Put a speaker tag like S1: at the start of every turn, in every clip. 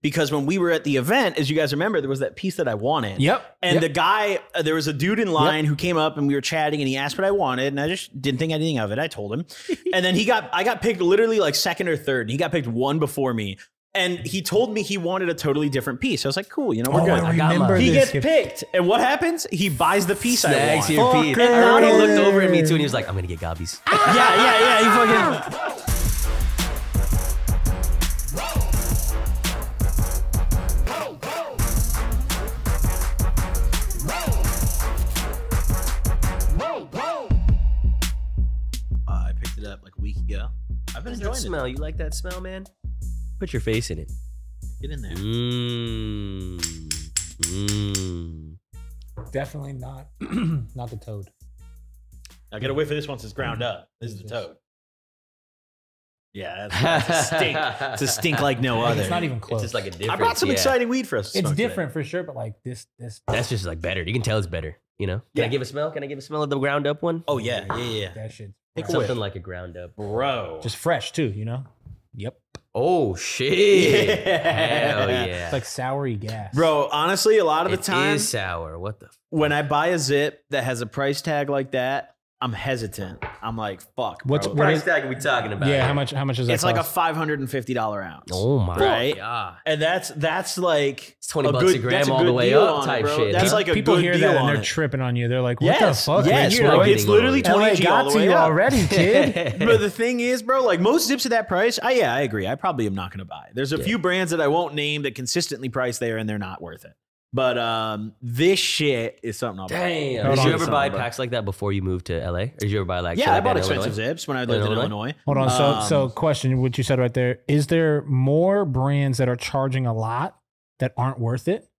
S1: because when we were at the event, as you guys remember, there was that piece that I wanted.
S2: Yep.
S1: And
S2: Yep.
S1: the guy, uh, there was a dude in line who came up and we were chatting and he asked what I wanted and I just didn't think anything of it. I told him. and then he got, I got picked literally like second or third and he got picked one before me. And he told me he wanted a totally different piece. I was like, cool, you know, we're
S2: Oh,
S1: good.
S2: I got
S3: remember
S2: mine.
S1: He
S3: this.
S1: gets picked. And what happens? He buys the piece I want.
S2: Snags your feet.
S3: Fucker.
S2: And Nani looked over at me too, and he was like, "I'm gonna get gobbies."
S1: Yeah, yeah, yeah. He fucking. Uh, I picked it up like a week ago. I've been
S2: That
S1: enjoying
S2: smell. You like that smell, man? Put your face in it.
S1: it. Get in there.
S2: Mmm. Mmm.
S3: Definitely not, not the toad.
S1: Now get away from this once it's ground
S3: Mm-hmm.
S1: up. This is the toad. Yeah, that's, that's a stink. It's a stink like no
S3: Like,
S1: other.
S3: it's not even close.
S2: It's just like a different.
S1: I brought some
S2: yeah.
S1: exciting weed for us. to
S3: It's
S1: smoke today.
S3: different for sure, but like this, this.
S2: That's just like better. You can tell it's better. You know? Can I
S1: Yeah.
S2: give a smell? Can I give a smell of the ground up one?
S1: Oh yeah, yeah, yeah, yeah.
S3: That shit.
S1: Take
S3: fresh.
S1: away.
S2: Something like a ground up.
S1: bro.
S3: Just fresh too, you know. Yep.
S2: Oh shit! Hell yeah!
S3: It's like soury gas,
S1: Bro, honestly, a lot of the
S2: It
S1: time
S2: is sour. What the? F-
S1: when I buy a zip that has a price tag like that, I'm hesitant. I'm like, fuck.
S3: What's-
S1: bro.
S3: What
S2: price
S3: is-
S2: tag are we talking about?
S3: Yeah. How
S2: here?
S3: much? How much is that?
S1: it's like a
S3: cost?
S1: five hundred and fifty dollar ounce.
S2: Oh my
S1: Right?
S2: god!
S1: And that's that's like
S2: It's 20
S1: a
S2: bucks
S1: good-
S2: a gram
S1: that's
S2: all the
S1: good
S2: way
S1: deal
S2: up
S1: on it,
S2: type
S1: bro.
S2: shit.
S1: That's
S2: Huh?
S1: like a
S3: people
S1: good
S3: hear
S1: deal
S3: that and
S1: on
S3: they're
S1: it.
S3: tripping on you. They're like, "What
S1: yes,
S3: the fuck?"
S1: yes,
S3: man?
S2: not
S1: bro.
S2: getting
S1: It's literally
S2: low.
S1: twenty
S3: LA
S1: G all
S3: got
S1: the
S3: to
S1: way
S3: you
S1: up.
S3: already, kid.
S1: but the thing is, bro, like most zips at that price, I yeah, I agree. I probably am not gonna buy. There's a
S2: Yeah.
S1: few brands that I won't name that consistently price there and they're not worth it. But um, this shit is something I'll buy.
S2: Damn.
S3: Hold
S2: Did
S3: on
S2: you
S3: to
S2: ever buy
S1: something, bro.
S2: packs like that before you moved to LA? Or did you ever buy like shit
S1: Yeah, I
S2: like that
S1: bought
S2: in
S1: expensive
S2: Illinois?
S1: zips when I lived in
S2: Illinois?
S1: Illinois.
S3: Hold on. So,
S1: Um,
S3: so question: What you said right there is there more brands that are charging a lot that aren't worth it?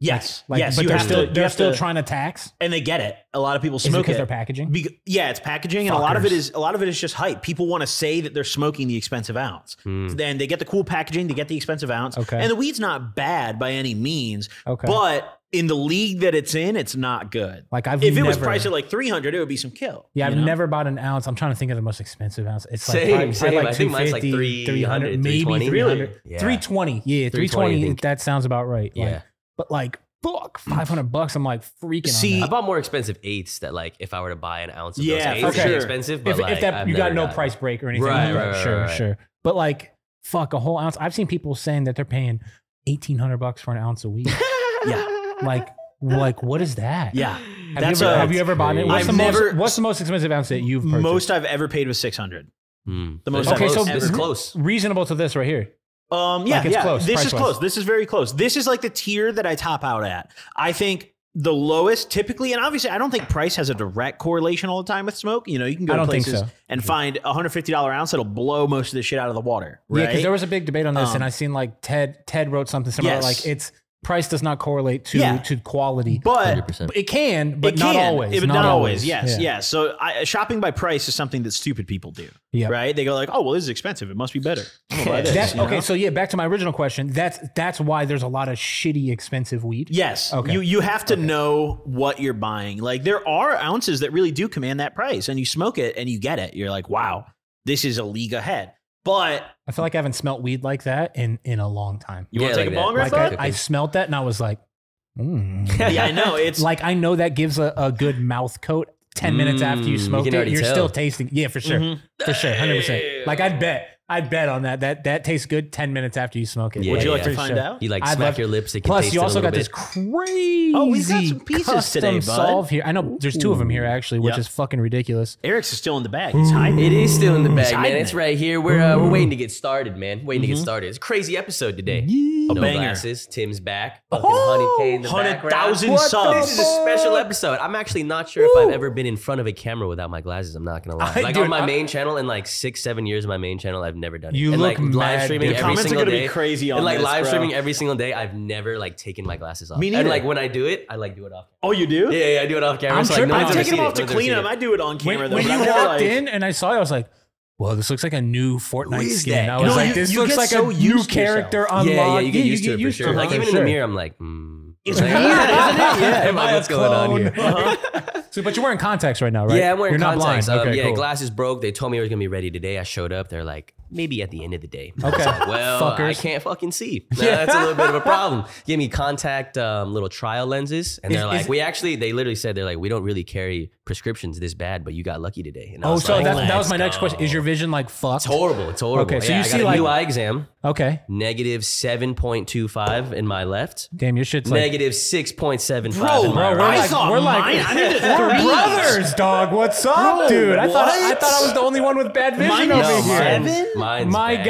S1: Yes,
S3: Like,
S1: yes,
S3: but
S1: you
S3: they're
S1: have
S3: still
S1: to, you
S3: they're
S1: have
S3: still
S1: to-
S3: trying to tax.
S1: and they get it. A lot of people
S3: Is it
S1: smoke
S3: because
S1: it.
S3: they're packaging?
S1: Bec- yeah, it's packaging, and a lot of
S3: Fuckers.
S1: it is a lot of it is just hype. People want to say that they're smoking the expensive ounce.
S2: Hmm.
S1: Then they get the cool packaging, they get the expensive ounce,
S3: Okay.
S1: and the weed's not bad by any means,
S3: okay.
S1: but in the league that it's in, it's not good.
S3: like I've
S1: If it
S3: never,
S1: was priced at like three hundred, it would be some kill.
S3: yeah, I've
S1: you know?
S3: never bought an ounce. I'm trying to think of the most expensive ounce. It's like
S2: Same,
S3: probably- probably
S2: same. I
S3: like
S2: think mine's like
S3: 250,
S2: 300,
S3: 300, maybe
S2: 320.
S3: 300.
S2: Really? Yeah.
S3: 320. Yeah,
S2: 320, I
S3: 320.
S2: think.
S3: That sounds about right. Like,
S2: Yeah.
S3: But like, fuck, 500 bucks. I'm like freaking
S1: See,
S3: on
S2: I
S3: that.
S2: bought more expensive eights that like if I were to buy an ounce of
S1: Yeah,
S2: those
S1: for
S2: eights, they're
S1: sure.
S2: expensive. But
S3: if,
S2: like,
S3: if that
S2: I've
S3: you got
S2: never
S3: no
S2: gotten-
S3: price break or anything,
S2: Right,
S3: like that.
S2: right, right,
S3: sure,
S2: right.
S3: sure. But like, fuck, a whole ounce. I've seen people saying that they're paying eighteen hundred bucks for an ounce a week.
S1: yeah,
S3: like, like what is that?
S1: yeah.
S3: Have
S1: That's
S3: you ever,
S1: a-
S3: have you ever bought it?
S2: I've
S3: What's the
S1: never-
S3: most? What's the most expensive ounce that you've purchased?
S1: Most I've ever paid was six hundred.
S2: Hmm.
S1: The most
S2: This is
S3: Okay,
S2: close.
S3: so-
S2: this is close.
S3: reasonable to this right here.
S1: Um, yeah,
S3: Like, it's
S1: yeah.
S3: close,
S1: this is
S3: price-wise.
S1: close. This is very close. This is like the tier that I top out at. I think the lowest typically, and obviously, I don't think price has a direct correlation all the time with smoke. You know, you can go
S3: I
S1: to
S3: don't think
S1: places
S3: so.
S1: and find a hundred fifty dollar ounce that'll blow most of this shit out of the water.
S3: Yeah,
S1: Right?
S3: because there was a big debate on this,
S1: Um,
S3: and I seen like Ted Ted wrote something similar.
S1: Yes.
S3: Like it's price does not correlate to
S1: Yeah.
S3: to quality.
S1: but
S2: 100%.
S3: It can, but
S1: it
S3: not
S1: can.
S3: always.
S1: It- not, always. Yes.
S3: Yeah.
S1: Yeah. So I, shopping by price is something that stupid people do.
S3: Yeah.
S1: Right? They go like, "Oh, well, this is expensive. It must be better." I'm gonna buy this,
S3: That's,
S1: you know?
S3: okay, so yeah, back to my original question. That's that's why there's a lot of shitty expensive weed.
S1: Yes.
S3: Okay.
S1: You you have to know what you're buying. Like there are ounces that really do command that price, and you smoke it and you get it. You're like, wow, this is a league ahead. But
S3: I feel like I haven't smelt weed like that in in a long time.
S1: you want
S2: Yeah,
S1: to take
S2: like
S1: a
S2: that.
S1: bong
S2: Like
S1: rip?
S3: Like
S1: on
S3: I,
S1: it?
S3: I smelt that and I was like, mm.
S1: yeah, I know. It's
S3: like I know that gives a, a good mouth coat. Ten minutes after you
S2: Mm, you
S3: smoked
S2: can
S3: it,
S2: already
S3: you're
S2: tell.
S3: still tasting. Yeah, for sure,
S1: Mhm.
S3: for sure, hundred percent. Like I'd bet, I'd bet on that. That that tastes good ten minutes after you smoke it.
S2: Yeah,
S1: Would you
S2: yeah,
S1: like to
S3: For
S1: find
S3: sure.
S1: out?
S2: You like
S3: I'd
S2: smack
S3: love-
S2: your lips. It can
S3: Plus,
S2: taste
S3: you
S2: it a
S3: also
S2: little
S3: got this
S2: bit.
S3: crazy.
S1: Oh, we've got some pieces
S3: custom
S1: today, bud.
S3: solve here. I know there's two of them here actually, which
S1: Yeah.
S3: is fucking ridiculous.
S1: Eric's is still in the bag. He's hiding.
S2: It is still in the bag, man.
S1: hiding
S2: It's
S1: it.
S2: right here. We're uh, we're waiting to get started, man. Waiting to get started. It's a crazy episode today.
S1: Mm-hmm. A
S2: no
S1: banger.
S2: glasses. Tim's back. Fucking honey K in the background.
S1: 100,000
S2: What the-
S1: subs.
S2: This is a special episode. I'm actually not sure if I've ever been in front of a camera without my glasses. I'm not gonna lie.
S3: I-
S2: Like
S3: dude,
S2: on my
S3: I-
S2: main channel, in like six, seven years of my main channel, I've never done it.
S3: You
S2: and like
S3: look
S2: live
S3: mad,
S2: streaming
S3: dude.
S2: every
S1: Comments are
S2: single
S1: gonna
S2: day.
S1: be crazy on
S2: and like
S1: this,
S2: live
S1: bro.
S2: streaming every single day, I've never like taken my glasses off.
S1: Me
S2: And
S1: neither.
S2: like when I do it, I like do it off.
S1: Oh, you do?
S2: Yeah, yeah, I do it off camera.
S3: I'm
S2: so, like,
S3: tripping.
S2: no
S3: I've
S1: I
S2: one's ever
S1: take
S2: seen
S1: them
S2: it.
S1: off
S2: No
S1: to
S2: one's ever
S1: clean
S2: seen
S1: them.
S2: it.
S1: I do it on camera
S3: When,
S1: though.
S3: when
S1: but
S3: you
S1: I've never,
S3: walked
S1: like-
S3: in and I saw you, I was like, "Whoa, this looks like a new Fortnite
S2: is
S3: skin."
S2: that?
S3: I was
S1: No,
S3: like,
S1: you-
S3: "This
S1: you
S3: looks
S1: get
S3: like
S1: so
S3: a
S1: used to
S3: new
S1: yourself.
S3: character unlocked."
S2: Yeah, yeah, you get
S3: you
S2: used to it for sure.
S3: it,
S2: Like
S3: for
S2: even in
S3: sure.
S2: the mirror, I'm like, hmm.
S1: It's
S2: Like,
S1: weird, isn't it? Yeah.
S2: Am I what's going on here?
S3: So, but you're wearing contacts right now, right?
S2: Yeah, I'm wearing
S3: You're
S2: contacts.
S3: not blind.
S2: Um,
S3: okay,
S2: yeah,
S3: cool.
S2: glasses broke. They told me I was gonna be ready today. I showed up. They're like, maybe at the end of the day.
S3: Okay.
S2: It's like, well, I
S3: Fuckers.
S2: can't fucking see. Nah,
S3: Yeah.
S2: That's a little bit of a problem. Give me contact um, little trial lenses. And
S3: Is-
S2: they're like,
S3: is-
S2: we actually, they literally said, they're like, we don't really carry prescriptions this bad, but you got lucky today. And I
S3: Oh,
S2: was
S3: so
S2: like,
S3: that, that was
S1: let's
S3: my next question. Is your vision like fucked?
S2: it's horrible. It's horrible.
S3: Okay, so
S2: Yeah,
S3: you
S2: I
S3: see,
S2: got
S3: like-
S2: a UI exam,
S3: Okay.
S2: negative 7.25 in my left,
S3: Damn, your shit's like
S2: negative 6.75
S1: Bro, bro,
S2: in my right.
S1: we're I like- saw
S3: we're like
S1: mine. I did it
S3: we're
S1: threes.
S3: brothers, dog. What's up,
S1: Bro,
S3: dude? I thought I
S1: what?
S3: thought I was the only one with bad vision
S1: Mine-
S3: over
S1: No,
S3: here.
S1: mine-
S2: mine's- mine's
S3: My
S2: bad.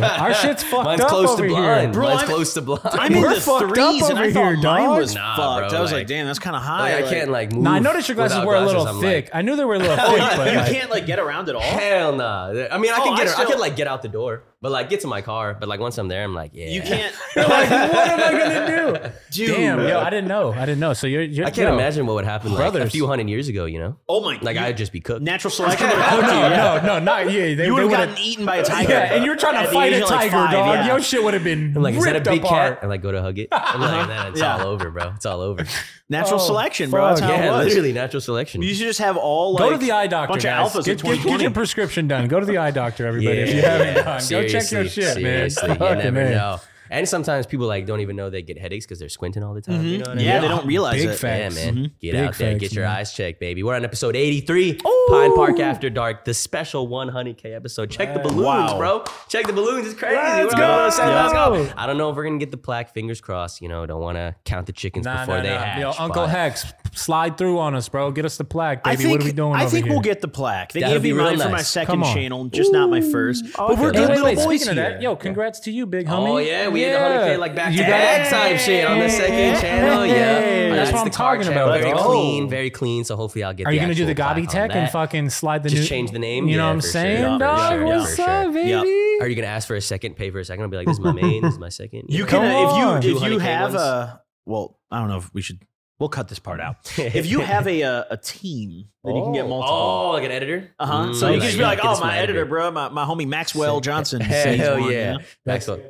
S3: guy. Our shit's fucked
S2: Mine's
S3: up
S2: close
S3: over
S2: to
S3: here.
S2: blind.
S1: Bro,
S2: Mine's
S1: I'm-
S2: close to blind.
S1: I'm in
S3: We're
S1: the
S3: fucked up
S1: threes, and
S3: over
S1: I
S3: here,
S1: thought mine
S3: dog.
S1: was
S2: Nah,
S1: fucked.
S2: bro,
S1: I was like,
S2: like-
S1: damn, that's kind of
S2: Like,
S1: high.
S2: I can't like move.
S3: Now, I noticed your glasses
S2: without
S3: were a little
S2: glasses. I'm
S3: thick.
S2: like,
S3: I knew they were a little thick, but
S1: you
S3: like,
S1: can't like get around at all.
S2: Hell nah. I mean, I
S1: Oh,
S2: can
S1: I
S2: get. I,
S1: still-
S2: can like get out the door, but like get to my car. But like once I'm there, I'm like, yeah.
S1: You can't,
S3: like, what am I gonna do?
S1: dude.
S3: Damn, yo, I didn't know. I didn't know. So you're, you're
S2: I can't
S3: yo.
S2: imagine what would happen like, a
S3: Brothers.
S2: few hundred years ago. You know,
S1: oh my,
S2: like
S1: you-
S2: I'd just be cooked.
S1: natural selection.
S3: Oh
S1: would've
S3: no,
S1: cooked you, yeah.
S3: no, no, not yeah. They, they
S1: You would have
S3: would've-
S1: gotten eaten by a tiger.
S3: Yeah, and you're trying
S1: at
S3: to
S1: the
S3: fight
S1: age
S3: a
S1: of, like,
S3: tiger,
S1: five,
S3: dog.
S1: yeah.
S3: Your shit would have been
S2: I'm like, is that a
S3: ripped
S2: big
S3: apart.
S2: cat? And like go to hug it. I'm like, nah, it's
S1: Yeah.
S2: all over, bro. It's all over.
S1: Natural
S3: Oh,
S1: selection, bro. That's
S3: fuck.
S1: how it
S2: yeah,
S1: was.
S2: literally natural selection.
S1: You should just have all like
S3: Go to the eye doctor.
S1: bunch of
S3: guys.
S1: alphas in
S3: Get, get- get
S1: 2020.
S3: your prescription done. Go to the eye doctor,
S2: Yeah,
S3: everybody. if you haven't
S2: yeah.
S3: done, go check your
S2: Seriously,
S3: shit,
S2: seriously.
S3: man.
S2: You
S3: Fucking
S2: never
S3: man.
S2: know. And sometimes people like don't even know they get headaches because they're squinting all the time. You know what I mean?
S1: Yeah, they don't realize
S3: Mm-hmm. Big
S1: it.
S3: facts. Mm-hmm.
S2: Yeah, man. Get
S3: Big
S2: out there.
S3: facts,
S2: Get your
S3: man.
S2: eyes checked, baby. We're on episode 83, Pine Park After Dark, the special 100K episode. Check the balloons,
S1: Wow.
S2: bro. Check the balloons. It's crazy.
S3: Let's
S2: We're on
S3: go.
S2: the same- let's go.
S3: Yeah.
S2: I don't know if we're going to get the plaque. Fingers crossed. You know, don't want to count the chickens
S3: Nah,
S2: before
S3: nah,
S2: they
S3: nah.
S2: hatch.
S3: Yo, Uncle
S2: but-
S3: Hex, slide through on us, bro. Get us the plaque,
S1: I
S3: baby.
S1: think,
S3: what are we doing
S1: I
S3: over
S1: think
S3: here?
S1: we'll get the plaque. They
S2: That'd
S1: gave me
S2: be real
S1: mine for my
S2: nice.
S1: second
S3: Come on.
S1: channel, just not my first. but we're
S3: Hey,
S1: good
S3: wait,
S1: little
S3: wait,
S1: boys
S3: speaking of
S1: here.
S3: that, yo, congrats to you, big homie.
S2: Oh yeah, we had 100k like back to back type shit on the second
S3: Hey,
S2: channel. Yeah,
S3: hey,
S2: Uh,
S3: that's
S2: it's
S3: what
S2: the
S3: I'm
S2: car
S3: talking
S2: channel.
S3: about,
S2: Very
S3: bro.
S2: clean, very clean. So hopefully I'll get.
S3: Are
S2: the
S3: you gonna do the
S2: actual plaque
S3: gobby
S2: on
S3: tech and
S2: that.
S3: fucking slide the
S2: Just
S3: new?
S2: change the name?
S3: You know
S2: Yeah,
S3: what I'm
S2: for sure,
S3: saying,
S2: yeah, for
S3: dog?
S2: sure, yeah,
S3: What's
S2: for
S3: up,
S2: sure.
S3: baby?
S1: Yeah.
S2: Are you gonna ask for a second pay for a second? I'll be like, this is my main, this is my second.
S1: You
S3: Come
S1: can
S3: on.
S1: if you if you
S2: 200K
S1: have
S2: ones.
S1: a well, I don't know if we should. We'll cut this part out. uh, If you have a a, a team, then you can get multiple.
S2: Oh, like an editor.
S1: Uh huh.
S2: Mm,
S1: so you can just be like,
S2: get
S1: oh,
S2: this
S1: my editor, bro, my, my homie Maxwell Johnson.
S2: Hell,
S1: says one, you
S2: yeah,
S1: know?
S2: excellent.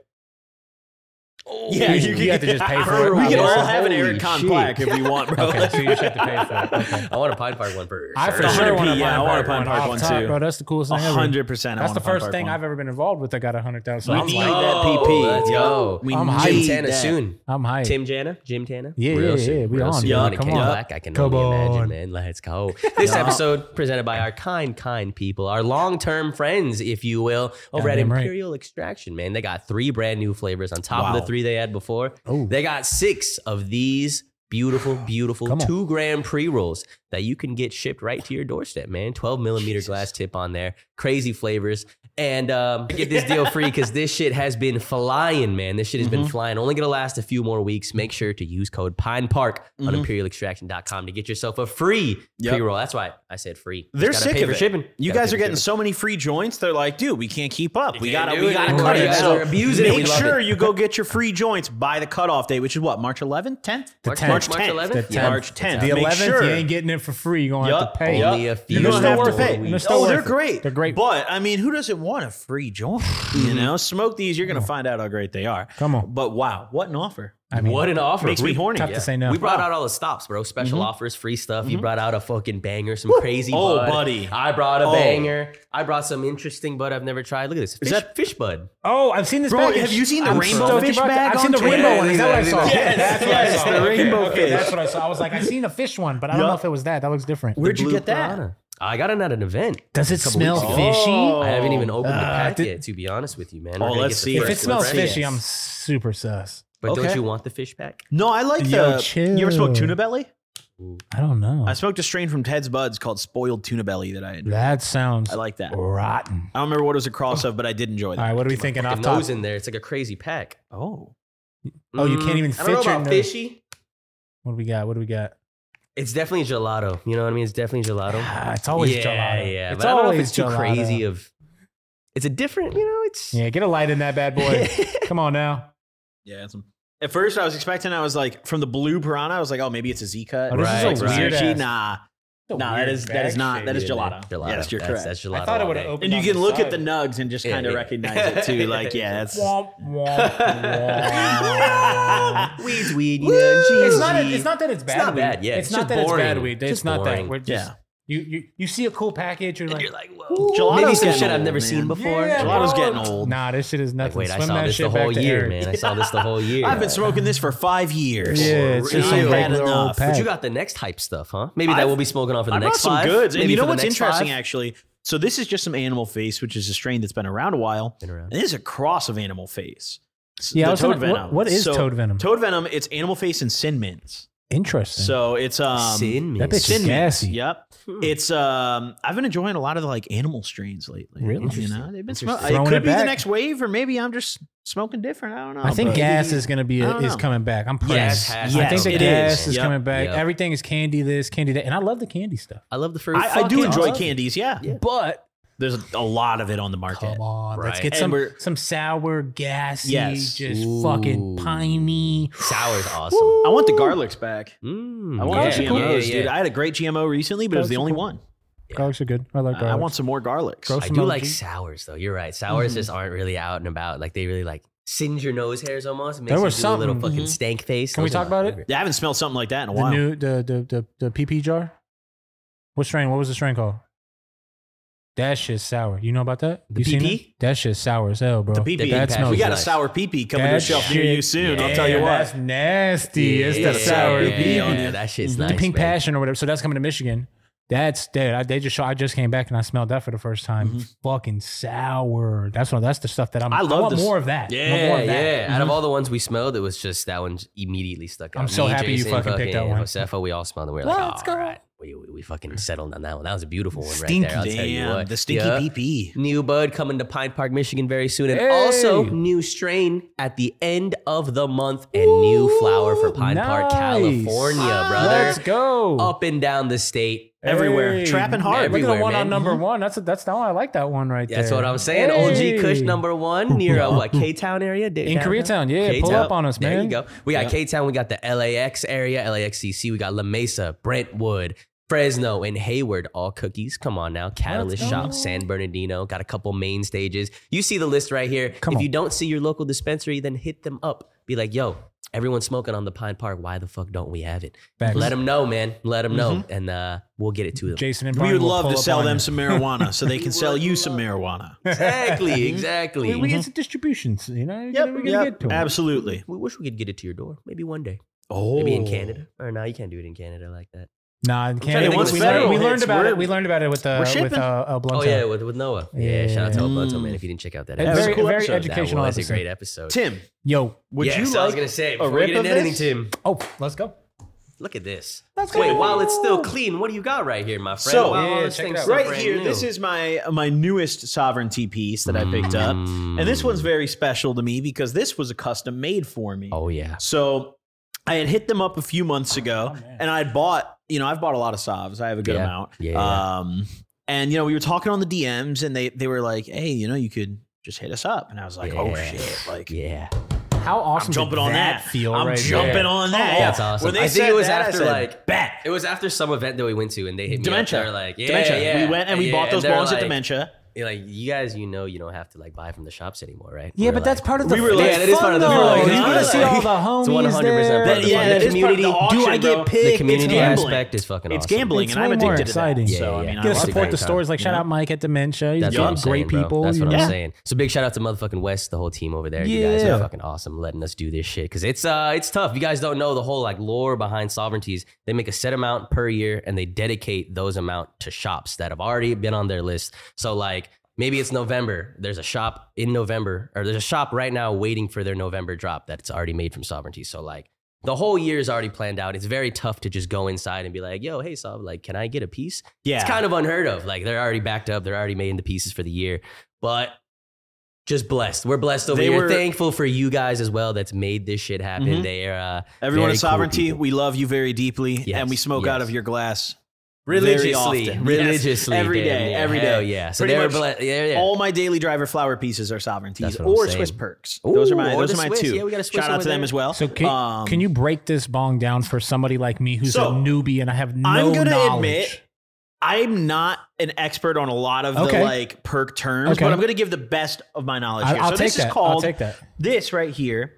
S1: Yeah, you,
S3: You
S1: can-
S3: have to just pay for it.
S1: We can
S3: Holy
S1: all have an Eric
S2: shit.
S1: Kahn plaque if we want, bro.
S3: Okay, so you just have to pay for it. Okay.
S2: I want a Pine Park one for
S3: I for
S1: Sure.
S3: sure
S1: 100p,
S3: want to
S1: yeah, I want a Pine Park
S3: off
S1: one
S3: top,
S1: too.
S3: bro. That's the coolest
S1: A
S3: thing ever.
S1: hundred percent. I
S3: That's the
S1: want a fun
S3: first
S1: part
S3: thing
S1: one.
S3: I've ever been involved with that got hundred thousand.
S1: We
S3: I'm
S1: need
S3: like,
S1: that
S2: Oh,
S1: PP.
S2: let's go.
S1: We
S3: I'm
S1: need
S3: hyped.
S2: Jim
S3: Hey,
S2: Tana
S1: that.
S2: soon.
S3: I'm hyped.
S2: Tim Jana, Jim Tana.
S3: Yeah, yeah, yeah, we on,
S1: bro.
S2: Yeah,
S1: Come
S2: come
S1: on.
S2: on. Black, I can
S3: Come
S2: only imagine,
S3: on.
S2: man. Let's go. This
S1: Yeah.
S2: episode presented by our kind, kind people, our long-term friends, if you will, over at
S3: Goddamn right.
S2: Imperial Extraction. Man, they got three brand new flavors on top of
S1: Wow.
S2: the three they had before.
S3: Oh.
S2: They got six of these beautiful, beautiful
S3: Come on.
S2: two gram pre rolls that you can get shipped right to your doorstep, man. 12 millimeter glass tip on there, crazy flavors. And um, get this deal free because this shit has been flying, man. This shit has
S1: Mm-hmm.
S2: been flying. Only gonna last a few more weeks. Make sure to use code Pine Park on
S1: Mhm.
S2: imperialextraction.com to get yourself a free
S1: Yep.
S2: pre roll. That's why I said free. Just
S1: They're
S2: gotta
S1: sick
S2: pay
S1: of
S2: for
S1: it.
S2: shipping.
S1: You
S2: Gotta
S1: guys
S2: pay
S1: are
S2: for
S1: getting
S2: shipping.
S1: so many free joints. They're like, dude, we can't keep up. we
S2: can't
S1: gotta,
S2: do
S1: we
S2: it
S1: gotta
S2: anymore.
S1: cut
S3: You
S1: it.
S3: guys
S1: So
S2: are abusing it. We
S1: make
S2: love
S1: sure
S2: it.
S1: you go get your free joints by the cutoff date, which is what March 11th, 10th,
S3: The
S2: March,
S3: 10th.
S2: March,
S1: March
S2: 11th?
S1: 10th,
S3: The 10th.
S1: March 10th.
S3: The
S1: Make
S3: eleventh,
S1: sure
S3: you ain't getting it for free. You're gonna have
S1: Yup,
S3: to pay.
S1: yup.
S2: Only a few
S1: You're gonna
S2: still
S1: have to
S2: worth it.
S1: pay.
S2: And they're
S3: still
S1: oh,
S3: worth
S1: they're
S3: it.
S1: great.
S3: They're great.
S1: But I mean, who doesn't want a free joint? you know, smoke these. You're gonna find out how great they are.
S3: Mm-hmm. Come on.
S1: But wow, what an offer!
S3: I mean,
S2: what an offer.
S1: Makes me
S2: We-
S1: horny.
S3: tough
S1: yeah.
S3: to say no. Mm-hmm.
S2: We brought out all the stops, bro. Special offers, free stuff. You brought out a fucking banger, some crazy.
S1: Oh,
S2: bud.
S1: buddy.
S2: I brought a
S1: Oh.
S2: banger. I brought some interesting bud I've never tried. Look at this. Fish,
S1: that-
S2: fish bud?
S3: oh, I've seen this.
S1: Bro,
S3: package.
S1: have you seen the
S3: I'm
S1: rainbow
S3: stoked
S1: fish
S3: about that.
S1: bag
S3: I've
S1: on
S3: seen the
S1: Twitter?
S3: rainbow one. Is that what I saw?
S1: Yes,
S3: Yeah, that's what I
S1: yes,
S3: saw.
S1: the
S3: Okay,
S1: rainbow
S3: okay,
S1: fish.
S3: That's what I saw. I was like, I seen a fish one, but I don't
S1: Yup.
S3: know if it was that. That looks different.
S1: Where'd you
S2: Blue
S1: get that?
S2: piranha. I got it at an event.
S3: Does it
S2: a couple
S3: smell
S2: weeks ago.
S3: fishy?
S1: Oh.
S2: I haven't even opened the
S3: Uh,
S2: pack
S3: did-
S2: yet, to be honest with you, man.
S1: Oh,
S2: We're gonna
S1: let's
S2: get
S1: see
S2: the first
S3: If it
S1: Let's
S3: smells
S2: one.
S1: see it.
S3: fishy, I'm super sus.
S2: But
S1: Okay.
S2: don't you want the fish pack?
S1: No, I like
S3: Yo,
S1: the.
S3: chill.
S1: You ever smoked tuna belly?
S3: I don't know.
S1: I smoked a strain from Ted's Buds called Spoiled Tuna Belly that I enjoyed.
S3: That sounds
S1: I like that.
S3: rotten.
S1: I don't remember what it was a cross of, but I did enjoy
S3: All
S1: that.
S3: right, what are we thinking
S2: Off
S3: off top?
S2: nose in there. It's like a crazy pack. Mm.
S1: Oh,
S3: Oh, you can't even
S2: I don't know
S3: fit your
S2: about
S3: nose.
S2: fishy.
S3: What do we got? What do we got?
S2: It's definitely gelato. You know what I mean? It's definitely gelato.
S3: Ah, it's always
S2: yeah,
S3: gelato.
S2: Yeah,
S3: it's
S2: but I don't know if
S3: always
S2: it's too
S3: gelato.
S2: crazy of. It's a different, you know. It's
S3: Yeah, get a light in that bad boy. Come on now.
S1: yeah. It's, at first, I was expecting. I was like, from the blue piranha, I was like, oh, maybe it's a Z cut.
S3: Oh, this
S2: is a Right, right.
S1: weird.
S3: weird
S1: She,
S3: ass-
S1: nah, nah. That is that is not that is
S2: Yeah,
S1: gelato.
S2: Gelato.
S1: Yes, you're
S2: That's-
S1: correct.
S2: That's gelato.
S3: I thought it
S2: all
S3: would
S2: day.
S3: have opened.
S1: and you
S3: on
S1: can
S3: the
S1: look
S3: side.
S1: at the nugs and just
S2: Yeah,
S1: kind of
S2: yeah.
S1: recognize it too. Like, yeah, that's
S3: Womp, womp, womp.
S2: Weeds, weed, you know.
S3: It's
S2: geez,
S3: not.
S2: weed.
S3: It's not that it's bad.
S2: not
S3: weed.
S2: bad, yeah.
S3: It's,
S2: It's
S3: not
S2: just
S3: that it's bad
S2: boring.
S3: weed. It's
S2: Just
S3: not
S2: boring.
S3: that. We're just,
S1: Yeah.
S3: You You you, you see a cool package, you're
S2: And
S3: like,
S2: you're like, whoa.
S1: Gelato's
S2: Maybe some
S1: getting
S2: shit I've
S1: old,
S2: never
S1: man.
S2: seen before.
S3: Yeah,
S1: Gelato's
S3: bro.
S1: getting old.
S3: nah, this shit is
S2: Like,
S3: nothing.
S2: wait, I
S3: Slim
S2: saw
S3: that
S2: this the
S3: shit back
S2: whole
S3: to
S2: year,
S3: Eric.
S2: man. I saw this the whole year.
S1: I've been smoking this for five years.
S3: Yeah, it's just some
S1: I've had
S3: regular old
S1: enough.
S3: pack.
S2: But you got the next hype stuff, huh? Maybe that
S1: I've-
S2: we'll be smoking on for the
S1: I brought
S2: next
S1: some
S2: five.
S1: goods, and
S2: maybe
S1: you know
S2: for the
S1: what's
S2: next five.
S1: interesting actually. So this is just some animal face, which is a strain that's been around a while,
S2: Been around.
S1: and this is a cross of animal face. S-
S3: Yeah,
S1: the
S3: I was
S1: toad
S3: gonna- what-
S1: venom.
S3: what is
S1: So,
S3: toad venom?
S1: Toad venom. It's animal face and sin mints.
S3: Interesting.
S1: So it's um
S2: Sin
S3: that
S2: means-
S3: bitch is
S1: Sin mints.
S3: gassy.
S1: Yep.
S2: Hmm.
S1: It's um I've been enjoying a lot of the like animal strains lately.
S3: Really?
S1: You know,
S2: Interesting.
S1: they've been
S2: Interesting.
S1: smoking. It
S3: Throwing
S1: could
S3: it
S1: be the
S3: back.
S1: next wave, or maybe I'm just smoking different. I don't know.
S3: I think
S1: but-
S3: gas is going to be
S1: um, I don't
S3: is
S1: know.
S3: coming back. I'm praying.
S2: Yes, has
S3: I
S1: yes,
S3: think the
S1: it
S3: gas is,
S1: is. Yep.
S3: coming back.
S2: Yep.
S3: Everything is candy this, candy that, and I love the candy stuff.
S2: I love the first.
S1: I, I do
S2: fucking
S1: enjoy
S2: awesome.
S1: candies, yeah.
S2: Yeah.
S3: But
S1: There's a lot of it on the market.
S3: come on, let's
S2: Right.
S3: get
S1: And
S3: some
S1: we're-
S3: some sour gassy,
S1: Yes.
S3: just
S2: Ooh.
S3: fucking piney.
S2: Sour is awesome.
S1: I want the garlics back.
S2: Mm,
S1: I want
S3: yeah,
S1: GMOs,
S3: yeah,
S1: dude. I had a great GMO recently, but it was the
S3: Garlics are
S1: only
S3: cool.
S1: one.
S3: Garlics are good. I like
S1: I-
S3: garlics.
S1: I want some more garlics.
S3: Gross.
S2: I do like
S3: emoji.
S2: sours though. You're right. Sours just aren't really out and about. Like they really like singe your nose hairs almost. Makes
S3: There
S2: you
S3: was
S2: do a little
S3: something-
S2: fucking
S1: Mhm.
S2: stank face.
S3: Can we
S2: Those are
S3: talk
S2: my
S3: about it?
S2: favorite.
S1: Yeah, I haven't smelled something like that in a
S3: the
S1: while.
S3: new the the the the PP jar. What strain? What was the strain called? That shit's sour. You know about that?
S2: The
S3: you seen
S2: PP?
S3: it? That shit's sour as hell, bro.
S1: the pee
S2: that
S1: pee.
S3: smells
S1: We got a
S2: nice.
S1: sour pee pee coming to a
S3: That
S1: shelf near
S3: shit-
S1: you soon. I'll tell you
S3: Yeah,
S1: what.
S3: That's nasty. it's the sour
S2: yeah,
S3: pee.
S2: yeah, yeah, that shit's
S3: the
S2: nice.
S3: pink
S2: man.
S3: passion or whatever. So that's coming to Michigan. That's dead. I, they just show, I just came back and I smelled that for the first time. Fucking sour. That's what. That's the stuff that I'm.
S1: I
S3: I
S1: love
S3: want
S1: this-
S3: more of that. I want
S2: Yeah,
S3: more
S2: yeah.
S3: of that. Mm-hmm.
S2: Out of all the ones we smelled, it was just that one immediately stuck out.
S3: I'm so happy you fucking picked that one.
S2: Josefa, we all smelled it. We were like,
S3: Let's
S2: all
S3: go."
S2: right. We, we, we fucking settled on that one. That was a beautiful one
S3: Stinky.
S2: right there. I'll tell you
S1: Damn,
S2: what.
S1: the stinky
S2: Yeah.
S1: pee pee.
S2: New bud coming to Pine Park, Michigan very soon. And also
S3: Hey.
S2: new strain at the end of the month and new flower for Pine Park,
S3: nice.
S2: California, brother.
S3: Let's go.
S2: Up and down the state.
S1: Everywhere. Trapping hard.
S3: Look at the
S2: Everywhere,
S3: one
S2: man.
S3: on number one. That's a, that's the one I like. That one right
S2: That's
S3: there.
S2: what I'm saying.
S3: Hey.
S2: OG Kush number one near uh, what K Town area Da-
S3: in
S2: downtown?
S3: Koreatown. Yeah, pull
S2: K-Town.
S3: up on us, man.
S2: There you go. We got
S1: Yeah.
S2: K Town. We got the LAX area, LAXCC. We got La Mesa, Brentwood, Fresno, and Hayward. All cookies. Come on now. Catalyst
S3: go.
S2: Shop, San Bernardino. Got a couple main stages. You see the list right here.
S3: Come
S2: if
S3: on.
S2: you don't see your local dispensary, then hit them up. Be like, yo. Everyone's smoking on the Pine Park. Why the fuck don't we have it?
S3: Facts. Mm-hmm.
S2: Let them know, man. Let them know, and uh, we'll get it to them.
S3: Jason and
S1: We
S3: Brian
S1: would
S3: will
S1: love
S3: pull
S1: to
S3: up
S1: sell
S3: on
S1: them
S3: you.
S1: some marijuana so they can sell you some marijuana.
S2: Exactly,
S3: Mm-hmm.
S2: exactly.
S3: We, we get some distributions. You know,
S1: Yep,
S3: we gotta
S1: yep,
S3: get to 'em.
S1: absolutely.
S2: We wish we could get it to your door. Maybe one day.
S1: Oh,
S2: Maybe in Canada. Or no, you can't do it in Canada like that.
S3: Nah,
S1: trying
S3: in
S1: to
S3: Canada,
S1: think
S3: we,
S1: what's
S3: learned, we
S1: federal.
S3: learned
S1: It's-
S3: about
S1: we're-
S3: it. We learned about it with
S1: we're
S3: uh, with
S1: shipping.
S3: uh, uh,
S2: Oh
S3: Blunto.
S2: yeah, with, with Noah. Yeah, shout out to
S1: Yeah.
S2: Alberto, man.
S1: Mm.
S2: If you didn't check out that
S3: That's
S2: episode,
S1: very- cool
S3: very
S1: episode.
S3: educational
S2: that was
S3: episode.
S2: a great episode.
S1: Tim,
S3: Yo,
S1: would
S2: yes,
S1: you like?
S2: I was gonna say before
S1: rip
S2: we get
S1: of
S2: into anything,
S1: this?
S2: Tim.
S3: oh, let's go.
S2: Look at this.
S3: Let's
S2: Wait,
S3: go.
S2: while it's still clean, what do you got right here, my friend?
S1: So-
S2: Wow, all
S3: Yeah,
S2: this
S3: check it
S2: thing's
S3: out.
S2: so
S1: right
S2: brand
S1: here
S2: new.
S1: this is my my newest sovereignty piece that i picked up and this one's very special to me because this was a custom made for me
S2: Oh yeah.
S1: so i had hit them up a few months ago
S3: Oh, man.
S1: and i had bought you know i've bought a lot of sovs i have a good
S2: Yeah.
S1: amount
S2: Yeah, yeah.
S1: um and you know we were talking on the dms and they they were like hey you know you could just hit us up and i was like oh
S2: Yeah.
S1: shit like
S2: Yeah.
S3: How awesome!
S1: I'm
S3: did
S1: jumping on that.
S3: Feel
S1: I'm
S3: right
S1: jumping
S3: there.
S1: on that.
S2: Oh,
S1: yeah.
S2: that's awesome.
S1: When they
S2: I think
S1: said
S2: it was
S1: that, I
S2: after,
S1: said,
S2: like-
S1: bet
S2: It was after some event that we went to, and they hit me
S1: dementia.
S2: up. They're like, yeah,
S1: dementia.
S2: yeah.
S1: We went and we bought those
S2: they're
S1: bongs
S2: like-
S1: at dementia.
S2: you're Like you guys, you know, you don't have to like buy from the shops anymore, right?
S3: Yeah,
S2: We're
S3: but that's
S2: like-
S3: part of the.
S1: We were like-
S3: that's
S1: Yeah, that is
S3: fun
S2: part of the
S3: though.
S2: fun,
S3: You're
S1: like,
S3: gonna
S1: huh?
S3: see all the homies.
S2: It's 100%
S3: there.
S2: part of the
S1: yeah,
S2: fun.
S1: that
S2: The
S1: is part of the
S2: community-
S1: auction,
S3: Do I get
S1: bro.
S3: picked?
S2: the community
S1: gambling.
S2: aspect is fucking
S1: It's
S2: awesome.
S1: gambling,
S3: It's
S1: and I'm
S3: way more
S1: addicted
S3: exciting.
S1: to
S2: Yeah,
S1: that. So
S2: yeah,
S1: I mean,
S2: yeah.
S1: I
S3: Get
S2: That's
S3: to
S1: love
S2: a
S1: it.
S3: support the
S2: great time.
S3: stores. Like shout out Mike at Dementia. He's
S2: That's what I'm
S3: got
S2: saying,
S3: great
S2: bro.
S3: people.
S2: That's
S3: you
S2: what
S3: know?
S2: I'm saying. So big shout out to motherfucking West, the whole team over there. You guys
S3: Yeah.
S2: are fucking awesome, letting us do this shit because it's uh it's tough. You guys don't know the whole like lore behind sovereignties. They make a set amount per year and they dedicate those amount to shops that have already been on their list. So like. Maybe it's November. There's a shop in November, or there's a shop right now waiting for their November drop that's already made from Sovereignty. So, like, the whole year is already planned out. It's very tough to just go inside and be like, yo, hey, Sov, like, can I get a piece?
S1: Yeah.
S2: It's kind of unheard of. Like they're already backed up. They're already made into pieces for the year. But just blessed. We're blessed over
S1: They
S2: here.
S1: were-
S2: Thankful for you guys as well. That's made this shit happen.
S1: Mhm.
S2: They're uh,
S1: Everyone
S2: Very
S1: at
S2: cool
S1: Sovereignty,
S2: people.
S1: we love you very deeply,
S2: Yes,
S1: and we smoke out
S2: yes.
S1: of your glass. Very
S2: religiously,
S1: often. Yes,
S2: religiously,
S1: every
S2: damn
S1: day,
S2: near.
S1: every
S2: Hell
S1: day.
S2: Yeah. So
S1: Pretty
S2: they're
S1: much
S2: blessed. Yeah, yeah.
S1: All my daily driver flower pieces are
S2: That's
S1: Sovereignties
S2: what I'm
S1: or
S2: saying.
S1: Swiss perks.
S2: Ooh,
S1: those are my
S2: or
S1: those
S2: the
S1: are my
S2: Swiss.
S1: two.
S2: Yeah, we got a Swiss
S1: Shout out
S2: over
S1: to them
S2: there.
S1: as well.
S3: So can,
S1: Um,
S3: can you break this bong down for somebody like me who's
S1: So,
S3: a newbie and I have no
S1: I'm gonna
S3: knowledge?
S1: admit- I'm not an expert on a lot of
S3: Okay.
S1: the like perk terms,
S3: Okay.
S1: but I'm going to give the best of my knowledge
S3: I,
S1: here.
S3: will
S1: so
S3: take
S1: this is
S3: that. I'll
S1: called
S3: take that.
S1: this right here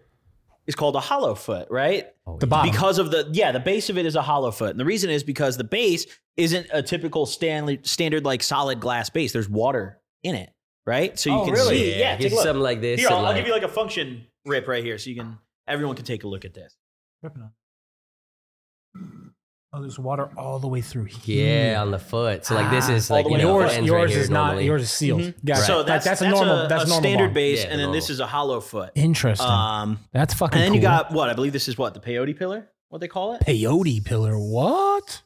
S1: is called a hollow foot, right?
S2: Oh,
S3: The
S2: yeah.
S3: bottom.
S1: Because of the yeah, the base of it is a hollow foot. And the reason is because the base isn't a typical Stanley standard like solid glass base. There's water in it, right? So you
S3: Oh,
S1: can
S3: really?
S1: see. Yeah,
S2: get
S1: take a look.
S2: something like this.
S1: Here,
S2: and,
S1: I'll, I'll
S2: like-
S1: give you like a function rip right here, so you can everyone can take a look at this.
S3: Oh, there's water all the way through here.
S2: yeah, on the foot. So like this is
S1: Hmm. Ah, all
S2: like
S1: the
S2: you
S1: way down.
S2: know, it
S3: yours,
S2: ends right
S3: yours
S2: here
S3: is not.
S2: normally. Mm-hmm.
S3: Yours is sealed.
S1: Mhm.
S3: Got it.
S1: So
S3: Like,
S1: that's, that's,
S3: a normal.
S1: a,
S3: that's
S1: a
S3: normal
S1: standard
S3: bomb.
S1: base,
S2: Yeah,
S1: and then
S2: normal.
S1: this is a hollow foot.
S3: Interesting.
S1: Um,
S3: that's fucking.
S1: and then you
S3: cool.
S1: got what I believe this is what the peyote pillar. What they call it?
S3: peyote pillar. What?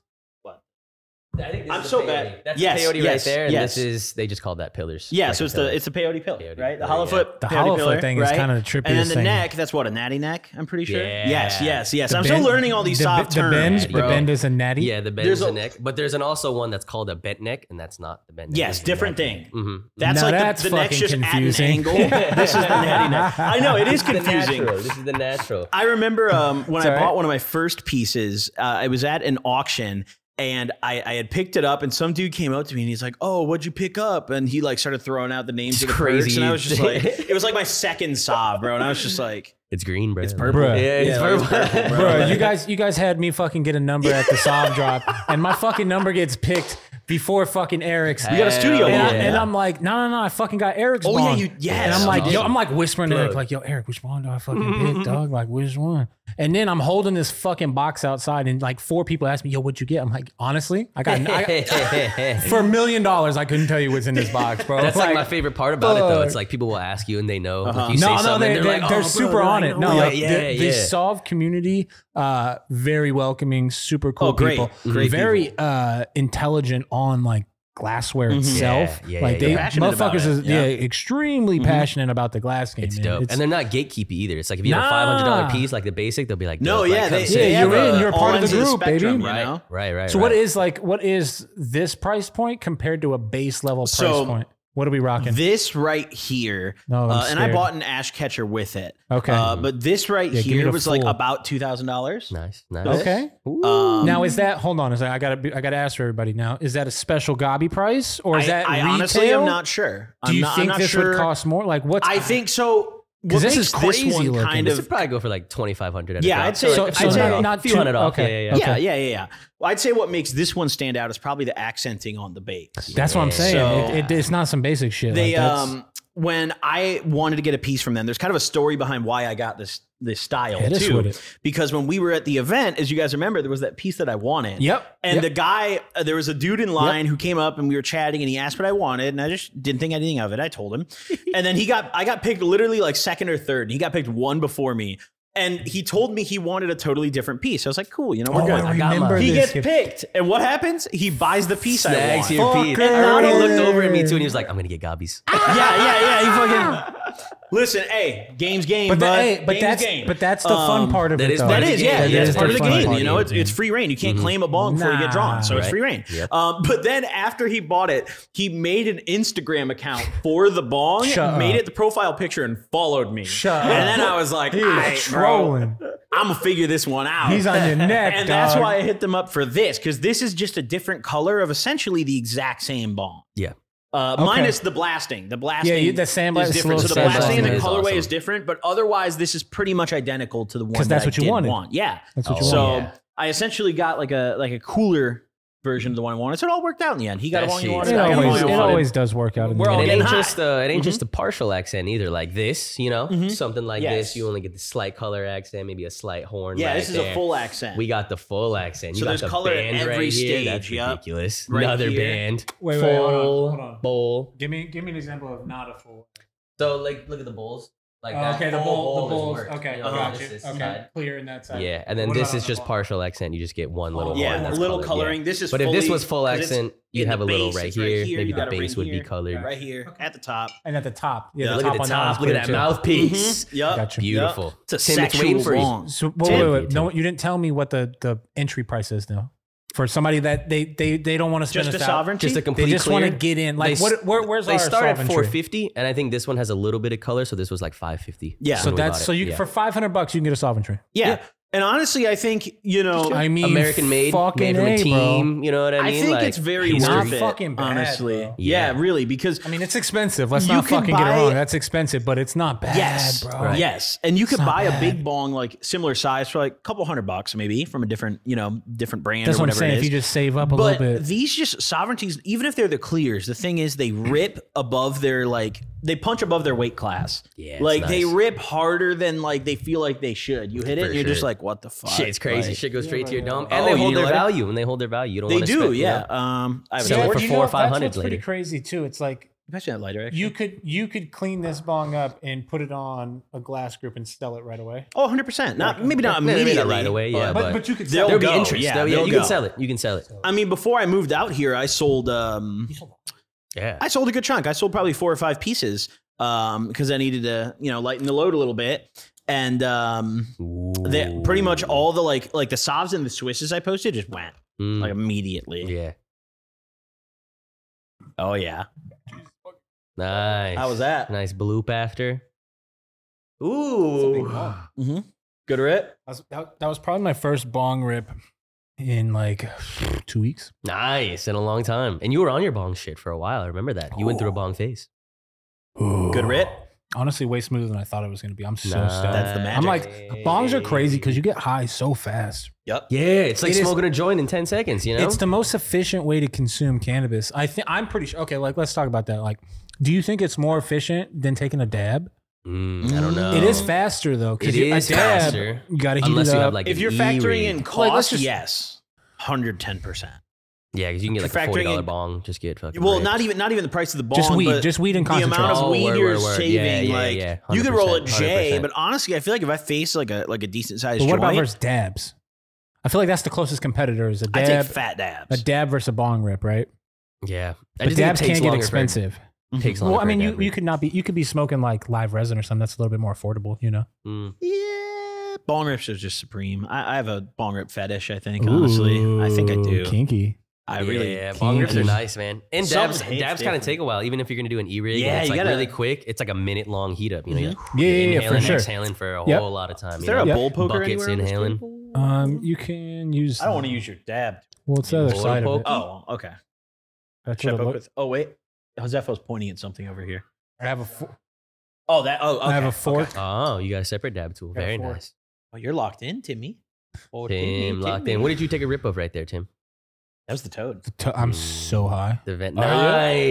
S2: I think this
S1: I'm
S2: is a
S1: so
S2: peyote.
S1: bad.
S2: That's
S1: Yes,
S2: a peyote right
S1: yes,
S2: there. And
S1: yes.
S2: this is they just called that pillars.
S1: Yeah,
S2: Like
S1: so
S2: a
S1: it's the
S2: pillar.
S1: it's the peyote pillar,
S2: Peyote
S1: right? The
S2: pillar,
S1: hollow
S2: yeah.
S1: foot,
S3: The
S1: peyote
S3: hollow
S1: pillar,
S3: foot thing
S1: right?
S3: is kind of the trippiest
S1: and then the
S3: thing.
S1: neck. That's what a natty neck. I'm pretty sure.
S2: Yeah.
S1: Yes, yes, yes.
S3: The
S1: I'm
S3: bend-
S1: still learning all these
S3: the,
S1: soft
S3: the
S1: terms,
S3: bend,
S1: bro.
S3: The bend is a natty.
S2: yeah, the bent
S1: There's
S2: is the
S1: a-
S2: neck, but there's an also one that's called a bent neck, and that's not the bent neck.
S1: Yes,
S2: it's the
S1: different
S2: neck.
S1: thing.
S2: Mhm.
S1: That's
S3: Now
S1: like
S3: that's
S1: the, the neck's
S3: fucking
S1: just
S3: confusing.
S1: at an angle. this is the natty neck. I know it is
S2: This is the
S1: confusing.
S2: natural. This is the natural.
S1: I remember um, when I
S3: all right.
S1: bought one of my first pieces, uh, I was at an auction and I, I had picked it up and some dude came up to me and he's like, oh, what'd you pick up? And he like started throwing out the names
S2: It's
S1: of the
S2: crazy.
S1: perks. And I was just like, it was like my second sob, bro. And I was just like,
S2: It's green, bro. It's
S1: purple.
S2: Yeah,
S3: Bruh.
S2: it's
S1: Yeah,
S2: purple.
S1: it's purple,
S3: Bro, you guys, you guys had me fucking get a number at the sob drop, and my fucking number gets picked before fucking Eric's.
S1: we got a studio
S3: And, I,
S1: one.
S3: and I'm like, no, no, no, I fucking got Eric's.
S1: Oh, yeah,
S3: bond.
S1: you- yes.
S3: And I'm like,
S1: You
S3: yo,
S1: did.
S3: I'm like whispering to Eric,
S2: Look.
S3: like, yo, Eric, which one do I fucking pick, dog? Like, which one? And then I'm holding this fucking box outside, and like four people ask me, yo, what'd you get? I'm like, honestly, I got, I, for a million dollars, I couldn't tell you what's in this box, bro.
S2: That's like, my favorite part about it, though.
S3: fuck.
S2: It's like people will ask you and they know. Like,
S1: Uh-huh.
S2: you say
S3: no, no,
S2: something,
S3: they,
S2: they're,
S3: they're, they're,
S2: like, "Oh, bro,
S3: super
S2: bro,
S3: on
S2: I
S3: it.
S2: know."
S3: No, like,
S2: yeah,
S3: the, the
S2: yeah.
S3: Solve community, uh, very welcoming, super cool
S1: Oh, great.
S3: people,
S1: Great
S3: very Uh, intelligent on like glassware
S1: Mhm.
S3: itself.
S2: Mm-hmm. Yeah, yeah,
S3: like
S2: yeah,
S3: they
S2: yeah.
S1: Passionate about
S3: motherfuckers
S1: it,
S3: is
S1: yeah.
S3: yeah, extremely
S1: Mhm.
S3: passionate about the glass game.
S2: It's
S3: man.
S2: dope, and they're not gatekeepy either. It's like if you have a five hundred dollar
S3: Nah.
S2: piece, like the basic, they'll be like,
S1: no,
S2: "Dope, like,
S1: yeah,
S2: come
S1: they,
S2: sit,
S1: they
S3: Yeah,
S1: have
S3: you're
S1: a-
S3: in, you're a
S1: all
S3: part of
S1: ends
S3: the group, baby.
S1: spectrum, You
S2: right,
S1: know?
S2: right, right.
S3: so what
S2: right.
S3: is like what is this price point compared to a base level price
S1: So-
S3: point? What are we rocking?
S1: This right here,
S3: no, I'm
S1: uh, and I
S3: scared.
S1: bought an ash catcher with it.
S3: Okay,
S1: Uh, but this right
S3: Yeah, give me
S1: here
S3: the
S1: was like
S3: full.
S1: about two thousand dollars.
S2: nice? Nice.
S3: okay.
S2: Ooh.
S1: Um,
S3: now is that hold on? Is that, I gotta be, I gotta ask for everybody now. Is that a special gobby price or is
S1: I,
S3: that
S1: I
S3: retail?
S1: honestly am not sure.
S3: Do
S1: I'm
S3: you
S1: not, I'm
S3: think
S1: not
S3: this
S1: sure.
S3: would cost more? Like what's
S1: I think so. What makes
S3: this is crazy
S1: this one
S3: looking.
S1: kind
S2: this
S1: of
S2: would probably go for like twenty five hundred.
S1: Yeah, I'd say-
S2: so,
S1: so-
S2: like, a
S1: so
S2: few hundred
S1: not-
S2: off.
S3: not
S2: few
S3: too-
S2: hundred off.
S3: okay.
S2: Yeah, yeah, yeah.
S1: yeah, yeah, yeah, yeah. Well, I'd say what makes this one stand out is probably the accenting on the base.
S3: that's what I'm
S2: Yeah.
S3: saying.
S1: So-
S3: it, it, it's not some basic shit.
S1: They
S3: like, that's-
S1: um when I wanted to get a piece from them, there's kind of a story behind why I got this this style
S3: it is
S1: too.
S3: what it.
S1: Because when we were at the event, as you guys remember, there was that piece that I wanted.
S3: Yep.
S1: And
S3: yep.
S1: the guy, uh, there was a dude in line who came up and we were chatting and he asked what I wanted and I just didn't think anything of it. I told him. and then he got, I got picked literally like second or third and he got picked one before me. And he told me he wanted a totally different piece. I was like, cool, you know, we're
S3: oh,
S1: good.
S3: I
S2: I got
S3: remember
S2: mine.
S1: He gets
S3: this.
S1: picked. And what happens? He buys the piece I
S2: Snags
S1: want.
S2: your
S3: Fuck
S2: feet. And I
S3: it.
S2: looked over at me too, and he was like, "I'm gonna get gobbies."
S1: yeah, yeah, yeah. He fucking. Listen, hey, game's game,
S3: but,
S1: bud.
S3: that, hey, but
S1: Game's
S3: that's
S1: game.
S3: but that's the fun
S1: Um,
S3: part of
S2: that
S3: it.
S2: is
S3: though.
S2: part
S1: That
S2: of the
S1: is,
S2: game.
S1: yeah,
S2: That
S1: yeah.
S2: is
S1: It's part of the
S2: part of
S1: game.
S2: the
S1: You know,
S2: game.
S1: it's, it's free reign. You can't
S3: Mm-hmm.
S1: claim a bong before you get drawn, so it's
S2: Right.
S1: free reign.
S2: Yep.
S1: Um, but then after he bought it, he made an Instagram account for the bong,
S3: Shut
S1: made
S3: up.
S1: it the profile picture, and followed me.
S3: Shut
S1: and
S3: up.
S1: then I was like,
S3: He
S1: "Aight,
S3: is
S1: bro,
S3: trolling.
S1: I'm gonna figure this one out.
S3: He's on your neck,
S1: and that's
S3: dog.
S1: why I hit them up for this because this is just a different color of essentially the exact same bong.
S2: Yeah.
S1: Uh,
S3: Okay.
S1: Minus the blasting. The blasting
S3: Yeah, you- the
S1: is
S3: sandblast is a
S1: different. So
S3: little
S1: the
S2: sandblasting
S1: blasting and the
S2: is
S1: colorway
S2: awesome.
S1: is different, but otherwise, this is pretty much identical to the one
S3: 'Cause
S1: that
S3: that's
S1: I
S3: what you
S1: did
S3: wanted.
S1: Want. Yeah.
S3: That's what you
S1: So
S3: want.
S2: Yeah.
S1: I essentially got like a like a cooler version of the one I wanted. So it all worked out in the end. He got
S2: That
S1: a one he
S2: shit
S1: wanted.
S2: is
S3: It
S1: I got a
S3: always,
S1: one
S3: it
S1: he wanted.
S3: always does work out. In
S1: We're
S3: the
S1: all
S2: And it
S1: getting
S3: end.
S2: ain't
S1: high.
S2: just uh, it ain't just the partial accent either. Like this, you know,
S1: Mhm.
S2: something like
S1: Mm-hmm. Yes.
S2: this, you only get the slight color accent, maybe a slight horn.
S1: Yeah,
S2: right
S1: this is
S2: there.
S1: a full accent.
S2: We got the full accent. You
S1: So
S2: got
S1: there's
S2: the
S1: color at
S2: band
S1: every
S2: right here. That's
S1: stage, yep.
S2: ridiculous.
S1: Right
S2: Another
S1: here.
S2: band.
S3: Wait,
S2: full
S3: wait, hold on, hold on. Oh,
S2: bowl.
S3: Give me give me an example of not a full.
S2: So like, look at the bowls. Like
S3: Oh,
S2: that whole bowl is worked, you know,
S1: got
S2: this
S3: gotcha.
S2: is side.
S3: clear in that
S2: Yeah, and then
S3: What
S2: this
S3: about
S2: is
S3: on
S2: just
S3: the bottom?
S2: partial accent. You just get one little
S3: Oh,
S2: horn.
S1: yeah, a
S2: that's
S1: little
S2: colored,
S1: coloring. This is
S2: But if this
S1: fully-
S2: was full
S1: 'cause it's
S2: accent, you'd
S1: in
S2: have
S1: the
S2: a little
S1: base,
S2: right
S1: it's right
S2: here.
S1: here,
S2: Maybe
S1: you
S2: the
S1: got a
S2: base
S1: ring
S2: would be
S1: here.
S2: colored.
S1: right here at the top.
S3: And at the top, yeah,
S2: Yeah, look at the top.
S3: on that is
S2: Look at
S3: clear
S2: that
S3: too.
S2: mouthpiece.
S1: Yep.
S3: Gotcha.
S2: Beautiful.
S1: Yep. It's a
S2: Tim, it's waiting
S1: sexual
S2: for you.
S1: bong.
S3: So wait,
S1: Ten.
S3: wait, wait.
S2: Ten.
S3: No, you didn't tell me what the, the entry price is now for somebody that they they, they don't want to spend
S1: Just a
S3: us out.
S1: sovereignty.
S2: Just a complete.
S3: They just want to
S2: clear.
S3: get in. Like
S2: They
S3: what?
S2: s-
S3: Where, where's
S2: They
S3: our
S2: start at
S3: sovereignty?
S2: 450, and I think this one has a little bit of color, so this was like 550.
S1: Yeah.
S3: So
S2: when we
S3: that's
S2: bought it.
S3: so you
S2: Yeah.
S3: for five hundred bucks you can get a sovereignty.
S1: Yeah. And honestly, I think you know,
S3: I mean,
S2: American made, made
S3: fucking
S2: from a
S3: A, bro.
S2: team. You know what I
S1: I
S2: mean?
S1: think
S2: Like,
S1: it's very
S2: he's
S3: not
S1: worth
S2: pretty-
S1: it.
S3: fucking bad,
S1: honestly,
S3: bro.
S1: yeah.
S2: Yeah.
S1: really, because
S3: I mean, it's expensive. Let's
S1: You
S3: not
S1: can
S3: fucking get it
S1: buy-
S3: wrong. That's expensive, but it's not bad,
S1: yes,
S3: bro.
S2: Right.
S1: yes, and you could
S3: not
S1: buy a
S3: bad.
S1: big bong like similar size for like a couple hundred bucks, maybe from a different you know different brand
S3: That's
S1: or
S3: what I'm
S1: whatever
S3: saying.
S1: it
S3: If
S1: is.
S3: you just save up a
S1: but
S3: little bit,
S1: these just sovereignties, even if they're the clears, the thing is they rip above their like they punch above their weight class.
S2: Yeah, it's
S1: like they
S2: nice.
S1: rip harder than like they feel like they should. You hit it,
S2: For
S1: and you're just
S2: sure.
S1: like, what the fuck?
S2: Shit, it's crazy.
S1: Like,
S2: Shit goes straight to your dome,
S1: Oh,
S2: and they
S1: you
S2: hold
S1: need
S2: their
S1: to let it-
S2: value. And they hold their value. You don't.
S1: they
S2: wanna
S1: do,
S2: spend, you
S1: yeah.
S2: know?
S1: Um, I
S2: Sell it
S1: have
S2: for
S1: a
S2: four or
S3: you know, that's
S2: 500
S3: what's pretty
S2: later.
S3: crazy too. It's like
S1: Imagine that lighter. Actually.
S3: you could you could clean this bong up and put it on a glass group and sell it right away.
S1: Oh, 100 percent. Not maybe not
S2: Maybe not
S1: immediately.
S2: right away, yeah,
S1: But
S2: but-
S3: you could
S1: they'll
S3: sell
S2: There'll
S3: it.
S2: be
S1: go,
S2: interest.
S1: yeah,
S2: There'll be-
S1: they'll
S2: you can
S1: go.
S2: sell it. You can sell it.
S1: I mean, before I moved out here, I sold um,
S2: Yeah.
S1: I sold a good chunk. I sold probably four or five pieces um, because I needed to you know lighten the load a little bit. And um, the, pretty much all the like like the Sovs and the Swisses I posted just went
S2: Mm,
S1: like immediately.
S2: yeah.
S1: Oh yeah,
S2: Nice.
S1: how was that?
S2: Nice bloop after.
S3: That's a
S2: Ooh.
S3: big bong.
S1: Mm-hmm. Good rip.
S3: That was- That that was probably my first bong rip in like two weeks.
S2: Nice. In a long time. And you were on your bong shit for a while. I remember that. You went through a
S3: Oh.
S2: bong phase.
S1: Good rip.
S3: Honestly, way smoother than I thought it was going to be. I'm so
S2: Nice.
S3: stoked.
S1: That's the magic.
S3: I'm like, bongs are crazy because you get high so fast.
S1: Yep.
S2: Yeah, it's like
S3: It is-
S2: smoking a joint in 10 seconds, you know?
S3: It's the most efficient way to consume cannabis. I think I'm pretty sure. Okay, like let's talk about that. Like, do you think it's more efficient than taking a dab?
S2: Mm, I don't know.
S3: it is faster though. 'cause
S2: It
S3: you- a
S2: is
S3: dab,
S2: faster.
S3: You got to heat
S2: Unless
S3: it
S2: you
S3: up.
S2: have like
S1: If
S2: an E
S1: you're factoring
S2: E-ring.
S1: in
S3: Like, let's
S1: cost,
S3: just-
S1: yes, 110 percent.
S2: Yeah, because you can get
S1: if
S2: like
S1: you're
S2: a
S1: factoring
S2: $40
S1: in-
S2: bong. Just get fucking.
S1: Well,
S2: ripped.
S1: not even not even the price of the bong,
S3: just
S1: but
S3: weed, just weed and
S1: the
S3: concentrate.
S1: amount of
S2: Oh,
S1: weed
S2: word,
S1: you're
S2: word, word.
S1: saving.
S2: Yeah, yeah,
S1: like
S2: yeah.
S1: you could roll a
S2: 100%,
S1: J,
S2: 100%.
S1: but honestly, I feel like if I face like a like a decent sized
S3: But what
S1: joint,
S3: about versus dabs? I feel like that's the closest competitor is a
S1: I take
S3: dab,
S1: fat dabs.
S3: a dab versus a bong rip, right?
S2: Yeah. I
S3: But
S2: just think it
S3: dabs
S2: takes
S3: can't get
S2: longer for-
S3: expensive.
S1: Mm-hmm.
S2: takes longer
S3: Well, I
S2: for a
S3: mean,
S2: dab
S3: you, you
S2: rip.
S3: could not be you could be smoking like live resin or something that's a little bit more affordable, you know.
S2: Mm.
S1: yeah, bong rips are just supreme. I, I have a bong rip fetish. I think honestly, I think I
S3: Ooh,
S1: do.
S3: Kinky.
S1: I really
S2: yeah, bong rips are
S1: kinky.
S2: nice, man. And
S1: Some
S2: dabs,
S1: hits
S2: dabs kind of
S1: different.
S2: take a while, even if you're gonna do an e-rig.
S1: Yeah,
S2: Yeah, it's
S1: you
S2: like
S1: gotta-
S2: really quick. It's like a minute long heat up. You know, you're like,
S3: Yeah, yeah, yeah,
S2: inhaling,
S3: for sure.
S2: exhaling for a
S3: Yep.
S2: whole lot of time.
S1: Is
S2: you
S1: there a
S2: know?
S3: Yep.
S1: bowl poker
S2: Buckets
S1: anywhere? on this
S2: inhaling.
S1: table?
S3: Um, you can use.
S1: I don't want to use your dab.
S3: Well, it's the other
S2: Boiler
S3: side of
S2: poke?
S3: it.
S1: Oh, okay.
S3: That's
S1: Should I
S3: what it
S1: poke
S3: look,
S1: with? Oh wait, Josefo's pointing at something over here.
S3: I have a fo-
S1: Oh that. Oh, okay.
S3: I have a
S1: okay.
S3: fork.
S2: Oh, you got a separate dab tool.
S3: Got a
S2: Very
S3: fork.
S2: nice.
S1: Oh, you're locked in, Timmy. Oh,
S2: Tim locked in. What did you take a rip of right there, Tim?
S1: That was the toad.
S3: T- I'm so high.
S2: The vent.
S3: Oh, yeah?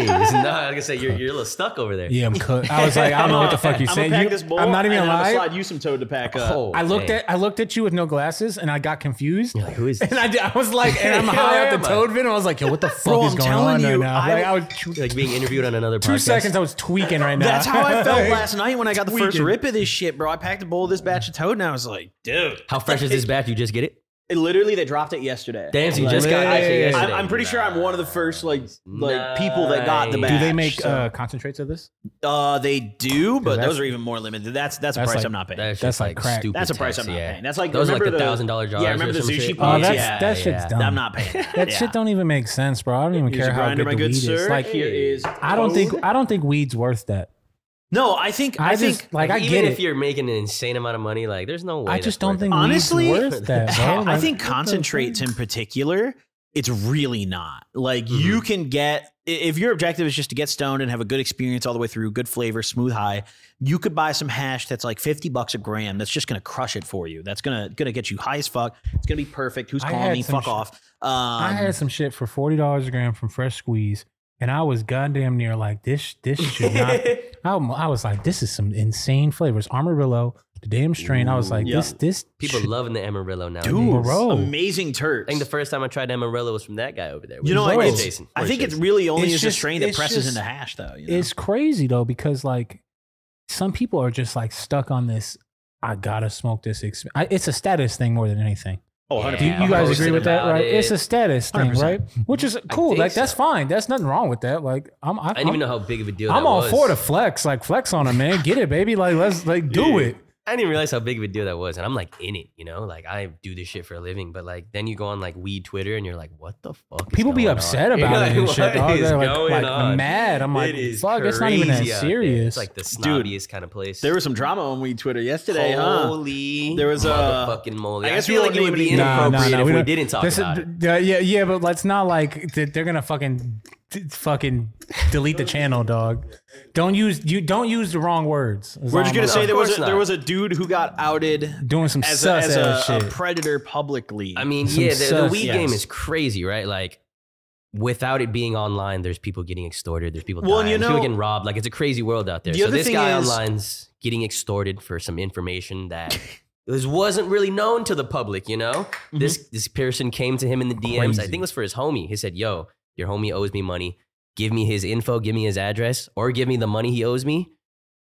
S2: Nice. nice. Like I said, you're, you're a little stuck over there.
S3: Yeah, I'm cooked. I was like, I don't know what the fuck you
S1: I'm
S3: said.
S1: Pack
S3: You-
S1: this bowl,
S3: I'm not even
S1: and I'm gonna
S3: lying.
S1: slide you some toad to pack up.
S2: Oh,
S3: I looked
S2: man.
S3: at I looked at you with no glasses, and I got confused.
S2: You're like, who is this?
S3: And I, did- I was like, and I'm high
S2: Where
S3: out
S2: am
S3: the
S2: I?
S3: toad bin. I was like, yo, what the fuck
S1: Bro,
S3: is
S1: I'm
S3: going
S1: telling
S3: on right
S1: you,
S3: now?
S1: I-
S3: Like, I was
S2: You're like being interviewed on another
S3: two
S2: podcast.
S3: seconds. I was tweaking right now.
S1: That's how I felt
S3: Like,
S1: last night when I got the first
S3: Tweaking.
S1: rip of this shit, bro. I packed a bowl of this batch of toad, and I was like, dude.
S2: How fresh is this batch? You just get it?
S1: It literally, they dropped it yesterday.
S2: Damn, so you
S1: Like,
S2: just got it
S1: I,
S2: actually
S3: Hey.
S2: yesterday.
S1: I'm, I'm pretty sure I'm one of the first like like people that got the
S2: Nice.
S1: batch.
S3: Do they make
S1: so-
S3: uh, concentrates of this?
S1: Uh, they do, but
S3: that's-
S1: those are even more limited. That's that's a
S3: That's
S1: price
S3: like-
S1: I'm not paying.
S2: That's,
S3: That's
S2: just
S3: like
S2: like
S3: crack.
S2: stupid.
S1: That's a price I'm
S2: tax,
S1: not
S2: yeah.
S1: paying. That's like
S2: Those are
S1: remember
S2: like the
S1: the
S2: thousand dollar jars.
S1: Yeah, remember
S2: or
S1: the
S2: some
S1: sushi
S2: shit?
S1: plates?
S3: Oh, that's
S1: yeah,
S3: that shit's dumb.
S1: I'm not paying.
S3: That
S1: Yeah.
S3: shit don't even make sense, bro. I don't even
S1: Here's
S3: care
S1: your
S3: how
S1: grinder,
S3: good
S1: my
S3: the
S1: good
S3: weed
S1: sir.
S3: is. Like,
S1: Here is
S3: I don't think
S1: toad.
S3: I don't think weed's worth that.
S1: No, I think
S3: I,
S1: I
S3: just
S1: think
S3: like I
S2: even
S3: get
S2: if
S3: it.
S2: you're making an insane amount of money, like there's no way.
S3: I
S2: that's
S3: just don't
S2: worth
S3: think
S2: it.
S1: Honestly,
S3: weed's worth that. Bro.
S1: I
S3: Like,
S1: think
S3: what the
S1: concentrates
S3: fuck?
S1: in particular, it's really not. Like you
S3: Mm-hmm.
S1: can get i- if your objective is just to get stoned and have a good experience all the way through, good flavor, smooth high, you could buy some hash that's like 50 bucks a gram that's just gonna crush it for you. That's gonna gonna get you high as fuck. It's gonna be perfect. Who's
S3: I
S1: calling
S3: had
S1: me?
S3: some
S1: Fuck
S3: sh-
S1: off. Um,
S3: I had some shit for forty dollars a gram from Fresh Squeeze, and I was goddamn near like this. This should not. I'm- I, was like, this is some insane flavors. Amarillo, the damn strain. I was like,
S1: Ooh.
S3: this this
S2: people
S3: should-
S2: loving the Amarillo now.
S1: dude,
S3: Bro.
S1: amazing turds.
S2: I think the first time I tried Amarillo was from that guy over there.
S1: you know, like,
S2: Where's
S3: Bro.
S1: it's-
S2: Jason?
S1: I
S2: Where's
S1: think it's
S2: Jason?
S1: really only
S3: It's
S1: is
S3: just-
S1: a strain that
S3: it's
S1: presses
S3: just-
S1: into hash though. You know?
S3: It's crazy though because like some people are just like stuck on this. I gotta smoke this. Exp- I, it's a status thing more than anything.
S1: oh,
S2: Yeah.
S3: Do you,
S1: 100%.
S3: you guys
S2: posted
S3: agree with that,
S2: about
S3: right?
S2: it.
S3: It's a status thing,
S1: 100%.
S3: right? Which is cool.
S2: think
S3: Like that's
S2: so.
S3: fine. That's nothing wrong with that. Like I'm. I,
S2: I didn't even know how big of a deal.
S3: I'm
S2: that
S3: all
S2: was.
S3: for the flex, like flex on him, man. Get it, baby. Like let's like do
S1: Yeah.
S3: it.
S2: I didn't even realize how big of a deal that was. And I'm like in it, you know, like I do this shit for a living. But like then you go on like weed Twitter and you're like, what the fuck? is
S3: People be
S2: going on?
S3: upset
S2: You're
S3: about
S2: like,
S3: it and
S2: "What
S3: shit, dog.
S2: is
S3: They're
S2: going
S3: like, like
S2: on?"
S3: mad. I'm like,
S2: It is
S3: fuck, it's not even that
S2: crazy out there.
S3: serious.
S2: It's like the
S1: Dude.
S2: snobbiest kind of place.
S1: There was some drama on Weed Twitter yesterday, huh?
S2: Holy
S1: There was, uh,
S2: motherfucking moly.
S1: I
S2: I,
S1: guess we
S2: feel
S1: won't
S2: like it
S1: do
S2: would
S1: it
S2: be
S1: again.
S3: Nah,
S2: inappropriate
S3: nah, nah,
S2: if we,
S3: don't-
S2: didn't talk
S3: this is-
S2: about it.
S3: d- Yeah, yeah, but let's not like th- they're gonna fucking d- fucking delete the channel, dog. Don't use you don't use the wrong words. is
S1: We're
S3: all
S1: just
S3: I'm
S1: gonna
S2: No,
S1: say
S2: of
S1: there was
S2: course
S1: a, there
S2: not.
S1: was a dude who got outed
S3: doing some
S1: as a,
S3: sus
S1: as
S3: ass
S1: a, a
S3: shit.
S1: predator publicly.
S2: I mean,
S3: Some
S2: yeah, the, the
S3: sus-
S2: weed
S1: yes.
S2: game is crazy, right? Like, without it being online, there's people getting extorted. There's people
S1: Well, and
S2: dying.
S1: you
S2: there's people
S1: know-
S2: getting robbed. Like, it's a crazy world out there.
S1: The
S2: So
S1: other
S2: this
S1: thing
S2: guy
S1: is-
S2: online's getting extorted for some information that was wasn't really known to the public. You know, this this person came to him in the DMs. I
S3: Mm-hmm. Crazy.
S2: think it was for his homie. He said, "Yo, your homie owes me money. Give me his info. Give me his address, or give me the money he owes me,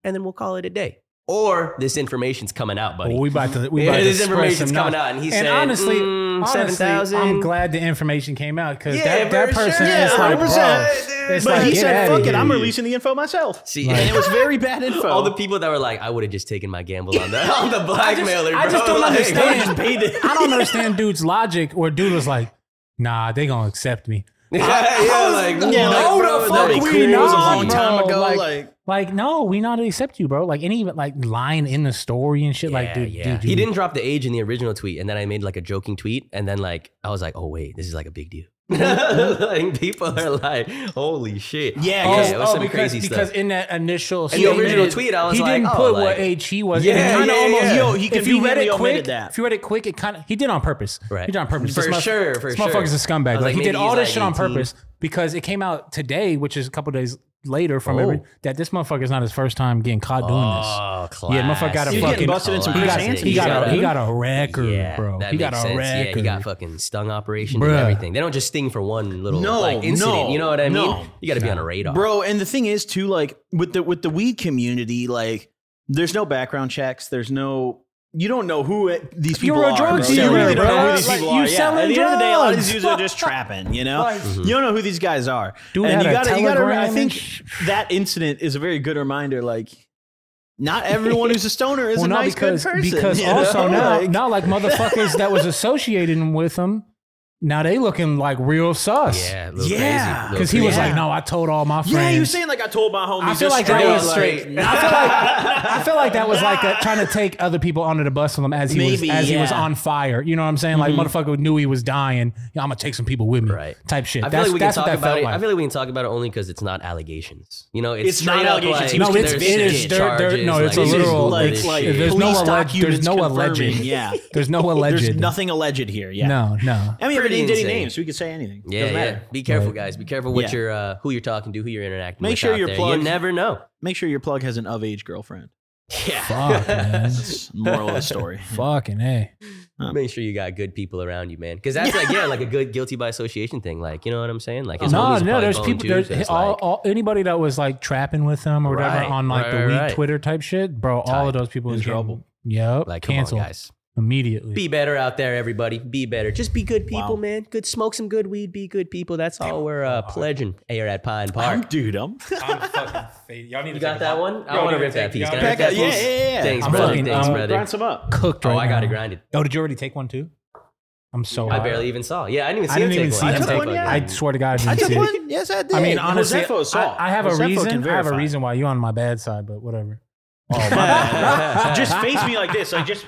S2: and then we'll call it a day." Or this information's coming out, buddy.
S3: Well, we about to Oh, we
S2: Yeah,
S3: about to
S2: this
S3: spread some
S2: information's coming
S3: knowledge.
S2: out, and he said,
S3: and honestly,
S2: mm,
S3: honestly,
S2: 7,000.
S3: I'm glad the information came out because
S2: Yeah,
S3: that, that
S2: for sure.
S3: person is
S1: Yeah,
S3: like, bro,
S1: 100%.
S3: it's
S1: but
S3: like,
S1: he
S3: get
S1: said,
S3: outta
S1: "Fuck it,
S3: here."
S1: I'm releasing the info myself."
S2: See,
S1: and it was very bad info.
S2: all the people that were like, I would have just taken my gamble on the on the blackmailer.
S3: I just
S2: bro.
S3: don't
S2: Like,
S3: understand.
S1: paid it.
S3: I don't understand dude's logic. Or dude was like, nah, they gonna accept me.
S2: yeah, yeah, like,
S1: Yeah, like,
S2: no,
S3: no,
S2: bro,
S3: the
S2: that'd
S3: fuck
S2: be
S3: we
S2: crazy.
S1: It was a
S3: not,
S1: long
S3: bro.
S1: time ago.
S3: like-
S1: Like,
S3: Like, no, we not accept you, bro. Like, any even like line in the story and shit. like,
S2: Yeah,
S3: dude,
S2: yeah.
S3: dude, you-
S2: he didn't drop the age in the original tweet, and then I made like a joking tweet, and then like I was like, oh wait, this is like a big deal. like people are like, holy shit.
S1: Yeah,
S3: Oh,
S1: because-
S2: it was
S3: oh,
S2: some
S3: because,
S2: crazy
S3: because
S2: stuff.
S3: in that initial
S2: In the
S3: statement,
S2: original tweet, I was
S3: he
S2: like,
S3: didn't
S2: oh,
S3: put
S2: like-
S3: what age he was.
S2: Yeah,
S3: It kinda
S2: yeah,
S3: almost-
S2: yeah. Yo,
S1: he
S3: if you read
S1: conveniently
S3: it quick,
S1: omitted that.
S3: if you read it quick, it kind of he did on purpose.
S2: Right.
S3: He did on purpose
S2: For
S3: This motherf-
S2: sure, for
S3: this motherfucker's
S2: sure.
S3: a
S2: I was
S3: scumbag. Like,
S2: like,
S3: he did
S2: maybe
S3: all
S2: he's
S3: this
S2: like
S3: shit on
S2: 18.
S3: purpose because it came out today, which is a couple days later from every, that this motherfucker's not his first time getting caught doing this.
S2: Oh, class.
S3: Yeah, motherfucker got a
S1: He's getting
S3: fucking- Oh,
S1: busted in some
S3: He
S1: Chris
S3: got,
S1: Hansen
S3: he,
S1: shit,
S3: got a, he
S1: dude.
S3: got a record,
S2: yeah,
S3: bro.
S2: That
S3: He got a
S2: makes sense. Yeah,
S3: record.
S2: he got fucking stung operation and
S3: Bruh.
S2: everything. They don't just sting for one little
S1: No,
S2: like incident.
S1: no,
S2: you know what I mean?
S1: no.
S2: You got to be on a radar,
S1: bro. And the thing is, too, like with the with the weed community, like there's no background checks. There's no you don't know who it, these people
S3: You're a
S1: are.
S3: drug
S1: bro.
S3: dealer,
S1: you really
S3: bro.
S1: don't know who these
S3: Like,
S1: people
S3: you
S1: are. Yeah. At
S3: selling
S1: the end of the day, a lot of
S3: drugs.
S1: these dudes are just trapping. You know,
S3: Like-
S1: you don't know who these guys are.
S3: Dude
S1: and
S3: had
S1: you
S3: a
S1: got to you got to.
S3: Telegram
S1: I
S3: and
S1: think
S3: sh-
S1: that incident is a very good reminder. Like. Not everyone who's a stoner is
S3: well,
S1: a
S3: not
S1: nice
S3: because
S1: good person.
S3: because
S1: you know?
S3: also now
S1: Like-
S3: now like motherfuckers that was associated with him, now they looking like real sus.
S2: Yeah, a little
S1: Yeah.
S2: crazy,
S3: because he was
S1: Yeah.
S3: like, no, I told all my friends.
S1: yeah, you saying like I told my homies.
S3: I
S1: just
S3: feel like that
S1: straight,
S3: was
S1: like-
S3: I feel like I feel like that was like that trying to take other people under the bus with him as he was
S1: Maybe,
S3: as he was
S1: yeah. Mm-hmm.
S3: on fire. You know what I'm saying? Like motherfucker knew he was dying. Yeah, I'm gonna take some people with me.
S2: Right.
S3: Type shit.
S2: I feel
S3: that's
S2: like we can
S3: that's
S2: talk
S3: what that
S2: about
S3: felt
S2: it.
S3: like.
S2: I feel like we can talk about it only because it's not allegations. You know, it's,
S1: It's not
S2: straight up
S1: allegations.
S2: Like,
S1: He was
S3: No, it's-
S2: there's
S3: it is-
S2: shit
S3: there- there-
S2: charges,
S3: no,
S2: like,
S3: it's a
S1: It's
S2: just
S3: literal-
S2: Google
S1: like,
S2: this
S1: like
S2: shit.
S3: there's no
S1: police
S3: alleg-
S1: documents
S3: there's no
S1: confirming.
S3: alleged.
S1: Yeah,
S3: There's no alleged.
S1: there's nothing alleged here. Yeah,
S3: No, no.
S1: I mean, if it
S2: Pretty
S1: didn't any
S2: insane.
S1: names, we could say anything.
S2: Yeah,
S1: Doesn't
S2: yeah.
S1: matter.
S2: Be careful, guys. Be careful what
S1: Yeah.
S2: you're, uh, who you're talking to, who you're interacting
S1: Make
S2: with.
S1: sure
S2: out
S1: you're
S2: there. You
S1: plugged.
S2: never know.
S1: Make sure your plug has an of-age girlfriend.
S2: Yeah.
S3: Fuck, man.
S1: That's moral of the story.
S3: Fucking hey.
S2: Make sure you got good people around you, man. Because that's like, yeah, like a good guilty by association thing. Like, you know what I'm saying? Like, his
S3: No,
S2: homies are
S3: no,
S2: probably
S3: there's
S2: going
S3: people
S2: too,
S3: there's
S2: so it's
S3: all,
S2: like-
S3: all anybody that was like trapping with them or whatever
S2: Right,
S3: on like
S2: right,
S3: the
S2: right,
S3: weed
S2: right.
S3: Twitter type shit, bro, all of
S2: Tight.
S3: those people
S1: In
S3: is getting-
S1: trouble.
S3: Yep.
S2: Like, come
S3: cancel
S2: on, guys.
S3: immediately.
S2: Be better out there, everybody. Be better. Just be good people,
S1: Wow.
S2: man. Good smoke some good weed. Be good people. That's all we're uh, pledging here at Pine
S1: I'm
S2: Park.
S1: dude. I'm
S4: I'm fucking faded. Y'all need
S2: You
S4: to
S2: got
S4: take a
S2: that
S4: walk.
S2: one? I
S4: Y'all
S2: want to
S4: need
S2: rip that
S4: take-
S2: piece.
S4: y'all
S2: Can I
S4: need
S2: rip
S4: to
S1: back
S2: that
S1: up.
S4: take-
S1: Yeah,
S2: piece?
S1: yeah, yeah.
S2: Thanks,
S3: I'm
S2: brother.
S3: fucking-
S2: Thanks,
S3: I'm
S2: brother.
S1: grind some up.
S3: Cooked right
S2: Oh, I got
S3: now.
S2: it grinded.
S3: Oh, did you already take one too? I'm so
S2: I
S3: high.
S2: barely even saw. Yeah, I didn't even see
S3: I didn't
S2: him
S3: even
S2: take one.
S3: see
S1: I
S3: him
S1: took
S3: take
S1: one,
S3: one.
S1: yeah.
S3: I swear to God,
S1: I
S3: I didn't
S1: took
S3: see it.
S1: one. Yes, I did.
S3: I mean, honestly,
S1: Josefo saw.
S3: I, I have a
S1: Josefo can
S3: reason. I have a
S1: verify.
S3: reason why you on my bad side, but whatever.
S1: Oh, my bad. just face me like this. I just.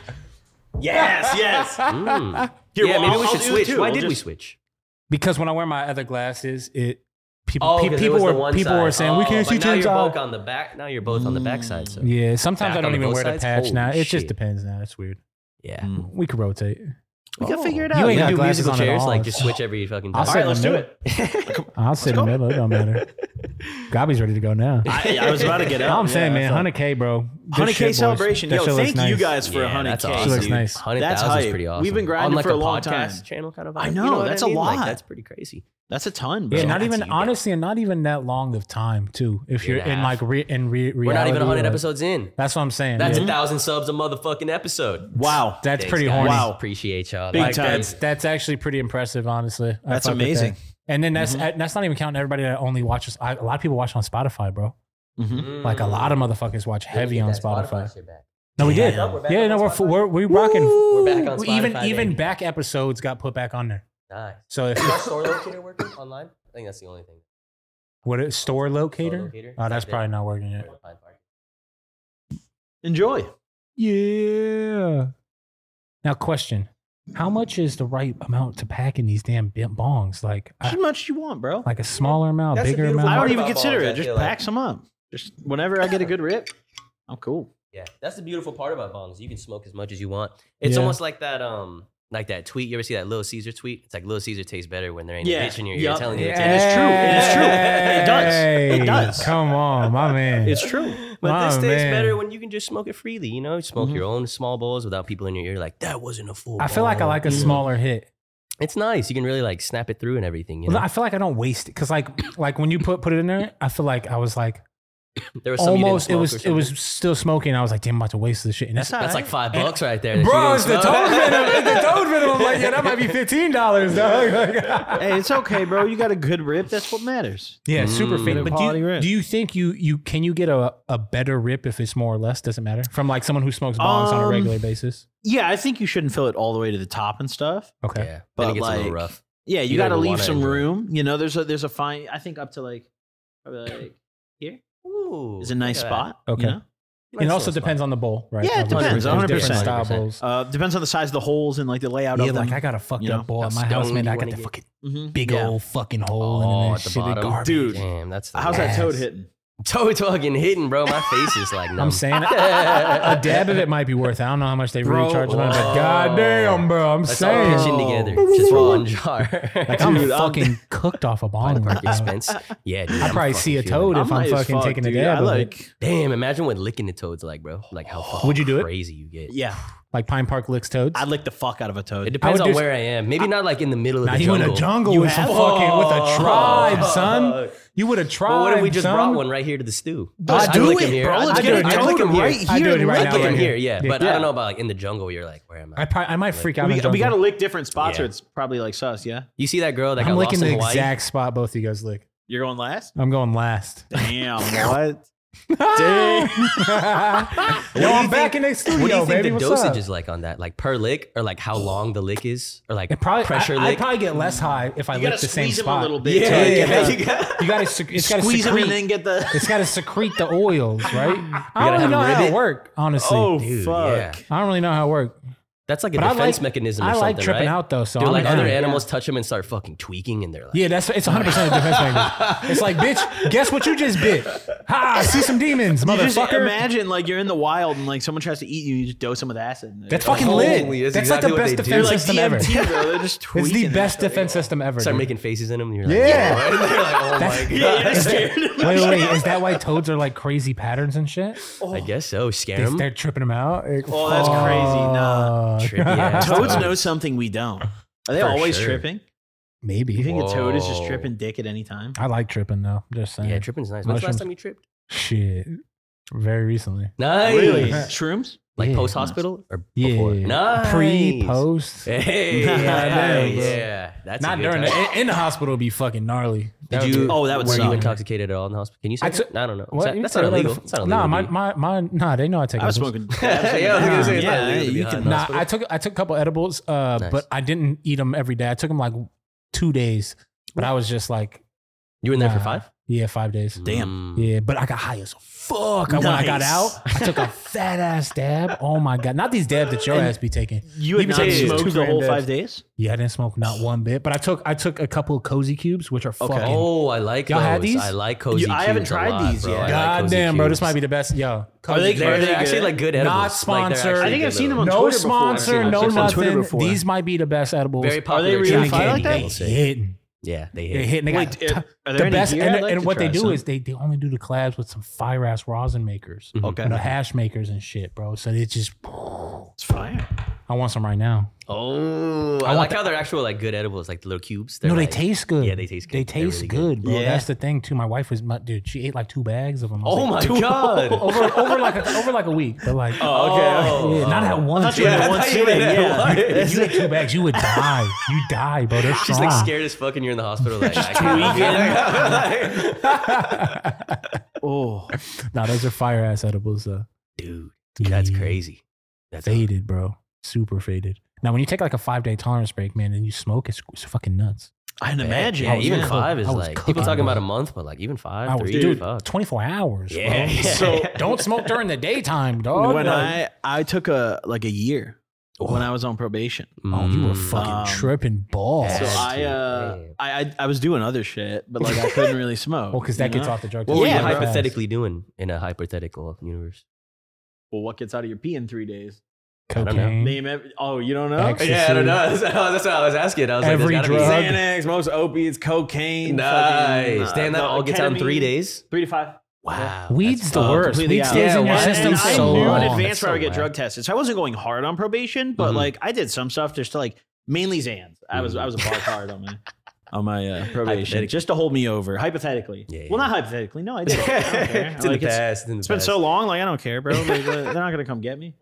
S1: Yes, yes.
S2: Mm.
S1: Here,
S2: yeah,
S1: well,
S2: maybe
S1: I'll-
S2: we
S1: I'll
S2: should
S1: do it
S2: switch.
S1: too.
S2: Why
S1: I'll
S2: did we
S1: just-
S2: switch?
S3: Because when I wear my other glasses, it people
S2: Oh,
S3: pe-
S2: 'cause it
S3: people
S2: was the
S3: were
S2: one
S3: people
S2: side.
S3: were saying we
S2: Oh,
S3: can't
S2: but
S3: see
S2: now
S3: Tim's
S2: you're both
S3: eye.
S2: on the back. Now you're both on the back side. So
S3: Yeah, sometimes
S2: Back
S3: I
S2: on
S3: don't
S2: the
S3: even
S2: both
S3: wear the
S2: sides?
S3: patch
S2: Holy
S3: now. It just
S2: shit.
S3: depends now. It's weird.
S2: yeah.
S3: We could rotate.
S1: We can figure it
S3: You
S1: out.
S3: ain't
S2: We
S3: got
S2: do
S3: glasses
S2: musical
S3: on at
S2: chairs.
S3: all.
S2: Like just switch every fucking.
S3: I'll
S2: time.
S1: All
S3: sit
S1: right,
S3: in
S1: let's
S3: the
S1: do
S3: middle.
S1: it.
S3: I'll sit in the middle. It don't matter. Gobby's ready to go now.
S1: I, I was about to get up.
S3: All I'm saying,
S1: yeah,
S3: man,
S1: that's all.
S3: 100K, bro. Good
S1: 100K
S3: shit, boys.
S1: celebration.
S3: That
S1: Yo,
S3: shit looks
S1: thank you
S3: nice.
S1: guys for 100K.
S2: that's
S3: She looks
S2: dude.
S3: nice.
S2: 100,000 is
S1: hype.
S2: pretty awesome.
S1: We've been grinding
S2: On, like,
S1: for a
S2: the
S1: long
S2: podcast
S1: time.
S2: channel kind of. Vibe.
S1: I
S2: You
S1: know,
S2: what
S1: that's
S2: I
S1: a
S2: mean? Like,
S1: lot.
S2: that's pretty crazy.
S1: That's a ton, bro.
S3: Yeah, not
S2: Yeah,
S3: even
S2: that's a-
S3: honestly, and not even that long of time too. If
S2: Year
S3: you're
S2: and a
S3: in
S2: half.
S3: like re, in re, reality,
S2: We're not even 100
S3: like-
S2: episodes in.
S3: That's what I'm saying.
S2: That's
S3: Yeah.
S2: a thousand subs a motherfucking episode.
S1: Wow.
S3: that's
S2: Thanks,
S3: pretty
S2: guys.
S3: horny.
S1: Wow.
S2: Appreciate y'all.
S1: Big
S2: Like,
S1: time.
S2: that's-
S3: That's actually pretty impressive, honestly. I
S1: That's
S3: fuck with
S1: amazing.
S3: that. And then that's that's not even counting everybody that only watches. I, a lot of people watch on Spotify, bro.
S1: Mhm.
S2: Mm.
S3: Like a lot of motherfuckers watch heavy on Spotify. No, we did.
S2: Yeah, we're back
S3: Yeah,
S2: on
S3: no, we're
S2: Spotify.
S3: we're, we're rocking.
S2: We're back on Spotify.
S3: even even
S2: baby.
S3: back episodes got put back on there.
S2: Nice.
S3: So if
S2: Is our store locator working online? I think that's the only thing.
S3: what is store locator?
S2: Store locator?
S3: Oh, that's
S2: Type in
S3: probably not working
S2: where
S3: yet.
S2: to find parking.
S1: Enjoy.
S3: Yeah. Now, question: How much is the right amount to pack in these damn bim- bongs? Like,
S1: As
S3: I,
S1: much as you want, bro.
S3: like a smaller amount,
S5: That's the
S3: bigger
S5: beautiful
S3: amount?
S1: I
S5: part
S1: don't even
S2: about
S1: consider
S2: bongs, I
S1: it. Just
S2: feel like-
S1: pack some up. Just whenever I get a good rip, I'm cool.
S2: Yeah, that's the beautiful part about bongs. You can smoke as much as you want. It's
S3: Yeah.
S2: almost like that um like that tweet. You ever see that Little Caesar tweet? It's like Little Caesar tastes better when there ain't
S1: Yeah.
S2: a bitch in your ear
S1: Yup.
S2: telling you.
S1: Yeah.
S2: to
S1: And it's true. It is true. It does. It
S3: Hey,
S1: does.
S3: Come on, my man.
S1: It's true.
S2: But this tastes
S3: My man. Mm-hmm.
S2: better when you can just smoke it freely. You know, smoke your own small bowls without people in your ear like that wasn't a full.
S3: I feel like I
S2: bong,"
S3: like a
S1: Mm-hmm.
S2: you know?
S3: smaller hit.
S2: It's nice. You can really like snap it through and everything. You know,
S3: I feel like I don't waste it because, like, like when you put put it in there, I feel like I was like
S2: there was some you didn't
S3: almost it
S2: smoke
S3: was
S2: or
S3: it was still smoking. I was like, damn, I'm about to waste this shit. And that's,
S2: something. That's like five bucks right there. that you
S3: Bro,
S2: didn't
S3: it's the
S2: smoke.
S3: toad venom. It's the toad venom. I'm like, yeah, that might be fifteen dollars, dog.
S1: Hey, it's okay, bro. You got a good rip. That's what matters.
S3: yeah, super
S2: Mm.
S3: fake. But do
S1: Quality
S3: you,
S1: rip.
S3: do you think you you can you get a, a better rip if it's more or less? Doesn't matter from like someone who smokes bongs on a
S1: Um,
S3: regular basis.
S1: Yeah, I think you shouldn't fill it all the way to the top and stuff.
S3: Okay,
S2: Yeah,
S1: But
S2: then it gets a little
S1: like-
S2: rough.
S1: Yeah, you,
S2: You
S1: got
S2: don't
S1: to
S2: even
S1: leave
S2: wanna
S1: some
S2: enjoy it.
S1: room. You know, there's a there's a fine. I think up to like, probably like here
S2: Ooh,
S1: is a nice
S2: look at that.
S1: spot. you
S3: Okay.
S1: know?
S3: and it
S2: Nice
S3: also
S2: little spot.
S3: depends on the bowl, right?
S1: Yeah, it
S3: Obviously,
S1: depends,
S3: there's different
S1: 100%.
S3: style bowls.
S1: Uh, depends on the size of the holes and like the layout
S3: Yeah,
S1: of them.
S3: like I got a fucked
S1: you know,
S3: up bowl at
S2: that's
S3: my house,
S2: stone
S3: man.
S2: oh, you
S3: I got
S2: wanna
S3: the
S2: get-
S3: fucking
S1: Mhm.
S3: big
S2: Yeah.
S3: old fucking
S2: Oh,
S3: hole in
S2: at
S3: that
S2: the
S3: shit of
S2: bottom.
S3: garbage.
S1: Dude.
S2: Damn, that's the
S1: How's
S2: worst.
S1: that toad hitting?
S2: Toad's fucking hitting, bro. My face is like numb.
S3: I'm saying a dab of it might be worth. it. I don't know how much they
S1: Bro,
S3: recharge on it, but
S2: whoa.
S3: goddamn, bro, I'm
S2: Let's all pitch
S3: saying.
S2: in
S1: Oh.
S2: together. Just for one jar.
S3: Like I'm
S1: Dude, I'm-
S3: fucking cooked off a
S2: By the
S3: bong.
S2: park
S3: right now.
S2: expense. Yeah, dude.
S3: I
S2: I'm fucking
S3: probably see a
S2: feeling
S3: toad
S2: it.
S3: if I'm
S1: high as
S3: fucking
S1: fuck,
S3: taking
S1: dude.
S3: a dab.
S1: I
S3: of it.
S1: like,
S2: Damn, imagine what licking the toad's like, bro. Like how fucking
S3: Would you do it?
S2: crazy you get.
S1: yeah,
S3: like pine park licks toads.
S1: I'd lick the fuck out of a toad.
S2: It depends
S3: would
S2: on
S3: do-
S2: where I am. Maybe not like in the middle of
S3: Now
S2: the
S3: you in
S2: jungle. Oh,
S3: a jungle
S1: You
S3: with some
S1: have-
S3: fucking with a tribe, son.
S2: Fuck.
S3: You would have tried.
S2: Well, what if we just
S3: son.
S2: brought one right here to the stew?
S1: Let's
S2: I'd
S1: do
S2: lick
S1: it,
S2: him here.
S1: bro.
S2: I'd
S1: Let's
S2: lick
S1: get
S2: him-
S1: a
S2: I'd
S1: toad
S2: lick him here.
S1: right
S3: I do
S1: here.
S3: it
S1: Lick
S3: right now,
S2: Lick him
S3: right
S2: here,
S3: here.
S2: yeah.
S3: Yeah.
S2: But I
S1: Yeah.
S2: don't know about like in the jungle. You're like, where am
S3: I
S2: I?
S3: probably, I might freak out. in
S1: We,
S3: the
S1: we got to
S3: jungle.
S1: lick different spots
S2: Yeah.
S1: or it's probably like sus, yeah?
S2: You see that girl that got
S3: I'm
S2: lost
S3: licking
S2: in
S3: the
S2: Hawaii?
S3: exact spot both of you guys lick.
S1: You're going last?
S3: I'm going last.
S1: Damn, what?
S3: Damn.
S1: Damn.
S3: Yo, I'm
S2: think-
S3: back in the studio,
S2: What do you think
S3: baby.
S2: the
S3: What's
S2: dosage
S3: up?
S2: is like on that? Like per lick, or like how long the lick is, or like
S3: It probably
S2: pressure lick?
S3: I, I'd probably get less high if I
S1: You
S3: licked
S1: gotta
S3: the same
S1: squeeze him
S3: spot.
S1: a little bit.
S2: Yeah,
S1: to, like,
S2: yeah,
S1: get
S2: yeah.
S1: the-
S3: You gotta, sec- it's gotta
S1: squeeze him
S3: secrete.
S1: and then get the.
S3: it's gotta secrete the oils, right? I
S2: gotta
S3: don't really
S2: have
S3: know how it
S2: ribbit?
S3: work, honestly.
S1: oh
S2: Dude,
S1: fuck!
S2: yeah.
S3: I don't really know how it work.
S2: That's like a
S3: But I
S2: defense
S3: like-
S2: mechanism or
S3: I
S2: something,
S3: like tripping
S2: right?
S3: out though, so
S2: Dude,
S3: I'm
S2: like
S3: down.
S2: other animals touch them and start fucking tweaking, and they're like,
S3: Yeah, that's it's 100 percent a defense mechanism. It's like, bitch, guess what you just bit? Ha! I see some demons,
S1: You just
S3: motherfucker.
S1: imagine like you're in the wild and like someone tries to eat you, you just dose them with acid.
S3: that's fucking
S2: Holy,
S3: lit.
S2: that's
S3: That's
S2: exactly
S3: like
S2: what
S3: the
S2: they
S3: best
S2: do.
S3: defense
S1: like
S3: system ever.
S1: DMT, bro. They're just
S3: It's the
S1: tweaking that
S3: best
S1: shit.
S3: defense system ever.
S2: start
S3: dude.
S2: making faces in them. And you're like,
S3: Yeah.
S2: "Oh," and they're like, oh
S3: That's-
S2: my
S1: Yeah, you're
S2: god.
S1: scared.
S3: Wait, wait, wait, is that why toads are like crazy patterns and shit?
S2: I guess so. Scare
S3: They
S2: them.
S3: start tripping them out.
S1: Oh, that's crazy. Nah.
S3: Fuck.
S2: Trippy ass
S1: Toads
S2: toad.
S1: know something we don't. Are they
S2: For
S1: always
S2: sure.
S1: tripping? You
S3: Maybe.
S1: think a toad is just
S2: Whoa.
S1: tripping dick at any time?
S3: I like tripping though. Just saying.
S2: Yeah, tripping's nice. When's the
S3: Mushrooms.
S2: last time you tripped?
S3: Shit. Very recently.
S2: Nice.
S1: Really? Shrooms?
S2: Like
S3: Yeah.
S2: post hospital or
S3: Yeah.
S2: before? Nice.
S3: Pre, post.
S2: Hey,
S1: Yeah,
S2: yeah,
S1: damn, bro.
S2: yeah. That's a
S3: Not
S2: good
S3: during
S2: time.
S3: the in, in the hospital would be fucking gnarly.
S2: Did you?
S1: Oh, that would
S2: Were you
S1: suck.
S2: intoxicated at all in the hospital? Can you say?
S3: I
S2: I
S3: took-
S2: that? I don't know. Is
S3: What?
S2: that-
S3: You
S2: that's
S3: can
S2: not
S3: say that
S2: illegal.
S3: if-
S2: That's not illegal.
S3: Nah,
S2: to
S3: my,
S2: be-
S3: my my nah, they know I take.
S1: I was
S3: edibles.
S1: smoking.
S2: yeah, I was gonna say it's
S1: Yeah,
S2: not illegal to be
S1: you
S2: high
S1: can-
S2: in the
S3: Nah,
S2: hospital.
S3: I took I took a couple edibles, uh,
S2: Nice.
S3: but I didn't eat them every day. I took them like two days, but I was just like,
S2: you were in there for
S3: nah.
S2: five?
S3: yeah, five days.
S1: Damn.
S2: Mm.
S3: Yeah, but I got high as fuck. And When I got
S1: Nice.
S3: out, I took a fat ass dab. Oh my god, not these dabs that your ass be taking.
S1: You had
S3: Even
S1: not
S3: if it's two
S1: smoked the whole
S3: granddads.
S1: five days?
S3: Yeah, I didn't smoke not one bit, but I took I took a couple of cozy cubes, which are fucking.
S2: Oh, I like
S3: Y'all
S2: those.
S3: had these?
S2: I like cozy.
S1: You- I haven't
S2: cubes a
S1: tried
S2: lot,
S1: these
S2: bro.
S1: yet.
S2: I like
S3: God
S2: cozy
S3: damn, bro, this
S2: cubes.
S3: might be the best. Yo,
S1: Are they-
S2: They're,
S1: Are
S2: they're
S1: they
S2: actually
S1: good?
S2: like good edibles.
S3: Not
S2: Like,
S3: sponsored.
S2: they're actually
S3: I think
S1: I've
S2: good
S1: seen them
S2: edibles.
S1: on
S3: no
S1: Twitter before.
S3: sponsor,
S1: I've
S3: no
S1: seen them on Twitter
S3: nothing.
S1: before.
S3: These might be the best edibles.
S2: Very popular.
S1: really
S2: candy
S3: Candy,
S1: fire like
S3: candy,
S2: candy,
S1: that?
S3: they
S2: I'll say.
S3: hitting.
S2: Yeah, they
S3: They
S2: hit.
S3: hitting. They got
S1: Wait,
S3: t-
S1: are are there
S3: the
S1: any
S3: best,
S1: here?
S3: and,
S1: I'd like
S3: and
S1: to
S3: what they
S1: try
S3: do
S1: some.
S3: is they, they only do the collabs with some fire ass rosin makers,
S2: Mhm.
S1: Mm-hmm. okay,
S3: you know, hash makers and shit, bro. So they just,
S1: it's fire.
S3: I want some right now.
S2: Oh, I,
S3: want
S2: like how they're actual like good edibles, like the little cubes. They're
S3: no,
S2: like-
S3: they taste good.
S2: Yeah, they taste good.
S3: They
S2: They're
S3: taste
S2: really
S3: good, bro.
S1: Yeah.
S3: That's the thing too. My wife was, my, dude, she ate like two bags of them. I was
S2: Oh
S3: like,
S2: my
S3: "Dude."
S2: god.
S3: over over like a, over like a week, but like,
S1: Oh,
S2: okay.
S3: yeah, not at once.
S1: you
S3: bro.
S1: had
S2: I
S1: one
S2: thought you
S1: sitting,
S2: had
S1: yeah.
S2: one.
S3: If you ate two bags, you would die. You die, bro. They're
S2: She's
S3: strong.
S2: like scared as fuck, and you're in the hospital. Like, I can't-
S1: Oh,
S3: Nah, those are fire ass edibles though.
S2: dude, That's crazy. That's
S3: Faded, bro. Super faded. Now, when you take like a five day tolerance break, man, and you smoke, it's, it's fucking nuts.
S1: I can
S2: bad.
S1: imagine.
S2: Yeah,
S3: was
S2: even
S3: cooked.
S2: five is
S3: I was
S2: like
S3: cooked.
S2: people talking
S3: I was-
S2: about a month, but like even
S3: I
S2: five,
S3: was,
S2: three,
S3: dude,
S2: fuck.
S3: 24 hours. bro.
S2: Yeah.
S1: So-
S3: Don't smoke during the daytime, dog.
S1: when
S3: Like,
S1: I I took a like a year when I was on probation.
S3: oh, you were
S2: Mm.
S3: fucking
S1: Um,
S3: tripping balls.
S1: So
S2: That's
S1: I,
S2: too-
S1: uh,
S2: damn.
S1: I I I was doing other shit, but like I couldn't really smoke.
S3: well, because that
S1: you
S3: gets
S1: know?
S3: off the drug.
S2: What
S3: test
S2: were you
S1: Yeah,
S3: real fast.
S2: hypothetically doing in a hypothetical universe?
S1: Well, what gets out of your pee in three days?
S2: don't know.
S3: Cocaine.
S1: Name every, oh you don't know?
S3: Ecstasy. Yeah, I don't know.
S2: That's, what I was asking. I was
S3: like, there's Every gotta be drug. something.
S1: Xanax, most opiates, cocaine. fucking,
S2: Nice.
S1: uh,
S2: Damn, that
S1: no,
S2: all gets out in three
S1: ketamine,
S2: days.
S1: Three to five.
S2: Wow.
S3: Weed's the worst.
S1: Uh, completely
S3: Weed
S1: out.
S3: stays
S2: Yeah,
S3: in your
S2: why?
S1: and,
S3: system
S1: and
S3: so
S1: I knew
S3: long. Mm-hmm.
S1: in advance
S2: That's
S1: where I would
S2: so
S1: get drug tested, so I wasn't going hard on probation, but
S2: Mhm.
S1: like I did some stuff just to like mainly Zans. I was I was a
S3: Mm-hmm.
S1: bar card on my on my uh, probation
S2: Hypothetically.
S1: just to hold me over hypothetically.
S2: Yeah, yeah.
S1: Well, not hypothetically. No, I did. it. I don't care.
S2: it's in
S1: Like,
S2: the
S1: it's-
S2: past. It's in the
S1: it's been
S2: past.
S1: so long, like I don't care, bro. Like, they're not gonna come get me.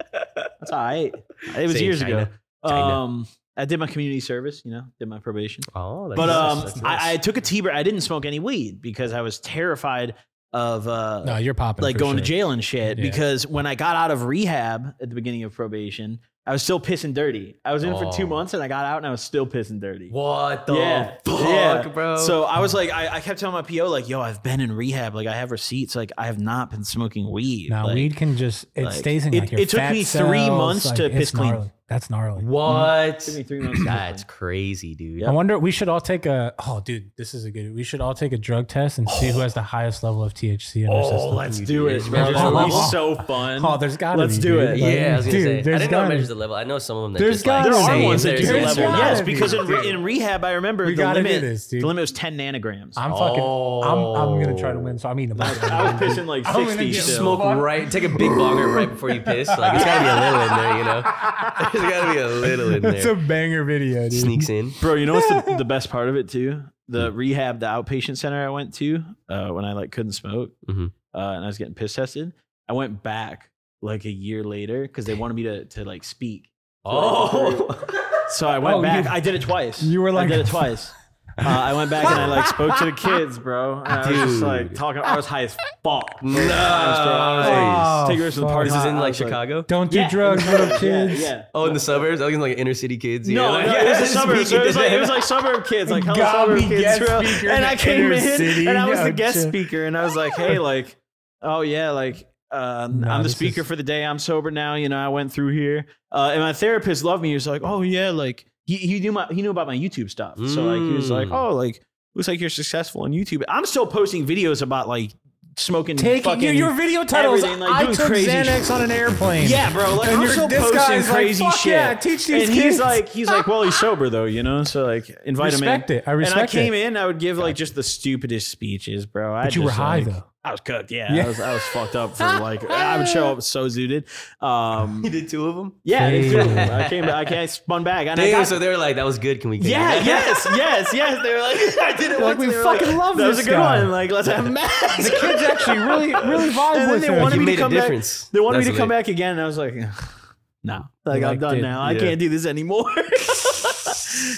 S1: That's all right. It was
S2: Say in
S1: years ago.
S2: China. China.
S1: Um, I did my community service. You know, did my probation
S2: Oh, that's
S1: but
S2: nice.
S1: um,
S2: That's
S1: I, I
S2: nice.
S1: took a T-break. I didn't smoke any weed because I was terrified of uh,
S3: No, you're popping.
S1: like
S3: for
S1: going to
S3: sure.
S1: jail and shit.
S3: Yeah.
S1: Because when I got out of rehab at the beginning of probation, I was still pissing dirty. I was in for two
S2: Oh.
S1: months and I got out and I was still pissing dirty.
S2: what the
S1: yeah,
S2: fuck,
S1: yeah.
S2: bro?
S1: So I was like, I, I kept telling my PO like, "Yo, I've been in rehab. Like, I have receipts. Like, I have not been smoking weed.
S3: Now
S1: like,
S3: weed can just it
S1: like,
S3: stays in
S1: it-
S3: like your
S1: it took
S3: fat
S1: me three
S3: cells,
S1: months
S3: like,
S1: to
S3: it's
S1: piss clean.
S3: gnarly. That's gnarly.
S2: what?
S1: Took me three months. to
S2: That's
S1: quit.
S2: crazy, dude.
S1: Yeah.
S3: I wonder. We should all take a. Oh, dude, this is a good. We should all take a drug test and see who has the highest level of THC in their
S1: Oh,
S3: system.
S1: let's do it, bro.
S2: Oh,
S1: That would be
S3: oh,
S1: so fun.
S3: Oh, there's gotta
S1: Let's
S3: be,
S1: do
S3: dude.
S1: it.
S3: Like,
S2: Yeah, I was gonna
S3: dude,
S2: say. I
S3: there's
S2: didn't know it
S3: gotta
S2: measures
S3: be.
S2: the level. I know some of them that
S3: There's
S2: just like,
S3: gotta
S1: There are
S3: Same.
S1: ones that do the
S3: There's
S1: level.
S3: gotta
S1: Yes,
S3: be.
S1: because in, re-
S3: Dude.
S1: in rehab, I remember
S3: We
S1: the
S3: gotta do
S1: limit.
S3: this, dude.
S1: The limit was ten nanograms.
S3: I'm fucking. I'm. I'm gonna try to
S2: Oh.
S3: win. So I'm eating a
S1: I
S3: bunch.
S1: was,
S3: of
S1: I was
S3: them, dude.
S1: pissing like
S3: I'm gonna
S1: sixty.
S3: get
S1: still.
S2: Smoke right. Take a big bonger right before you piss. Like it's gotta be a little in there, you know. There's gotta be a little in
S3: It's a
S2: there.
S3: banger video, dude.
S2: Sneaks in.
S1: bro. You know what's the, the best part of it too?
S3: Mm.
S1: The rehab, the outpatient center I went to uh, when I like couldn't smoke,
S3: Mm-hmm.
S2: Mhm.
S1: uh, and I was getting piss tested. I went back like a year later because they wanted me to to like speak.
S2: Oh.
S1: So I went
S3: Oh,
S1: back.
S3: you-
S1: I did it twice.
S3: you were like-
S1: I did it twice. Uh, I went back and I like spoke to the kids, bro. And I was just like
S2: Dude.
S1: talking. I was high as fuck.
S2: No.
S3: Oh,
S1: Take yours to the
S3: fuck.
S1: party.
S2: This is in
S1: I
S2: like
S1: was
S2: Chicago.
S3: Don't do
S1: Yeah,
S3: drugs,
S1: exactly.
S3: little kids.
S1: Yeah, yeah.
S2: oh, in the suburbs. I was in like inner city kids. you know,
S1: No,
S2: like,
S1: no, it was a
S2: speaking
S1: suburb. So it, was
S2: to
S1: like, it
S2: them.
S1: was like suburb kids, like hello
S3: Gotta
S1: suburb
S3: be
S1: kids,
S3: guest
S1: bro.
S3: speaker in
S1: And
S3: the
S1: I came
S3: inner
S1: in
S3: city.
S1: and I was the
S3: Gotcha.
S1: guest speaker, and I was like, hey, like, oh yeah, like. Uh,
S3: Nah,
S1: I'm the
S3: this
S1: speaker
S3: is-
S1: for the day. I'm sober now. You know, I went through here, uh, and my therapist loved me. He was like, "Oh yeah, like he, he knew my he knew about my YouTube stuff." So like he was like,
S2: Mm.
S1: "Oh like looks like you're successful on YouTube." I'm still posting videos about like smoking
S3: Taking
S1: fucking
S3: your, your video titles.
S1: everything, like,
S3: I
S1: doing
S3: took
S1: crazy
S3: Xanax on an airplane.
S1: yeah, bro. Like,
S3: And
S1: I'm
S3: you're-
S1: still
S3: this
S1: posting
S3: guy's like,
S1: crazy
S3: "Fuck
S1: shit.
S3: yeah, teach these
S1: and
S3: kids.
S1: he's like, he's like, well, he's sober though, you know. So like, invite
S3: respect
S1: him in.
S3: it. I
S1: and I
S3: respect
S1: came
S3: it.
S1: in, I would give like just the stupidest speeches, bro. I
S3: But you were
S1: just,
S3: high
S1: like-
S3: though.
S1: I was cooked. Yeah, I
S3: Yeah.
S1: was, I was fucked up for like, I would show up so zooted. Um,
S2: You did two of them.
S1: yeah, I did too.
S3: Damn.
S1: I came, I, came, I spun back. And I
S2: Damn.
S1: got-
S2: so they were like, "That was good. Can we?"
S1: yeah, yes, yes, yes. They were like, I did it. once.
S3: Like, we
S1: They were
S3: fucking love
S1: That was a
S3: this
S1: good
S3: guy.
S1: one. Like, let's have Max.
S3: The kids actually really, really vibe
S1: And then
S3: with
S1: they
S3: it.
S1: wanted
S2: You
S1: me to
S2: made a
S1: come back-
S2: difference.
S1: They wanted
S2: That's
S1: me to come
S2: what
S1: back again, and I was like, no, like, I'm
S3: Like,
S1: done
S3: dude,
S1: now. I
S2: yeah.
S1: can't do this anymore.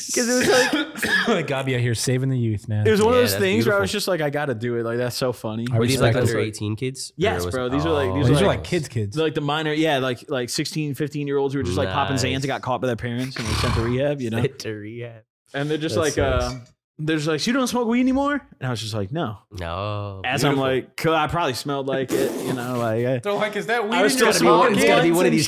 S1: Because it was like
S3: gotta be out here saving the youth, man.
S1: it was one
S2: Yeah,
S1: of those
S2: that's
S1: things where I was
S2: beautiful.
S1: just like, I gotta do it. Like that's so funny.
S3: I
S2: Were these like
S3: Respect.
S2: under 18 kids? Or
S1: Yes,
S2: was-
S1: bro. These are like- these
S3: These
S1: like-
S3: are like kids, kids.
S1: They're, Like the minor, yeah, like like 16, 15 year olds who were just like popping
S2: Nice.
S1: Zans and got caught by their parents and were sent to rehab, you know.
S2: Sent to rehab.
S1: And they're just
S2: That
S1: like,
S2: sucks.
S1: uh, they're just like, so you don't smoke weed anymore? And I was just like, no.
S2: No.
S1: As
S2: beautiful.
S1: I'm like, 'cause I probably smelled like it, you know, like. I,
S6: They're like, is that weed?
S1: I was
S6: in
S1: still
S6: your
S2: it's gotta be one, it's gotta be one of these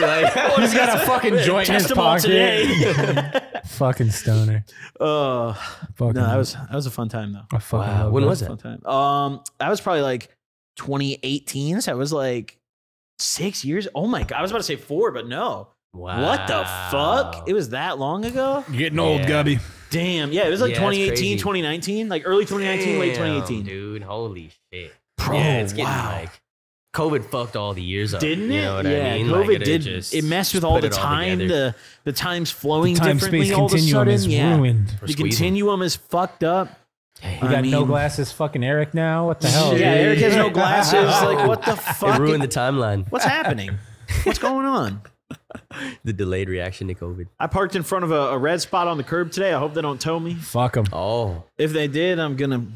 S2: Like,
S3: He's got a fucking joint in his
S1: Test 'em all
S3: pocket.
S1: today.
S3: fucking stoner.
S1: Oh
S3: Fucking,
S1: no, that was that was a fun time though.
S3: I fucking
S2: Wow,
S3: love
S2: when
S3: that.
S2: was
S1: Fun time. Um, I was probably like 2018, so I was like six years. Oh my god, I was about to say four, but no.
S2: wow.
S1: What the fuck? It was that long ago?
S3: You're getting
S2: old, Yeah. Gubby.
S1: Damn. Yeah, it was like
S2: Yeah, that's
S1: 2018,
S2: crazy.
S1: 2019, like early 2019, late
S2: Damn,
S1: 2018.
S2: Dude, holy shit.
S1: Bro,
S2: yeah, it's getting
S1: wow.
S2: like COVID fucked all the years up.
S1: Didn't it?
S2: You know what
S1: yeah,
S2: I mean?
S1: COVID
S2: Like, it
S1: did.
S2: just-
S1: it messed with
S2: just
S1: all
S2: put
S1: the
S2: it
S1: time.
S2: together.
S1: the the time's
S3: The
S1: flowing
S3: time space
S1: differently all of a
S3: continuum
S1: sudden.
S3: is
S1: Yeah,
S3: ruined.
S2: We're
S1: the
S2: squeezing.
S1: continuum is fucked up.
S2: Damn.
S3: We
S1: I
S3: got no
S1: mean-
S3: glasses, fucking Eric now. What the hell?
S1: Yeah, Eric has no glasses. like, what the
S2: It
S1: fuck?
S2: ruined the timeline.
S1: What's happening? What's going on?
S2: The delayed reaction to COVID.
S1: I parked in front of a, a red spot on the curb today. I hope they don't tow me.
S3: Fuck him.
S2: Oh,
S1: If they did, I'm gonna I'm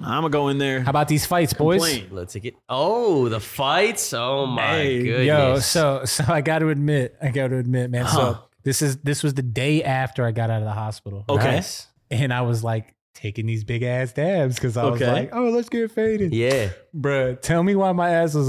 S1: gonna go in there.
S3: How about these fights, boys?
S1: complain.
S2: Let's take it. Oh, the fights. Oh my
S1: Hey, yo,
S2: goodness.
S3: Yo, so so I got to admit, I got to admit, man.
S1: Huh. Oh,
S3: So this is this was the day after I got out of the hospital.
S1: Okay.
S2: Nice.
S3: and I was like taking these big ass dabs because I was
S1: Okay.
S3: like, oh, let's get faded,
S2: Yeah.
S3: bruh. Tell me why my ass was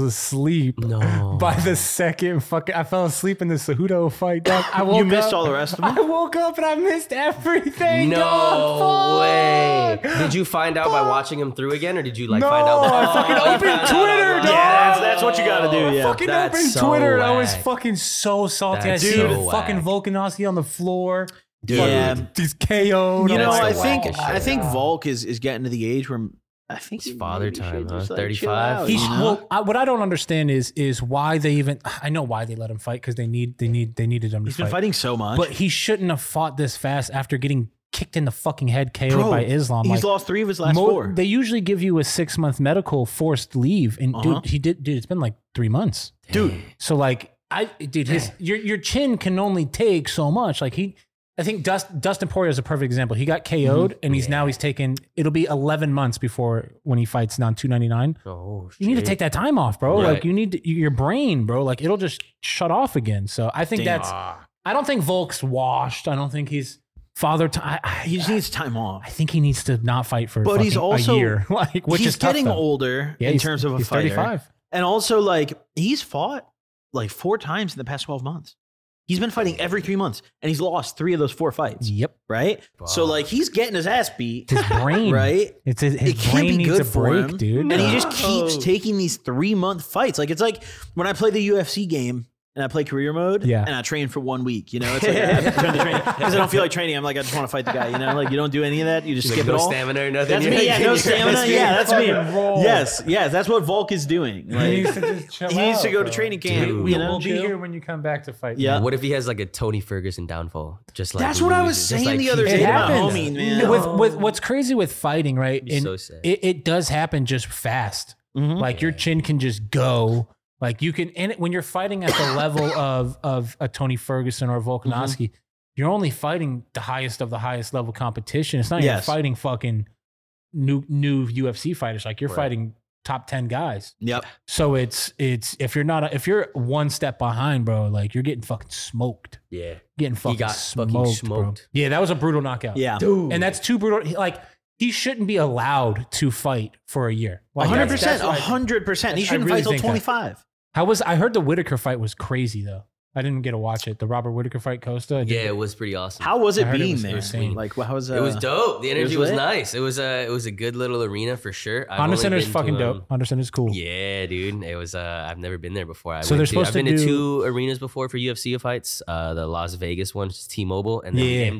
S3: asleep.
S2: No.
S3: By
S1: oh.
S3: the second fucking, I fell asleep in the Cejudo fight. Dog. I woke
S1: You missed
S3: up-
S1: all the rest of them.
S3: I woke up and I missed everything.
S2: No
S3: dog.
S2: way.
S3: Fuck.
S2: Did you find out by watching him through again, or did you like
S3: No,
S2: find out?
S1: Oh,
S3: I fucking
S2: you
S3: opened
S2: found out
S3: Twitter,
S2: online?
S3: dog.
S1: Yeah, that's, that's what you gotta do. Yeah.
S3: fucking
S2: That's
S3: open
S2: so
S3: Twitter. and I was
S2: whack.
S3: fucking so salty.
S2: That's
S3: I see
S1: so
S3: the fucking
S2: whack.
S3: Volkanovski on the floor.
S2: Dude.
S1: Yeah.
S3: He's KO'd.
S1: You
S3: I'm
S1: know,
S3: like,
S1: I
S2: the
S1: think
S2: wackest
S1: I
S2: shit.
S1: think Volk is is getting to the age where I think
S2: It's
S1: he
S2: father
S1: maybe
S2: time,
S1: should
S2: huh?
S1: just, like, chill
S2: 35.
S1: out,
S3: He
S1: Oh, you
S3: sh-
S1: know?
S3: well, I, what I don't understand is is why they even. I know why they let him fight because they need they need they needed him to
S1: He's been
S3: fight.
S1: fighting so much.
S3: But he shouldn't have fought this fast after getting kicked in the fucking head KO'd
S1: Bro,
S3: by Islam.
S1: he's
S3: Like,
S1: lost three of his last
S3: mo-
S1: four.
S3: They usually give you a six month medical forced leave, and
S1: Uh-huh.
S3: dude, he did. Dude, it's been like three months.
S1: Dude,
S3: So like, I dude, his your your chin can only take so much. Like he. I think Dust, Dustin Poirier is a perfect example. He got KO'd,
S1: Mm-hmm.
S3: and he's now he's taken. It'll be eleven months before when he fights non two ninety nine
S2: Oh, shit.
S3: you need to take that time off, bro.
S2: Right.
S3: Like you need to, your brain, bro. Like it'll just shut off again. So I think
S1: Damn.
S3: that's. I don't think Volk's washed. I don't think he's father. T- I, I,
S1: he just needs time
S3: I
S1: off.
S3: think he needs to not fight for.
S1: But he's
S3: fucking
S1: also-
S3: a year, like which
S1: he's
S3: is tough,
S1: getting
S3: though.
S1: older
S3: Yeah,
S1: in
S3: he's-
S1: terms of a
S3: he's
S1: fighter,
S3: 35.
S1: and also like he's fought like four times in the past twelve months. He's been fighting every three months, and he's lost three of those four fights.
S3: Yep,
S1: Right, so
S2: Fuck.
S1: like he's getting his ass beat,
S3: his brain.
S1: right?
S3: It's his, his
S1: it can't
S3: brain
S1: be
S3: needs
S1: good
S3: a
S1: for
S3: break,
S1: him.
S3: dude.
S1: And he
S2: No.
S1: just keeps taking these three month fights. Like it's like when I play the UFC game and I play career mode
S3: Yeah.
S1: and I train for one week, you know, it's like I turn to training because I don't feel like training. I'm like, I just want to fight the guy, you know, like you don't do any of that. You just
S2: Like,
S1: skip
S2: no
S1: it all.
S2: stamina or nothing.
S1: That's
S2: You're
S1: me.
S2: like,
S1: Yeah,
S2: you're
S1: no
S2: just-
S1: stamina. Yeah, that's me.
S3: Fucking roll.
S1: Yes, yes, that's what Volk is doing. Like,
S3: he
S1: he
S3: needs to just chill
S1: needs to
S3: out,
S1: go to
S3: bro.
S1: training camp.
S2: Dude.
S1: you
S3: We'll
S1: know,
S3: be here when you come back to fight.
S1: Yeah.
S2: What if he has like a Tony Ferguson downfall? Just like
S1: That's what I was
S2: loses, just,
S1: saying
S2: like,
S1: the other
S2: keeps
S1: day
S3: It
S1: to my
S3: happens.
S1: homie,
S3: Yeah.
S1: man.
S3: With with what's crazy with fighting, right?
S2: Be so sad.
S3: It, it does happen just fast.
S1: Mhm.
S3: Like your chin can just go. Like you can, and when you're fighting at the level of of a Tony Ferguson or Volkanovski, you're only fighting the highest of the highest level competition. It's not even
S1: Yes.
S3: fighting fucking new new UFC fighters. Like you're
S2: Right.
S3: fighting top ten guys.
S1: Yep.
S3: So it's it's if you're not if you're one step behind, bro, like you're getting fucking smoked.
S2: Yeah.
S3: Getting fucking
S2: got fucking
S3: smoked, bro.
S2: smoked.
S3: Yeah, that was a brutal knockout.
S1: Yeah.
S2: Dude.
S3: And that's too brutal. He- Like he shouldn't be allowed to fight for a year. Like,
S1: hundred
S3: that's-
S1: percent.
S3: that's what I think.
S1: hundred percent. He
S3: I
S1: shouldn't
S3: really
S1: fight till
S3: think that.
S1: twenty five.
S3: How was I heard the Whitaker fight was crazy though. I didn't get to watch it. The Robert Whitaker fight, Costa. I didn't-
S2: Yeah, it was pretty awesome.
S1: How was
S3: I
S1: it
S3: heard it
S1: being
S3: was
S1: there?
S3: insane.
S1: Like, how was
S2: it was
S1: uh,
S2: dope. The energy
S1: was
S2: was,
S1: lit.
S2: nice. It was a it was a good little arena for sure. I've
S3: Honda
S2: only
S3: Center's
S2: been to,
S3: fucking
S2: um,
S3: dope. Honda Center's cool.
S2: Yeah, dude. It was. Uh, I've never been there before. I
S3: So
S2: went to-
S3: they're supposed
S2: I've
S3: to
S2: been to
S3: do-
S2: two arenas before for UFC fights. Uh, the Las Vegas one, which is T-Mobile, and then
S3: Yeah.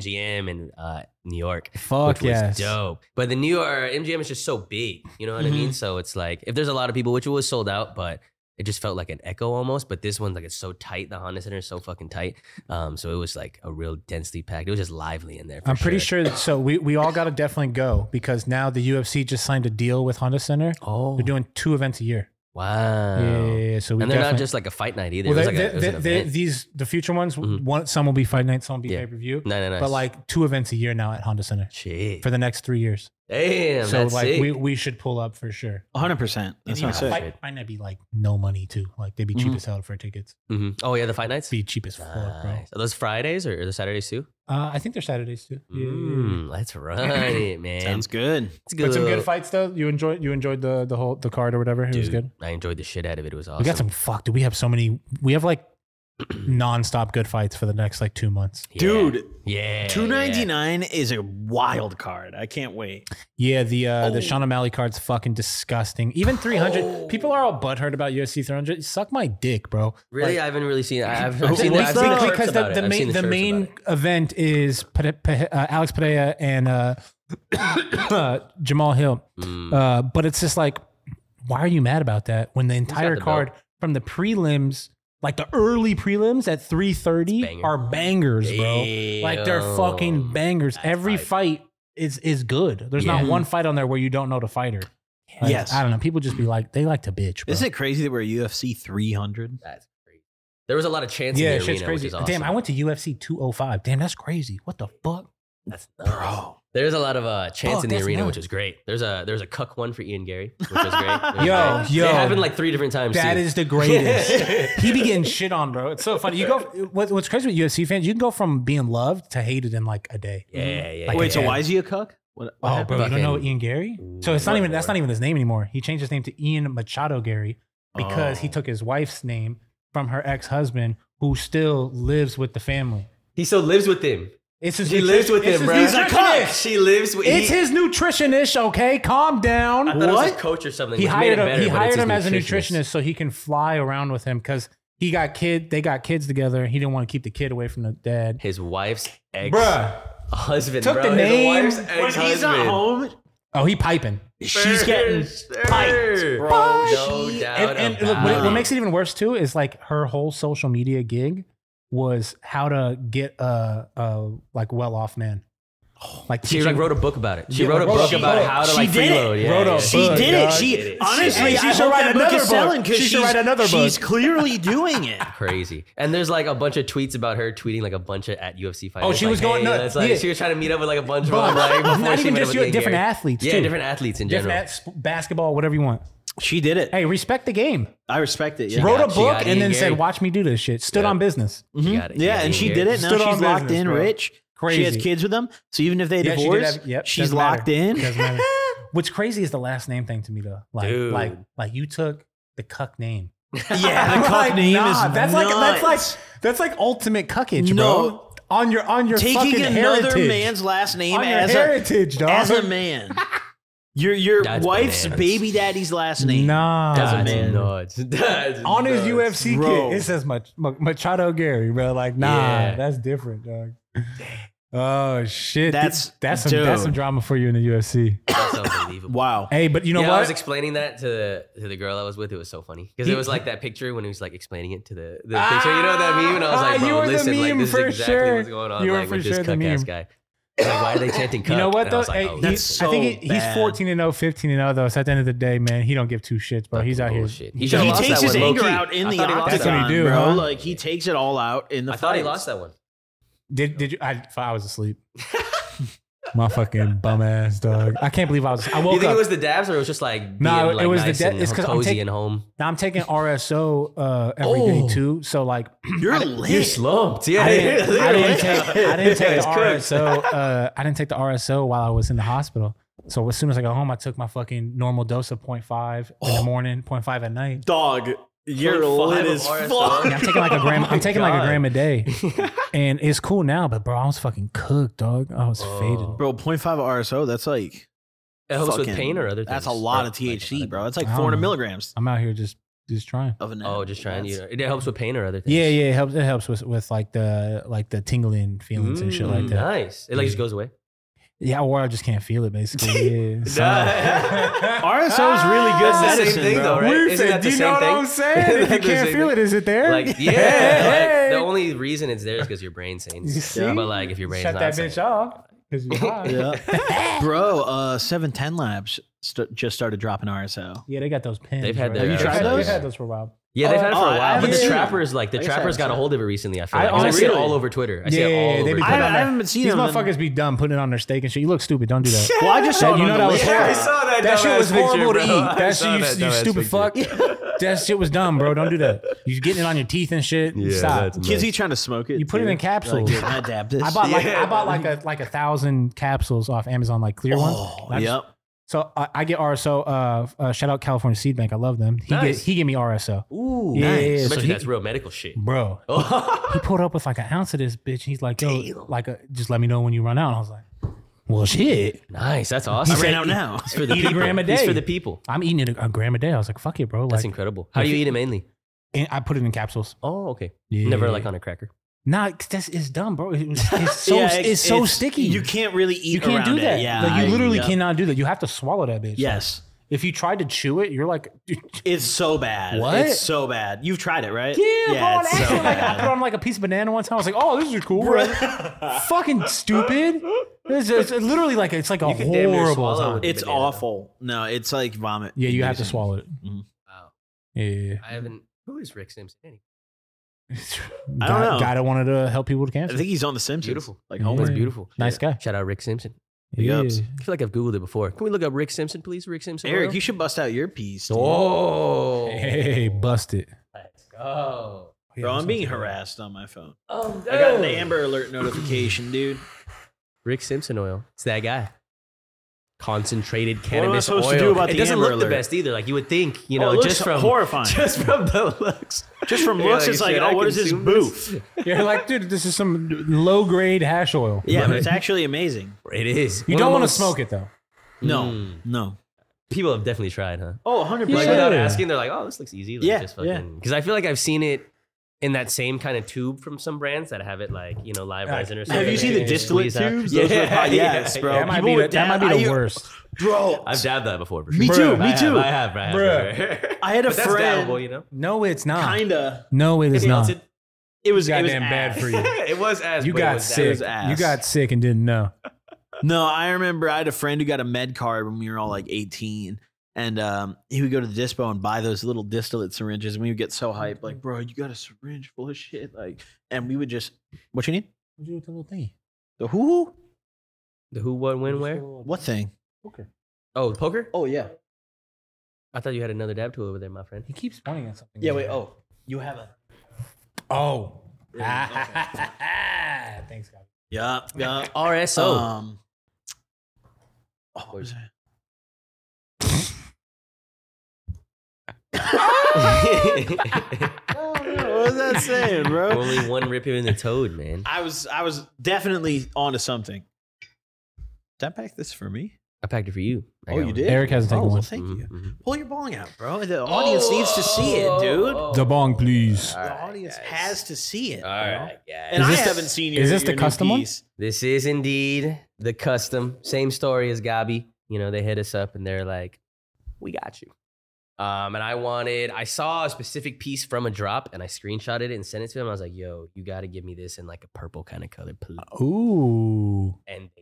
S2: MGM in uh, New York.
S3: Fuck
S2: which
S3: yes.
S2: was dope. But the New York MGM is just so big. You know what
S1: Mhm.
S3: Mm-hmm.
S2: I mean? So it's like if there's a lot of people, which it was sold out, but. It just felt like an echo almost, but this one's like it's so tight. The Honda Center is so fucking tight, um, so it was like a real densely packed. It was just lively in there. for
S3: I'm pretty sure. that so we, we all gotta definitely go because now the UFC just signed a deal with Honda Center.
S2: Oh,
S3: They're doing two events a year.
S2: wow!
S3: Yeah, yeah, yeah. So
S2: Oh.
S3: we
S2: and they're not
S3: definitely-
S2: just like a fight night either.
S3: well,
S2: it was
S3: they-
S2: like a, it was
S3: they-
S2: an
S3: they-
S2: event.
S3: these the future ones.
S2: Mhm.
S3: One some will be fight night, some will be
S2: Yeah.
S3: pay per view.
S2: no, no, no.
S3: But like two events a year now at Honda Center
S2: shit.
S3: for the next three years.
S2: Damn,
S3: so
S2: that's
S3: like
S2: sick.
S3: we, we should pull up for sure.
S1: hundred percent? That's
S3: And
S1: not
S3: even
S1: sick.
S3: fight, might not be like no money too. Like they'd be
S2: Mm-hmm.
S3: cheap
S1: Mhm.
S3: as hell for tickets.
S2: Mhm. Oh yeah, the fight nights.
S3: Be cheap as fuck, bro.
S2: Nice. Are those Fridays or are those Saturdays too?
S3: Uh, I think they're Saturdays too.
S2: Mm, that's right, man.
S1: Sounds good.
S2: It's a
S3: But some
S2: little-
S3: good fights though. You enjoyed you enjoyed the the whole the card or whatever. It was
S2: Dude,
S3: good.
S2: I enjoyed the shit out of it. It was awesome.
S3: We got some fuck. Do we have so many? We have like nonstop good fights for the next like two months.
S2: Yeah.
S1: Dude,
S2: Yeah.
S1: two ninety nine is a wild card. I can't wait.
S3: Yeah, the uh, the
S1: Oh.
S3: Sean O'Malley card's fucking disgusting. Even three hundred
S2: Oh.
S3: people are all butthurt about UFC three hundred. Suck my dick, bro.
S2: Really,
S3: Like-
S2: I haven't really seen. I- I've,
S1: Oh,
S2: I've seen. The,
S1: what's
S2: I've seen the
S1: that?
S2: chirps
S3: because
S2: about
S3: the,
S2: it.
S3: the
S2: I've seen
S3: main the
S2: chirps
S3: main
S2: about it.
S3: event is Pe- Pe- uh, Alex Pereira and uh, uh, Jamal Hill,
S2: Mm,
S3: uh, but it's just like, why are you mad about that when the entire
S2: the belt?
S3: card from the prelims, like the early prelims at three
S2: It's
S3: thirty,
S2: banger.
S3: are bangers, bro. Like they're fucking
S2: Mm. Damn.
S3: bangers.
S2: That's
S3: Every
S2: tight.
S3: fight is is good. There's
S2: Yeah.
S3: not one fight on there where you don't know the fighter. Like,
S1: Yes.
S3: I don't know. People just be like, they like to bitch. Bro.
S1: Isn't it crazy that we're UFC three hundred?
S2: That's crazy. There was a lot of chance.
S3: yeah,
S2: in the
S3: shit's
S2: arena,
S3: crazy.
S2: Which is awesome.
S3: oh Damn, I went to UFC 205. Damn, that's crazy. What the fuck?
S2: That's bro. There's a lot of uh, chance
S3: Fuck,
S2: in the
S3: Oh, that's
S2: arena,
S3: nuts.
S2: which is great. There's a there's a cuck one for Ian Gary, which is great. It was
S3: Yo,
S2: great.
S3: yo.
S2: it happened like three different times.
S3: That
S2: too.
S3: is the greatest. he be getting shit on, bro. It's so funny. You go. What, what's crazy with UFC fans? You can go from being loved to hated in like a day.
S2: yeah, yeah.
S3: Like,
S2: yeah.
S1: Wait, so
S3: yeah.
S1: why is he a cuck? What, what
S3: Oh,
S1: happened?
S3: bro, you don't know
S2: Fucking-
S3: Ian Gary? So it's not even that's not even his name anymore. He changed his name to Ian Machado Gary because he
S1: Oh.
S3: took his wife's name from her ex husband, who still lives with the family.
S2: he still lives with him.
S3: It's his
S2: She lives with
S3: it's
S2: him,
S3: his
S2: bro.
S1: a cuck.
S3: nutritionist.
S2: She lives with.
S3: It's
S2: he,
S3: his nutritionist. Okay, calm
S2: I
S3: down.
S2: thought it was
S1: What?
S2: his coach or something.
S3: He
S2: which made
S3: hired
S2: it
S3: him.
S2: better,
S3: He
S2: but it's
S3: hired
S2: his
S3: him as a nutritionist so he can fly around with him because he got kid. They got kids together. He didn't want to keep the kid away from the dad.
S2: His wife's ex
S3: Bruh.
S2: husband.
S3: Took
S2: bro.
S3: the
S2: His
S3: name.
S2: wife's
S1: When he's not
S2: ex-husband.
S1: home,
S3: Oh, he piping.
S1: she's getting
S2: piped, bro. No
S1: She-
S2: doubt
S3: and, and look,
S2: about
S3: what, it- what
S2: it.
S3: makes it even worse too is like her whole social media gig was how to get a, a like well off man. Like
S2: She like wrote a book about it. She
S3: Yeah,
S2: wrote a
S3: wrote a
S2: book
S3: book.
S2: about how to
S1: She
S2: like
S1: did it.
S2: freeload. Yeah,
S3: Wrote a
S2: yeah.
S3: book.
S1: She did it.
S3: dog.
S1: She
S2: Did it.
S1: honestly,
S3: She-
S1: I
S3: she should
S1: hope
S3: write
S1: that book
S3: another
S1: is
S3: book.
S1: selling 'cause
S3: She should
S1: she's-
S3: write another
S1: She's
S3: book.
S1: clearly doing it.
S2: crazy. And there's like a bunch of tweets about her tweeting like a bunch of at UFC fighters.
S3: Oh, she
S2: like,
S3: was going
S2: hey,
S3: nuts.
S2: let's, Like,
S3: Yeah.
S2: She was trying to meet up with like a bunch of
S3: But
S2: them, like, before
S3: not
S2: she
S3: even
S2: met up
S3: just
S2: with
S3: you,
S2: Ian
S3: different
S2: Gary.
S3: athletes
S2: Yeah,
S3: too.
S2: different athletes in
S3: different
S2: general.
S3: at, sp- basketball, whatever you want.
S1: She did it.
S3: Hey, respect the game.
S1: I respect it.
S2: She
S1: Yeah,
S3: wrote
S2: got-
S3: a
S2: she
S3: book
S2: got
S3: and
S2: Ian
S3: then
S2: Gary.
S3: said, "Watch me do this shit." Stood
S2: Yeah.
S3: on business.
S1: Mhm.
S2: got it. She
S1: yeah,
S2: got
S1: and
S2: Ian
S1: she
S2: Gary.
S1: did it. Now she's
S3: Stood on
S1: locked
S3: business,
S1: in,
S3: bro.
S1: rich. She has
S3: Crazy.
S1: kids with them. So even if they
S3: Yeah, she did
S1: divorce,
S3: have- yep,
S1: she's
S3: doesn't matter.
S1: locked in.
S3: Doesn't matter. What's crazy is the last name thing to me though. Like,
S2: Dude.
S3: like, like you took the cuck name.
S1: Yeah, the cuck
S3: Like,
S1: name
S3: nah,
S1: is
S3: Oh that's like
S1: nuts.
S3: that's like that's like ultimate cuckage,
S1: No.
S3: bro. On your on your
S1: taking
S3: fucking
S1: another
S3: heritage.
S1: man's last name
S3: on your
S1: as a,
S3: heritage, dog.
S1: as a man. Your your
S2: That's
S1: wife's
S2: bananas.
S1: baby daddy's last name.
S3: Nah,
S1: As a
S2: That's
S1: man.
S2: nuts. That's
S3: on his
S2: nuts.
S3: UFC
S1: bro.
S3: kit, it says Mach- Mach- Machado Gary, bro. Like, nah,
S2: Yeah.
S3: that's different, dog. Oh shit,
S1: That's-
S3: that's some, that's some
S1: dude.
S3: drama for you in the UFC.
S2: That's unbelievable.
S1: Wow.
S3: Hey, but you know
S2: yeah, I
S3: what?
S2: was explaining that to the to the girl I was with. It was so funny because it was like that picture when he was like explaining it to the, the picture. You know that meme, and I was
S3: Ah,
S2: like, bro,
S3: you were the
S2: listen, like
S3: meme
S2: this is
S3: for
S2: exactly
S3: sure.
S2: what's going on
S3: You were
S2: like
S3: for
S2: with
S3: sure
S2: this
S3: the
S2: cuck ass
S3: meme.
S2: guy. Like, why are they chanting cuck?
S3: you know what
S2: And I
S3: though?
S2: was like,
S3: Hey,
S2: oh,
S3: he-
S1: that's
S2: shit.
S3: I think
S1: so
S3: he, he's
S1: bad.
S3: 14 and 0, 15 and 0 though. So at the end of the day, man, he don't give two shits, bro.
S2: Fucking
S3: he's out here.
S2: bullshit. He
S3: He
S2: should've
S1: he
S2: lost
S1: takes
S2: that
S1: his
S2: one,
S1: anger
S2: low-key.
S1: out in
S2: I
S1: the
S2: thought he lost
S1: octagon,
S3: that one. That's what he do,
S1: bro.
S3: huh?
S1: Like he takes it all out in the.
S2: I thought he
S1: fights.
S2: lost that one.
S3: Did did you? I, I was asleep. My fucking bum ass dog. I can't believe I was. I
S2: Do you
S3: woke
S2: think
S3: up.
S2: it was the dabs or it was just like
S3: No,
S2: being,
S3: it
S2: like,
S3: was the
S2: nice
S3: da-
S2: and
S3: it's 'cause I'm
S2: cozy
S3: taking-
S2: and home?
S3: now I'm taking RSO uh, every day
S2: Oh.
S3: too. So like,
S1: You're lit.
S2: You're slumped. Yeah,
S3: I didn't, I didn't
S2: yeah.
S3: take I didn't take
S2: It's
S3: the
S2: cooked.
S3: RSO. Uh, I didn't take the RSO while I was in the hospital. So as soon as I got home, I took my fucking normal dose of 0.5
S2: Oh.
S3: in the morning, 0.5 at night.
S1: Dog, you're
S2: Point five
S1: lit
S2: of
S1: as
S2: RSO.
S1: fuck.
S3: Yeah, I'm taking like a gram.
S2: Oh my
S3: I'm taking like
S2: God.
S3: a gram a day, and it's cool now. But bro, I was fucking cooked, dog. I was
S2: Oh.
S3: faded.
S1: Bro, 0.5 RSO, that's like.
S2: It helps with
S1: fucking-
S2: pain or other things.
S1: That's a lot
S2: Or,
S1: of
S2: like,
S1: THC,
S2: other-
S1: bro. That's like
S3: I don't
S1: 400
S3: know.
S1: milligrams
S3: I'm out here just just trying.
S1: of an.
S2: Oh, just trying. You know, it helps with pain or other things.
S3: Yeah, yeah, it helps. It helps with with like the like the tingling feelings and shit like
S2: Mm,
S3: that.
S2: Nice. It like just goes away.
S3: Yeah, or I just can't feel it basically. Yeah, so-
S1: RSO is really good
S2: That's the same
S1: medicine,
S2: thing,
S1: bro.
S2: though, right?
S3: We
S2: Isn't
S3: said,
S2: that the
S3: "Do you
S2: same
S3: know what
S2: thing?"
S3: I'm saying?
S2: Isn't
S3: If you
S2: that the
S3: can't
S2: same
S3: feel
S2: thing?
S3: it, is it there?
S2: Like yeah, like, the only reason it's there is because your brain's sane.
S3: You see?
S2: But like if your brain's
S3: shut
S2: not
S3: that
S2: sane,
S3: bitch off because you're high. yeah.
S1: Yeah. bro, uh, 710 Labs st- just started dropping RSO.
S3: they got those pins.
S2: They've had
S3: bro.
S2: their- uh,
S1: Have you tried
S3: They've
S1: those?
S3: had those for a while.
S2: yeah, they've had it
S1: Oh,
S2: for
S1: I
S2: a while. But
S1: haven't
S2: the
S1: seen
S2: trappers, like the
S1: Like I said,
S2: trappers, got a
S1: so-
S2: hold of it recently. I feel
S3: I
S2: like 'Cause I,
S3: honestly-
S2: see it all over Twitter. I see
S3: Yeah,
S2: it all
S3: they
S2: over.
S3: be
S2: Twitter.
S1: I, I
S3: putting on that-
S1: haven't seen
S3: These
S1: them in-
S3: motherfuckers be dumb putting it on their steak and shit. You look stupid. Don't do that.
S1: Well, I just saw
S3: That-
S1: it
S3: you
S1: on
S3: know
S1: the
S3: that was
S1: list.
S3: horrible.
S2: that.
S3: That shit
S2: dumbass
S3: was
S2: picture,
S3: horrible to
S2: bro.
S3: eat.
S2: I
S3: That
S2: saw
S3: shit, you, you
S2: dumbass
S3: stupid
S2: picture.
S3: fuck. That shit was dumb, bro. Don't do that. You're getting it on your teeth and shit. Stop.
S1: Kids, he trying to smoke it.
S3: You put it
S1: too?
S3: in capsules.
S1: Like, I dabbed this.
S3: I bought like
S2: Yeah.
S3: I bought like a like a thousand capsules off Amazon, like clear
S1: Oh,
S3: ones. And I just-
S1: yep.
S3: So I, I get RSO. Uh, uh, shout out California Seed Bank. I love them. He
S2: Nice.
S3: get, he gave me RSO,
S1: Ooh,
S3: Yeah, yeah,
S2: I
S3: yeah. So
S2: bet you
S3: he-
S2: that's real medical shit.
S3: bro. He pulled up with like an ounce of this bitch. He's like, yo, like a, just let me know when you run out. And I was like, well, shit.
S2: nice. That's
S1: I
S2: awesome.
S1: ran out now.
S2: It's for the
S3: Eat a
S2: people.
S3: gram a
S2: It's
S3: day.
S2: for the people.
S3: I'm eating it a, a gram a day. I was like, fuck it, bro.
S2: That's
S3: Like,
S2: incredible. How do you eat it mainly?
S3: and I put it in capsules.
S2: Oh, okay.
S3: Yeah.
S2: Never like on a cracker.
S3: Nah, 'cause that's it's dumb, bro. It was- it's so
S1: Yeah,
S3: it's, so sticky.
S1: You can't really eat.
S3: You can't
S1: around it.
S3: do that.
S1: Yeah,
S3: like, you
S1: I-
S3: literally
S1: yep.
S3: cannot do that. You have to swallow that bitch.
S1: Yes,
S3: If you tried to chew it, you're like,
S1: it's so bad.
S3: What?
S1: It's so bad. You've tried it, right?
S3: Yeah, bro. And
S1: it's
S3: actually,
S1: so
S3: like, I put
S1: bad.
S3: on like a piece of banana one time. I was like, "Oh, this is cool." Fucking stupid. It's, it's literally like it's like a
S2: You could damn near
S3: horrible
S2: swallow
S3: time.
S2: it.
S1: It's
S2: Banana.
S1: awful. No, it's like vomit.
S3: Yeah, you have to swallow it.
S2: Wow.
S3: Yeah.
S2: I haven't. Who is Rick Simpson?
S1: I don't
S3: Guy-
S1: know.
S3: Guy that wanted to help people with
S1: I
S3: cancer.
S1: think he's on The Simpsons.
S2: Beautiful.
S1: Like
S3: Oh, Yeah.
S1: Homer.
S2: That's beautiful.
S3: Nice guy.
S2: Shout out Rick Simpson.
S1: Big ups.
S2: I feel like I've Googled it before. Can we look up Rick Simpson, please? Rick Simpson.
S1: Eric,
S2: oil?
S1: you should bust out your piece. dude.
S2: Oh.
S3: Hey, bust it.
S2: Let's go.
S1: Bro, I'm being harassed on my phone.
S2: Oh,
S1: I got an Amber Alert notification, dude.
S2: Rick Simpson oil. It's that guy. Concentrated
S1: am I
S2: cannabis
S1: supposed to
S2: oil.
S1: do about
S2: it
S1: the
S2: doesn't
S1: Amber
S2: look the
S1: Alert?
S2: best either. Like you would think, you
S1: Oh,
S2: know,
S1: it looks
S2: just from
S1: horrifying.
S2: just from the looks.
S1: Just from
S2: You're
S1: looks, it's like,
S2: "Should
S1: oh,
S2: I
S1: what is this
S2: consume
S1: booth?
S3: You're like, dude, this is some low grade hash oil.
S1: Yeah, but it's actually amazing.
S2: It is.
S3: You
S2: One
S3: don't
S2: of
S3: want to
S2: those-
S3: smoke it though.
S1: No,
S2: Mm.
S1: no.
S2: People have definitely tried, huh?
S1: Oh, 100%.
S2: Like
S3: Yeah.
S2: without asking, they're like, "Oh, this looks easy." Like,
S1: Yeah,
S2: just
S1: yeah.
S2: fucking. Because I feel like I've seen it in that same kind of tube from some brands that have it like you know live
S3: Uh,
S2: resin or something.
S1: Have you
S2: that
S1: seen the
S2: can
S1: distillate
S2: squeeze out.
S1: tubes?
S2: Yeah,
S1: Those are hot-
S2: yeah,
S1: yes, bro.
S2: yeah.
S3: That might
S1: People
S3: be the,
S1: with
S3: that might
S1: dab-
S3: be the
S1: I-
S3: worst.
S1: Bro,
S2: I've dabbed that before. For sure.
S1: me too,
S3: Bruh,
S1: me too.
S2: I have, I have, I
S3: Bruh.
S2: have.
S1: I had a
S2: But that's
S1: friend,
S2: dabbable, you know.
S3: No, it's not.
S1: kinda.
S3: No, it is
S2: Maybe
S3: not.
S2: it's-
S1: It was it was
S3: Goddamn bad
S1: ass.
S3: for you.
S2: it was as
S3: You
S2: but it
S3: got
S2: was
S1: It
S3: sick.
S1: was
S2: as-
S1: ass.
S3: You got sick and didn't know.
S1: No, I remember I had a friend who got a med card when we were all like 18. And um, he would go to the dispo and buy those little distillate syringes, and we would get so hyped, like, bro, you got a syringe full of shit, like, and we would just, what you need?
S3: What'd you do with the little thing?
S1: The who?
S2: The who, what, when, where?
S1: What thing?
S2: Oh, poker.
S1: Oh yeah,
S2: I thought you had another dab tool over there, my friend.
S3: He keeps pointing at something.
S1: yeah. Wait. Oh, you have a.
S3: Oh.
S1: Yeah,
S3: Thanks, God.
S1: Yeah. Yeah.
S2: RSO.
S1: Um. Oh, what was I- what was that saying, Uh, bro?
S2: Only one rip in the toad, man.
S1: I was I was definitely onto something. Did I pack this for me?
S2: I packed it for you. I
S1: Oh,
S2: got
S1: you
S2: one.
S1: did.
S3: Eric hasn't
S1: oh,
S3: taken
S1: Well,
S3: one.
S1: thank you.
S2: Mhm.
S1: Pull your bong out, bro. The audience needs to see it,
S2: Oh,
S1: dude.
S2: oh, oh.
S3: The bong, please.
S2: All
S1: The
S2: right,
S1: audience
S2: guys.
S1: has to see it.
S2: All right, guys.
S1: And
S3: Is
S1: I
S3: this the-
S1: haven't seen your.
S3: is this
S1: your
S3: the
S1: new
S3: custom one?
S1: piece.
S2: This is indeed the custom. Same story as Gabi. You know, they hit us up and they're like, we got you. Um, and I wanted, I saw a specific piece from a drop and I screenshotted it and sent it to him. I was like, yo, you got to give me this in like a purple kind of color, please.
S3: Ooh.
S2: And they,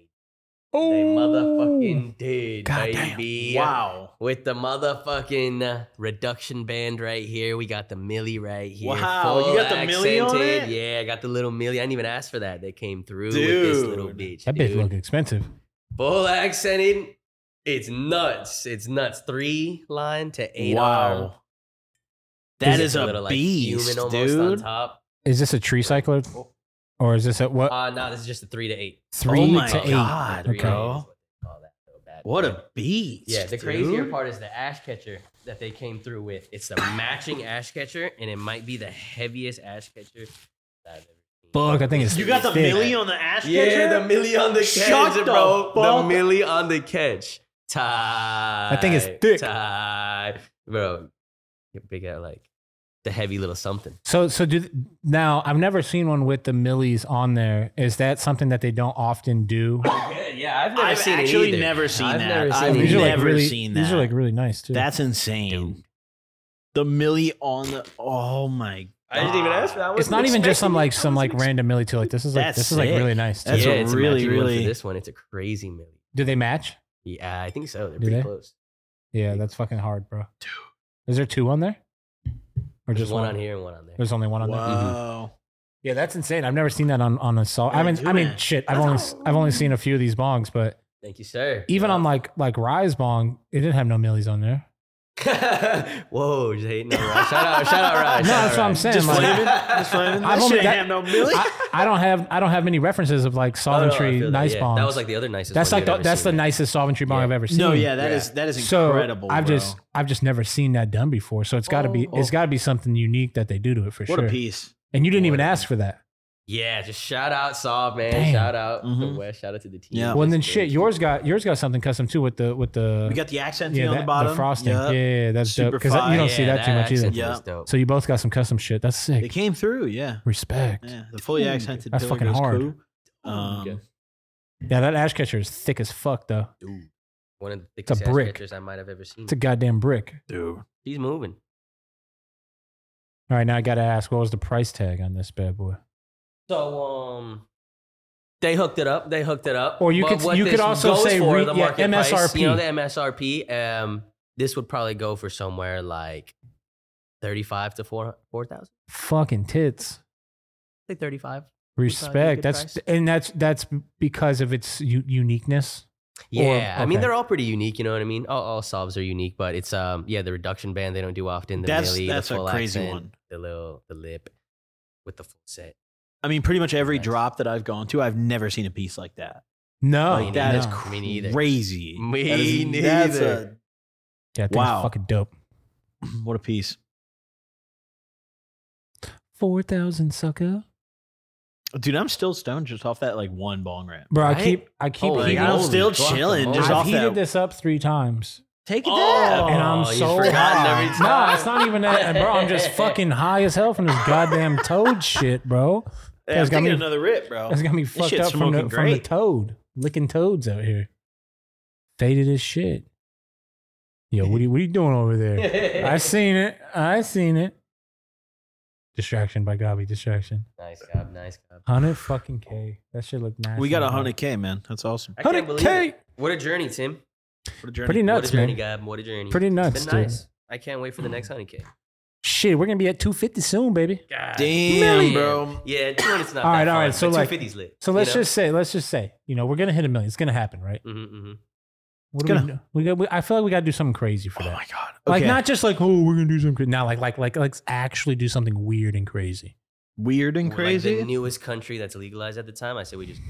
S3: Oh.
S2: they motherfucking did,
S3: God damn.
S2: baby.
S1: Wow.
S2: With the motherfucking uh, reduction band right here. We got the Millie right here.
S1: Wow, you
S2: Full
S1: got the Millie on
S2: accented.
S1: it?
S2: Yeah, I got the little Millie. I didn't even ask for that. They came through with this little
S1: Dude.
S2: bitch.
S3: That bitch
S2: dude.
S3: look expensive.
S2: Full accented. It's nuts. It's nuts. Three line to eight. arm.
S1: Wow. That
S2: It's
S1: is a
S2: little, like,
S1: beast,
S2: on
S1: dude.
S2: top.
S3: Is this a tree cycler? Or is this a what?
S2: Uh, no, this is just a three to eight.
S3: Three
S1: oh my
S3: to eight.
S1: God,
S2: Three to
S1: bro.
S2: eight is what they call that, though, bad
S1: What
S2: boy.
S1: a beast.
S2: yeah. The
S1: dude.
S2: crazier part is the ash catcher that they came through with. It's the matching ash catcher, and it might be the heaviest ash catcher that I've ever seen.
S3: Fuck, I think it's.
S1: You got the
S3: thick.
S1: millie on the ash
S2: Yeah,
S1: catcher?
S2: the millie on the catch,
S1: Shut the
S2: bro. The,
S1: fuck-
S2: millie on the catch. Ty.
S3: I think it's thick.
S2: Ty. Bro, get big at like the heavy little something.
S3: So, so do now. I've never seen one with the millies on there. Is that something that they don't often do?
S2: Yeah, yeah I've
S1: I've actually never seen
S2: I've
S1: that.
S2: Never seen
S1: I've
S2: it
S3: These
S2: either.
S3: are like
S1: never
S3: really,
S1: seen
S3: These
S1: that.
S3: are like really nice too.
S1: That's insane. The millie on the oh my
S2: I didn't even ask for that. I
S3: it's
S2: wasn't
S3: not even just
S2: expecting
S3: some like
S2: it. I
S3: some like
S2: wasn't
S3: random millie too. Like this is like
S1: That's
S3: this is like
S1: sick.
S3: really nice. Too.
S1: That's
S2: expecting-
S1: a
S2: yeah, it's
S1: really,
S2: matching one for
S1: really-
S2: this one. It's a crazy millie.
S3: Do they match?
S2: Yeah, I think so. They're
S3: Do
S2: pretty
S3: they?
S2: close.
S3: Yeah, that's fucking hard, bro. Is there two on there? Or
S2: There's
S3: just
S2: one, on here and one on there.
S3: There's only one on there.
S1: wow.
S3: Yeah, that's insane. I've never seen that on on a saw. I
S1: Yeah,
S3: mean,
S1: do
S3: I mean,
S1: that.
S3: shit. I've only I've only seen a few of these bongs, but
S2: Thank you, sir.
S3: even on like like Rise bong, it didn't have no millies on there.
S2: Whoa, just hating on Ryan. Shout out, shout out, Ryan. Shout
S3: No, that's
S2: out,
S3: what I'm
S2: Ryan.
S3: saying.
S1: Just
S3: like-
S1: flaming, just flaming.
S3: I've
S1: That
S3: only
S1: shit ain't
S3: got-
S1: have no millie.
S3: I, I don't have I don't have many references of like
S2: Oh, no, I
S3: solventry
S2: feel that.
S3: nice
S2: Yeah,
S3: bongs.
S2: That was like the other nicest.
S3: that's
S2: one
S3: like
S2: you've
S3: the,
S2: ever
S3: that's
S2: seen,
S3: the
S2: right?
S3: nicest solventry bong
S2: Yeah.
S3: I've ever seen.
S1: no, yeah, that
S2: Yeah.
S1: is that is
S3: so
S1: incredible.
S3: I've
S1: bro.
S3: just I've just never seen that done before. So it's got to be
S1: Oh.
S3: it's got to be something unique that they do to it for
S1: what
S3: sure.
S1: a piece.
S3: And you didn't even
S2: What a-
S3: ask for that.
S2: Yeah, just shout out Saw, man.
S3: Damn.
S2: Shout out
S1: Mhm.
S2: the West. Shout out to the team.
S1: Yeah.
S2: Just
S3: well, and then
S2: great.
S3: shit, yours got yours got something custom too with the with the
S1: We got the accent
S3: yeah
S1: on
S3: that-
S1: the bottom.
S3: frosting.
S1: Yup.
S3: Yeah, yeah, that's dope
S1: Super
S3: because you
S1: fire.
S3: don't see
S2: Yeah,
S3: that too much either.
S2: accent
S1: Yeah.
S2: was dope.
S3: So you both got some custom shit. That's
S1: It
S3: sick.
S1: came through, yeah.
S3: Respect. Yeah.
S1: Yeah, the fully
S3: Ooh,
S1: accented
S3: that's
S1: pillar
S3: fucking
S1: goes
S3: hard.
S1: cool. Um,
S2: Oh, Okay.
S3: that ash catcher is thick as fuck though.
S2: Dude, one of the
S3: a
S2: thickest ass
S3: brick.
S2: catchers I might have ever seen.
S3: It's a goddamn brick.
S1: dude.
S2: He's moving.
S3: All right, now I gotta ask, what was the price tag on this bad boy?
S2: So um, they hooked it up. They hooked it up.
S3: Or you
S2: But
S3: could-
S2: what
S3: you could
S2: this
S3: also
S2: goes
S3: say
S2: for,
S3: re-
S2: the
S3: yeah,
S2: market Price,
S3: MSRP.
S2: you know the MSRP. Um, this would probably go for somewhere like 35 to 4 4,000.
S3: Fucking tits.
S2: Say 35.
S3: Respect.
S2: good
S3: That's
S2: price.
S3: and that's that's because of its u- uniqueness.
S2: Yeah, I mean
S3: okay.
S2: they're all pretty unique. You know what I mean? All, all sobs are unique, but it's um yeah the reduction band they don't do often. The
S1: That's-
S2: melee,
S1: that's a
S2: the full
S1: crazy
S2: accent,
S1: one.
S2: The little the lip with the full set.
S1: I mean, pretty much every
S2: Nice.
S1: drop that I've gone to, I've never seen a piece like that.
S3: No,
S2: Like,
S1: Oh, that
S2: no.
S1: is
S2: Me neither.
S1: crazy.
S2: Me
S1: That is- That's
S2: neither.
S1: a,
S3: yeah, that
S1: wow.
S3: wow. fucking dope.
S1: what a piece.
S3: Four thousand sucker,
S1: Dude, I'm still stoned just off that like one bong ramp.
S3: bro.
S2: Right?
S3: I keep I keep
S2: Holy
S1: Like,
S3: heating-
S1: I'm
S2: holy
S1: still
S2: fuck,
S1: chilling,
S2: holy-
S1: just
S3: I've
S1: off
S3: heated
S1: that-
S3: this up three times.
S1: Take a
S2: Oh,
S1: dab.
S3: and I'm
S2: you've
S3: so
S2: forgotten
S3: high.
S2: every
S3: Nah,
S2: time.
S3: it's not even that, bro. I'm just fucking high as hell from this goddamn toad shit, bro.
S1: Yeah, I'm
S3: That's got
S1: taking
S3: me-
S1: another rip, bro.
S3: That's got me fucked
S1: shit's
S3: up from the,
S1: smoking
S3: from the
S1: great.
S3: toad, licking toads out here. Faded as shit. Yo, what are you, what are you doing over there? I seen it. I seen it. Distraction by Gobby. Distraction.
S2: nice job, nice job.
S3: Hundred fucking K. That shit looked nice.
S1: We got a hundred K, man. That's awesome.
S2: I can't
S3: 100K.
S2: believe it. What a journey, Tim.
S1: What a journey.
S3: Pretty
S2: what a
S3: nuts,
S2: journey,
S3: man.
S2: Gab. What a journey.
S3: Pretty
S2: It's
S3: nuts,
S2: been
S3: dude.
S2: nice. I can't wait for the next honey cake.
S3: Shit, we're gonna be at two fifty soon, baby.
S2: God
S1: Damn,
S2: damn.
S1: bro.
S2: Yeah, two hundred's not.
S3: All right,
S2: that
S3: all
S2: far,
S3: right, so
S2: but
S3: like-
S2: 250's lit.
S3: So let's just say, let's just say, you know, we're gonna hit a million. It's gonna happen, right?
S2: Mm-hmm, mm-hmm.
S3: What
S1: It's
S3: do we
S1: gonna-
S3: do? we, got, we I feel like we gotta do something crazy for
S1: Oh
S3: that.
S1: my god.
S3: Like
S1: Okay.
S3: not just like oh we're gonna do something crazy. Now like like like let's actually do something weird and crazy.
S1: weird and crazy.
S2: the newest country that's legalized at the time. I say we just,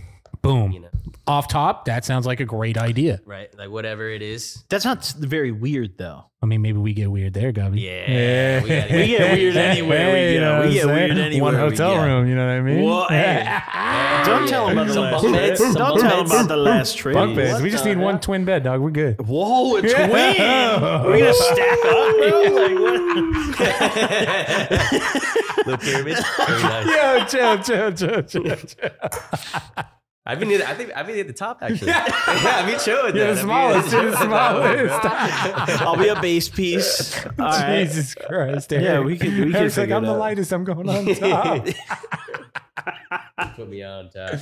S3: Boom.
S2: you know,
S3: Off top, that sounds like a great idea.
S2: right, like whatever it is.
S1: That's not s- very weird though.
S3: I mean, maybe we get weird there, Gabby.
S2: Yeah, we gotta-
S1: We get weird anywhere we
S3: You
S1: go.
S3: know
S1: We
S3: what I'm
S1: get
S3: saying?
S1: weird anywhere
S3: One
S1: we
S3: hotel
S1: get.
S3: room. You know what I mean?
S1: Well, hey. Don't
S2: Yeah.
S1: tell him about the
S2: Some
S1: last
S2: bunk
S1: trip.
S2: beds, some
S1: Don't
S2: bunk
S1: tell him
S2: beds.
S1: about the last trip.
S3: Bunk beds.
S1: What
S3: We just
S1: the
S3: need one
S1: heck?
S3: twin bed, dog. We're good.
S1: Whoa, a twin.
S3: Yeah.
S1: We're gonna stack up, bro. Like, what?
S2: Little pyramid. Very nice.
S3: Yeah, chill, chill, chill, chill, chill.
S2: I've been near. The, I think I've been at the top actually. yeah, I've been chilling.
S3: You're the smallest. You're the smallest.
S1: I'll be a base piece. All right.
S3: Jesus Christ.
S1: Yeah,
S3: Eric.
S1: we could- we could
S3: Eric's like,
S1: figure
S3: I'm
S1: it
S3: the
S1: out."
S3: lightest. I'm going on top.
S2: Put me on top.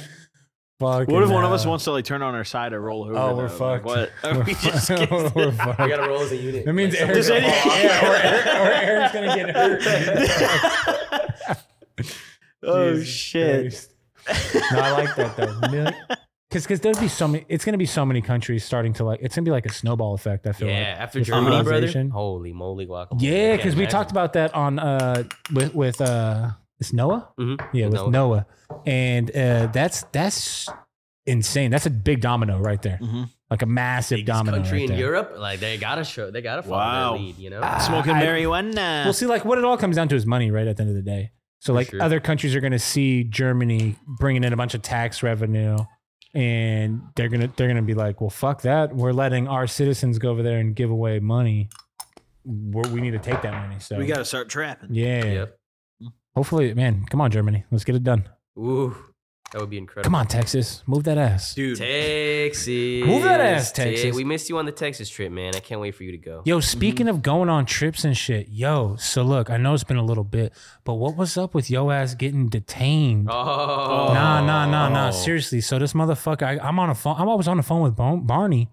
S3: Fucking
S1: What if one of
S3: hell.
S1: us wants to like turn on our side or roll over?
S3: Oh, we're
S1: though?
S3: fucked.
S1: Like, what? Are we just
S3: We're
S1: kidding?
S3: fucked.
S2: We gotta roll as a unit.
S3: That means
S2: Like,
S3: Eric's,
S1: Does any-
S3: yeah, or, Eric, or Eric's gonna get hurt.
S1: oh
S3: Jesus
S1: shit!
S3: Christ. No, I like that though. Because because there'd be so many. It's gonna be so many countries starting to like. It's gonna be like a snowball effect. I feel
S2: yeah,
S3: like.
S2: after
S3: With
S2: Germany, brother.
S3: colonization.
S2: Holy moly, guacamole.
S3: Yeah, because we talked about that on uh with with uh it's Noah.
S2: hmm
S3: Yeah, with Noah, and uh that's that's insane. That's a big domino right there,
S1: Mhm.
S3: like a massive domino.
S2: Mm-hmm. country
S3: right
S2: in
S3: there. Ah,
S2: Europe. Like they gotta show. They gotta follow
S1: Wow.
S2: their lead. You know.
S1: Smoking
S3: I-
S1: marijuana.
S3: Well, see, like what it all comes down to is money, right? At the end of the day. So,
S2: For
S3: like
S2: sure.
S3: other countries are going to see Germany bringing in a bunch of tax revenue, and they're gonna they're gonna be like, well, fuck that. We're letting our citizens go over there and give away money. We're, we need to take that money. So
S1: we gotta start trapping.
S3: yeah.
S2: Yep.
S3: Hopefully, man, come on, Germany, let's get it done.
S2: Ooh, that would be incredible.
S3: Come on, Texas, move that ass.
S1: Dude,
S2: Texas.
S3: Move that ass,
S2: Ta-
S3: Texas.
S2: We missed you on the Texas trip, man. I can't wait for you to go.
S3: Yo, speaking of going on trips and shit, yo, so look, I know it's been a little bit, but what was up with yo ass getting detained?
S2: Oh.
S3: Nah, nah, nah, nah. Seriously. So this motherfucker, I, I'm on a phone. I'm always on the phone with Bar- Barney,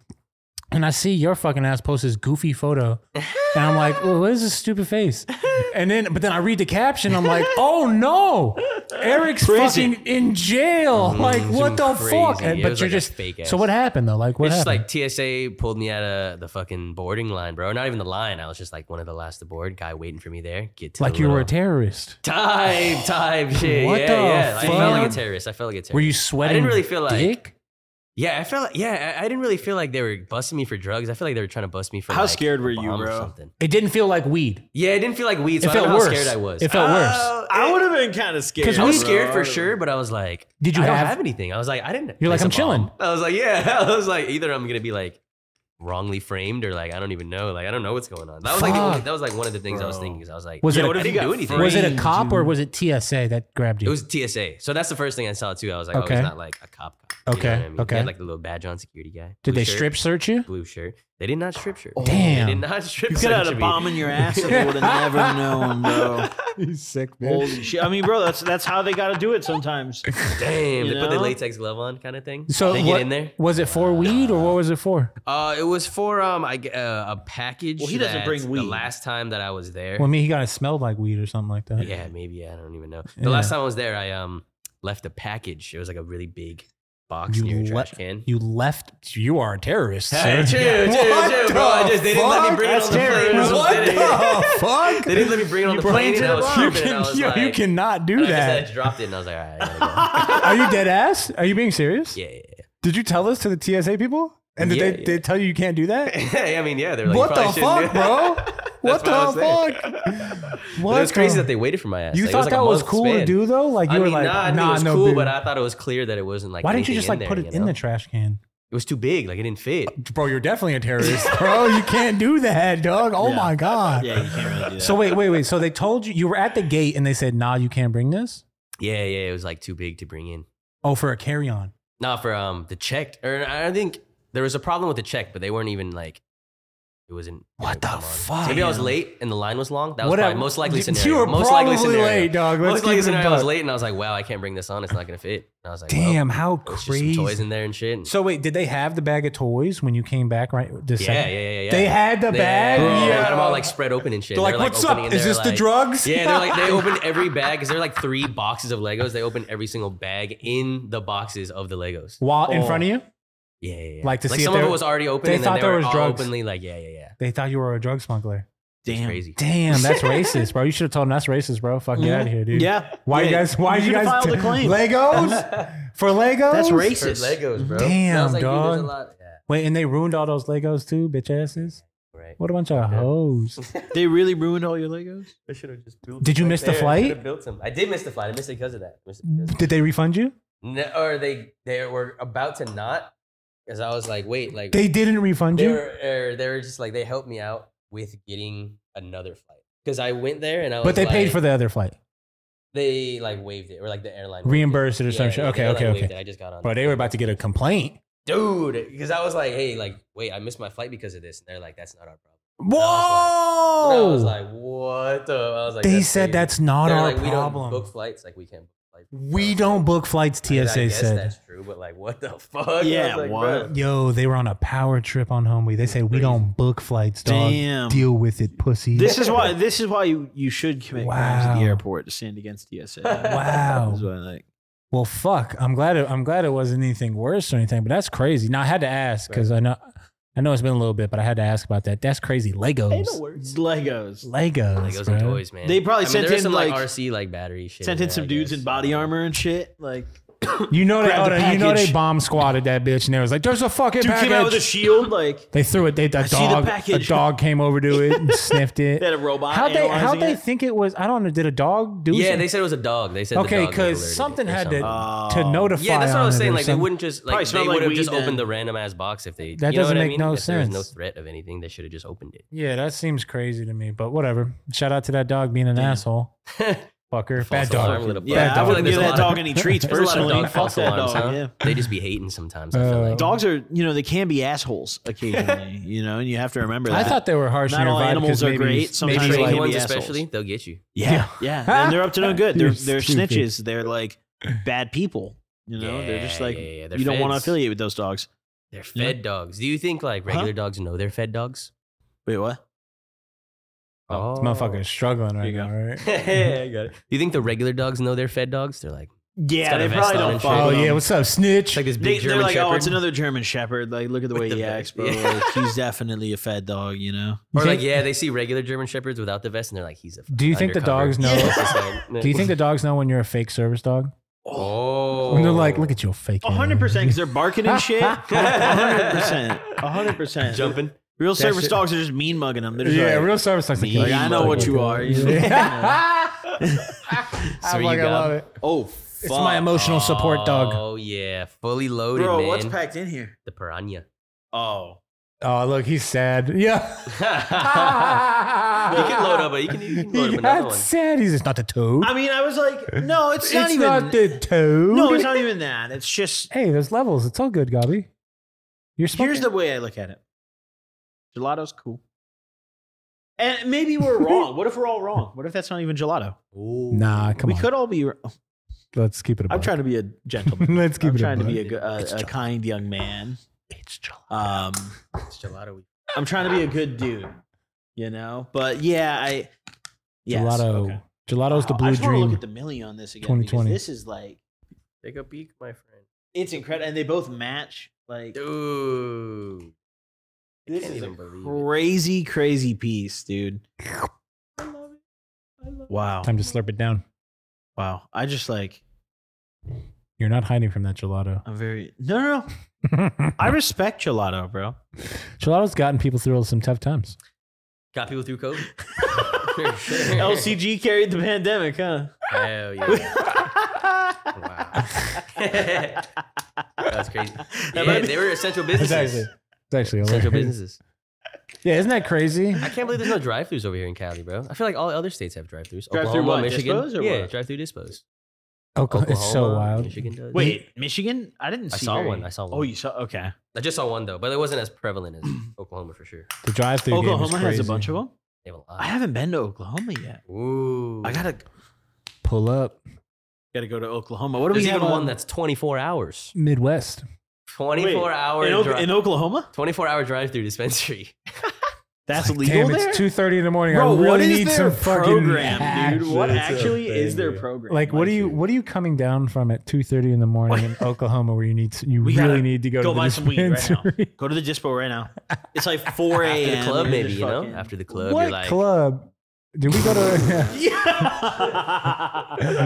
S3: and I see your fucking ass post this goofy photo, and I'm like, well, what is this stupid face? And then, but then I read the caption. I'm like, oh no, Eric's
S1: Prison.
S3: fucking in jail.
S2: Mm,
S3: like, what the
S2: crazy.
S3: fuck?
S2: It
S3: And- but
S2: was
S3: you're
S2: like a
S3: just
S2: fake
S3: So
S2: ass.
S3: what happened though? Like, what
S2: it's just
S3: happened?
S2: like TSA pulled me out of the fucking boarding line, bro. Not even the line. I was just like one of the last to board. Guy waiting for me there. Get to
S3: Like,
S2: the
S3: you were a
S2: little-
S3: terrorist.
S2: time, time shit.
S3: What
S2: yeah,
S3: the
S2: yeah. I felt like a
S3: fuck?
S2: terrorist. I felt like a terrorist.
S3: Were you sweating?
S2: really feel like-
S3: dick?
S2: yeah, I felt. Like, yeah, I, I didn't really feel like they were busting me for drugs. I feel like they were trying to bust me for.
S1: How
S2: like,
S1: scared
S2: a
S1: were you,
S2: bomb or
S1: bro?
S2: Something.
S3: It didn't feel like weed.
S2: Yeah, it didn't feel like weed. So
S3: it
S2: I don't
S3: felt
S2: know
S3: worse.
S2: how scared I was.
S3: It felt worse.
S2: Oh,
S1: I
S2: it-
S1: would have been kind of scared.
S3: 'Cause
S2: I
S1: bro.
S2: was
S3: we-
S2: scared
S1: I
S2: for
S1: would've-
S2: sure, but I was like,
S3: Did you
S2: I
S3: have-
S2: don't have anything. I was like, I didn't.
S3: You're like,
S2: place
S3: I'm
S2: a
S3: chilling.
S2: bomb. I was like, yeah. I was like, either I'm gonna be like wrongly framed or like I don't even know. Like I don't know what's going on. That was like the only,
S3: Fuck.
S2: that was like one of the things I was
S1: Bro.
S2: thinking. Is I was like,
S3: Was
S2: yeah,
S3: it a-
S2: what if
S1: He
S2: he didn't
S1: got
S2: do anything?
S1: framed.
S3: Was it a
S1: Brain
S3: cop or
S1: juice.
S3: was it TSA that grabbed you?
S2: It was TSA. So that's the first thing I saw too. I was like, oh,
S3: Okay.
S2: he's not like a cop. cop. You know what
S3: Okay.
S2: I mean? He
S3: Okay.
S2: had like the little badge on security guy. Blue
S3: Did they
S2: shirt,
S3: strip search you?
S2: Blue shirt. They did not strip shirt. They did
S3: Damn.
S2: not strip
S1: You
S2: search
S1: could have had a
S2: me.
S1: bomb in your ass if I would have never known, bro.
S3: He's sick,
S1: Holy shit. I mean, bro, that's that's how they gotta do it sometimes.
S2: Damn.
S1: You
S2: They put their
S1: know?
S2: latex glove on kind of thing.
S3: So
S2: they
S3: what-
S2: get in there.
S3: Was it for weed or what was it for?
S2: Uh, it was for um, I, g- uh, a package.
S1: Well, he doesn't
S2: that
S1: bring
S2: the
S1: weed.
S2: last time that I was there.
S3: Well, I mean, he got it smelled like weed or something like that.
S2: yeah, maybe I don't even know. The
S3: Yeah.
S2: last time I was there, I um left a package. It was like a really big box
S3: You
S2: near a trash
S3: le-
S2: can.
S3: You left. You are a terrorist.
S2: Hey,
S3: sir.
S2: chill, chill, chill, bro. I just- they didn't let me bring it on
S1: That's
S2: the plane.
S1: terrorism.
S2: What
S3: What
S2: the
S3: the fuck?
S2: They didn't let me bring it on the plane. And I was
S3: You,
S2: tripping. I
S3: can,
S2: was
S3: yo,
S2: like,
S3: you cannot
S2: and
S3: do
S2: I just had
S3: that.
S2: to dropped it, and I was like, all right, I gotta
S3: Are you dead ass? Are you being serious?
S2: go. yeah, yeah, yeah.
S3: Did you tell this to the TSA people? And did
S2: Yeah,
S3: they,
S2: yeah.
S3: they tell you you can't do that?
S2: Hey, I mean, yeah, they're like,
S3: what
S2: you
S3: the
S2: probably
S3: fuck,
S2: shouldn't do-
S3: bro? what
S2: That's
S3: the
S2: I was saying.
S3: fuck? What?
S2: But it's crazy
S3: the-
S2: that they waited for my ass.
S3: you
S2: Like, it
S3: thought
S2: like a
S3: that was
S2: month
S3: cool to
S2: span.
S3: do though? Like you
S2: I
S3: were
S2: mean,
S3: like,
S2: nah, I knew
S3: nah,
S2: it was
S3: no,
S2: cool,
S3: dude.
S2: but I thought it was clear that it wasn't like.
S3: Why didn't you
S2: anything
S3: just like
S2: there,
S3: put it
S2: you
S3: in
S2: know?
S3: the trash can?
S2: It was too big. Like it didn't fit.
S3: Bro, you're definitely a terrorist, bro. You can't do that, dog. Oh
S1: Yeah.
S3: my god.
S1: Yeah, you can't really do that.
S3: So wait, wait, wait. So they told you you were at the gate and they said, "Nah, you can't bring this."
S2: Yeah, yeah, it was like too big to bring in.
S3: Oh, for a carry-on.
S2: Not for um the check, or I think there was a problem with the check, but they weren't even like. It wasn't.
S3: What the
S2: come on.
S3: fuck?
S2: Maybe I was late and the line was long. That was
S3: What a-
S2: probably most likely
S3: you-
S2: scenario.
S3: You were
S2: most
S3: probably
S2: likely scenario.
S3: late, dog. Let's
S2: most likely
S3: keep it a
S2: scenario. I was
S3: buck.
S2: late and I was like, wow, I can't bring this on. It's not gonna fit. And I was like, well,
S3: Damn, how
S2: there's Just some toys
S3: crazy.
S2: in there and shit.
S3: So wait, did they have the bag of toys when you came back? Right. This
S2: yeah, yeah,
S3: second?
S2: yeah, yeah.
S3: They had the
S2: Yeah,
S3: bag.
S2: Bro, They had them all
S3: Yeah.
S2: like spread open and shit.
S3: They're like,
S2: They're,
S3: "What's
S2: opening
S3: up?
S2: and
S3: Is
S2: they're
S3: this the
S2: like-
S3: drugs?"
S2: Yeah, they're like they opened every bag because there are like three boxes of Legos. They opened every single bag in the boxes of the Legos.
S3: While in
S1: Oh.
S3: front of you,
S2: Yeah, yeah, yeah.
S3: Like to see if
S2: some of
S3: there-
S2: it was already open.
S3: they
S2: and then
S3: thought
S2: they
S3: there
S2: were
S3: was
S2: all
S3: drugs.
S2: Openly, like yeah, yeah, yeah.
S3: they thought you were a drug smuggler.
S2: It's
S1: damn.
S2: crazy.
S3: Damn, that's racist, bro. You should have told them that's racist, bro. Fuck,
S2: Mm-hmm.
S3: get out of here, dude.
S1: Yeah.
S3: Why you
S1: Yeah.
S3: guys? Why
S1: You
S3: you
S1: should've
S3: guys?
S1: filed a claim.
S3: Legos for Legos.
S1: That's
S2: For
S1: racist.
S2: Legos, bro.
S3: Damn,
S2: And I was like, dude, there's
S3: dog.
S2: a lot- yeah,
S3: Wait, and they ruined all those Legos too, bitch asses.
S2: right.
S3: What a bunch of hoes.
S1: They really ruined all your Legos?
S2: I should have just built.
S3: Did you
S2: right
S3: miss the
S2: there. I
S3: flight?
S2: should've built some. I did miss the flight. I missed it because of that. I missed it because of
S3: Did they refund you?
S2: that. No, or they they were about to not because I was like, wait, like
S3: They didn't refund
S2: they
S3: you.
S2: were er, they were just like they helped me out with getting another flight because I went there and I was
S3: But they paid
S2: like-
S3: for the other flight.
S2: they like waived it or like the airline waived
S3: Reimbursed it or some
S2: Yeah,
S3: shit.
S2: yeah,
S3: Okay,
S2: they, like,
S3: okay,
S2: waived
S3: okay.
S2: it. I just got on,
S3: Bro, they were about to get a complaint.
S2: dude, because I was like, hey, like wait, I missed my flight because of this, and they're like, that's not our problem.
S3: Whoa!
S2: And I was like, what the? I was like,
S3: Oh. they said
S2: crazy.
S3: that's not
S2: They're
S3: our
S2: like, we
S3: problem.
S2: don't book flights like we can't. Book flights.
S3: we don't book flights,
S2: I mean, I
S3: TSA
S2: guess
S3: said.
S2: that's true, but like, what the fuck? I
S1: Yeah,
S2: was like,
S1: what?
S3: Yo, they were on a power trip on Homeway. They said, we don't book flights, dog.
S1: Damn.
S3: Deal with it, pussy.
S1: This is why this is why you, you should commit crimes at
S3: Wow.
S1: the airport to stand against TSA.
S3: Wow.
S1: That's what I like.
S3: Well, fuck. I'm glad. It, I'm glad it wasn't anything worse or anything. But that's crazy. Now I had to ask because I know, I know it's been a little bit, but I had to ask about that. That's crazy. Legos,
S1: Legos.
S3: Legos,
S2: Like, those are
S3: bruh.
S2: toys, man.
S1: They probably
S2: I mean,
S1: sent
S2: there was
S1: in,
S2: some like,
S1: like-
S2: RC like battery shit.
S1: Sent
S2: in
S1: in
S2: there,
S1: some
S2: I
S1: dudes
S2: guess.
S1: in body armor and shit. Like
S3: You know they,
S1: Grab the
S3: oh, you know they
S1: package.
S3: bomb squatted that bitch, and they was like, "There's a fucking
S1: dude
S3: package."
S1: came out with a shield. Like
S3: they threw it. They, a
S1: see the
S3: dog, a
S1: package.
S3: dog came over to it and sniffed it.
S1: they had a robot.
S3: How they how
S1: analyzing
S3: they
S1: it.
S3: think it was? I don't know. Did a dog do?
S2: Yeah,
S3: some-
S2: they said it was a dog. They said the
S3: okay,
S2: dog, like,
S3: because
S2: alerted it
S3: something
S2: or
S3: had to
S2: something.
S1: Oh.
S3: to notify.
S2: Yeah, that's what I
S3: on
S2: was
S3: it
S2: saying.
S3: or
S2: Like they
S3: something.
S2: wouldn't just
S1: Uh, Probably
S2: like they
S1: smelled like
S2: would have
S1: weed
S2: just
S1: then.
S2: opened the random ass box if they.
S3: That
S2: you know
S3: doesn't
S2: what I
S3: make
S2: mean?
S3: no
S2: if There was no
S3: sense.
S2: threat of anything. They should have just opened it.
S3: Yeah, that seems crazy to me. But whatever. Shout out to that dog being an asshole. Fucker,
S2: False
S3: bad
S2: alarm,
S3: dog.
S2: little bug.
S1: Yeah,
S3: Bad
S1: I
S3: dog.
S1: wouldn't
S2: There's
S1: give
S2: a
S1: that
S2: lot of-
S1: dog any treats
S2: There's a lot of
S1: personally.
S2: dog
S1: Fuck
S2: false
S1: that
S2: alarms.
S1: dog,
S2: huh?
S1: yeah.
S2: They just be hating sometimes. I feel
S3: Uh,
S2: like.
S1: Dogs are, you know, they can be assholes occasionally, you know, and you have to remember that.
S3: I thought they were harsh.
S1: Not
S3: in your
S1: all
S3: vibe
S1: animals
S3: 'cause
S1: are
S3: maybe,
S1: great,
S3: Maybe
S1: sometimes
S2: Trained
S1: they
S3: like,
S1: can
S2: ones
S1: be assholes.
S2: especially, they'll get you.
S1: yeah, yeah, and they're up to no good. They're
S3: You're
S1: they're
S3: stupid.
S1: snitches. They're like bad people. You know, they're just
S2: Yeah,
S1: like
S2: yeah, yeah. They're
S1: you don't want to
S2: feds.
S1: affiliate with those dogs.
S2: They're fed
S1: Yeah.
S2: dogs. Do you think like
S1: Huh?
S2: regular dogs know they're fed dogs?
S1: Wait, what?
S2: Oh,
S3: this motherfucker is struggling right
S1: you go.
S3: now, right?
S2: yeah, I got it. Do you think the regular dogs know they're fed dogs? They're like, It's
S1: Yeah,
S2: got a
S1: they
S2: vest
S1: probably
S2: on
S1: don't
S2: and
S1: follow.
S3: Oh yeah,
S1: them.
S3: what's up, snitch?
S2: it's like this big
S1: They,
S2: German
S1: they're like,
S2: shepherd.
S1: oh, it's another German Shepherd. Like, look at the
S2: With
S1: way
S2: the
S1: he
S2: vest.
S1: acts, bro.
S2: Yeah.
S1: Like, he's definitely a fed dog. You know,
S3: You
S2: Or like,
S3: think-
S2: yeah, they see regular German shepherds without the vest, and they're like, he's a.
S3: Do you think the
S2: undercover.
S3: dogs know-
S2: What's his name?
S3: Do you think the dogs know when you're a fake service dog?
S2: Oh,
S3: When they're like, look at your fake.
S1: A hundred
S3: animal."
S1: percent because they're barking and shit. A hundred percent, A hundred percent.
S2: jumping.
S1: Real
S3: That
S1: service
S3: shit-
S1: dogs are just mean mugging them. They're just
S3: Yeah,
S1: like,
S3: real service dogs. Like,
S1: Like,
S3: "Yeah,
S1: I know what you are. You know?
S3: I'm
S2: you
S3: like, I
S2: got-
S3: love it.
S1: Oh, fuck.
S3: It's my emotional support dog.
S2: Oh yeah, fully loaded,
S1: Bro,
S2: man.
S1: what's packed in here?
S2: the piranha?
S1: Oh,
S3: Oh, look, he's sad. Yeah.
S2: you can load up, but you can, you can load
S3: He
S2: up another
S3: got
S2: one.
S3: sad. He's just not the toad.
S1: I mean, I was like, no, it's
S3: it's
S1: not
S3: not,
S1: even.
S3: the toad.
S1: no, it's not even that. It's just
S3: Hey, there's levels. It's all good, Gobby. You're smoking.
S1: here's the way I look at it. Gelato's cool, and maybe we're wrong. what if we're all wrong? What if that's not even gelato?
S3: Nah, come
S1: we
S3: on.
S1: could all be.
S3: Let's keep it. A
S1: I'm
S3: buck.
S1: trying to be a gentleman.
S3: Let's keep
S1: I'm
S3: it.
S1: trying to
S3: buck.
S1: be a, good- a, a kind young man.
S2: It's gelato.
S1: Um,
S2: It's gelato. week.
S1: I'm trying to be a good dude, you know. But yeah, I. Yes,
S3: gelato.
S1: okay.
S3: Gelato's the
S1: Wow,
S3: blue
S1: I just wanna
S3: dream.
S1: look at the millie on this again. because
S3: 2020.
S1: This is like
S2: Take a peek, my friend.
S1: it's incredible, and they both match. Like
S2: Dude. I
S1: this
S2: can't
S1: is a
S2: even believe it.
S1: crazy, crazy piece, dude. Wow,
S3: Time to slurp it down.
S1: wow. I just like
S3: You're not hiding from that gelato.
S1: I'm very no, no. no. I respect gelato, bro.
S3: Gelato's gotten people through some tough times.
S2: Got people through COVID?
S1: LCG carried the pandemic, huh?
S2: Hell yeah. Wow. That's crazy.
S1: That
S2: Yeah,
S1: might be-
S2: they were essential
S3: It's actually,
S2: businesses.
S3: it's actually
S2: Essential
S3: hilarious.
S2: businesses.
S3: Yeah, isn't that crazy?
S2: I can't believe there's no drive-throughs over here in Cali, bro. I feel like all other states have drive-throughs.
S1: Drive-through
S2: Oklahoma,
S1: what,
S2: Michigan,
S1: dispos or
S2: yeah,
S1: what?
S2: drive-through dispos.
S3: Oklahoma, it's so
S2: Oklahoma,
S3: wild.
S2: Michigan does.
S1: Wait, Michigan? I didn't see
S2: I saw
S1: very-
S2: one. I saw one.
S1: Oh, you saw? Okay.
S2: I just saw one though, but it wasn't as prevalent as Oklahoma for sure.
S3: The drive-through. game is
S1: Oklahoma has a
S3: crazy.
S1: bunch of them.
S2: They have a
S1: I
S2: lot.
S1: haven't been to Oklahoma yet.
S2: Ooh,
S1: I gotta
S3: Pull up
S1: gotta go to Oklahoma. What do
S2: There's
S1: we
S2: even
S1: have
S2: one
S1: on-
S2: that's 24 hours.
S3: Midwest.
S2: 24 hour
S1: in, O-
S2: dri-
S1: in Oklahoma?
S2: 24 hour drive-through dispensary.
S1: That's
S3: Like,
S1: legal
S3: Damn,
S1: there.
S3: it's two thirty in the morning.
S1: Bro,
S3: I really
S1: what is
S3: need
S1: their
S3: some fucking
S1: program, dude?
S3: action.
S1: What
S2: It's a
S1: actually is their
S2: banger.
S1: program?
S3: Like, what are you? What are you coming down from at two thirty in the morning in Oklahoma where you need to, you
S1: We
S3: really
S1: gotta
S3: need to go,
S1: go
S3: to the
S1: buy some weed right now.
S3: dispensary?
S1: Go to the dispo right now. It's like 4
S2: After
S1: a.m.
S2: the club,
S1: You're
S2: maybe
S1: just
S2: you know.
S1: fucking-
S2: After the club,
S3: what
S2: you're like,
S3: club? Do we go to?
S1: Yeah.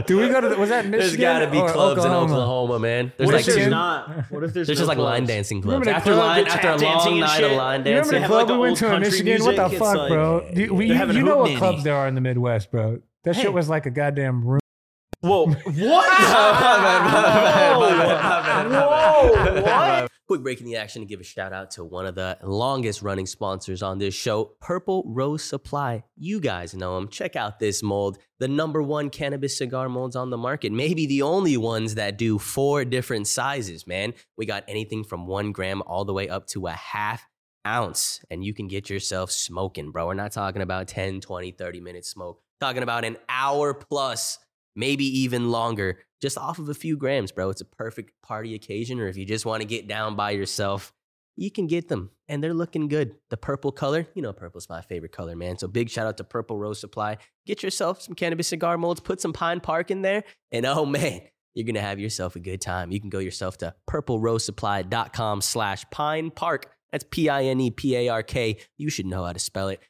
S3: Do we go to? Was that
S2: there's
S3: Michigan?
S2: got to be
S3: or
S2: clubs
S3: Oklahoma?
S2: in Oklahoma, man. There's
S1: What
S2: like
S1: if there's
S3: two-
S1: not? What if there's
S2: there's
S1: no
S2: just like line
S1: clubs?
S2: dancing clubs
S3: Remember the
S2: after
S3: club,
S2: line
S1: the
S2: after a
S1: tap dancing and
S2: long night of
S1: shit?
S2: line
S3: You remember
S2: dancing.
S1: They
S3: the
S1: have, like,
S3: club
S1: the
S3: we went
S1: old
S3: to in
S1: country
S3: Michigan? What the
S1: music. It's
S3: fuck,
S1: like-
S3: bro? You, we-
S1: They're
S3: you-
S1: having a
S3: you know what
S1: hoopnanny.
S3: clubs there are in the Midwest, bro. That
S1: Hey.
S3: shit was like a goddamn room.
S1: Whoa! What?
S2: bad, my bad, my bad, my
S1: Whoa! What?
S2: Quick break in the action to give a shout out to one of the longest running sponsors on this show, Purple Rose Supply. You guys know them. Check out this mold, the number one cannabis cigar molds on the market. Maybe the only ones that do four different sizes, man. We got anything from one gram all the way up to a half ounce, and you can get yourself smoking, bro. We're not talking about 10, 20, 30 minute smoke, talking about an hour plus maybe even longer, just off of a few grams, bro. It's a perfect party occasion, or if you just want to get down by yourself, you can get them. And they're looking good. The purple color, you know, purple's my favorite color, man. So big shout out to Purple Rose Supply. Get yourself some cannabis cigar molds, put some Pine Park in there, and oh man, you're gonna have yourself a good time. You can go yourself to purplerosesupply.com slash pine park. That's E P-I-N-E-P-A-R-K. You should know how to spell it.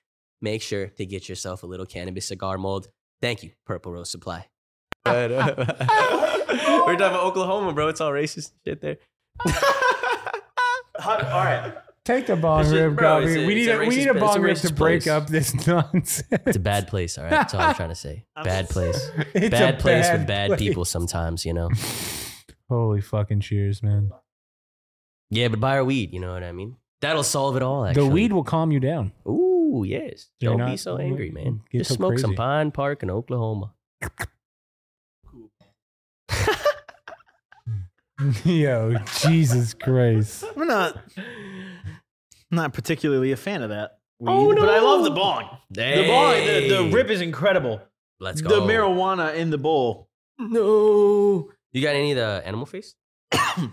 S2: Make sure to get yourself a little cannabis cigar mold. Thank you, Purple Rose Supply. We're talking about Oklahoma, bro. It's all racist shit there.
S1: All right.
S3: Take the bong
S2: It's just-
S3: rib,
S2: bro,
S3: bro.
S2: it's a-
S3: we
S2: it's
S3: need
S2: a
S3: a, we
S2: racist
S3: need
S2: place. It's a
S3: a bong rib to
S2: racist
S3: break
S2: place.
S3: up this nonsense.
S2: It's a bad place, all right? That's all I'm trying to say. Bad place.
S3: It's
S2: bad
S3: a
S2: place with bad
S3: place.
S2: people sometimes, you know?
S3: Holy fucking cheers, man.
S2: Yeah, but buy our weed, you know what I mean? That'll solve it all, actually.
S3: The weed will calm you down.
S2: Ooh, yes.
S3: You're
S2: Don't be
S3: not-
S2: so angry, man.
S3: get
S2: Just
S3: so
S2: smoke some
S3: crazy.
S2: Pine Park in Oklahoma.
S3: Yo, Jesus Christ.
S1: I'm not not particularly a fan of that. Weed,
S2: Oh,
S1: But I
S2: no.
S1: love the bong. The bong, the, the rip is incredible.
S2: Let's
S1: The
S2: go.
S1: marijuana in the bowl.
S2: No. You got any of the animal face?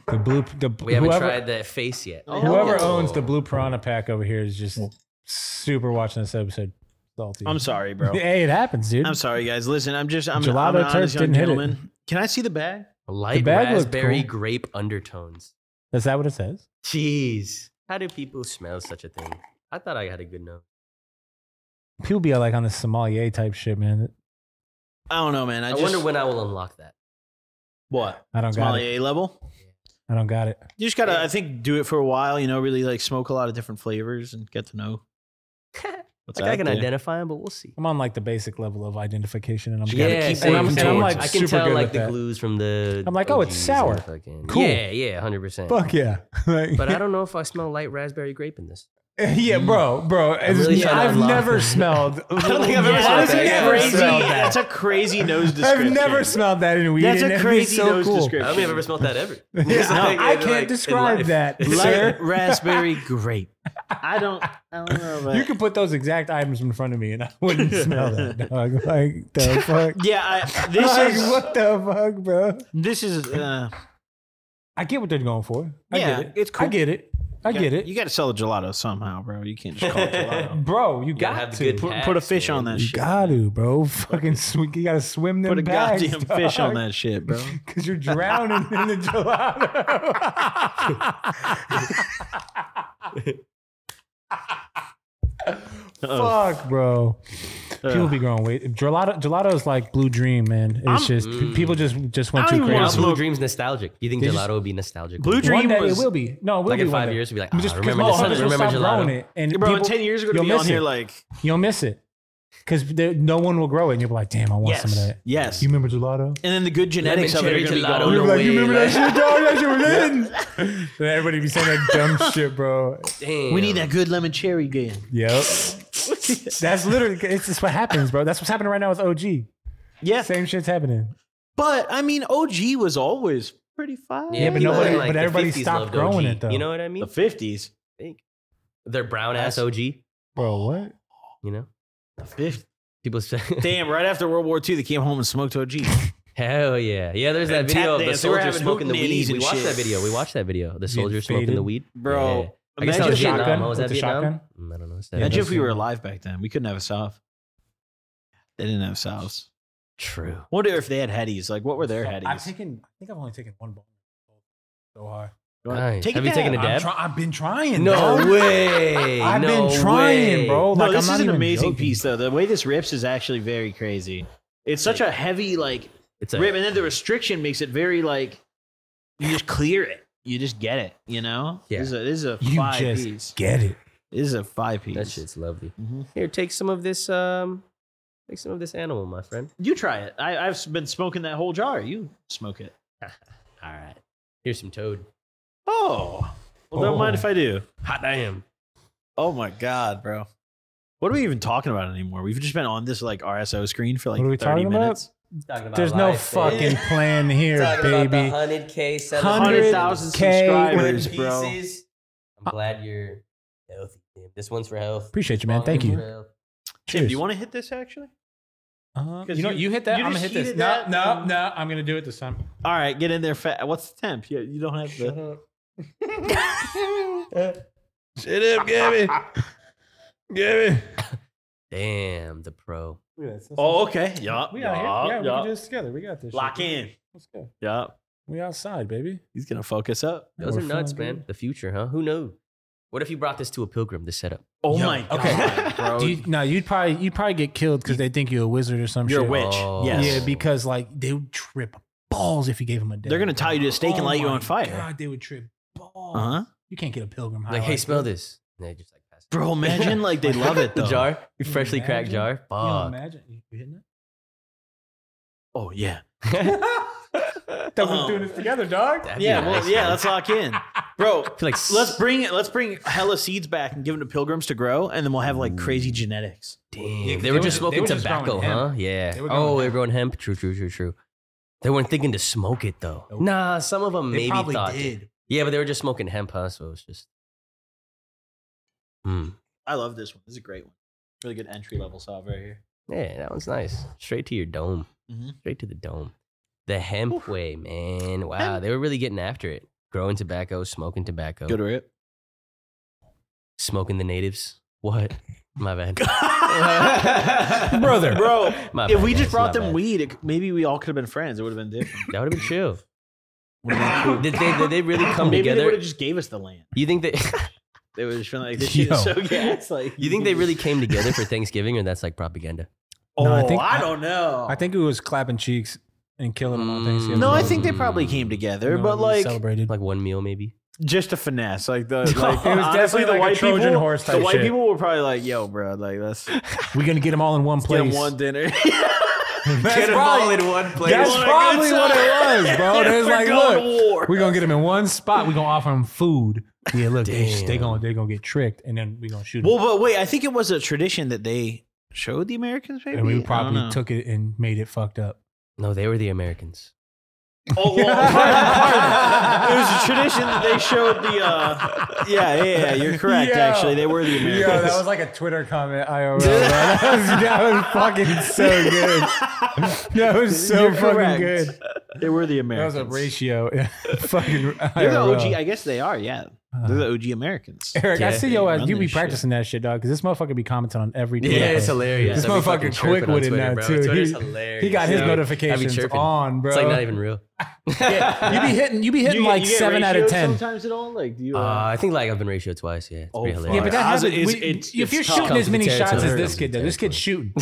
S3: The blue the
S2: We haven't tried the face yet.
S1: Oh.
S3: Whoever
S1: Oh.
S3: owns the blue piranha pack over here is just super watching this episode salty.
S1: I'm sorry, bro.
S3: Hey, it happens, dude.
S1: I'm sorry, guys. Listen, I'm just I'm,
S3: Gelato
S1: I'm an honest
S3: Turks
S1: young
S3: didn't hit it.
S1: gentleman. Can I see the bag?
S2: Light
S3: The bag looked
S2: raspberry
S3: cool.
S2: grape undertones.
S3: Is that what it says?
S2: Jeez. How do people smell such a thing? I thought I had a good note.
S3: People be like on the sommelier type shit, man.
S1: I don't know, man. I,
S2: I,
S1: just,
S2: wonder when I will unlock that.
S1: what
S3: I don't got it.
S1: sommelier level.
S3: I don't got it.
S1: You just gotta, I think, do it for a while. You know, really like smoke a lot of different flavors and get to know what's
S2: Like I
S1: out
S2: can
S1: there.
S2: identify him, but we'll see.
S3: I'm on like the basic level of identification, and I'm
S1: You
S3: kinda-
S1: gotta keep
S2: same,
S1: it on
S2: same.
S1: the board.
S2: i
S1: I'm, like,
S2: can
S3: super
S2: tell
S3: good
S2: like
S3: with
S2: the
S3: that.
S2: glues from the.
S3: I'm like, oh, it's
S2: OGs and
S3: sour.
S2: fucking-
S3: Cool.
S2: Yeah, yeah, hundred percent.
S3: Fuck yeah! Like-
S2: But I don't know if I smell light raspberry grape in this.
S1: mm.
S3: Yeah, bro, bro. It's-
S2: really trying to
S3: I've
S2: unlock
S3: never
S2: it.
S3: smelled. I
S1: I don't think I've ever smelled
S3: honestly,
S1: that.
S3: never
S1: Crazy-
S3: smelled that.
S1: That's a crazy nose description.
S3: I've never smelled that in weed.
S1: That's
S3: and
S1: a
S3: it'd be
S1: crazy
S3: so
S1: nose
S3: cool.
S2: I
S1: description.
S2: don't think I've ever smelled that ever.
S3: Yeah,
S2: It's like-
S3: I
S2: it's
S3: can't
S2: like in
S3: describe
S2: life.
S3: that,
S1: Light
S3: sir.
S1: raspberry grape. I don't. I don't know. About
S3: You could put those exact items in front of me, and I wouldn't smell that, dog. Like the fuck.
S1: yeah, I, this
S3: Like,
S1: is
S3: what the fuck, bro.
S1: this is. Uh,
S3: I get what they're going for. I
S1: yeah,
S3: get it.
S1: it's cool.
S3: I get it. I get it,
S1: You got to sell the gelato somehow, bro. You can't just call it gelato.
S3: bro. You
S2: You gotta
S3: got
S2: have the
S3: to.
S2: good
S1: Put-
S2: packs,
S1: put a fish
S2: man.
S1: on that
S3: You
S1: shit.
S3: got to, bro. Fucking, sw- you gotta swim them
S1: Put a
S3: bags,
S1: goddamn fish on
S3: dog.
S1: that shit, bro.
S3: Cause you're drowning in the gelato.
S1: Uh,
S3: Fuck, bro. People be growing weight. Gelato, gelato is like blue dream, man. It's just p- people just just went
S1: Mm. I don't
S3: too
S1: even
S2: Now
S1: wanna
S3: crazy.
S2: Blue Dream's nostalgic. You think
S3: They
S2: gelato
S3: just-
S2: would be nostalgic?
S1: Blue Dream
S3: one day
S1: was-
S3: it will be. No, it will
S2: Like
S3: be
S2: in
S3: one
S2: five
S3: day.
S2: years, we'll be like, ah,
S3: Just
S2: remember this?
S3: because motherfuckers will
S2: Remember
S3: stop growing
S2: gelato?
S3: it, and
S1: bro,
S3: people,
S1: ten years ago to
S3: you'll
S1: be on
S3: miss
S1: here
S3: it.
S1: like
S3: you'll miss it because no one will grow it, and you'll be like, "Damn, I want some of
S1: yes,
S3: that."
S1: yes,
S3: You remember gelato?
S1: and then the good genetics of it are
S2: cherry
S1: gonna be
S2: gelato.
S1: gone.
S2: You're
S3: You're
S2: No
S3: like, you
S2: way,
S3: remember that
S2: like-
S3: shit, dog? That shit was in. Then everybody be saying that dumb shit, bro.
S2: Damn.
S1: We need that good lemon cherry again.
S3: Yep. That's literally it's, it's what happens, bro. That's what's happening right now with OG.
S1: Yeah,
S3: Same shit's happening.
S1: but I mean, OG was always pretty fine.
S3: Yeah, but
S2: people
S3: nobody-
S2: in,
S3: but
S2: the
S3: everybody
S2: 50s
S3: stopped
S2: loved
S3: growing
S2: OG.
S3: it, though.
S2: You know what I mean?
S1: the fifties,
S2: They're brown ass
S1: That's-
S2: OG. You
S3: Bro, what?
S2: know,
S1: the fifties.
S2: people say,
S1: Damn, right after World War II, they came home and smoked OG.
S2: "Hell yeah, yeah." There's that
S1: And
S2: video
S1: tap
S2: of the
S1: dance. They were
S2: soldier
S1: having
S2: smoking the
S1: hootenannies
S2: weed. We
S1: and
S2: watched
S1: shit.
S2: that video. We watched that video. The soldier smoking
S3: faded.
S2: the weed,
S1: Bro,
S2: Yeah. I guess that
S1: imagine
S2: was
S1: the
S2: Vietnam.
S3: shotgun
S2: Was
S3: with
S2: that
S3: the
S2: Vietnam? Mm, I don't know. Is that
S3: Yeah,
S1: Imagine
S3: that's
S1: if we were
S3: true.
S1: alive back then. We couldn't have a salve. They didn't have salves.
S2: true?
S1: Wonder if they had headies. Like, what were their headies?
S7: I've taken. I think I've only taken one ball. So hard.
S1: Go ahead.
S2: Nice.
S1: Take
S2: Have
S1: a
S2: you taken
S1: dab.
S2: a dab?
S7: I'm try- I've been trying.
S2: No
S7: dog.
S2: way.
S3: I've
S2: No
S3: been trying,
S2: way.
S3: bro.
S1: No,
S3: Like,
S1: this
S3: I'm
S1: is
S3: not
S1: an
S3: even
S1: amazing
S3: joking.
S1: piece, though. The way this rips is actually very crazy. It's such a heavy like
S2: It's a
S1: rip, and then the restriction makes it very like you just clear it. You just get it. You know.
S2: Yeah.
S1: This is a, this is a
S3: You
S1: five
S3: just
S1: piece.
S3: get it.
S1: This is a five piece.
S2: that shit's lovely.
S3: Mm-hmm.
S1: Mhm.
S2: Here, take some of this. Um, take some of this animal, my friend.
S1: You try it. I, I've been smoking that whole jar. You smoke it.
S2: All right. Here's some toad.
S1: Oh. Well,
S3: Oh.
S1: don't mind if I do.
S2: Hot damn.
S1: Oh my god, bro. What are we even talking about anymore? We've just been on this like RSO screen for like
S3: What are we
S1: 30
S3: talking about?
S1: minutes.
S3: There's no fucking plan here, baby.
S2: hundred k,
S1: 100,000
S3: K
S1: subscribers, bro.
S2: I'm glad you're healthy. Tim. This one's for health.
S3: Appreciate you, man. Thank you.
S1: Tim, do
S3: Cheers.
S1: you want to hit this actually?
S3: Uh,
S1: 'Cause
S3: you know,
S1: Uh-huh. you-
S7: You hit that.
S1: you
S7: I'm gonna
S1: just
S7: hit this.
S1: heated
S7: No,
S1: that
S7: no,
S1: and-
S7: no. I'm gonna do it this time.
S1: All right, get in there. Fat. What's the temp? You, you don't have the.
S3: Shut up, Gabby. Gabby.
S2: Damn, the pro.
S1: Oh, okay. Yup.
S3: We
S1: yup,
S3: out here. Yeah, we
S1: yup.
S3: can do this together. We got this.
S1: Lock
S3: shit.
S1: in.
S3: Let's go.
S1: Yup.
S3: We outside, baby.
S1: He's gonna focus up.
S2: Those
S3: We're
S2: are nuts,
S3: fine,
S2: man.
S3: dude.
S2: The future, huh? Who knew? What if you brought this to a pilgrim? This setup.
S1: Oh my god,
S3: okay.
S1: bro.
S7: Do you, no, you'd probably you'd probably get killed because they think you're a wizard or some
S1: You're a
S7: shit.
S1: witch.
S2: Oh.
S1: Yes.
S7: Yeah, because like they would trip balls if you gave them a dead. Oh
S1: They're gonna tie you to a stake and light you on fire.
S7: God, they would trip balls.
S1: Uh huh.
S7: You can't get a pilgrim high.
S2: Like, hey,
S7: that.
S2: smell this. And they just like pass. it.
S1: Bro, imagine like they love it
S2: the
S1: though.
S2: jar,
S7: Can you
S2: freshly cracked
S7: imagine?
S2: jar.
S7: You know,
S2: Fuck.
S7: imagine you hitting it.
S1: Oh yeah.
S3: That
S1: we're doing
S3: this together, dog.
S2: That'd be
S1: Yeah.
S2: nice,
S1: Well, yeah.
S2: man.
S1: Let's lock in, bro.
S2: I feel like
S1: Let's bring it. Let's bring hella seeds back and give them to pilgrims to grow, and then we'll have like crazy genetics.
S2: Damn.
S7: Yeah, 'cause
S2: they
S7: they
S2: were
S7: were
S2: just
S7: just- they
S2: smoking
S7: were just growing
S2: tobacco, huh?
S7: hemp.
S2: Yeah.
S7: They were growing
S2: oh, they were
S7: hemp.
S2: growing hemp. True, true, true, true. They weren't thinking to smoke it though.
S7: Nope.
S2: Nah, some of them
S7: They
S2: maybe
S7: probably
S2: thought.
S7: did.
S2: Yeah, but they were just smoking hemp, huh? So it was just. Hmm.
S1: I love this one. This is a great one. Really good entry level salve right here.
S2: Yeah, that one's nice. Straight to your dome.
S1: Mhm.
S7: Mm-hmm.
S2: Straight to the dome. The hemp way, man. Wow, they were really getting after it. Growing tobacco, smoking tobacco,
S1: Good rip.
S2: smoking the natives. What? My bad.
S3: Brother.
S1: Bro,
S2: My
S1: if
S2: bad,
S1: we
S2: guys,
S1: just brought
S2: my
S1: them
S2: bad.
S1: weed, it, maybe we all could have been friends. It would have been different.
S2: that would have been chill.
S1: Would've been cool.
S2: Did they, did they really come
S1: maybe they
S2: together?
S1: would have just gave us the land.
S2: you think they?
S1: They would have just been like, this shit is
S3: Yo.
S1: so gas. Like,
S2: You think they really came together for Thanksgiving, or that's like propaganda?
S1: Oh,
S7: No, I
S1: I,
S7: think-
S1: don't know.
S7: I think it was clapping cheeks and killing them on
S2: Mm.
S7: Thanksgiving.
S1: no, I think they probably came together,
S7: No,
S1: but
S7: we
S1: like
S7: celebrated.
S2: Like one meal, maybe.
S1: just a finesse. Like the
S7: No,
S1: like,
S7: it was
S1: honestly,
S7: definitely
S1: the
S7: like a
S1: white
S7: Trojan
S1: people,
S7: horse
S1: the
S7: type
S1: white
S7: shit.
S1: people were probably like, "Yo, bro, like let's
S7: we're gonna get them all in one
S1: get
S7: place.
S1: them one dinner."
S3: That's
S1: them
S3: probably-
S1: all in one place.
S3: that's
S1: What a good
S3: probably what it
S1: time.
S3: was, bro. There's
S1: We're
S3: like,
S1: going
S3: look,
S1: to war.
S3: We're gonna get them in one spot. We're gonna offer them food. Yeah, look, they, they
S2: Damn.
S3: gonna they gonna get tricked, and then we gonna shoot. 'em.
S1: Well, but wait, I think it was a tradition that they showed the Americans. Maybe I
S3: and we
S1: don't know.
S3: probably took it and made it fucked up.
S2: No, they were the Americans.
S1: Oh, well, part, part, it was a tradition that they showed the. Uh, yeah, yeah, yeah. You're correct.
S3: Yo.
S1: Actually, they were the Americans.
S3: like a Twitter comment IRL. That was, that was fucking so good. That was so
S1: You're
S3: fucking
S1: correct.
S3: good.
S1: They were the
S3: That
S1: Americans.
S3: was a ratio. fucking
S1: They're the
S3: IRL.
S1: OG. I guess they are. Yeah, they're the OG Americans.
S3: Eric, I
S2: Yeah,
S3: see your
S1: they
S3: ass.
S1: run
S3: You be
S1: this shit.
S3: practicing that shit, dog. Because this motherfucker be commenting on every.
S2: Yeah,
S3: Twitter
S2: it's
S3: post.
S2: hilarious.
S3: This
S2: I be fucking
S3: motherfucker quick
S2: chirping on
S3: with it
S2: Twitter,
S3: now
S2: bro.
S3: too.
S2: Twitter's
S3: He-
S2: hilarious.
S3: He got his
S2: dude. I
S3: notifications
S2: be chirping.
S3: on, bro.
S2: It's like not even real. uh,
S3: you be hitting. You be hitting like seven out of ten.
S1: sometimes at all. Like, do you? uh,
S2: Uh, I think like I've been ratioed twice. Yeah, it's
S1: Oh,
S2: pretty
S1: fuck.
S2: hilarious.
S3: Yeah, but that
S1: Oz
S3: hasn't.
S1: is-
S3: we-
S1: it's-
S3: if
S1: it's
S3: you're
S1: tough.
S3: shooting
S2: Comes
S3: as
S2: with
S3: many
S2: territory.
S3: shots as this
S2: Comes
S3: kid, though,
S2: with
S3: this kid's shooting.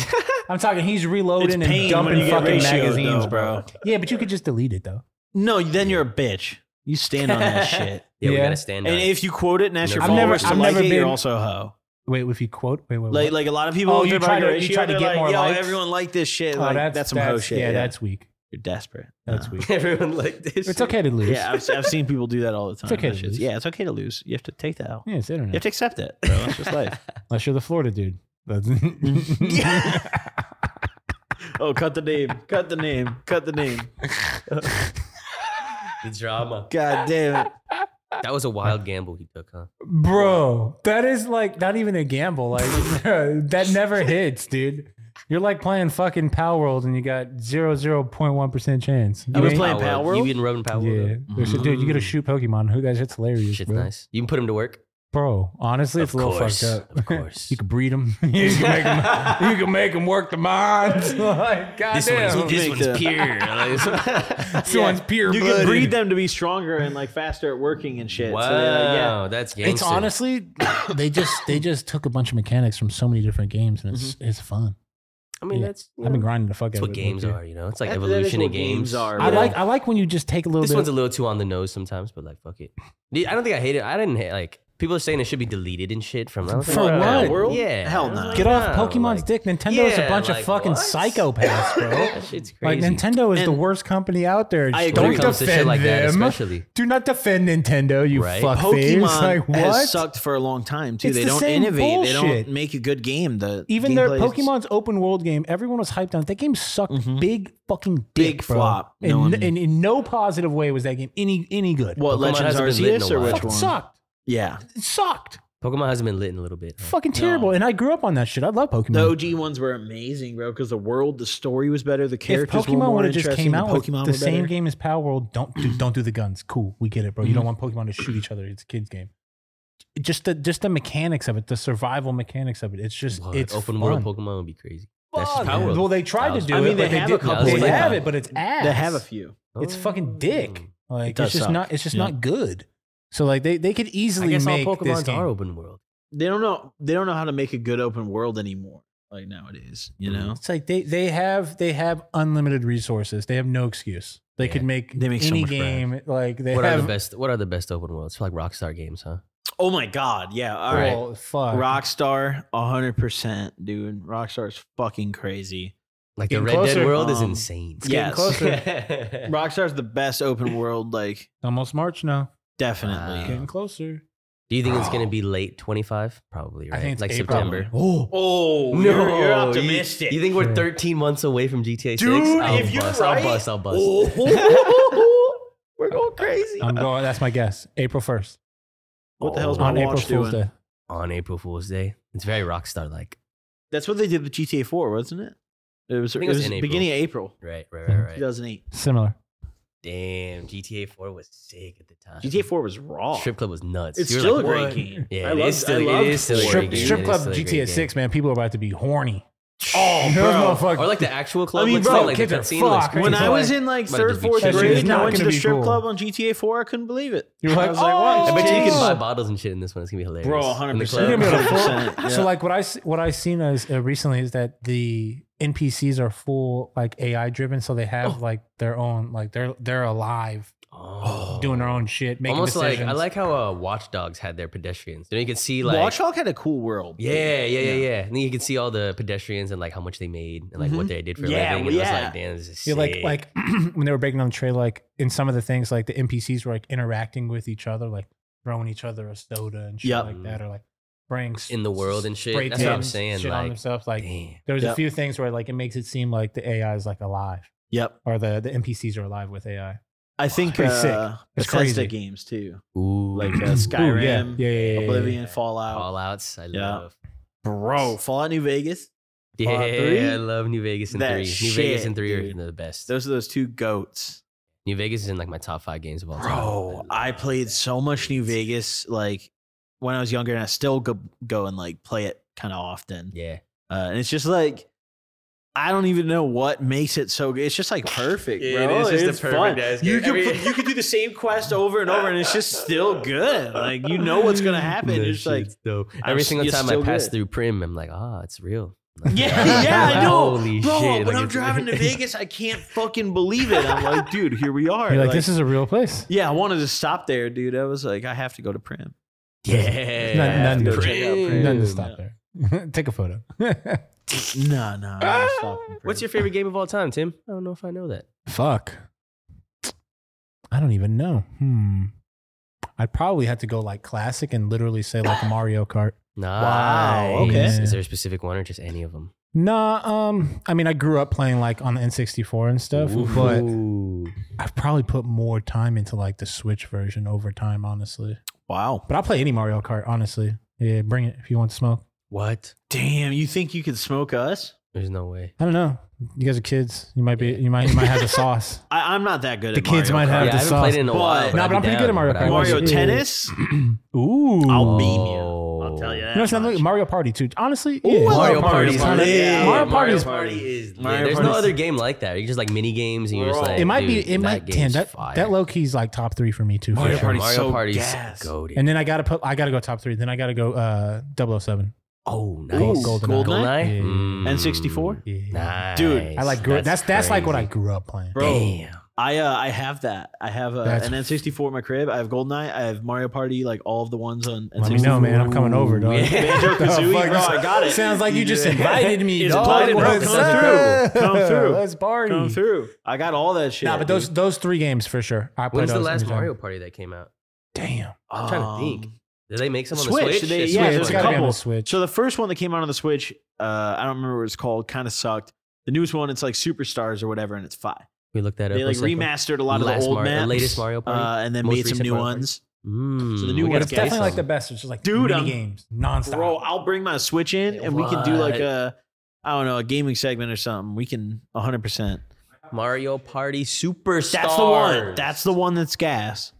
S3: I'm talking. He's reloading and
S1: pain when you
S3: dumping
S1: get
S3: fucking
S1: ratioed,
S3: magazines,
S1: though.
S3: bro. Yeah, but you could just delete it though.
S1: no, then you're a bitch. You stand on that shit.
S2: yeah, we
S3: Yeah.
S2: gotta stand up.
S1: And if you quote it and ask your
S2: I've
S1: followers
S2: never-
S1: to
S3: I've
S1: like
S3: never
S1: it, you're
S3: been-
S1: also a hoe.
S3: Wait, if you quote, wait, wait,
S1: Like,
S3: what?
S1: like a lot of people,
S3: Oh,
S1: if
S3: you
S1: they're
S3: try
S1: about
S3: to-
S1: your
S3: you
S1: ratio,
S3: try to
S1: they're
S3: get
S1: like,
S3: more
S1: Yo,
S3: likes?
S1: everyone liked this shit.
S3: Oh,
S1: like, that's, some hoe shit.
S3: Yeah, that's weak.
S1: you're desperate.
S3: That's
S1: Uh,
S3: weak.
S2: everyone like this,
S3: It's okay to lose.
S1: Yeah, I've, I've seen people do that all the time. That
S3: okay to
S1: shit's-
S3: lose.
S1: Yeah, it's okay to lose. You have to take that out.
S3: Yeah, it's
S1: You
S3: internet.
S1: have to accept it. Bro. It's just life.
S3: Unless you're the Florida dude. That's-
S1: oh, cut the name. Cut the name. Cut the name.
S2: The drama.
S1: God damn it.
S2: That was a wild gamble he took, huh?
S3: Bro, that is like not even a gamble. Like bro, that never hits, dude. You're like playing fucking Power World and you got zero zero point one percent chance. You
S1: I was
S3: ain't-
S1: playing Power World?
S2: You even rubbing Power
S3: Yeah,
S2: World? Mm.
S3: There's a- dude, you get to shoot Pokemon. Who that shit's hilarious,
S2: Shit's
S3: bro.
S2: nice. You can put him to work.
S3: Bro, honestly, it's
S2: Of
S3: a little
S2: course,
S3: fucked up.
S2: of course.
S3: you can breed them. you can make them. You can make 'em work the mines. like, goddamn,
S1: one
S2: this
S1: Make
S2: one's
S1: the- uh,
S2: pure. Like,
S3: this one's pure.
S1: You can breed them to be stronger and like faster at working and shit.
S2: wow,
S1: So they're like, yeah.
S2: that's gangster.
S3: It's honestly, they just they just took a bunch of mechanics from so many different games, and it's it's fun.
S2: I mean,
S3: yeah.
S2: that's you
S3: I've been
S2: know,
S3: grinding the fuck
S2: Mm-hmm. that's
S3: out
S2: what
S3: of it.
S2: games
S3: low-key.
S2: are. You know, it's like
S1: That- that is
S2: evolution of
S1: what games
S2: games.
S1: are,
S3: I
S1: Yeah.
S3: like I like when you just take a little
S2: This
S3: bit.
S2: one's a little too on the nose sometimes, but like, fuck it. The- I don't think I hate it. I didn't hate like people are saying it should be deleted and shit from. I was like,
S3: For
S2: "Nah,
S3: what?
S1: World?
S2: Yeah,
S1: Hell
S2: I was
S1: no.
S2: like,
S3: Get off
S2: nah,
S3: Pokemon's
S2: like,
S3: dick. Nintendo's
S2: yeah,
S3: a bunch
S2: like,
S3: of fucking
S2: what?
S3: psychopaths, bro.
S2: That shit's
S3: like
S2: crazy.
S3: Nintendo is the
S1: And-
S3: worst company out there.
S1: I
S2: When
S1: agree.
S3: Don't
S2: it comes to
S3: defend
S2: shit like that,
S3: them.
S2: especially.
S3: Do not defend Nintendo, you
S2: Right.
S3: fuck
S1: Pokemon
S3: Pokemon Like what?
S1: has sucked for a long time too.
S3: It's
S1: they
S3: the
S1: don't
S3: same
S1: innovate. They
S3: bullshit.
S1: don't make a good game. The
S3: Even their
S1: gameplay's
S3: Pokemon's open world game, everyone was hyped on it. That game sucked
S2: Mm-hmm.
S3: big fucking dick,
S1: Big
S3: bro.
S1: flop.
S3: And,
S1: No one-
S3: and in no positive way was that game any any good.
S1: What
S2: Pokemon
S1: Legends
S2: hasn't been lit in a
S1: Arceus or
S2: while.
S1: which
S3: Fucking
S1: one?
S3: sucked.
S1: Yeah,
S3: It sucked.
S2: Pokemon hasn't been lit in a little bit. huh?
S3: Fucking terrible. And I grew up on that shit. I love Pokemon.
S1: the OG ones were amazing, bro. Because the world, the story was better. The
S3: if
S1: characters were
S3: Pokemon
S1: more
S3: would have just
S1: interesting,
S3: came out with
S1: Pokemon
S3: the
S1: were
S3: same
S1: better.
S3: game as Power World, don't do, don't do the guns. Cool, we get it, bro. You don't
S1: Mm.
S3: want Pokemon to shoot each other. It's a kids game. Just the just the mechanics of it, the survival mechanics of it. It's just
S2: What?
S3: it's
S2: open
S3: fun.
S2: world Pokemon would be crazy. That's just
S3: Fuck.
S2: Power World.
S3: Well, they tried to do
S2: I
S3: it.
S1: mean,
S3: but
S1: they have
S3: did,
S1: a couple.
S3: They
S2: Yeah.
S3: have it, but it's ass.
S1: They have a few.
S3: It's fucking
S2: Mm.
S3: dick. Like
S1: does
S3: it's just
S1: suck.
S3: not. It's just
S1: Yeah.
S3: not good. So like they they could
S2: I
S3: easily
S2: guess all
S3: make this
S2: Pokemon's
S3: game.
S2: are open world.
S1: They don't know. They don't know how to make a good open world anymore. Like nowadays, you know.
S3: It's like they they have they have unlimited resources. They have no excuse. They
S2: Yeah.
S3: could make,
S1: They make so
S3: any
S1: much bread.
S3: game. Like they
S2: What are
S3: have
S2: the best? What are the best open worlds? It's like Rockstar games, huh?
S1: Oh my god! Yeah. All right.
S3: Oh, fuck.
S1: Rockstar, hundred percent, dude. Rockstar is fucking crazy.
S2: Like the
S3: Getting
S2: Red Dead
S3: closer.
S2: world is
S1: Um,
S2: insane.
S1: getting Yes.
S3: Eh.
S2: closer.
S1: Rockstar's the best open world, like
S3: Almost March now.
S1: definitely.
S2: Wow.
S3: Getting closer.
S2: Do you think it's gonna be late 25? Probably, right?
S3: I think it's
S2: like
S3: April.
S2: September.
S3: Oh,
S1: Oh no! You're, you're optimistic,
S2: You, think we're
S3: Yeah.
S2: 13 months away from GTA 6?
S1: dude.
S2: I'll
S1: if you're
S2: bust,
S1: right,
S2: I'll bust, I'll bust.
S1: Oh, we're going crazy. Uh,
S3: I'm going. That's my guess. April first
S1: What the hell's
S2: Oh.
S1: my
S3: on April
S1: watch
S3: Fool's
S1: doing?
S3: Day.
S2: On April Fool's Day. It's very Rockstar like.
S1: That's what they did with GTA 4, wasn't it? It was, it
S2: I think
S1: was,
S2: it was in April.
S1: beginning of April,
S2: Right, right, right, right.
S1: 2008.
S3: Similar.
S2: Damn, GTA 4 was sick at the time.
S1: GTA 4 was raw.
S2: Uh, Strip Club was nuts.
S1: it's
S2: You were
S1: still
S2: like,
S1: a great
S2: what?
S1: game.
S2: Yeah,
S1: I
S2: it is
S1: loved-
S2: still-
S1: I
S2: it
S1: loved
S2: is still a great
S3: Strip,
S2: game.
S3: strip
S2: It is
S3: club
S2: still a great
S3: GTA
S2: game.
S3: Six. Man, people are about to be horny.
S1: Oh,
S3: Those
S1: bro.
S3: motherfuckers-
S2: Or like the actual club.
S1: I mean,
S2: What's
S1: bro,
S2: that, like
S3: kids
S2: the
S3: are
S2: scene looks
S3: fucked.
S2: crazy.
S1: When
S3: It's
S1: I
S3: like-
S1: was in like
S2: Might as
S1: third,
S2: well be
S1: fourth
S2: cheap. That shit
S1: grade
S3: is
S1: and I
S3: not
S1: went to
S3: gonna
S1: the
S3: be
S1: strip
S3: cool.
S1: club on GTA 4, I couldn't believe it.
S3: You're like,
S1: I was like,
S3: oh,
S1: what?
S2: I bet you you
S3: Jesus.
S2: can buy bottles and shit in this one. It's gonna be hilarious.
S1: Bro,
S2: In the
S1: 100%.
S2: club.
S3: You're gonna be able to
S1: 100%, yeah.
S3: So like what I s- what I've seen is uh, recently is that the NPCs are full like AI driven, so they have like their own like they're they're alive,
S2: Oh.
S3: doing their own shit, making
S2: Almost like
S3: decisions.
S2: I like how uh, Watch Dogs had their pedestrians. You know, you could see like
S1: Watch Dog had a cool world.
S2: Yeah, yeah, yeah, yeah. And then you can see all the pedestrians and like how much they made and like what they did for a
S1: Mm-hmm. Yeah,
S2: living.
S1: well,
S2: and It was
S1: yeah.
S2: like, damn, this is
S3: Yeah, like
S2: sick.
S3: like when they were breaking down the trail, like in some of the things, like the NPCs were like interacting with each other, like throwing each other a soda and shit
S1: Yep.
S3: like that, or like bringing s-
S2: in the world and shit.
S3: spray
S2: That's what I'm
S3: tans,
S2: saying.
S3: Shit on
S2: Like,
S3: themselves. Like
S2: damn.
S3: there was
S1: Yep.
S3: a few things where like it makes it seem like the AI is like alive,
S1: Yep.
S3: or the the NPCs are alive with AI.
S1: I think
S3: Pretty sick.
S1: uh,
S3: That's
S1: Bethesda
S3: crazy.
S1: games too,
S2: Ooh,
S1: like
S2: like
S1: uh, Skyrim,
S3: yeah, yeah, yeah, yeah, yeah,
S1: Oblivion,
S3: yeah.
S1: Fallout.
S2: Fallout's. I
S1: Yeah.
S2: love.
S3: Oh.
S1: Bro, Fallout New Vegas.
S2: Yeah,
S1: Fallout three?
S2: I love New Vegas and
S1: That
S2: three. New Vegas
S1: shit,
S2: and three
S1: dude.
S2: are the best.
S1: Those are those two goats.
S2: New Vegas is in like my top five games of all time.
S1: Bro, I
S2: love
S1: played
S2: that.
S1: so much New Vegas like when I was younger, and I still go go and like play it kind of often.
S2: Yeah,
S1: Uh, and it's just like I don't even know what makes it so good. It's just like perfect,
S2: Yeah,
S1: bro.
S2: it is just the
S1: It's
S2: perfect
S1: fun.
S2: ass
S1: You
S2: game.
S1: could
S2: I
S1: pl-
S2: mean-
S1: you could do the same quest over and over, and it's just still good. Like you know what's gonna happen.
S2: That
S1: It's just like
S2: shit's dope.
S1: I'm
S2: every
S1: s-
S2: single
S1: you're
S2: time I
S1: still
S2: pass
S1: good.
S2: through Prim, I'm like, ah, it's real.
S1: Yeah, yeah, I know.
S2: Holy
S1: Bro,
S2: shit!
S1: when I'm
S2: like, it's-
S1: driving to Vegas, I can't fucking believe it. I'm like, dude, here we are.
S3: You're like, this is a real place.
S1: yeah, I wanted to stop there, dude. I was like, I have to go to Prim.
S2: yeah,
S3: None-
S2: I have
S3: none
S2: to
S3: to
S2: go
S3: check
S1: out
S2: Prim.
S1: Prim.
S3: Nothing to
S1: Dude.
S3: stop there. Take a photo.
S1: No, no. I'm not stopping Prim.
S2: What's your favorite game of all time, Tim? I don't know if I know that.
S3: Fuck. I don't even know. Hmm. I'd probably have to go like classic and literally say like Mario Kart.
S1: Wow, okay.
S2: Nice. Is there a specific one or just any of them?
S3: Nah, um, I mean, I grew up playing like on the N64 and stuff, but
S2: Ooh.
S3: I've probably put more time into like the Switch version over time, honestly.
S1: Wow.
S3: But I'll play any Mario Kart, honestly. Yeah, bring it if you want to smoke.
S2: what?
S1: Damn, you think you could smoke us?
S2: There's no way.
S3: I don't know. You guys are kids. You might be. You might. You might have the sauce.
S1: I, I'm not that good
S3: The
S1: at
S3: kids
S1: Mario
S3: might have
S1: Kart.
S3: the
S2: I haven't played
S3: sauce.
S2: it in a
S1: But-
S2: while.
S3: Nah,
S2: I'd
S3: but
S2: be
S3: I'm pretty
S2: down,
S3: good at Mario
S2: but I
S3: Kart.
S2: would-
S1: Mario
S3: Yeah.
S1: Tennis?
S3: Ooh.
S1: I'll
S2: Oh.
S1: beat you. I'll tell you that.
S3: You know what I'm
S1: much.
S3: saying? Mario Party too. Honestly,
S1: Ooh,
S3: yeah.
S1: I love
S2: Mario Party.
S1: Mario Party. Yeah.
S3: Mario Party is-
S2: is. lit.
S1: Mario
S2: There's no
S1: Party's-
S2: other game like that. You're just like mini games, and you're just
S1: Bro.
S2: like.
S3: It might
S2: dude,
S3: be. It
S2: that
S3: might. Damn,
S2: game's
S3: that
S2: fire.
S3: that low key is like top three for me too. For
S1: Mario
S3: sure.
S1: Party's
S2: Mario
S1: so
S2: Party's
S1: gas.
S2: goated.
S3: And then I gotta put. I gotta go top three. Then I gotta go uh 007.
S2: oh, nice.
S1: Ooh,
S3: Goldeneye.
S1: Goldeneye?
S3: Yeah.
S2: Mm.
S1: N64?
S3: Yeah.
S2: Nice.
S1: Dude,
S3: I like grew. That's that's, like what I
S2: crazy.
S3: grew up playing.
S1: Bro.
S2: Damn.
S1: I uh, I have that. I have uh,
S3: That's-
S1: an N64 in my crib. I have Goldeneye. I have Mario Party, like all of the ones on N64.
S3: Let me know, man. I'm coming over, dog.
S2: Yeah.
S1: Banjo-Kazooie,
S3: fuck,
S1: bro,
S3: this
S1: I got it.
S3: Sounds like you just
S1: Yeah.
S3: invited me.
S1: It's
S3: dog.
S1: invited, bro.
S3: What's
S1: Come
S3: up?
S1: through. Come through.
S3: Let's party.
S1: Come through. I got all that shit.
S3: Nah, but those those three games for sure. I played
S2: When's the
S3: those
S2: last
S3: every time.
S2: Mario Party that came out?
S3: Damn.
S1: I'm
S2: trying to
S1: Um,
S2: think. Did they make some on the Switch?
S1: Switch, they-
S2: It's
S1: yeah,
S2: Switch
S1: there's
S3: it's
S2: one.
S1: a
S3: gotta be on
S1: couple.
S3: the Switch.
S1: So the first one that came out on the Switch, uh, I don't remember what it's called. Kind of sucked. The newest one, it's like Superstars or whatever, and it's five.
S2: We looked that up.
S1: They like
S2: What's that called?
S1: remastered a lot of the
S2: Last
S1: old
S2: Mario- the
S1: maps,
S2: latest Mario Party?
S1: uh, and then
S2: Most
S1: made some
S2: recent
S1: new
S2: Mario Party?
S1: ones.
S2: Mm,
S1: So the new
S2: we
S1: one
S2: gotta
S1: is
S3: it's
S2: play
S3: definitely
S1: awesome.
S3: like
S2: some.
S3: the best. It's just like
S1: Dude,
S3: mini
S1: I'm-
S3: games nonstop.
S1: Bro, I'll bring my Switch in, and we can do like
S2: What?
S1: a, I don't know, a gaming segment or something. We can 100. percent
S2: Mario Party Superstars.
S1: That's the one. That's the one that's gas.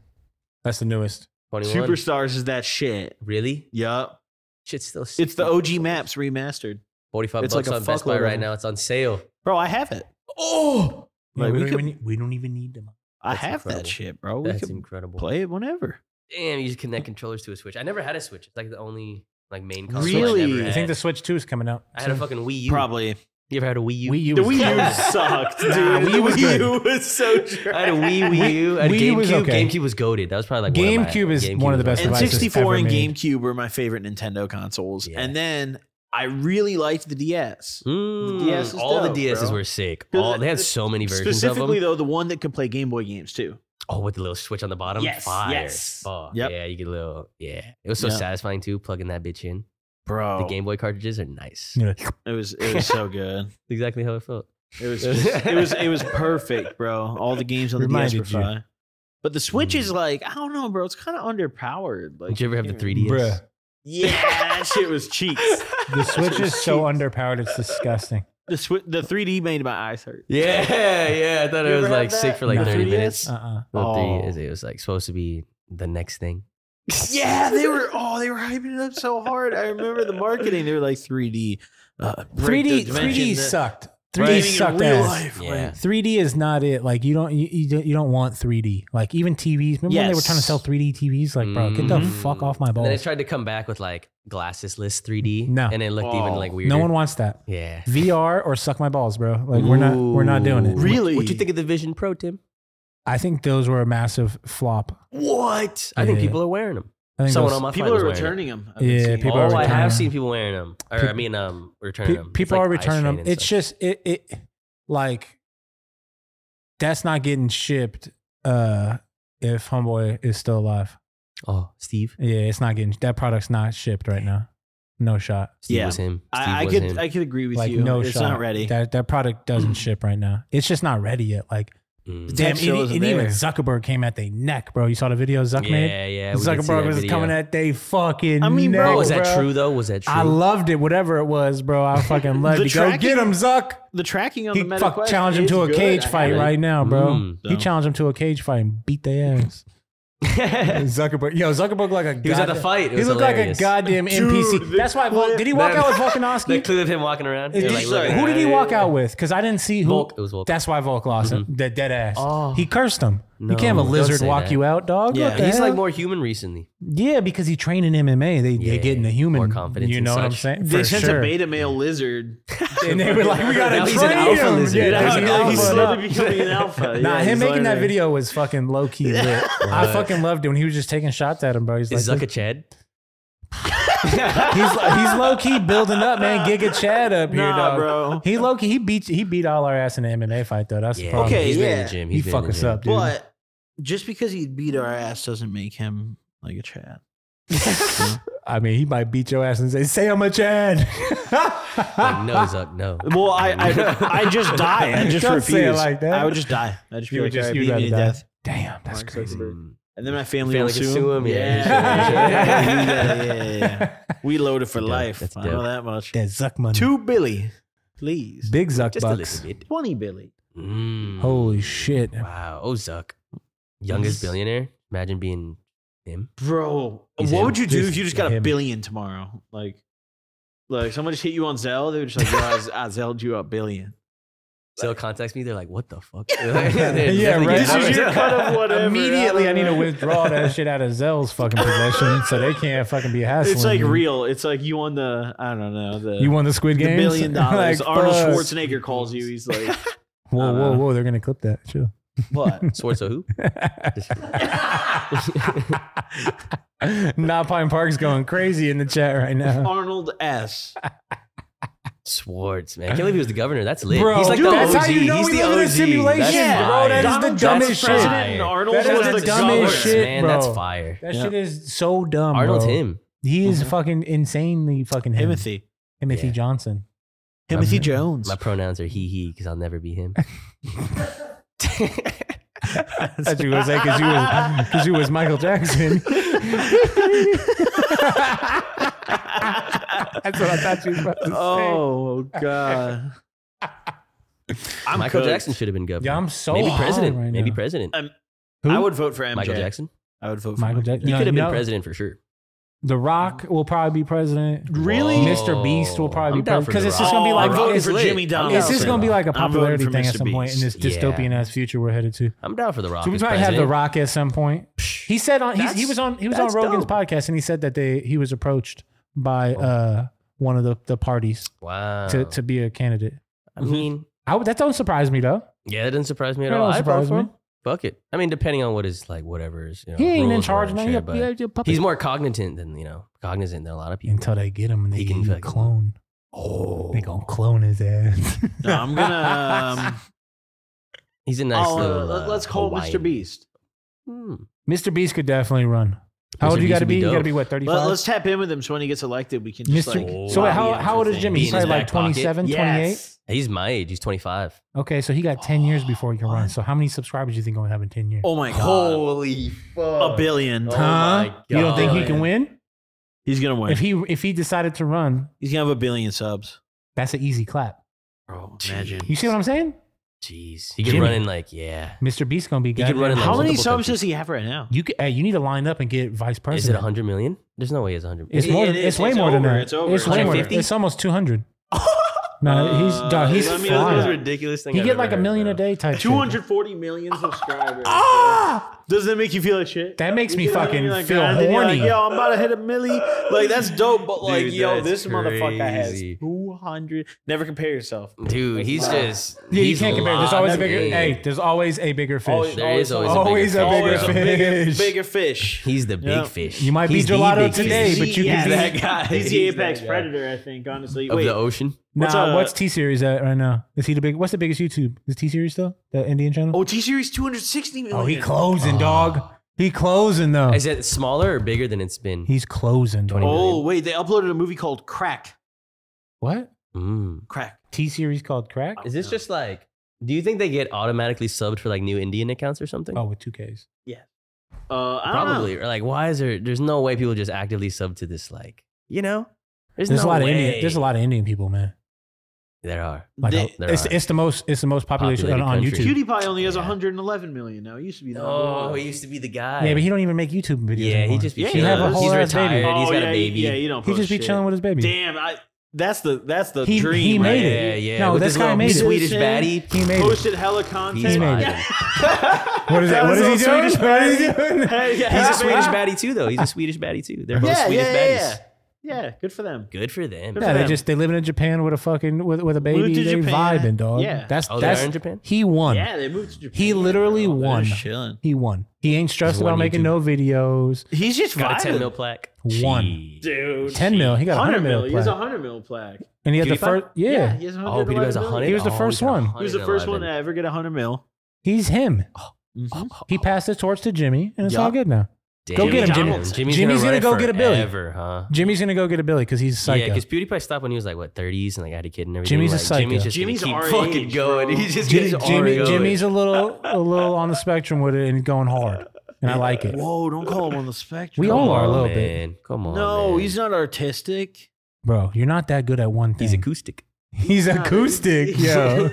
S3: That's the newest.
S2: 21.
S1: Superstars is that shit.
S2: Really?
S1: Yup.
S2: Shit's still.
S1: It's the
S2: 60.
S1: OG maps remastered.
S2: 45
S1: It's
S2: bucks
S1: like a
S2: on Best Buy
S1: fuckload
S2: right
S1: of-
S2: now. It's on sale.
S1: Bro, I have it.
S2: Oh,
S3: Yeah,
S1: Like,
S3: we,
S1: we
S3: don't
S1: could-
S3: even need, we don't even need them.
S1: I
S2: That's
S1: have that
S2: incredible.
S1: shit, bro. We
S2: that's
S1: can
S2: incredible.
S1: play it whenever.
S2: Damn, you just connect controllers to a Switch. I never had a Switch. It's like the only like main console.
S1: Really?
S2: I, never
S1: You
S3: I
S2: had.
S3: think the Switch Two is coming out.
S2: I had a fucking Wii U.
S1: Probably.
S2: You ever had a Wii U?
S3: Wii U.
S1: The
S3: was
S1: Wii U
S3: good.
S1: sucked, dude.
S3: Nah,
S1: the
S3: Wii U was
S1: Wii
S3: good.
S1: U was so
S2: I
S1: trash.
S2: had a Wii, Wii U. I had
S3: Wii U was
S2: GameCube.
S3: okay.
S2: GameCube was goaded. That was probably like one of my-
S3: GameCube is one of
S2: was
S3: the best
S1: and
S2: awesome.
S3: devices
S1: 64 and
S3: ever made.
S1: GameCube were my favorite Nintendo consoles.
S2: Yeah.
S1: And then I really liked the DS.
S2: Mm,
S3: Hmm.
S1: The DS is
S2: all
S1: dope,
S2: the DSs
S1: bro.
S2: were sick.
S1: Cause
S2: All,
S1: it-
S2: they had
S1: it-
S2: so many versions of
S1: Specifically,
S2: them.
S1: though, the one that could play Game Boy games too.
S2: Oh, with the little switch on the bottom.
S1: Yes,
S2: Fire.
S1: yes.
S2: Fuck,
S1: Yep.
S2: Yeah, you get a little. Yeah, it was so
S1: Yeah.
S2: satisfying too. Plugging that bitch in.
S1: Bro,
S2: The Game Boy cartridges are nice.
S3: Oh. Yeah.
S1: it was it was so good.
S2: Exactly how it felt.
S1: It was just, it was it was perfect, bro. All the games on the
S3: Reminded
S1: DS were
S3: you. Mm.
S1: fine. But the Switch is like I don't know, bro. It's kind of underpowered. Like,
S2: Did you ever have the
S1: can't
S2: 3DS?
S3: Bruh,
S1: Yeah, that shit was cheeks.
S3: the Switch is so underpowered. It's disgusting.
S1: The swi the 3D made my eyes hurt.
S2: Yeah, yeah. I thought
S1: You
S2: it
S1: ever
S2: was
S1: had
S2: like sick
S1: that?
S2: for like
S3: No.
S2: 30
S1: 3DS?
S2: minutes.
S3: Uh uh
S2: The
S1: Oh.
S2: 3DS, it was like supposed to be the next thing.
S1: Yeah, they were oh, they were hyping it up so hard. I remember the marketing. They were like 3D. Uh, break the
S3: 3D
S1: dimension
S3: 3D
S1: that-
S3: sucked.
S1: Right.
S3: 3D
S1: Living in
S3: sucked
S1: real
S3: ass.
S1: life,
S2: Yeah.
S1: like-
S3: 3D is not it. Like you don't you, you don't you don't want 3D. Like even TVs. Remember when they were
S1: Yes.
S3: trying to sell 3D TVs? Like bro, get the
S2: Mhm.
S3: fuck off my
S2: And then it
S3: balls.
S2: tried to come back with like glassesless 3D.
S3: No.
S2: And it looked even
S1: Oh.
S2: like weirder.
S3: No one wants that.
S2: Yeah.
S3: VR or suck my balls, bro. Like we're not we're not doing
S2: Ooh.
S3: it.
S2: What-
S1: Really?
S2: What, do you think of the Vision Pro, Tim?
S3: I think those were a massive flop.
S2: What? I think
S3: Yeah.
S2: people are wearing them.
S3: I think
S2: Someone
S3: those-
S2: on my
S1: People
S2: flight was
S1: are
S2: wearing 'em.
S1: returning them.
S3: Yeah, people
S2: oh,
S3: are
S2: I
S3: returning
S2: have
S3: 'em.
S2: seen people wearing them. Or I
S3: Peop-
S2: mean, um, returning
S3: pe-
S2: them. It's
S3: people
S2: like
S3: are
S2: eye
S3: returning
S2: strain
S3: them.
S2: and
S3: It's
S2: stuff.
S3: just it it like that's not getting shipped uh if homeboy is still alive.
S2: Oh, Steve.
S3: Yeah, it's not getting that product's not shipped right now. No shot.
S2: Steve
S1: Yeah.
S2: was him. Steve
S1: I, I
S2: was
S1: could
S2: him.
S1: I could agree with
S3: Like
S1: you.
S3: no
S1: it's
S3: shot.
S1: not ready.
S3: That that product doesn't ship right now. It's just not ready yet. Like
S2: Mm.
S1: Damn,
S3: damn, and,
S1: show
S3: e-
S1: isn't
S3: and even
S1: there.
S3: Zuckerberg came at they neck, bro. You saw the video Zuck made.
S2: Yeah, yeah. we did see
S3: Zuckerberg
S2: that
S3: was
S2: video.
S3: coming at they fucking.
S1: I mean, bro,
S3: neck,
S2: Oh, was that
S3: bro.
S2: true though? Was that true?
S3: I loved it. Whatever it was, bro, I fucking loved
S1: The
S3: it. Go
S1: tracking-
S3: get him, Zuck.
S1: the tracking on
S3: He
S1: the meta
S3: fuck
S1: Quest
S3: challenged him
S1: is
S3: to a
S1: good.
S3: cage
S1: I
S3: fight
S1: haven't-
S3: right now, bro.
S2: Mm.
S3: He
S1: So-
S3: challenged him to a cage fight and beat their ass. Zuckerberg, yo, Zuckerberg like a
S2: He was at the
S3: goddamn-
S2: fight. It
S3: He
S2: was
S3: looked
S2: hilarious.
S3: like a goddamn NPC.
S1: the
S3: That's why. Vol-
S1: clip-
S3: did he walk
S2: that-
S3: out with
S2: the
S3: Volkanovski?
S2: clip of him walking around.
S3: Did
S2: You're
S3: you-
S2: like,
S1: look,
S3: who did he walk
S2: yeah.
S3: out with? Because I didn't see who.
S2: Volk. It was Volk.
S3: That's why Volk lost him. The dead ass.
S2: Oh.
S3: He cursed him.
S2: No,
S3: you can't have a
S2: don't
S3: lizard
S2: say
S3: walk
S2: that.
S3: you out, dog.
S1: Yeah,
S3: What the
S2: He's
S3: hell?
S2: like more human recently.
S3: Yeah, because he trained in MMA. They
S2: Yeah,
S3: they get in the human.
S2: more confidence
S3: You
S2: and
S3: know what I'm
S2: such.
S3: saying?
S1: They
S3: For
S1: sent
S3: sure.
S1: a beta male lizard.
S3: And they were like, we gotta
S2: Now he's an
S3: train
S2: alpha
S3: him.
S2: lizard.
S3: Yeah,
S2: Now
S3: he's
S1: I
S3: an
S1: know, he's
S3: alpha.
S1: slowly becoming an alpha.
S3: Nah,
S1: Yeah,
S3: him
S1: he's
S3: making that
S1: learning.
S3: video was fucking low key lit. I fucking loved it when he was just taking shots at him, bro. He's like,
S2: Is Zuck a Chad?
S3: he's he's low key building up, man. Giga Chad up here,
S1: Nah,
S3: dog.
S1: bro.
S3: He low key he beat he beat all our ass in the MMA fight though. That's the
S2: Yeah,
S3: problem.
S1: Okay,
S2: He's been in
S1: yeah.
S2: the gym.
S3: he
S2: He's been in
S3: fuck
S2: the
S3: us
S2: gym.
S3: up, dude.
S1: But just because he beat our ass doesn't make him like a Chad.
S3: I mean, he might beat your ass and say, "Say I'm a Chad."
S2: Like, no, Zuck, no.
S1: Well, I I, I just die. I just
S3: Don't
S1: refuse.
S3: say it like that.
S1: I would just die. I just be
S3: You would
S1: like,
S3: just-
S1: just
S3: you'd
S1: beat me to
S3: rather die.
S1: death.
S3: Damn, that's
S1: Mark
S3: crazy.
S1: Zuckerberg. And then my family,
S2: Family
S1: will
S2: can
S1: sue him.
S2: sue him, yeah,
S1: Yeah.
S2: sure,
S1: yeah, yeah, yeah, yeah. We loaded for
S2: dope,
S1: life.
S2: that's
S1: I know
S2: dope.
S1: that much.
S3: That Zuck money.
S1: Two Billy, please.
S3: big Zuck
S2: Just a
S3: bucks.
S2: little bit.
S1: Twenty Billy.
S2: Mm.
S3: Holy shit!
S2: Wow. Oh, Zuck. Youngest billionaire. Imagine being him.
S1: Bro,
S2: He's
S1: what
S2: him.
S1: would you do
S3: Just
S1: if you just got a
S3: him.
S1: billion tomorrow? Like, like someone just hit you on Zelle. They were just like, "Yo, I, z- I Zelled you a billion.
S2: Still contacts me. They're like, what the fuck?
S3: Yeah, right.
S1: This is your cut of whatever.
S3: Immediately, I need to
S1: don't know.
S3: withdraw that shit out of Zell's fucking possession, so they can't fucking be hassling.
S1: It's like
S3: me.
S1: real. It's like you won the. I don't know the.
S3: You won the Squid
S1: the
S3: Game.
S1: billion dollars. Arnold Schwarzenegger calls you. He's like,
S3: Whoa,
S1: Uh,
S3: whoa, whoa! They're gonna clip that. Chill.
S1: "What?
S2: Swords of who?
S3: Not Pine Park's going crazy in the chat right now.
S1: Arnold S."
S2: Swartz, man. I can't believe he was the governor. That's lit.
S3: Bro,
S2: he's like
S3: dude,
S2: the
S3: that's
S2: OG.
S3: how you know
S2: he's
S3: we
S2: the
S3: live in a
S2: OG.
S3: simulation,
S2: That's
S1: Yeah.
S3: bro. That is
S2: fire.
S3: the
S1: Donald
S3: dumbest
S1: Trump's
S3: shit.
S1: president and
S2: Fire.
S1: Arnold
S3: That
S1: was
S3: is
S1: the
S3: the dumbest
S1: governor.
S3: shit,
S2: man. That's
S3: bro.
S2: fire.
S3: That
S1: Yeah.
S3: shit is so dumb.
S2: Arnold's
S3: bro.
S2: him.
S3: He is
S1: Mhm.
S3: fucking insanely fucking him.
S1: Timothy.
S3: Timothy
S2: Yeah.
S3: Johnson.
S1: Timothy Jones.
S2: My pronouns are he, he, because I'll never be him.
S3: I thought you were gonna say because you was because you was Michael Jackson. That's what I thought you was about to
S1: oh god. I'm
S2: Michael
S1: cooked.
S2: Jackson should have been governor.
S3: say. Yeah, I'm so
S2: maybe
S3: high
S2: president.
S3: Right
S2: maybe
S3: now.
S2: president.
S3: Who?
S1: I would vote for MJ.
S2: Michael Jackson.
S1: I would vote for
S3: Michael Jackson.
S2: He
S3: No,
S2: could have
S3: you
S2: been
S3: know,
S2: president for sure.
S3: The Rock
S1: Oh.
S3: will probably be president.
S1: Really?
S3: Mr. Beast will probably
S2: I'm
S3: be
S2: down for
S3: president because
S2: The
S3: it's just gonna be
S1: Oh,
S3: like
S1: I'm voting
S3: it's-
S1: for
S2: lit.
S1: Jimmy
S2: I'm
S1: Donaldson.
S2: down
S3: It's just
S2: for
S3: gonna be
S2: The Rock.
S3: like a
S1: I'm voting
S3: popularity
S1: for
S3: thing at
S1: Mr.
S3: some point in this
S2: Beast.
S3: dystopian
S2: Yeah.
S3: ass future we're headed to.
S2: I'm down for the Rock.
S3: So we
S2: as
S3: might have the
S2: president.
S3: Rock at some point. He said on he's, he
S2: That's-
S3: was on he was on
S2: that's
S3: Rogan's
S2: dope. Oh.
S3: podcast and he said that they he was approached by uh one of the, the parties
S2: Wow.
S3: to, to mm-hmm. be a candidate.
S2: I mean,
S3: I, would- that don't surprise me though.
S2: yeah, that doesn't surprise me at
S3: That
S2: all.
S3: don't
S2: I vote
S3: surprise
S2: for
S3: me.
S2: him. Fuck it. I mean, depending on what is like, whatever is. You know,
S3: He ain't in
S2: rules
S3: charge
S2: were and
S3: now.
S2: shit,
S3: Yeah,
S2: but
S3: yeah, yeah, puppy.
S2: He's more cognizant than you know, cognizant than a lot of people.
S3: until they get him and they
S2: He
S3: get
S2: can
S3: him
S2: fucking-
S3: clone. Oh, they gonna clone his ass.
S1: No, I'm gonna. Um,
S2: He's a nice
S1: I'll, uh,
S2: little.
S1: let-
S2: uh,
S1: let's call
S2: Hawaiian.
S1: Mr. Beast.
S2: Hmm.
S3: Mr. Beast could definitely run. How
S2: Mr.
S3: old you
S2: Beast
S3: got to
S2: would be
S3: be? You got to
S2: dope.
S3: be what thirty
S1: Let,
S3: five.
S1: us tap in with him so when he gets elected, we can just
S3: Mr.
S1: like.
S3: so wait, how
S2: lobby him
S3: how
S2: for
S3: old is
S2: things.
S3: Jimmy?
S2: Be
S3: He's
S2: in his
S3: probably like
S2: back pocket.
S3: 27, 28?
S1: Yes.
S2: He's my age. He's 25.
S3: Okay, so he got ten years before he can run. So how many subscribers do you think he'll have in ten years?
S1: Oh my god.
S2: Holy fuck.
S1: a billion.
S2: Oh. my
S3: You don't think he
S2: God.
S3: can win?
S1: He's gonna win.
S3: If he if he decided to run,
S1: He's gonna have a billion subs.
S3: that's an easy clap.
S1: Bro,
S3: You see what I'm saying?
S2: Jeez. He can
S3: Jimmy.
S2: run in like, yeah.
S3: Mr. Beast gonna be.
S2: could run in
S3: goddamn-
S2: like
S1: How many
S2: multiple
S1: subs
S2: countries.
S1: does he have right now?
S3: You could, hey, you need to line up and get vice president.
S2: Is it 100 million? There's no way it's 100
S3: It's
S1: It-
S3: more.
S1: it
S3: than
S1: is-
S3: it's, way
S1: it's
S3: more than
S1: over,
S3: that.
S1: it's over.
S3: It's way more.
S2: 150?
S3: It's almost two hundred. No, he's
S1: Uh,
S3: dog, he's
S1: I mean,
S3: flying.
S1: those are
S2: ridiculous thing.
S3: He get like a million a day type. shit.
S1: 240 million subscribers.
S3: Ah!
S1: Does that make you feel like shit?
S3: That makes me
S1: You know what I
S3: fucking
S1: mean? Like,
S3: feel
S1: God, then you're
S3: horny.
S1: Like, yo, I'm about to hit a milli. Like that's dope, but like,
S2: Dude,
S1: yo,
S2: that's
S1: this motherfucker has
S2: crazy.
S1: 200. Never compare yourself.
S2: Dude, he's just.
S3: Yeah, you
S2: he's
S3: can't compare. There's
S2: locked
S3: always a bigger.
S2: in.
S3: Hey, there's always a bigger fish.
S1: Always- oh,
S2: There is always,
S3: Always
S2: a
S3: a
S2: bigger
S1: Always
S2: fish,
S1: a
S2: bro.
S1: bigger,
S3: fish.
S1: bigger fish.
S2: He's the big
S1: Yeah.
S2: fish.
S3: You might
S2: He's
S3: be
S2: the
S3: gelato
S2: big
S3: today,
S2: fish
S3: but you
S1: Yes.
S3: can
S2: that
S3: be
S2: guy.
S1: He's the
S2: He's
S1: apex
S2: that guy.
S1: predator, I think. Honestly,
S2: of
S1: wait,
S2: the ocean.
S1: What's,
S3: Nah,
S1: uh,
S3: what's T series at right now? Is he the big? What's the
S1: Oh,
S3: Oh, biggest YouTube? Is T series still the Indian channel? Oh,
S2: Oh,
S1: OT series 260 million.
S3: closing, dog. He closing though.
S2: Ah. Is it smaller or bigger than it's been?
S3: He's closing. Dog.
S2: 20
S1: Oh
S2: million.
S1: wait, they uploaded a movie called Crack.
S3: What?
S2: Mm.
S1: Crack.
S3: T series called Crack?
S2: Is this just like? Do you think they get automatically subbed for like new Indian accounts or something?
S3: Oh, with two Ks.
S1: Uh, I don't know.
S2: Probably. Or like, why is there? There's no way people just actively sub to this. Like, you know, there's,
S3: There's
S2: no
S3: a lot
S2: way.
S3: of Indian. There's a lot of Indian people, man.
S2: There are.
S3: Like
S1: They-
S3: uh,
S2: There
S3: it's,
S2: are.
S3: it's the most. It's the most population on,
S2: Populated
S3: on
S2: country.
S3: YouTube.
S1: PewDiePie only has
S2: Yeah.
S1: 111 million now. It used to be the number
S2: Oh,
S1: one.
S2: he used to be the guy.
S3: Yeah, but he don't even make YouTube videos.
S2: yeah,
S3: anymore.
S2: he just be
S1: Yeah, he
S2: chilling.
S1: have a
S2: he's
S3: whole ass baby.
S2: retired. He's
S1: Oh,
S2: got
S1: yeah,
S2: a baby.
S1: Yeah, you don't.
S3: he just
S1: post
S3: be
S1: shit.
S3: chilling with his baby.
S1: Damn, I, that's the that's the
S3: He- he
S1: dream.
S3: made
S1: right
S3: it.
S1: there.
S2: Yeah, yeah.
S3: No,
S2: with
S3: this
S2: his
S3: guy
S2: little
S3: made it.
S2: Swedish
S1: Shit.
S2: baddie.
S3: He made it.
S1: Posted hella content.
S2: He's
S3: made
S2: vibing.
S3: What is that? What is he doing? Just- What is he doing?
S1: Hey, yeah,
S2: He's a
S1: yeah,
S2: Swedish baddie too, though. He's a Swedish baddie too. They're both
S1: Yeah,
S2: Swedish
S1: yeah, yeah,
S2: baddies.
S1: yeah. Yeah, good for them.
S2: Good for them.
S1: Good
S3: Yeah, they
S1: them.
S3: just they living in Japan with a fucking with, with a baby.
S1: to
S3: They
S1: Japan.
S3: vibing, dog.
S1: Yeah.
S3: That's
S2: Oh, they
S3: that's
S2: are in Japan?
S3: He won.
S1: Yeah, they moved to Japan.
S3: He literally
S1: bro. They're
S3: won.
S1: Chilling.
S3: He won. He ain't stressed
S2: He's won
S3: about making
S2: YouTube.
S3: no videos.
S1: He's just
S2: Got a 10
S1: vibing.
S2: mil plaque.
S3: One.
S2: Jeez.
S1: Dude,
S3: 10 mil. He got a 100 mil.
S1: He has a
S3: plaque.
S1: hundred mil plaque.
S3: And he had the
S2: PewDiePie?
S3: first. Yeah.
S1: he has
S2: Oh, Peter has
S1: 111
S2: a
S1: million.
S2: hundred.
S3: He was the
S2: Oh,
S3: first
S2: got a
S3: one.
S1: He was the first one to
S2: 111.
S1: ever get a hundred mil.
S3: He's him.
S1: Mhm.
S3: He passed the torch to Jimmy, and it's
S1: Yup.
S3: all good now. Go
S2: Damn.
S3: get him, Jimmy.
S2: Jimmy's,
S3: Jimmy's
S2: gonna,
S3: gonna go get a Billy.
S2: Ever, huh?
S3: Jimmy's gonna go get a Billy because he's a
S2: Yeah,
S3: psycho.
S2: because PewDiePie stopped when he was like what 30s and like had a kid and everything.
S3: Jimmy's a
S2: like,
S3: psycho.
S2: Jimmy's just gonna
S1: Jimmy's
S2: keep
S1: our
S2: fucking
S1: age,
S2: going.
S1: bro.
S2: He's just
S3: Ji-
S2: gonna
S3: Jimmy,
S2: going.
S3: Jimmy's a little a little on the spectrum with it and going hard, and I like it.
S1: Whoa, don't call him on the spectrum.
S3: We
S2: Come
S3: all are a
S2: on,
S3: little bit.
S2: man. Come on.
S1: No,
S2: man.
S1: he's not artistic.
S3: Bro, you're not that good at one thing.
S2: He's acoustic.
S3: He's acoustic, yo.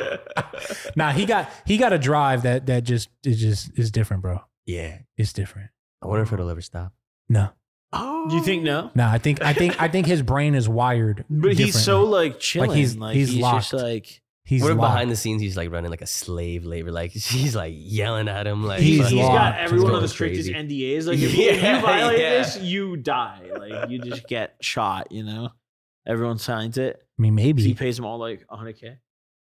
S3: nah, he got he got a drive that that just is just is different, bro.
S2: Yeah.
S3: It's different.
S2: I wonder if it'll ever stop.
S3: No,
S1: Oh, you think no?
S3: no, I think I think I think his brain is wired.
S1: But he's so
S3: differently.
S1: like chilling. Like
S3: he's-
S1: he's
S3: he's
S1: just
S3: locked.
S1: like
S3: he's
S2: what if
S3: locked.
S2: behind the scenes he's like running like a slave labor? Like she's like yelling at him. Like
S3: He's
S1: he's
S2: fucking-
S1: got
S3: locked.
S1: everyone
S2: He's
S1: on the
S2: going
S1: strictest
S2: crazy.
S1: NDAs. Like if
S2: Yeah,
S1: if you violate
S2: yeah.
S1: this, you die. Like you just get shot. You know, everyone signs it.
S3: I mean,
S1: He
S3: maybe
S1: pays them all like 100k.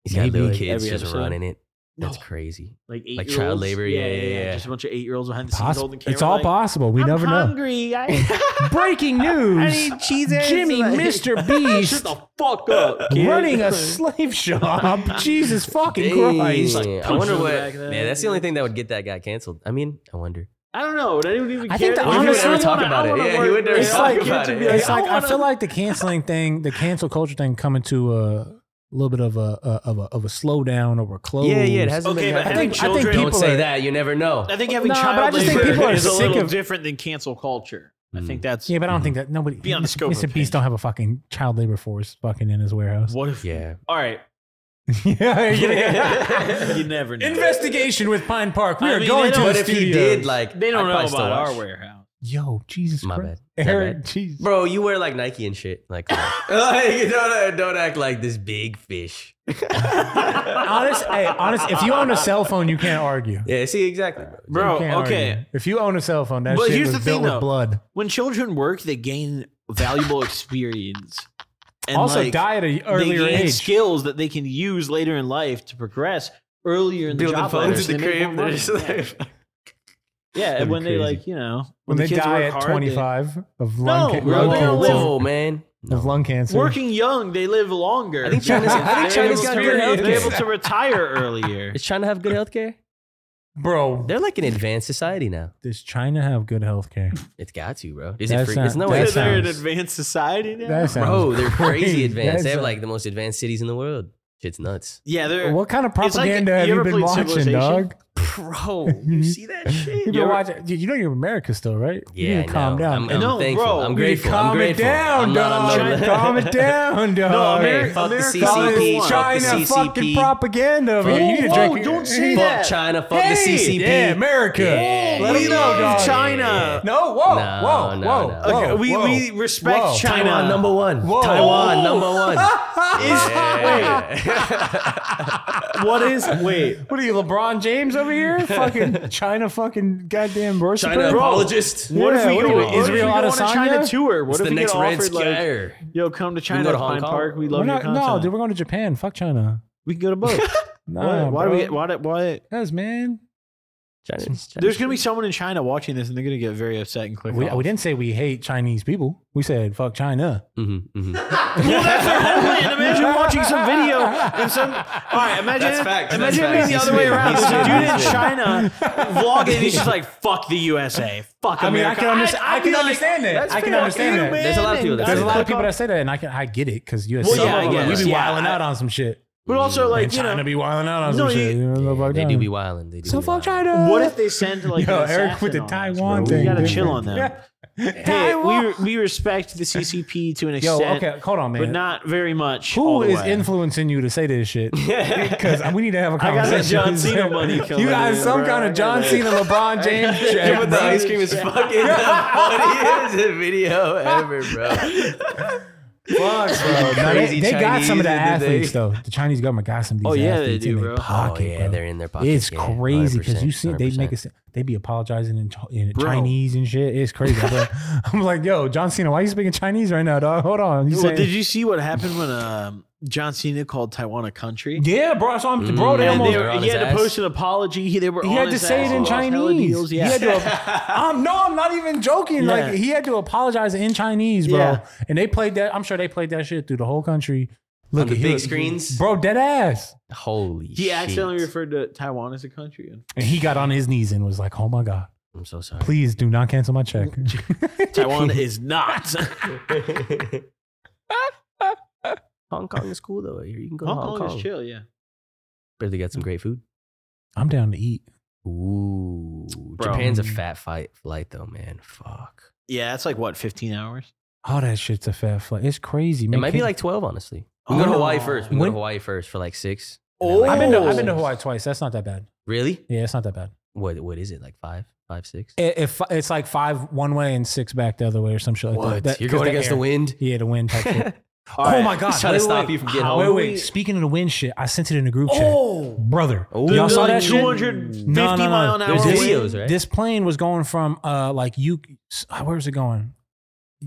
S2: He's got little
S1: Maybe.
S2: kids
S1: Every
S2: just
S1: episode.
S2: running it. That's
S1: No.
S2: crazy.
S1: Like eight
S2: Like
S1: year
S2: child
S1: olds.
S2: labor, yeah, yeah, yeah.
S1: Just a bunch of eight year olds behind the scenes
S3: possible.
S1: holding cameras.
S3: It's all
S1: like,
S3: possible. We
S1: I'm
S3: never
S1: hungry. I-
S3: know. Breaking
S1: I
S3: news:
S1: need cheese ends.
S3: Jimmy,
S1: Like,
S3: Mr.
S1: Shut
S3: Beast,
S1: the fuck up. kid.
S3: running a
S1: Like,
S3: slave shop. Jesus fucking
S2: Dang.
S3: Christ!
S2: I
S1: punches
S2: wonder
S1: him
S2: what.
S1: back then.
S2: Yeah, that's the only thing that would get that guy canceled. I mean, I wonder.
S1: I don't know. Would anyone even
S3: I
S1: care?
S3: think the
S1: Like, if you would
S3: honest- He
S1: ever
S3: would never
S2: talk about
S1: I
S2: it.
S1: wanna
S2: Yeah, he would
S1: work
S2: never
S1: there.
S2: talk
S1: I'll give
S2: about
S1: to
S2: it.
S1: be like,
S3: it's like I
S1: wanna-
S3: feel like the canceling thing, the cancel culture thing, coming to a little bit of a, a of a of a slowdown or a close.
S2: Yeah, yeah, it hasn't.
S1: Okay,
S2: been
S1: but
S2: I think-
S1: having
S3: I think
S1: children,
S3: people
S2: don't say
S3: are-
S2: that. You never know.
S1: I think having
S3: Nah, but
S1: child
S3: I just think
S1: labor
S3: people are
S1: is a
S3: sick
S1: little
S3: of-
S1: different than cancel culture. I
S2: Mm.
S1: think that's
S3: Yeah, but I don't think that nobody.
S1: Beyond the scope
S3: Mr.
S1: of
S3: Beast
S1: opinion.
S3: don't have a fucking child labor force fucking in his warehouse.
S1: what if.
S2: Yeah.
S1: All right.
S3: yeah,
S1: you never know.
S3: Investigation with Pine Park. We
S1: I
S3: are
S1: mean,
S3: going
S1: they
S3: to
S1: don't-
S3: the
S2: But if he
S3: studios.
S2: did, like,
S1: They don't
S2: I'd
S1: know
S2: probably still
S1: about our
S2: watch.
S1: warehouse.
S3: yo, Jesus
S2: My
S3: Christ,
S2: bad. My
S3: Eric,
S2: bad.
S3: Jesus.
S2: Bro, you wear like Nike and shit. Like, like, Oh, don't uh, don't act like this big fish.
S3: honest, hey, honest. If you own a cell phone, you can't argue.
S2: Yeah. See, exactly.
S3: You
S1: Bro,
S3: can't
S1: okay.
S3: argue. If you own a cell phone, that
S1: But
S3: shit
S1: here's
S3: was
S1: the
S3: built
S1: thing, though.
S3: with blood.
S1: When children work, they gain valuable experience. And
S3: also,
S1: like,
S3: die at an earlier
S1: they gain
S3: age.
S1: skills that they can use later in life to progress earlier in the
S2: Building
S1: job ladders,
S2: phones at
S1: and
S2: the
S1: they make
S2: crib.
S1: more
S2: They're
S1: money.
S2: just
S1: yeah.
S2: like,
S1: Yeah, and
S2: be
S1: when they
S2: crazy.
S1: like, you know,
S3: when they
S1: kids
S3: die
S1: work
S3: at
S1: hard, they-
S3: 25 of
S1: No,
S3: lung, ca-
S1: bro,
S3: lung
S1: they don't
S3: cancer,
S1: live-
S2: whoa, man.
S3: of lung cancer.
S1: working young, they live longer.
S2: I think China's. I think
S1: They're
S2: China's
S1: able
S2: got
S1: to-
S2: good health
S1: They're able
S2: care.
S1: to retire earlier.
S2: Is China have good health care?
S3: bro.
S2: They're like an advanced society now.
S3: Does China have good health care?
S2: It's got to, bro. Is it
S3: That's
S2: free?
S3: not-
S2: It's no way.
S3: that's
S2: it's
S1: they're
S3: sounds-
S1: an advanced society now.
S3: That sounds
S2: Bro, they're crazy advanced.
S3: That's
S2: They have
S3: a-
S2: like the most advanced cities in the world. Shit's nuts.
S1: yeah, they're.
S3: What kind of
S1: It's like-
S3: propaganda have
S1: you
S3: you
S1: ever
S3: been
S1: played
S3: watching,
S1: Civilization?
S3: dog?
S2: Bro, you see that
S3: You've
S2: shit?
S3: been
S1: ever-
S3: watching. Mm-hmm. You you know you're in America still, right? you
S2: Yeah,
S3: need to calm
S2: no,
S3: down.
S2: I'm, I'm
S1: No,
S2: thankful.
S1: bro,
S2: I'm
S3: You need to
S2: grateful.
S3: calm
S2: I'm grateful.
S3: it down,
S2: I'm not on
S3: dog.
S2: the list.
S3: calm it down, dog.
S1: Ameri-
S2: fuck
S1: America-
S2: the
S3: All this
S2: CCP, fuck
S3: China
S2: the
S3: fucking
S2: CCP.
S3: propaganda over here. You need to
S1: Whoa,
S3: drink.
S1: whoa, don't say
S3: Fuck-
S1: that.
S2: Fuck China. Fuck
S3: Hey,
S2: the CCP.
S3: Yeah, America.
S2: Yeah.
S3: Let
S1: we
S3: 'em know,
S1: love
S3: dog.
S1: China.
S3: No, whoa,
S2: No,
S3: whoa,
S2: no, no.
S3: whoa, whoa.
S1: Okay, we,
S3: whoa.
S1: we respect
S3: Whoa.
S1: China.
S2: Taiwan number one.
S3: Whoa.
S2: Taiwan number one.
S1: Is, wait, what is wait?
S3: What are you, LeBron James over here? fucking China, fucking goddamn worshiper.
S2: China
S1: Bro.
S2: apologist.
S1: What if
S3: Yeah,
S1: we
S3: what
S1: go?
S3: are we,
S1: What if we
S3: Israel
S1: go on a
S3: Adesanya?
S1: China tour? What
S2: What's
S1: if
S2: the
S1: we
S2: next
S1: get
S2: Red
S1: offered like,
S2: Scare?
S1: yo, come to
S2: can
S1: China,
S2: go to Hong
S1: Pine
S2: Kong.
S1: Park. We
S3: We're
S1: love your
S3: not, no,
S1: content.
S3: dude, we're going to Japan. Fuck China.
S1: we can go to both.
S3: Nah,
S1: why, why do
S3: bro.
S1: we? Why? do- Why?
S3: Cause man,
S2: China, China-
S1: There's gonna be someone in China watching this, and they're gonna get very upset and click.
S3: We,
S1: off.
S3: we didn't say we hate Chinese people. We said fuck China.
S2: Mhm,
S1: well,
S2: mhm.
S1: that's their homeland. Imagine watching some video and some. All right, imagine.
S8: That's facts.
S1: Imagine
S8: That's
S1: it being the
S8: facts.
S1: other way
S8: He's
S1: around.
S8: fit.
S1: There's a
S8: He's
S1: dude
S8: fit.
S1: in
S8: He's
S1: China vlogging, and he's just like, "Fuck the USA, fuck
S3: I mean, I
S1: America."
S3: can, understand. I, can
S1: like-
S3: understand that.
S1: That's
S3: I can
S1: fair.
S3: understand
S1: You,
S3: that.
S1: man,
S2: There's a lot of people that
S1: and
S2: say
S3: There's a
S2: that.
S3: lot of
S1: click
S3: people
S1: off.
S3: that say that, and I can I get it because you.
S1: Well, yeah, I
S3: we
S1: guess,
S3: be
S1: yeah,
S3: wilding
S1: I-
S3: out on some shit.
S1: But also, like you
S3: China
S1: know,
S3: be wilding out on
S1: No,
S3: some shit.
S1: you-
S2: They do be wilding. They do
S3: so
S2: be
S3: fuck
S2: wildin'.
S3: China.
S1: what if they send like
S3: Yo,
S1: an
S3: Eric with
S1: assassin on
S3: the
S1: us,
S3: Taiwan
S1: bro?
S3: thing,
S1: We gotta
S3: dude.
S1: chill on them. Hey, we we respect the CCP to an
S3: Yo,
S1: extent,
S3: okay, hold on, man.
S1: but not very much. all
S3: Who
S1: the
S3: is
S1: way.
S3: influencing you to say this shit? Because we need to have a
S1: I got
S3: conversation.
S1: that John Cena money.
S3: You got
S1: coming in,
S3: some
S1: bro.
S3: kind
S1: I
S3: of
S1: got
S3: John
S1: that.
S3: Cena, LeBron James.
S2: Dude,
S3: check,
S2: but
S3: bro.
S2: the ice cream is fucking the funniest video ever, bro.
S3: Fuck, bro. No, they
S2: Crazy
S3: they got some of
S2: Chinese, did
S3: the athletes,
S2: they?
S3: though. The Chinese government got some of these
S1: Oh, yeah, they
S3: athletes
S1: do,
S3: in
S1: bro.
S3: their
S1: Oh,
S3: pocket,
S2: oh yeah,
S3: bro.
S2: they're in their pockets.
S3: it's
S2: yeah,
S3: crazy because you
S2: 100%,
S3: see, they make us, they be apologizing in, Ch- in
S1: Bro.
S3: Chinese and shit. It's crazy. bro. I'm like, yo, John Cena, why you speaking Chinese right now, dog? Hold on. You
S1: Well,
S3: saying,
S1: did you see what happened when um, John Cena called Taiwan a country?
S3: yeah, bro. So I'm, bro, they
S1: And
S2: Mm.
S3: almost,
S1: they
S2: They're
S1: were,
S2: on
S1: he
S2: his
S1: had to
S2: ass.
S1: post an apology. He, they were
S3: he
S1: on
S3: had to
S1: his
S3: say
S1: ass.
S3: it in
S1: He lost hella
S3: Chinese.
S1: deals. Yeah.
S3: He had to, I'm, no, I'm not even joking.
S1: Yeah.
S3: Like he had to apologize in Chinese, bro.
S1: Yeah.
S3: And they played that. I'm sure they played that shit through the whole country. Look
S2: the
S3: he
S2: big
S3: was-
S2: screens?
S3: bro. Dead ass.
S2: Holy shit.
S1: he accidentally referred to Taiwan as a country.
S3: And he got on his knees and was like, "Oh my god,
S2: I'm so sorry.
S3: please do not cancel my check."
S1: Taiwan is not.
S2: Hong Kong is cool though. You can go
S1: Hong
S2: to Hong
S1: Kong
S2: Kong.
S1: is chill, yeah.
S2: But they got some great food.
S3: I'm down to eat.
S2: Ooh.
S1: Bro.
S2: Japan's a
S3: Mm.
S2: fat fight flight though, man. Fuck.
S1: Yeah, that's like what, 15 hours?
S3: All that shit's a fat flight. It's crazy,
S2: It
S3: man.
S2: might be
S3: Can-
S2: like twelve, honestly. We go to
S1: Oh.
S2: Hawaii first. We go to
S3: When-
S2: Hawaii first for like six.
S1: Oh.
S3: I've been to I've
S1: Oh.
S3: been to Hawaii twice. That's not that bad.
S2: Really?
S3: Yeah, it's not that bad.
S2: What what is it? Like five? Five, six?
S3: It, it, it's like five one way and six back the other way or some shit like
S2: What?
S3: that. that.
S2: You're
S3: 'cause
S2: going against
S3: air.
S2: the wind?
S3: Yeah, the wind. Type shit.
S1: All
S3: Oh
S1: right.
S3: my god!
S2: He's trying
S3: wait,
S2: to stop
S3: wait.
S2: you from getting
S1: How-
S3: Wait,
S2: home.
S3: wait. Speaking of the wind shit, I sent it in the group chat.
S1: Oh.
S3: Brother,
S2: Oh.
S3: y'all
S1: There's
S3: saw
S1: like
S3: that shit?
S1: 250
S3: No, no, no.
S1: mile an hour
S2: There's
S1: wind.
S2: videos, right?
S3: This plane was going from uh like you, uh, where was it going?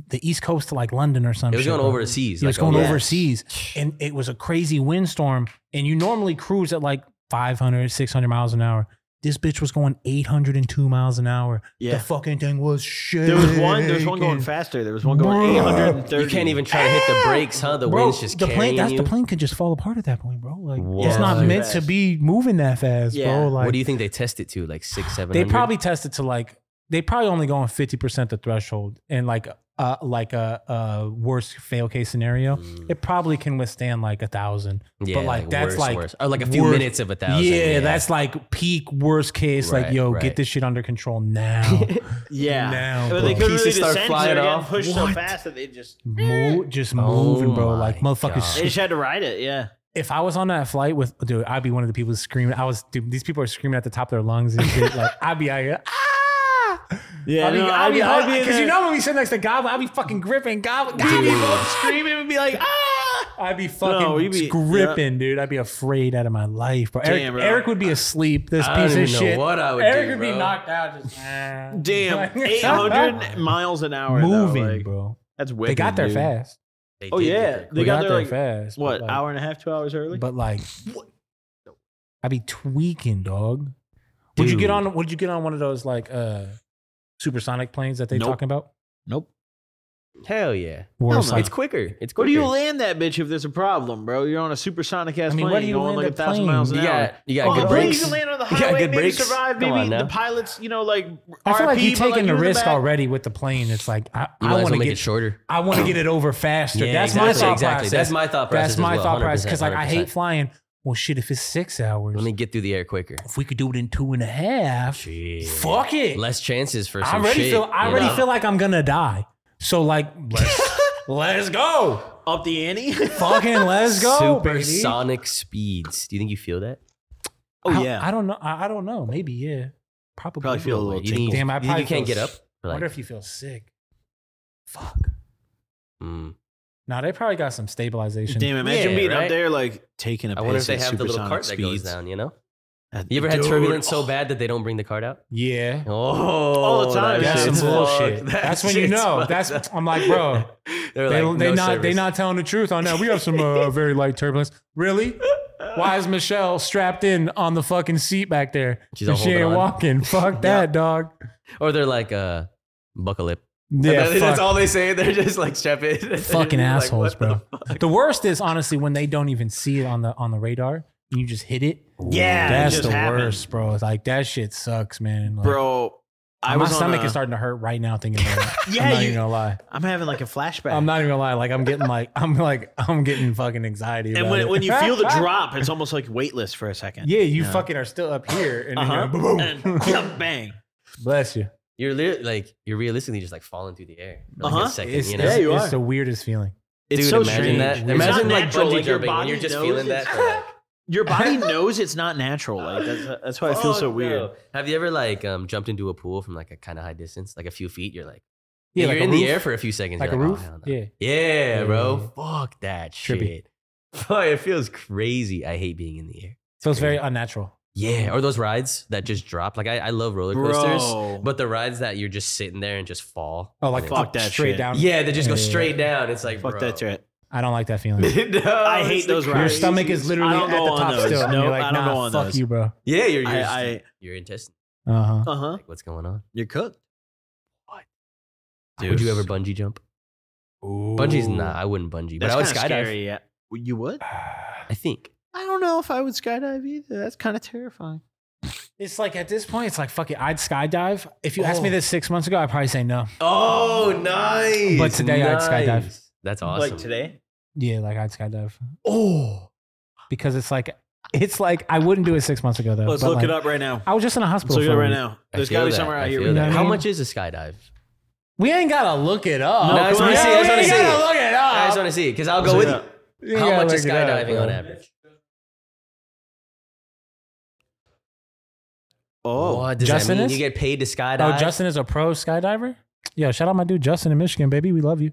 S3: The East Coast to like London or something.
S2: It was going
S3: It
S2: overseas.
S3: was
S2: like oh,
S3: going
S2: over-
S3: overseas, and it was a crazy windstorm. And you normally cruise at like 500, 600 miles an hour. This bitch was going 802 miles an hour. The
S1: Yeah.
S3: fucking thing was shit.
S1: There was one, there's one going faster. There was one going
S3: Bruh.
S1: 830.
S2: You can't even try to hit the brakes, huh? The
S3: bro,
S2: wind's just
S3: the plane.
S2: carrying
S3: That's
S2: you.
S3: the plane could just fall apart at that point, bro. Like
S2: Whoa.
S3: it's not
S2: Yeah.
S3: meant to be moving that fast,
S1: Yeah.
S3: bro. Like
S2: what do you think they test it to? Like six, seven.
S3: they probably tested to like they probably only go on fifty percent the threshold and like uh like a, a worst fail case scenario.
S2: Mm.
S3: It probably can withstand like a thousand.
S2: yeah,
S3: but like, that's
S2: worse,
S3: like
S2: worse. or like a few
S3: worse-
S2: minutes of a thousand.
S3: yeah, that's like peak worst case.
S2: Right,
S3: like yo,
S2: right.
S3: get this shit under control now.
S1: Yeah.
S3: Now,
S1: but they
S3: bro.
S1: couldn't really
S2: Pieces
S1: descend 'cause
S2: start
S1: they
S2: flying
S1: were getting
S2: off.
S1: pushed so
S3: What?
S1: fast that they just,
S3: Move, just
S2: Oh
S3: moving, bro.
S2: my
S3: Like motherfuckers.
S2: God.
S1: they just had to ride it. Yeah.
S3: if I was on that flight with dude, I'd be one of the people screaming. I was dude, these people are screaming at the top of their lungs and shit. like I'd be out here. Ah!
S1: Yeah,
S3: I'd be,
S1: no,
S3: I'd
S1: I'd
S3: be,
S1: be- I'd be in
S3: because
S1: there.
S3: you know when we sit next to Goblin, I'd be fucking gripping Goblin. Goblin,
S1: Screaming would be like, ah!
S3: I'd be fucking
S1: No, we'd be-
S3: gripping, dude. I'd be afraid out of my life, bro. Eric,
S1: Damn, bro.
S3: Eric would be asleep. This
S2: I don't
S3: piece
S2: even
S3: of
S2: know
S3: shit.
S2: what I would
S3: Eric
S2: do,
S3: would
S2: bro.
S3: be knocked out. Just ah.
S1: Damn, 800 miles an hour. though,
S3: moving,
S1: like,
S3: bro.
S1: That's wicked.
S3: They got there
S1: dude.
S3: fast.
S2: They
S1: Oh,
S2: did get
S1: yeah.
S2: there
S1: They
S3: They
S2: quick.
S1: got
S3: got,
S1: there,
S3: there
S1: like,
S3: fast. but,
S1: What,
S3: like-
S1: hour and a half, two hours early?
S3: But like, I'd be tweaking, dog. Would you
S2: Dude.
S3: get on? Would you get on one of those like uh supersonic planes that they
S1: Nope.
S3: talking about?
S1: nope.
S2: Hell yeah.
S1: Hell
S3: Worse.
S1: no.
S3: like-
S2: It's quicker. It's
S1: Where
S2: quicker.
S1: do you land that bitch if there's a problem, bro? You're on a supersonic ass
S3: I mean, where
S1: plane
S3: do you
S1: going
S3: land
S1: like a
S3: that
S1: thousand
S3: plane?
S1: miles an
S2: You
S1: hour.
S2: got, you got
S1: Oh,
S2: good
S1: well, you
S2: brakes.
S1: can land on the
S2: You got
S1: highway,
S2: good
S1: maybe
S2: brakes.
S1: survive,
S2: Come on
S1: maybe the
S2: now.
S1: pilot's, you know, like
S3: I
S1: RP, but,
S3: feel like you're
S1: like,
S3: taking
S1: you're
S3: the
S1: in
S3: risk
S1: back.
S3: already with the plane. It's like
S2: You
S3: I, I
S2: might as well
S3: want to
S2: make
S3: get
S2: it shorter.
S3: I want to get it over faster.
S2: Yeah,
S3: that's my
S2: exactly,
S3: thought
S2: exactly.
S3: process.
S2: That's my thought process
S3: That's
S2: as
S3: my
S2: well,
S3: thought process.
S2: 100%,
S3: Because like I
S2: 100%.
S3: hate flying. Well, shit, if it's six hours,
S2: Let me get through the air quicker.
S3: if we could do it in two and a half,
S2: Shit.
S3: fuck it.
S2: Less chances for
S3: I
S2: some
S3: already
S2: shit,
S3: feel. I
S2: you
S3: already
S2: know?
S3: feel like I'm gonna die. So like, let's, let's go.
S1: Up the ante?
S3: Fucking let's go, baby.
S2: supersonic speeds. Do you think you feel that?
S1: oh,
S3: I-
S1: yeah.
S3: I don't know. I, I don't know. Maybe yeah. Probably.
S1: Probably feel a little
S2: You think-
S1: tingle.
S3: Damn, I
S2: you think
S3: probably
S2: you can't
S3: feel
S2: get up.
S3: s-
S2: Or
S3: wonder
S2: like,
S3: if you feel sick. Fuck.
S2: mm.
S3: Now they probably got some stabilization.
S1: Damn, imagine
S2: Yeah,
S1: being up
S2: right?
S1: there, like, taking a
S2: I
S1: piss
S2: wonder if they
S1: at
S2: have the little
S1: supersonic
S2: cart that goes
S1: speeds.
S2: down. You know,
S1: That-
S2: you ever had
S1: Dude,
S2: turbulence
S1: oh,
S2: so bad that they don't bring the cart out?
S3: Yeah.
S2: Oh,
S1: All the time.
S2: that
S3: That's some
S2: shit's
S3: bullshit.
S2: fucked. That
S3: That's when you
S2: shit's
S3: know.
S2: fucked
S3: That's
S2: up.
S3: I'm like, bro.
S2: They're
S3: They
S2: like,
S3: they
S2: no
S3: not they
S2: service.
S3: not telling the truth on that. We have some uh, very light turbulence. Really? Why is Michelle strapped in on the fucking seat back there?
S2: She's
S3: And
S2: all
S3: she ain't
S2: holding on.
S3: walking. Fuck that, dog.
S2: Or they're like, uh, buckle lip.
S3: Yeah,
S2: That-
S3: fuck.
S2: that's all they say. They're just like strap it.
S3: fucking
S2: Like,
S3: assholes,
S2: what the
S3: bro. The, worst is honestly when they don't even see it on the on the radar. and You just hit it.
S1: Yeah, it
S3: that's
S1: just
S3: the
S1: happened.
S3: worst, bro. It's like that shit sucks, man. Like,
S1: bro. I
S3: my
S1: was on
S3: stomach
S1: a-
S3: is starting to hurt right now thinking about it.
S1: Yeah,
S3: I'm not
S1: you-
S3: even gonna lie.
S1: I'm having like a flashback.
S3: I'm not even gonna lie. Like I'm getting like I'm like I'm getting fucking anxiety.
S1: and
S3: about
S1: when,
S3: it.
S1: when you feel the drop, it's almost like weightless for a second.
S3: yeah, you fucking are still up here, and then
S1: Uh-huh.
S3: you're like, boom, boom.
S1: And bang.
S3: bless you.
S2: You're literally like you're realistically just like falling through the air. for, Like
S1: Uh-huh.
S2: a second,
S3: It's,
S2: you know.
S3: it's,
S1: Yeah, you
S3: it's
S1: are.
S3: the weirdest feeling.
S1: It's
S2: Dude,
S1: so
S2: imagine
S1: strange.
S2: that.
S1: It's
S2: Imagine
S1: not
S2: like
S1: natural.
S2: bungee
S1: Like, your
S2: jumping when you're
S1: body
S2: just
S1: knows
S2: feeling that.
S1: it's-
S2: for, like,
S1: Your body knows it's not natural. Like that's, that's why it feels so
S2: fuck,
S1: weird.
S2: bro. Have you ever like um jumped into a pool from like a kind of high distance, like a few feet? You're like,
S3: Yeah,
S2: you're
S3: like a
S2: in the
S3: roof.
S2: air for a few seconds,
S3: Like
S2: you're "Oh,
S3: a roof?
S2: hell no.
S3: Yeah.
S2: yeah,
S3: Yeah, yeah,
S2: bro. Fuck that
S3: Trippy.
S2: shit. Fuck, it feels crazy. I hate being in the air.
S3: So it's very unnatural.
S2: Yeah, or those rides that just drop. Like I, I love roller coasters,
S1: Bro.
S2: but the rides that you're just sitting there and just fall.
S3: Oh, like
S1: Fuck
S3: up,
S1: that
S3: straight
S1: shit.
S3: down.
S2: Yeah, they just go
S3: Yeah, yeah, yeah.
S2: straight down. It's like
S1: Fuck
S2: bro.
S1: that shit.
S3: I don't like that feeling.
S2: No,
S1: I
S2: it's
S1: hate
S2: the
S1: those
S3: Your
S1: rides.
S2: crazy-
S3: stomach is literally
S1: I
S3: at
S1: don't
S3: the
S1: go on
S3: top
S1: those.
S3: still. and you're
S1: Nope,
S3: like,
S1: I don't
S3: nah,
S1: go on
S3: fuck
S1: those.
S3: you, bro.
S2: Yeah, you're,
S1: I,
S2: you're,
S1: I
S2: your intestine.
S3: Uh huh.
S1: uh huh.
S2: Like, what's going on?
S1: You're cooked.
S2: Would you ever bungee jump? Bungee's nah, I wouldn't bungee, but
S1: That's
S2: I would
S1: kind of
S2: skydive.
S1: scary. Yeah. You would?
S2: I think.
S1: I don't know if I would skydive either. That's kind of terrifying.
S3: It's like at this point, it's like fuck it. I'd skydive. If you asked me this six months ago, I'd probably say no.
S2: Oh, nice.
S3: But today I'd skydive.
S2: Nice. That's awesome.
S1: Like today?
S3: Yeah, like I'd skydive
S2: Oh,
S3: because it's like it's like I wouldn't do it six months ago though.
S1: Let's
S3: but,
S1: look
S3: like,
S1: it up right now.
S3: I was just in a
S1: Let's
S3: hospital.
S1: look it
S3: for
S1: up
S3: a
S1: right
S3: week.
S1: now.
S2: I
S1: There's got
S2: feel
S1: to be
S2: that.
S1: somewhere
S2: I
S1: out here.
S2: feel
S1: with
S2: that.
S1: that.
S3: know
S2: How
S3: what I
S2: much is a skydive?
S3: We ain't gotta look it up.
S1: No, I just
S3: we
S1: wanna
S3: ain't
S1: see it, I just wanna see
S3: gotta
S2: it.
S3: look it up.
S2: I just want to see it because I'll go with you.
S3: You
S2: How
S3: gotta
S2: much is
S3: look it up,
S2: skydiving on
S3: bro.
S2: average?
S1: Oh,
S2: what does
S3: Justin
S2: that mean?
S3: is?
S2: You get paid to skydive.
S3: Oh, Justin is a pro skydiver. Yo, shout out my dude Justin in Michigan, baby. We love you.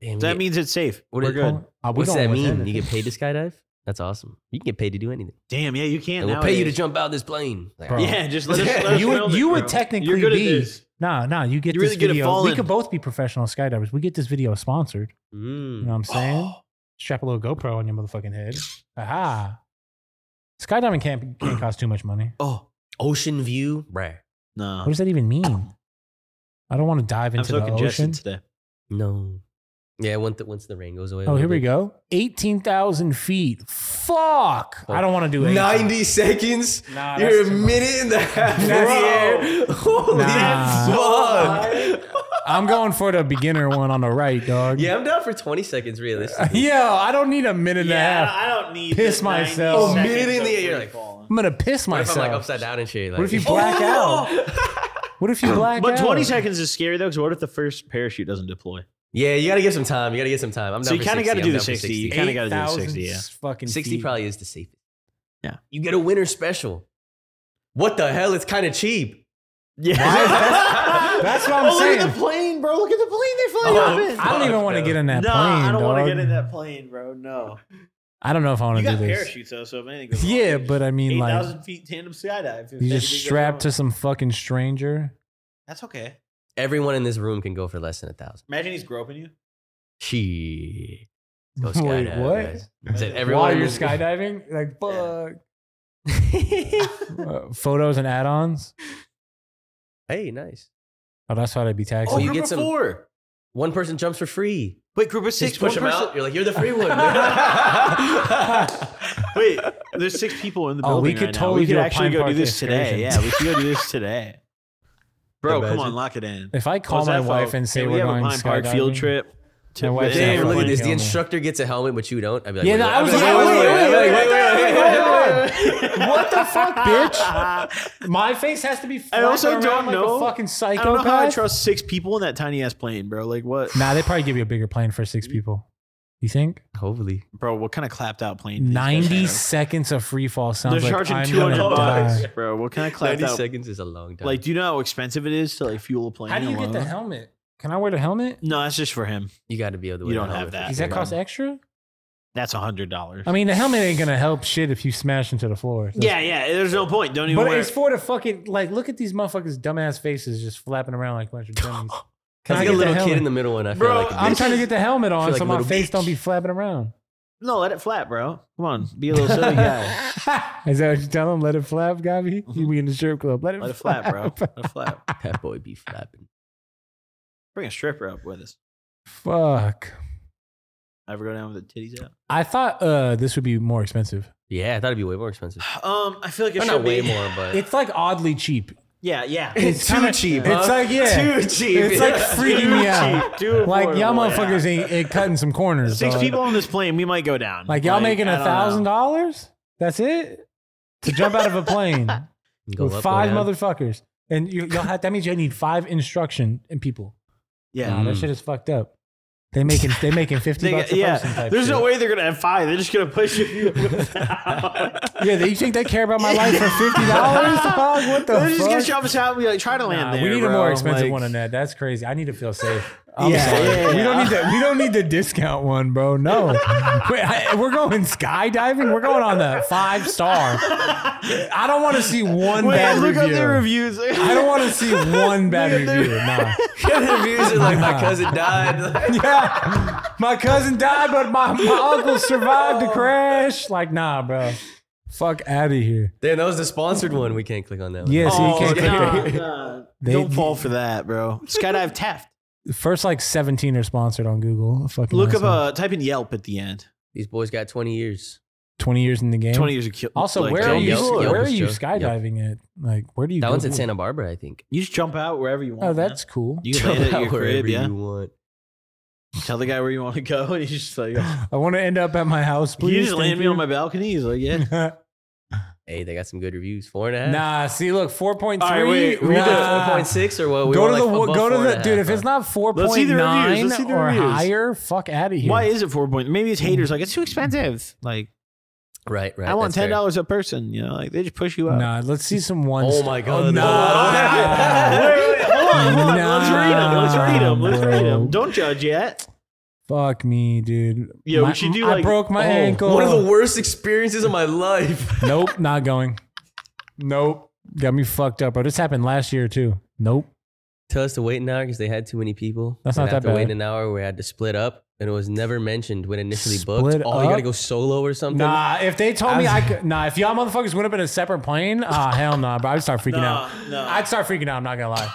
S2: Damn,
S1: that
S2: you
S1: means it's safe.
S2: What
S1: We're
S2: is-
S1: good.
S3: Uh, we
S2: What's
S3: going
S2: that
S3: with
S2: mean?
S3: him.
S2: You get paid to skydive? That's awesome. You can get paid to do anything.
S1: Damn, yeah, you
S2: And
S1: can't.
S2: we'll pay you to
S1: nowadays.
S2: jump out of this plane. Like,
S3: Bro.
S1: Yeah, just let us. Let us
S3: you would
S1: film it,
S3: you
S1: bro.
S3: would technically
S1: You're good at
S3: be
S1: this.
S3: nah nah you get
S1: You
S3: this
S1: really get a
S3: video.
S1: fallen.
S3: We could both be professional skydivers. We get this video sponsored. You
S2: mm.
S3: know what I'm saying? Strap a little GoPro on your motherfucking head. Aha. Skydiving can't can't cost too much money.
S1: Oh
S2: Ocean view, bruh.
S1: no,
S3: What does that even mean? I don't want to dive
S1: I'm
S3: into
S1: so
S3: the
S1: congested
S3: ocean.
S1: today.
S2: No. Yeah, once the, once the rain goes away. a
S3: Oh,
S2: little
S3: here we
S2: bit.
S3: go. Eighteen thousand feet. Fuck. I don't want to do it.
S2: Ninety seconds.
S3: Nah, Ah, that's
S2: You're a
S3: too much.
S2: minute and a half in the
S3: That's-
S2: air. Holy
S3: Nah.
S2: fuck!
S3: I'm going for the beginner one on the right, dog.
S2: Yeah, I'm down for twenty seconds realistically.
S3: Yo, I don't need a minute and a half.
S1: I don't need
S3: Piss
S1: the 90
S3: myself.
S2: Oh,
S1: seconds
S2: mid in
S1: of
S2: the air, you're
S1: free
S2: like-
S1: falling.
S3: I'm gonna piss
S2: What if
S3: myself.
S2: I'm like upside down and shit? Like,
S3: What if you black out? What if you black
S1: But
S3: out?
S1: 20 seconds is scary though, because what if the first parachute doesn't deploy?
S2: Yeah, you gotta give some time. You gotta get some time. I'm
S1: So
S2: down
S1: you
S2: kind
S1: kinda
S2: of
S1: gotta do the 60.
S2: 60.
S1: You kinda gotta do the
S3: 8,000
S1: 60, yeah.
S3: Fucking
S2: 60
S3: feet.
S2: probably is the safest.
S1: Yeah.
S2: You get a winter special. What the hell? It's kind of cheap.
S1: Yeah,
S3: That's- that's what I'm
S1: oh, Look
S3: saying.
S1: at the plane, bro. Look at the plane they fly
S2: Oh,
S1: up in.
S3: I don't even
S2: Fuck,
S3: want to
S2: though.
S3: get in that
S1: no,
S3: plane.
S1: I don't want
S3: dog.
S1: to get in that plane, bro. No,
S3: I don't know if I want
S1: you
S3: to do
S1: got
S3: this.
S1: parachutes though, so if anything, goes wrong,
S3: Yeah,
S1: you just-
S3: but I mean,
S1: eight
S3: like,
S1: thousand feet tandem skydive. if
S3: you
S1: anything
S3: just
S1: goes
S3: strapped to
S1: wrong.
S3: some fucking stranger.
S1: That's okay.
S2: Everyone in this room can go for less than a thousand.
S1: Imagine he's groping you.
S2: She. Go
S3: Wait,
S2: skydive,
S3: what?
S2: guys. I said everyone
S3: While you're
S2: in this-
S3: skydiving, like fuck. Uh, photos and add-ons.
S2: hey, nice.
S3: Oh, that's why they'd be taxing.
S2: Oh, you get some- One person jumps for free.
S1: Wait, group of
S2: Six
S1: six.
S2: push
S1: one
S2: them
S1: person-
S2: out. You're like, you're the free one.
S1: Wait, there's six people in the
S3: Oh,
S1: building.
S3: we could
S1: right now.
S3: totally
S1: we could
S3: do a
S1: actually
S3: Pine
S1: go
S3: Park
S1: do this today.
S3: excursion.
S1: Yeah, we could go do this today. Bro, come on,
S2: Imagine.
S1: lock it in.
S3: if I call
S1: What's
S3: my
S1: that,
S3: wife
S1: folks?
S3: and say
S1: Hey,
S3: we're
S1: we have
S3: going
S1: a Pine Park field
S3: skydiving.
S1: trip. To
S3: My wife's
S2: Damn,
S3: Yeah,
S2: look at
S3: everyone
S2: this. The
S3: killed me.
S2: instructor gets a helmet, but you don't. I'd be like,
S3: Yeah,
S2: wait,
S3: no,
S2: wait,
S3: I was
S2: wait,
S3: like,
S2: wait,
S3: wait,
S2: wait,
S3: wait,
S2: wait, wait, wait, wait, wait, wait.
S3: What the fuck, bitch? My face has to be.
S1: I also
S3: flapping around
S1: don't
S3: like
S1: know.
S3: A fucking
S1: I
S3: psychopath.
S1: don't know how I trust six people in that tiny ass plane, bro. Like what,
S3: Nah, they probably give you a bigger plane for six people. You think?
S2: Hopefully,
S1: bro? What kind of clapped out plane? these guys
S3: Ninety
S1: have?
S3: seconds of free fall
S1: They're
S3: sounds like
S1: charging
S3: I'm
S1: two hundred
S3: gonna
S1: bucks,
S3: die.
S1: bro. What kind of clapped
S2: ninety
S1: out?
S2: seconds is a long time.
S1: Like, do you know how expensive it is to like fuel a plane?
S3: How do you get
S1: alone?
S3: the helmet? Can I wear the helmet?
S1: No, that's just for him.
S2: you got to be able to.
S1: You
S2: wear
S1: don't
S2: the
S1: have
S2: helmet for
S1: that.
S3: Does
S2: sure.
S3: that cost extra?
S1: That's a hundred dollars.
S3: I mean, the helmet ain't gonna help shit if you smash into the floor. So-
S1: Yeah, yeah. There's no point. Don't even
S3: But
S1: wear.
S3: it's for the fucking like. Look at these motherfuckers' dumbass faces just flapping around like a bunch of dummies.
S2: Cause
S3: I
S2: like
S3: get
S2: a
S3: the
S2: little
S3: helmet?
S2: kid in the middle, and I
S1: Bro,
S2: feel like a
S1: I'm
S3: I'm
S2: bitch.
S3: trying to get the helmet on
S2: like
S3: so
S2: a
S3: my
S2: little
S3: face
S2: bitch.
S3: don't be flapping around.
S1: No, let it flat, bro. Come on, be a little silly guy.
S3: Is that what you tell him? Let it flap, Gabby? You be in the strip club. Let it,
S1: Let it
S3: flap.
S1: flat, bro. Let it flat.
S2: That boy be flapping.
S1: Bring a stripper up with us.
S3: Fuck.
S1: Ever go down with the titties out?
S3: I thought uh, this would be more expensive.
S2: Yeah, I thought it'd be way more expensive.
S1: Um, I feel like it
S2: Or
S1: should
S2: not way
S1: be.
S2: more, but
S3: It's like oddly cheap.
S1: Yeah, yeah.
S3: It's
S1: too
S3: kinda-
S1: cheap.
S3: It's
S1: huh?
S3: like yeah,
S1: too cheap.
S3: It's like freaking me out.
S1: Too
S3: like y'all
S1: affordable, yeah.
S3: motherfuckers ain't, ain't cutting some corners.
S1: Six
S3: dog.
S1: people on this plane, we might go down.
S3: Like y'all making
S1: I
S3: a
S1: don't
S3: thousand
S1: know.
S3: dollars? That's it to jump out of a plane
S2: You can go
S3: with
S2: up, go
S3: five
S2: down.
S3: motherfuckers, and you, y'all have, that means you need five instruction and people.
S1: Yeah.
S3: Nah, that
S2: Mm.
S3: shit is fucked up. They making they making fifty
S1: They-
S3: bucks a person.
S1: yeah,
S3: Type
S1: there's
S3: shit.
S1: no way they're gonna have five. They're just gonna push you. They're
S3: Yeah, they- you think they care about my life for fifty dollars? What the
S1: just
S3: fuck?
S1: gonna shove us out and be like, try to land
S3: Nah,
S1: there.
S3: we need a
S1: bro.
S3: more expensive
S1: Like,
S3: one than that. That's crazy. I need to feel safe.
S1: Yeah, yeah, yeah.
S3: We don't need the we don't need the discount one, bro. No, Wait, I- we're going skydiving. We're going on the five star. I don't want to see one
S1: Wait,
S3: bad
S1: look
S3: review.
S1: up their reviews.
S3: I don't want to see one bad
S1: Look at their-
S3: review. Nah.
S2: The reviews are like my cousin died.
S3: Yeah, my cousin died, but my, my uncle survived
S1: Oh.
S3: the crash. Like, nah, bro. Fuck out of here.
S2: Then that was the sponsored one. We can't click on that. One.
S3: Yeah, so you
S1: Oh,
S3: can't click
S1: nah,
S3: that.
S1: nah.
S3: They-
S1: Don't fall for that, bro. Skydive Taft.
S3: The first like 17 are sponsored on Google. Fucking
S1: Look up
S3: awesome.
S1: uh type in Yelp at the end.
S2: these boys got twenty years.
S3: 20 years in the game.
S1: Twenty years of kill.
S3: Also,
S1: like,
S3: where
S1: Joe
S3: are you?
S1: Yelp.
S2: Yelp
S3: where are
S2: is
S3: you
S2: Joe.
S3: skydiving at? Like, where do you?
S2: That
S3: go
S2: one's in
S3: to?
S2: Santa Barbara, I think.
S1: You just jump out wherever you want.
S3: Oh,
S1: man.
S3: that's cool.
S1: you can land at
S2: Jump out
S1: your crib.
S2: wherever
S1: Yeah,
S2: you want.
S1: tell the guy where you want to go, and he's just like,
S3: I want to end up at my house,
S1: "Can
S3: please.
S1: you just
S3: Thank
S1: land me
S3: you.
S1: on my balcony?" He's like, "Yeah."
S2: Hey, they got some good reviews. Four and a half.
S3: nah, see, look, four point
S1: All right,
S3: three.
S1: wait, we did
S3: nah.
S2: Four point six or what? We
S3: Go
S2: were
S3: to
S2: like
S3: the wo-
S2: above
S3: go to
S2: four and
S3: the
S2: a half,
S3: dude. If
S2: huh?
S3: it's not four
S1: Let's see
S3: point
S1: the reviews.
S3: nine
S1: Let's see the
S3: or
S1: reviews.
S3: higher, fuck out of here.
S1: Why is it four point? Maybe it's haters. Like it's too expensive. Like
S2: right, right.
S1: I want
S2: that's fair.
S1: ten dollars a person. You know, like they just push you up.
S3: Nah, let's see some ones.
S2: Oh my God,
S3: Oh,
S2: no.
S1: Wait,
S3: nah.
S1: wait, hold on, hold on. Let's read them. Let's read them. Let's read
S3: Nah, bro.
S1: them. Don't judge yet.
S3: Fuck me, dude.
S1: Yeah, we
S3: My-
S1: should do,
S3: I
S1: like-
S3: broke my
S2: Oh,
S3: ankle.
S2: One of the worst experiences of my life.
S3: nope, not going. Nope, got me fucked up, bro. This happened last year too. Nope.
S2: Tell us to wait an hour because they had too many people.
S3: That's
S2: and
S3: not that
S2: after Waiting an
S3: bad.
S2: hour, we had to split up, and it was never mentioned when initially
S3: Split
S2: booked. Oh, you gotta
S3: up?
S2: go solo or something.
S3: Nah, if they told me
S2: I-
S3: I could, nah, if y'all motherfuckers went up in a separate plane, ah, hell nah, bro. I'd start freaking out.
S1: no.
S3: I'd start freaking out. I'm not gonna lie.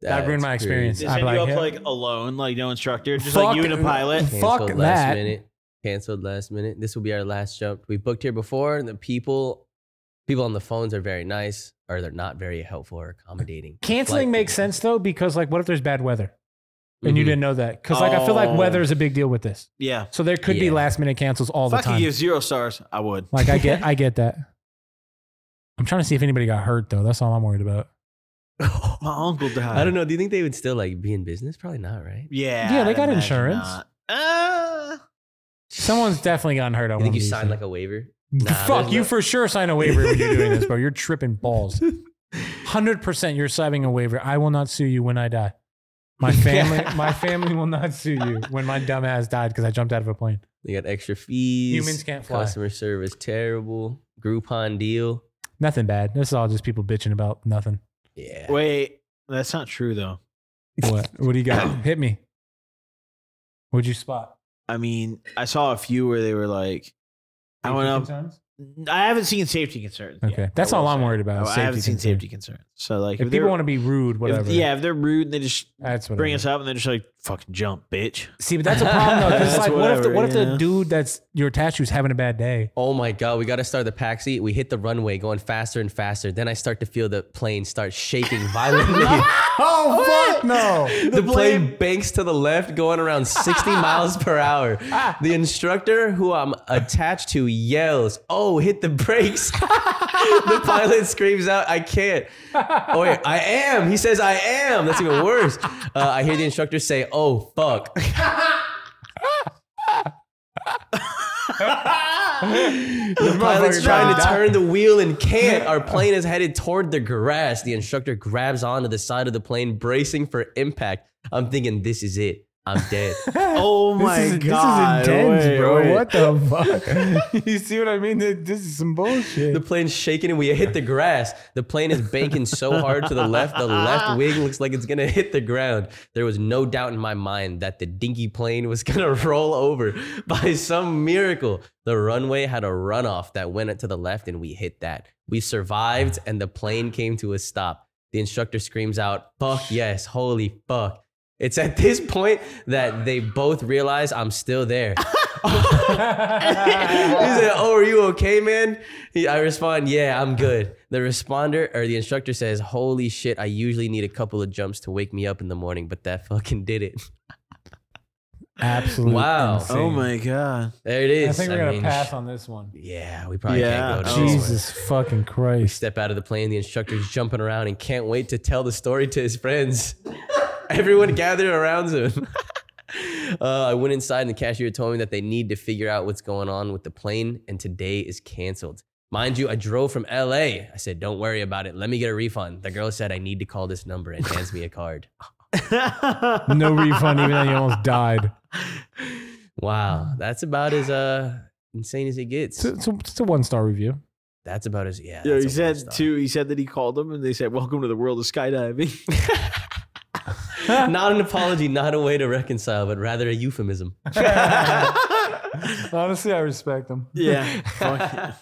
S2: That's
S3: That ruined my
S2: crazy.
S3: experience.
S1: They
S3: I'd
S1: send
S3: be
S1: you up
S3: like, yeah.
S1: like alone, like no instructor, just
S3: Fuck
S1: like you and a pilot.
S3: Fuck
S2: Canceled last
S3: that.
S2: minute. Canceled last minute. This will be our last jump. We booked here before, and the people, people on the phones are very nice, or they're not very helpful or accommodating.
S3: Canceling
S2: Like-
S3: makes sense though, because like, what if there's bad weather and you
S2: Mhm.
S3: didn't know that? Because like, I feel like
S1: Oh.
S3: weather is a big deal with this,
S1: Yeah.
S3: so there could be
S2: Yeah.
S3: last minute cancels all the
S1: If I could
S3: time.
S1: give zero stars, I would.
S3: Like, I get, I get that. I'm trying to see if anybody got hurt though. That's all I'm worried about.
S1: My uncle died.
S2: I don't know. Do you think they would still like be in business? Probably not, right?
S1: Yeah.
S3: Yeah, they
S1: I'd
S3: got
S1: imagine
S3: insurance.
S1: not. Uh,
S3: Someone's definitely gotten hurt. I
S2: You think you signed like a waiver? Nah,
S3: Fuck
S2: there's
S3: you
S2: no-
S3: for sure. Sign a waiver when you're doing this, bro. You're tripping balls. Hundred percent. You're signing a waiver. I will not sue you when I die. My family, my family will not sue you when my dumb ass died because I jumped out of a plane.
S2: You got extra fees.
S3: Humans can't fly.
S2: Customer service terrible. Groupon deal.
S3: Nothing bad. This is all just people bitching about nothing.
S2: Yeah.
S1: wait, that's not true though.
S3: What? What do you got? Hit me. What'd you spot?
S1: I mean, I saw a few where they were like, I went up. I haven't seen safety concerns. yet,
S3: Okay, that's
S1: I will
S3: all I'm
S1: say.
S3: worried about.
S1: I,
S3: is
S1: I haven't seen
S3: concern.
S1: safety concerns. So like,
S3: If
S1: they're-
S3: people want to be rude, whatever.
S1: If, yeah, if they're rude and they just
S3: that's what.
S1: bring us up and they're just like, "Fucking jump, bitch."
S3: See, but that's a problem though. 'cause It's
S1: That's
S3: like, what if the,
S1: whatever,
S3: what if
S1: yeah.
S3: the dude that's you're attached to is having a bad day?
S2: Oh my god, we got to start the pack seat. We hit the runway going faster and faster. Then I start to feel the plane start shaking violently.
S3: Oh fuck no!
S2: the plane banks to the left going around 60 miles per hour. The instructor who I'm attached to yells, "Oh, hit the brakes." the pilot screams out, "I can't." Oh wait, I am. He says I am. That's even worse. Uh, I hear the instructor say, "Oh, fuck." The pilot's trying to turn the wheel and can't. Our plane is headed toward the grass. The instructor grabs onto the side of the plane, bracing for impact. I'm thinking, this is it. I'm dead.
S1: Oh my
S3: this is,
S1: god,
S3: This is intense,
S1: wait,
S3: bro.
S1: wait.
S3: What the fuck? you see what I mean? Th- This is some bullshit.
S2: The plane's shaking and we hit the grass. The plane is banking so hard to the left, the left wing looks like it's gonna hit the ground. There was no doubt in my mind that the dinky plane was gonna roll over by some miracle. The runway had a runoff that went to the left and we hit that. We survived and the plane came to a stop. The instructor screams out, fuck yes, holy fuck. It's at this point that they both realize I'm still there. he said, "Oh, are you okay, man?" He- I respond, "Yeah, I'm good." The responder or the instructor says, "Holy shit! I usually need a couple of jumps to wake me up in the morning, but that fucking did it."
S3: Absolutely.
S2: Wow.
S3: insane.
S1: Oh my god.
S2: There it is.
S3: I think we're gonna
S2: mean,
S3: pass on this one.
S2: Yeah, we probably
S1: Yeah.
S2: can't go. To this one.
S3: Jesus fucking Christ.
S2: Step out of the plane. The instructor's jumping around and can't wait to tell the story to his friends. Everyone gathered around him. Uh, I went inside, and the cashier told me that they need to figure out what's going on with the plane, and today is canceled. Mind you, I drove from LA. I said, Don't worry about it. Let me get a refund. The girl said, I need to call this number and hands me a card.
S3: No refund, even though you almost died.
S2: Wow. That's about as uh, insane as it gets.
S3: It's a, it's a- it's a one star review.
S2: That's about as, yeah.
S1: Yeah,
S2: that's
S1: he
S2: a
S1: said
S2: one-star.
S1: too. He said that he called them and they said, "Welcome to the world of skydiving."
S2: Not an apology, not a way to reconcile, but rather a euphemism.
S3: Honestly, I respect them.
S1: yeah. Fuck yeah.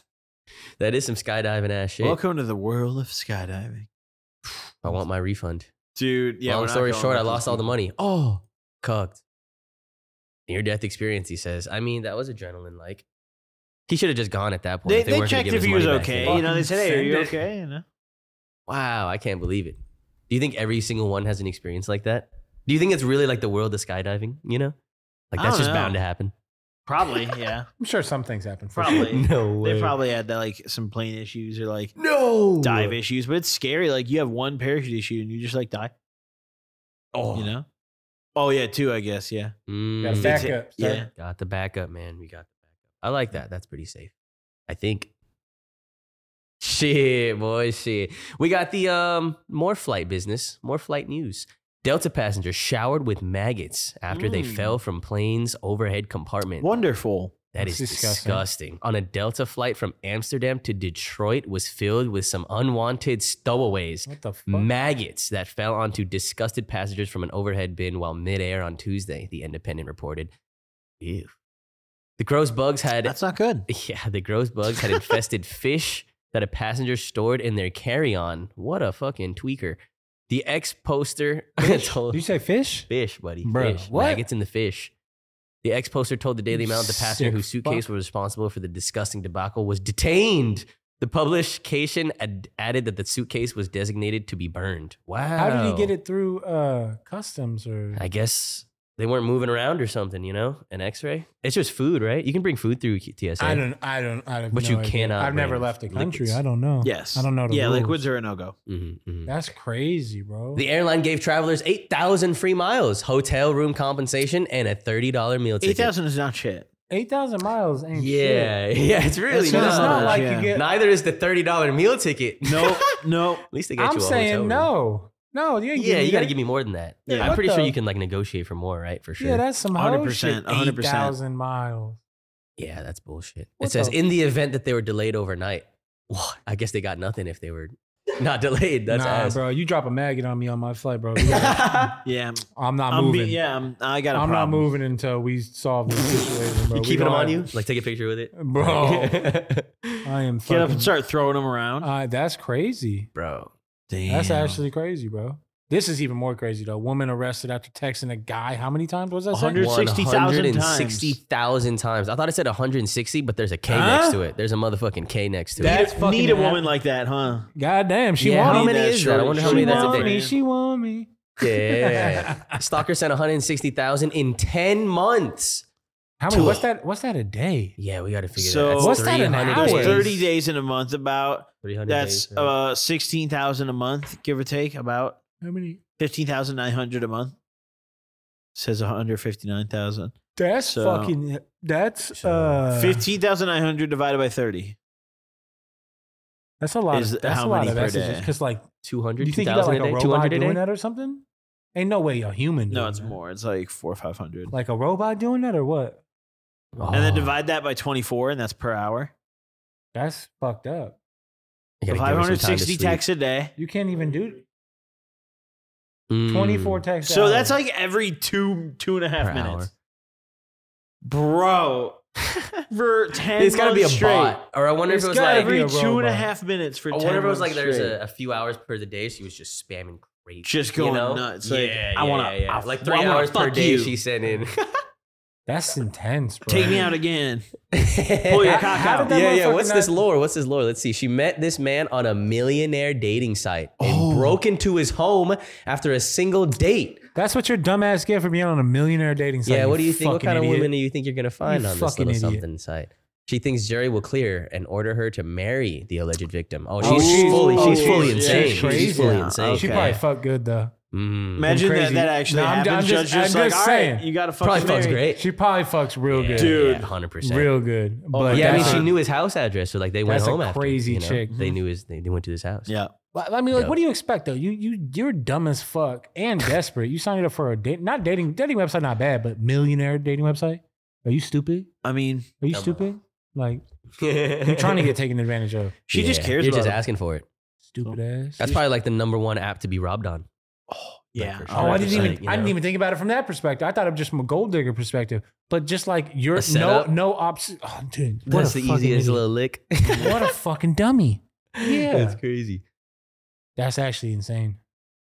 S2: That is some skydiving ass shit.
S1: Welcome to the world of skydiving,
S2: I want my refund.
S1: dude. Yeah.
S2: Long
S1: we're not
S2: story
S1: going
S2: short,
S1: with
S2: I
S1: these
S2: lost all the
S1: people.
S2: money. Oh, cucked. Near death experience, he says. I mean, that was adrenaline like. He should have just gone at that point.
S1: They,
S2: if
S1: they
S2: weren't gonna
S1: checked
S2: give
S1: if
S2: his
S1: he was
S2: money back
S1: okay.
S2: to him.
S1: You know, they said, "Hey, are you
S8: Send it.
S1: okay?" You know.
S2: Wow, I can't believe it. Do you think every single one has an experience like that? Do you think it's really like the world of skydiving? You know? Like,
S1: I
S2: that's
S1: don't
S2: just
S1: know.
S2: bound to happen.
S1: Probably. Yeah.
S3: I'm sure some things happen. for sure.
S1: Probably.
S2: No way.
S1: They probably had that, like some plane issues or like
S2: no!
S1: dive issues, but it's scary. Like you have one parachute issue and you just like die.
S2: Oh.
S1: You know? Oh yeah, two, I guess. Yeah.
S2: Mm.
S3: Gotta back up.
S1: Yeah.
S2: Got the backup, man. We got the backup. I like that. That's pretty safe. I think. Shit, boy, shit. We got the um more flight business, more flight news. Delta passengers showered with maggots after they
S1: Mm.
S2: fell from plane's overhead compartment.
S1: Wonderful.
S2: That is
S3: That's
S2: disgusting.
S3: disgusting.
S2: On a Delta flight from Amsterdam to Detroit was filled with some unwanted stowaways
S3: What the fuck?
S2: maggots that fell onto disgusted passengers from an overhead bin while midair on Tuesday, the Independent reported. Ew. The gross bugs had
S1: That's not good.
S2: yeah, the gross bugs had infested fish that a passenger stored in their carry-on. What a fucking tweaker. The ex-poster told
S3: Did you say fish?
S2: fish, buddy.
S3: Bruh,
S2: fish.
S3: what?
S2: Maggots in the fish. The ex poster told the Daily
S3: You
S2: Mail the passenger
S3: sick
S2: whose suitcase
S3: fuck.
S2: was responsible for the disgusting debacle was detained. The publication ad- added that the suitcase was designated to be burned. Wow.
S3: How did he get it through uh, customs or?
S2: I guess they weren't moving around or something, you know? An x ray? It's just food, right? You can bring food through TSA.
S3: I don't. I don't. I have
S2: But
S3: no
S2: you
S3: idea.
S2: cannot
S3: I've never
S2: bring
S3: left the country.
S2: liquids.
S3: I don't know.
S1: Yes.
S3: I don't know. The
S1: yeah,
S3: rules.
S1: liquids are a no go.
S2: Mhm, mhm.
S3: That's crazy, bro.
S2: The airline gave travelers 8,000 free miles, hotel room compensation, and a $30 meal ticket.
S1: Eight thousand is not shit.
S3: Eight thousand miles ain't shit.
S2: Yeah, yeah, it's really
S1: That's not-
S3: It's
S1: No,
S3: not
S1: no,
S3: like
S1: yeah.
S3: you get.
S2: Neither is the $30 meal ticket.
S1: No, no.
S2: At least they get
S3: I'm
S2: you a hotel
S3: saying
S2: room.
S3: no. No, you ain't
S2: Yeah,
S3: giving
S2: you got to
S3: that.
S2: give me more than that.
S1: Yeah,
S2: I'm
S3: what
S2: pretty sure
S3: the-
S2: you can like negotiate for more, right? For sure.
S3: Yeah, that's some hundred
S1: 100%,
S3: percent.
S1: 100%.
S3: Eight thousand miles.
S2: Yeah, that's bullshit.
S3: What
S2: it says
S3: the-
S2: in the event that they were delayed overnight. What? I guess they got nothing if they were not delayed. That's
S3: nah,
S2: ass.
S3: bro. You drop a maggot on me on my flight, bro. You gotta-
S1: Yeah, I'm-
S3: I'm not
S1: I'm.
S3: moving.
S1: Be, yeah, I'm, I got a
S3: I'm not
S1: problem.
S3: moving until we solve this situation, bro.
S2: you
S3: We
S2: keeping them
S3: gonna
S2: on you?
S3: have-
S2: Like take a picture with it,
S3: bro. I
S1: Get
S3: am.
S1: up
S3: fucking-
S1: and start throwing them around.
S3: Uh, that's crazy.
S2: bro.
S1: Damn.
S3: That's actually crazy, bro. This is even more crazy though. Woman arrested after texting a guy. How many times was that? say?
S1: 100 160,000 times.
S2: 160,000 times. I thought it said 160, but there's a K
S3: Huh?
S2: next to it. There's a motherfucking K next to it.
S3: That's
S1: Need a- need a
S3: fucking
S1: woman like that, huh?
S3: God damn, she
S2: Yeah,
S3: want
S2: how
S3: me.
S2: many
S1: that
S2: is that? I
S1: short-
S2: wonder how
S3: she
S2: many that's a
S3: want
S2: day.
S3: me. She want me.
S2: Yeah. Stalker sent 160,000 in 10 months.
S3: How many? What's that? What's that a day?
S2: Yeah, we got to figure
S1: So-
S2: that out.
S3: What's that in hours?
S1: There's
S3: Always.
S1: 30 days in a month. About
S2: 300
S1: that's
S2: days, right?
S1: uh 16,000 a month, give or take. About
S3: How many?
S1: 15,900 a month. Says 159,000.
S3: That's
S1: So-
S3: fucking. That's
S2: So-
S3: uh.
S1: 15,900 divided by 30.
S3: That's a lot.
S1: is
S3: Of, that's
S1: how
S3: a lot
S1: many
S3: of
S1: per
S3: messages.
S1: day?
S3: Because like, do
S2: 200,
S3: you think you got
S2: 2,000
S3: like
S2: a
S3: a
S2: day,
S3: robot
S2: 200 a
S3: doing
S2: day?
S3: that or something? Ain't no way a human.
S1: No,
S3: doing
S1: it's
S3: that.
S1: more. It's like four or five hundred.
S3: Like a robot doing that or what?
S1: And then
S2: Oh,
S1: divide that by twenty four, and that's per hour.
S3: That's fucked up.
S2: I gotta
S1: Five
S2: give her some time to
S1: hundred sixty
S2: sleep.
S1: texts a day.
S3: You can't even do
S2: Mm,
S3: 24 texts.
S1: So
S3: an
S1: that's
S3: hour.
S1: like every two two and a half
S2: Per
S1: minutes,
S2: hour.
S1: bro. for ten,
S2: It's gotta be a
S1: months straight.
S2: bot, or I wonder
S1: It's
S2: if it was
S1: gotta
S2: like
S1: every
S3: be a
S1: two and a
S3: robot.
S1: half minutes for
S2: I
S1: ten.
S2: wonder if it was like
S1: months
S2: there's
S1: straight.
S2: a, a few hours per the day she was just spamming crazy,
S1: just
S2: you
S1: going
S2: know?
S1: nuts. Like,
S2: yeah,
S1: I
S2: yeah,
S1: want to
S2: yeah. like three hours per day she sent in.
S3: That's intense, bro.
S1: Take me out again. Pull your cock
S3: How
S1: out.
S3: did that
S2: Oh, yeah, yeah.
S3: motherfucker
S2: What's this
S3: not-
S2: lore? What's this lore? Let's see. She met this man on a millionaire dating site and
S3: Oh.
S2: broke into his home after a single date.
S3: That's what your dumbass get for being on a millionaire dating site.
S2: yeah, what do you think? What
S3: fucking
S2: kind of
S3: idiot.
S2: woman do you think you're gonna find on this
S3: fucking
S2: little
S3: idiot.
S2: something site? She thinks Jerry will clear and order her to marry the alleged victim. Oh, she's
S3: Oh, she's-
S2: fully,
S3: oh,
S2: she's fully
S3: she's-
S2: insane.
S3: she's
S2: She's,
S3: crazy.
S2: fully
S1: Yeah,
S2: insane.
S3: She
S1: okay.
S3: probably fucked good though.
S2: Mm.
S1: Imagine that
S3: crazy.
S1: that actually
S3: No, I'm-
S1: happened.
S3: I'm
S1: Judge
S3: just-
S1: just,
S3: I'm
S1: like,
S3: just
S1: all right,
S3: saying.
S1: you got to fucking
S2: Probably fucks
S1: marry.
S2: great.
S3: She probably fucks real
S2: Yeah,
S3: good,
S1: Dude.
S2: yeah, hundred percent.
S3: real good. But
S2: yeah, I mean,
S3: that's
S2: she
S3: a-
S2: knew his house address, so like they went
S3: That's a
S2: home. after,
S3: crazy
S2: you know?
S3: chick.
S2: They knew his. They, they went to his house.
S1: Yeah.
S3: But, I mean, like,
S2: Yeah.
S3: what do you expect though? You you you're dumb as fuck and desperate. you signed up for a date, not dating dating website, not bad, but millionaire dating website. Are you stupid?
S1: I mean,
S3: Are you
S2: Come on.
S3: stupid? Like
S2: You're
S3: you're trying to get taken advantage of.
S1: she just cares
S2: You're
S1: about
S2: just
S1: him.
S2: asking for it.
S3: Stupid ass.
S2: That's probably like the number one app to be robbed on.
S1: Yeah.
S2: for sure.
S3: Oh, I didn't even
S2: you
S3: I
S2: know.
S3: didn't even think about it from that perspective. I thought of just from a gold digger perspective. But just like you're
S2: A
S3: no
S2: setup?
S3: no ops. Oh, dude, what
S2: That's
S3: a
S2: the
S3: fucking
S2: easiest
S3: idiot.
S2: little lick.
S3: what a fucking dummy. Yeah.
S2: That's crazy.
S3: That's actually insane.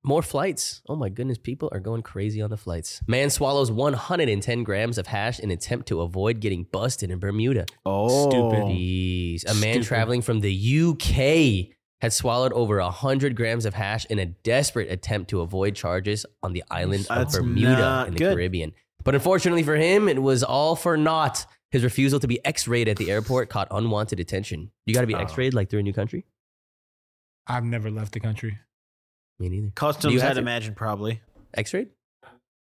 S2: More flights. Oh my goodness, people are going crazy on the flights. Man swallows 110 grams of hash in attempt to avoid getting busted in Bermuda.
S1: Oh.
S2: Jeez. A man
S3: Stupid.
S2: traveling from the UK had swallowed over 100 grams of hash in a desperate attempt to avoid charges on the island
S1: That's
S2: of Bermuda
S1: not
S2: in the
S1: good.
S2: Caribbean. But unfortunately for him, it was all for naught. His refusal to be x-rayed at the airport caught unwanted attention. You got to be
S3: Oh.
S2: x-rayed like through a new country?
S3: I've never left the country.
S2: Me neither. Do you
S1: Customs,
S2: have
S1: I'd
S2: to-
S1: imagine, probably.
S2: X-rayed?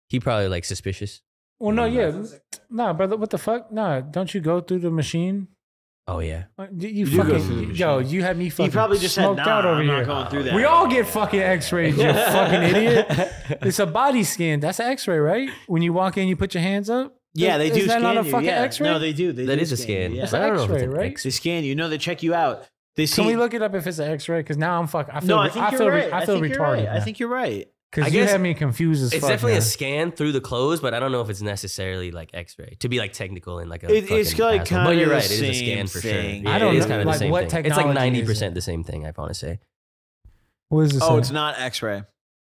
S2: He probably like suspicious.
S3: Well, no, yeah. Nah, brother, what the fuck? Nah, don't you go through the machine?
S2: Oh yeah.
S3: Uh, You, you
S1: do go
S3: fucking,
S1: through the
S3: yo, you had me fucking
S1: He probably just said,
S3: smoked
S1: nah,
S3: out over
S1: I'm
S3: here.
S1: not going through that.
S3: we all get fucking x-rays, you fucking idiot. It's a body scan. That's an x-ray, right? When you walk in, you put your hands up?
S1: Yeah,
S3: Is-
S1: they do
S3: Is that
S1: scan
S3: not a
S1: you.
S3: fucking
S1: yeah.
S3: x-ray?
S1: No, they do. They
S2: That
S1: do
S2: is a
S1: you,
S2: scan.
S1: yeah.
S3: That's an
S2: I don't know if
S3: X-ray,
S2: it's an
S3: right?
S2: X-
S1: They scan you. No, they check you out. They see.
S3: Can we look it up if it's an x-ray? Because now I'm fucking, I feel,
S1: no, I think
S3: I
S1: you're
S3: feel, re-
S1: right.
S3: I feel
S1: think you're right.
S3: retarded
S1: I think you're right.
S2: I
S3: Because you
S2: guess-
S3: had me confused as
S2: It's
S3: fuck.
S2: definitely a
S3: man.
S2: scan through the clothes, but I don't know if it's necessarily like X-ray to be like technical and like a.
S1: It- it's
S2: fucking
S1: like
S2: asshole.
S1: kinda
S2: But you're
S1: the
S2: right. It is a
S1: same
S2: scan for
S1: thing.
S2: sure.
S1: I
S2: Yeah,
S1: don't
S2: it is
S1: know,
S2: kind of the
S3: like,
S2: same
S3: what
S2: thing. It's like
S3: technology
S2: ninety
S3: is
S2: percent
S3: it?
S2: the same thing. I want to say,
S3: What is this?
S1: Oh,
S3: say?
S1: it's not X-ray.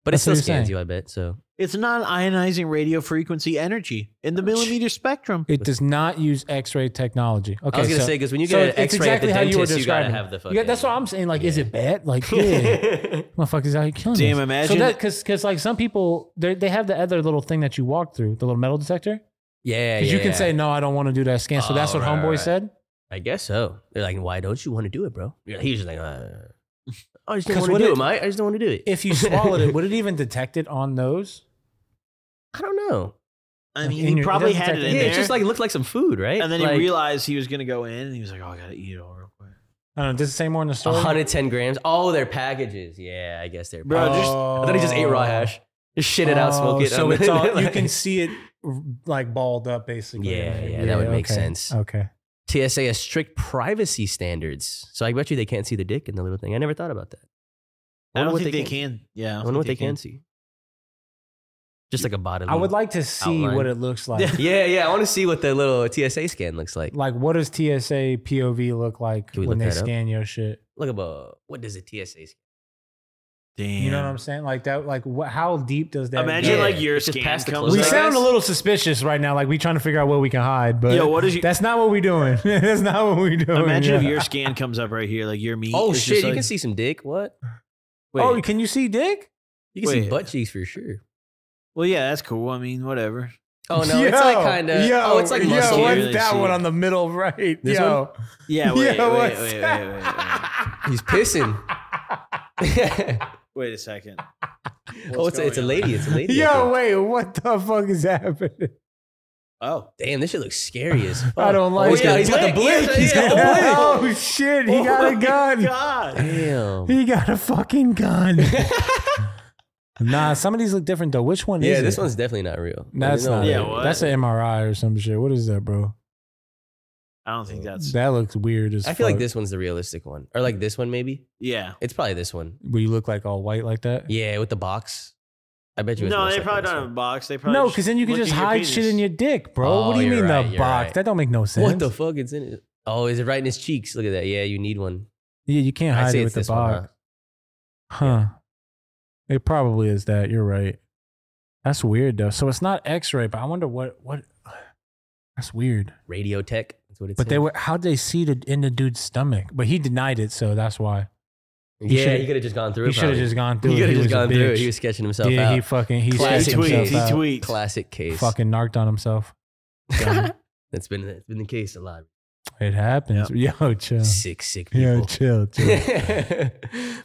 S2: but it
S3: That's what
S2: still
S3: you're
S2: scans
S3: saying.
S2: you. I bet so.
S1: It's not ionizing radio frequency energy in the millimeter spectrum.
S3: It does not use X-ray technology. Okay,
S2: I was gonna
S3: so,
S2: say because when you
S3: so
S2: get
S3: it's
S2: an X-ray
S3: exactly
S2: at
S3: how
S2: the
S3: you were
S2: dentist, you, gotta
S3: describing.
S2: have the fucking.
S3: yeah, that's what I'm saying. Like, is
S2: Yeah.
S3: it bad? Like, yeah, motherfuckers out here killing.
S1: Damn,
S3: us.
S1: imagine-
S3: So that because because like some people they they have the other little thing that you walk through, the little metal detector.
S2: yeah,
S3: Because
S2: yeah,
S3: you can
S2: yeah.
S3: say no, I don't want to do that scan. So that's
S2: Oh,
S3: what
S2: right,
S3: homeboy
S2: right.
S3: said.
S2: I guess so. They're like, why don't you want to do it, bro? You're like- He's just like, uh, I just don't
S3: 'Cause
S2: want
S3: what
S2: to do
S3: it-
S2: it, mate. I just don't want to do it.
S3: If you swallowed it, would it even detect it on those?
S2: I don't know.
S1: I
S3: Like,
S1: mean,
S3: in
S1: he
S3: your- it
S1: probably
S3: doesn't
S1: had it
S3: take-
S1: in
S2: Yeah,
S1: there.
S2: it's just like it looked like some food, right?
S1: and then
S2: like,
S1: he realized he was gonna go in, and he was like, "Oh, I gotta eat it all real quick."
S3: I don't know. Does it say more in the story?
S2: 110 grams. Oh, they're packages. Yeah, I guess they're.
S1: Bro,
S2: packages.
S1: just-
S2: I thought he just ate raw hash. Just shit it out, smoke
S3: Oh,
S2: it.
S3: So
S2: I'm-
S3: it's all, you
S2: like-
S3: can see it like balled up, basically.
S2: Yeah, yeah, that would make
S3: okay.
S2: sense.
S3: Okay.
S2: TSA has strict privacy standards, so I bet you they can't see the dick in the little thing. I never thought about that.
S1: I
S2: wonder
S1: don't
S2: what
S1: think they
S2: can.
S1: can. Yeah,
S2: I wonder what they can see. Just like a bodily.
S3: I would like to see
S2: Outline.
S3: what it looks like.
S2: Yeah, yeah. I want to see what the little TSA scan looks like.
S3: like, what does TSA POV look like
S2: Can we
S3: when
S2: look
S3: they
S2: that up?
S3: scan your shit?
S2: Look at a what does a TSA scan?
S1: Damn.
S3: You know what I'm saying? Like that. Like, what, how deep does that?
S1: Imagine
S3: go?
S1: like your
S2: It's just
S1: scan
S2: past the
S1: comes.
S3: we
S2: closing.
S1: up.
S3: sound a little suspicious right now. Like we trying to figure out what we can hide, but
S1: Yo, what is your-
S3: that's not what we doing. that's not what we doing.
S1: Imagine if
S3: yeah.
S1: your scan comes up right here, like your meat.
S2: Oh
S1: is just
S2: shit! you
S1: like-
S2: can see some dick. What?
S1: Wait,
S3: Oh, can you see dick?
S2: You can see
S1: Wait.
S2: butt cheeks for sure.
S1: well, yeah, that's cool. I mean, whatever.
S2: Oh no, it's like kind of.
S3: Yo,
S2: Oh, it's like
S3: yo,
S1: musky.
S2: muscular.
S3: what's
S1: Really
S3: that
S1: see
S3: one
S1: it.
S3: on the middle right?
S2: This
S3: yo,
S1: Yeah, wait,
S3: yo,
S1: wait,
S3: what's
S1: wait, wait, wait, wait, wait.
S3: that?
S2: He's pissing.
S1: Wait a second.
S2: oh, it's a, it's a lady. It's a lady. I
S3: Yo,
S2: think.
S3: wait, what the fuck is happening?
S1: Oh,
S2: Damn, this shit looks scary as fuck.
S3: I don't
S2: oh,
S3: like
S2: he's got,
S3: it.
S2: he's got the blink. He's got the blink.
S3: oh shit, he got a gun.
S1: God.
S2: Damn.
S3: He got a fucking gun. Nah, some of these look different though. Which one
S2: yeah,
S3: is
S2: this
S3: it?
S2: one's definitely not real.
S3: That's
S2: No,
S3: not.
S1: Yeah,
S3: Yeah,
S1: what?
S3: That's an MRI or some shit. What is that, bro?
S1: I don't think that's
S3: that looks weird as
S2: I feel like
S3: fuck.
S2: this one's the realistic one, or like this one maybe.
S1: yeah.
S2: It's probably this one.
S3: Where you look like all white like that.
S2: Yeah, with the box. I bet you. It's
S1: No,
S2: most
S1: they
S2: likely
S1: probably
S2: this
S1: don't have a
S2: one.
S1: box. They probably
S3: No,
S1: just
S3: because then you can
S1: look
S3: just
S1: at your
S3: hide
S1: penis.
S3: shit in your dick, bro.
S2: Oh,
S3: what do you
S2: you're
S3: mean
S2: right,
S3: the
S2: you're
S3: box?
S2: right.
S3: That don't make no sense.
S2: What the fuck is in it? Oh, is it right in his cheeks? Look at that. Yeah, you need one.
S3: Yeah, you can't
S2: I'd
S3: hide
S2: say
S3: it
S2: it's
S3: with the
S2: this one.
S3: box.
S2: Huh?
S3: Huh. It probably is that. You're right. That's weird though. So it's not X-ray, but I wonder what what. That's weird.
S2: Radio Tech. That's what it's.
S3: But they were how'd they see it in the dude's stomach? But he denied it, so that's why he
S2: Yeah,
S3: should've-
S2: he could have just gone through
S3: he
S2: it.
S3: should have
S2: probably.
S3: just gone through.
S2: He
S3: it.
S2: could have just
S3: was a
S2: gone through
S3: bitch.
S2: it. He was sketching himself
S3: yeah, he
S2: out.
S3: fucking he
S1: He
S2: Classic
S3: sketched
S1: tweets.
S3: himself
S1: He
S3: out.
S1: tweets.
S2: Classic case.
S3: Fucking narked on himself.
S2: That's been that's been the case a lot.
S3: It happens. Yo, chill.
S2: Sick, sick
S3: Yo,
S2: people.
S3: chill, chill.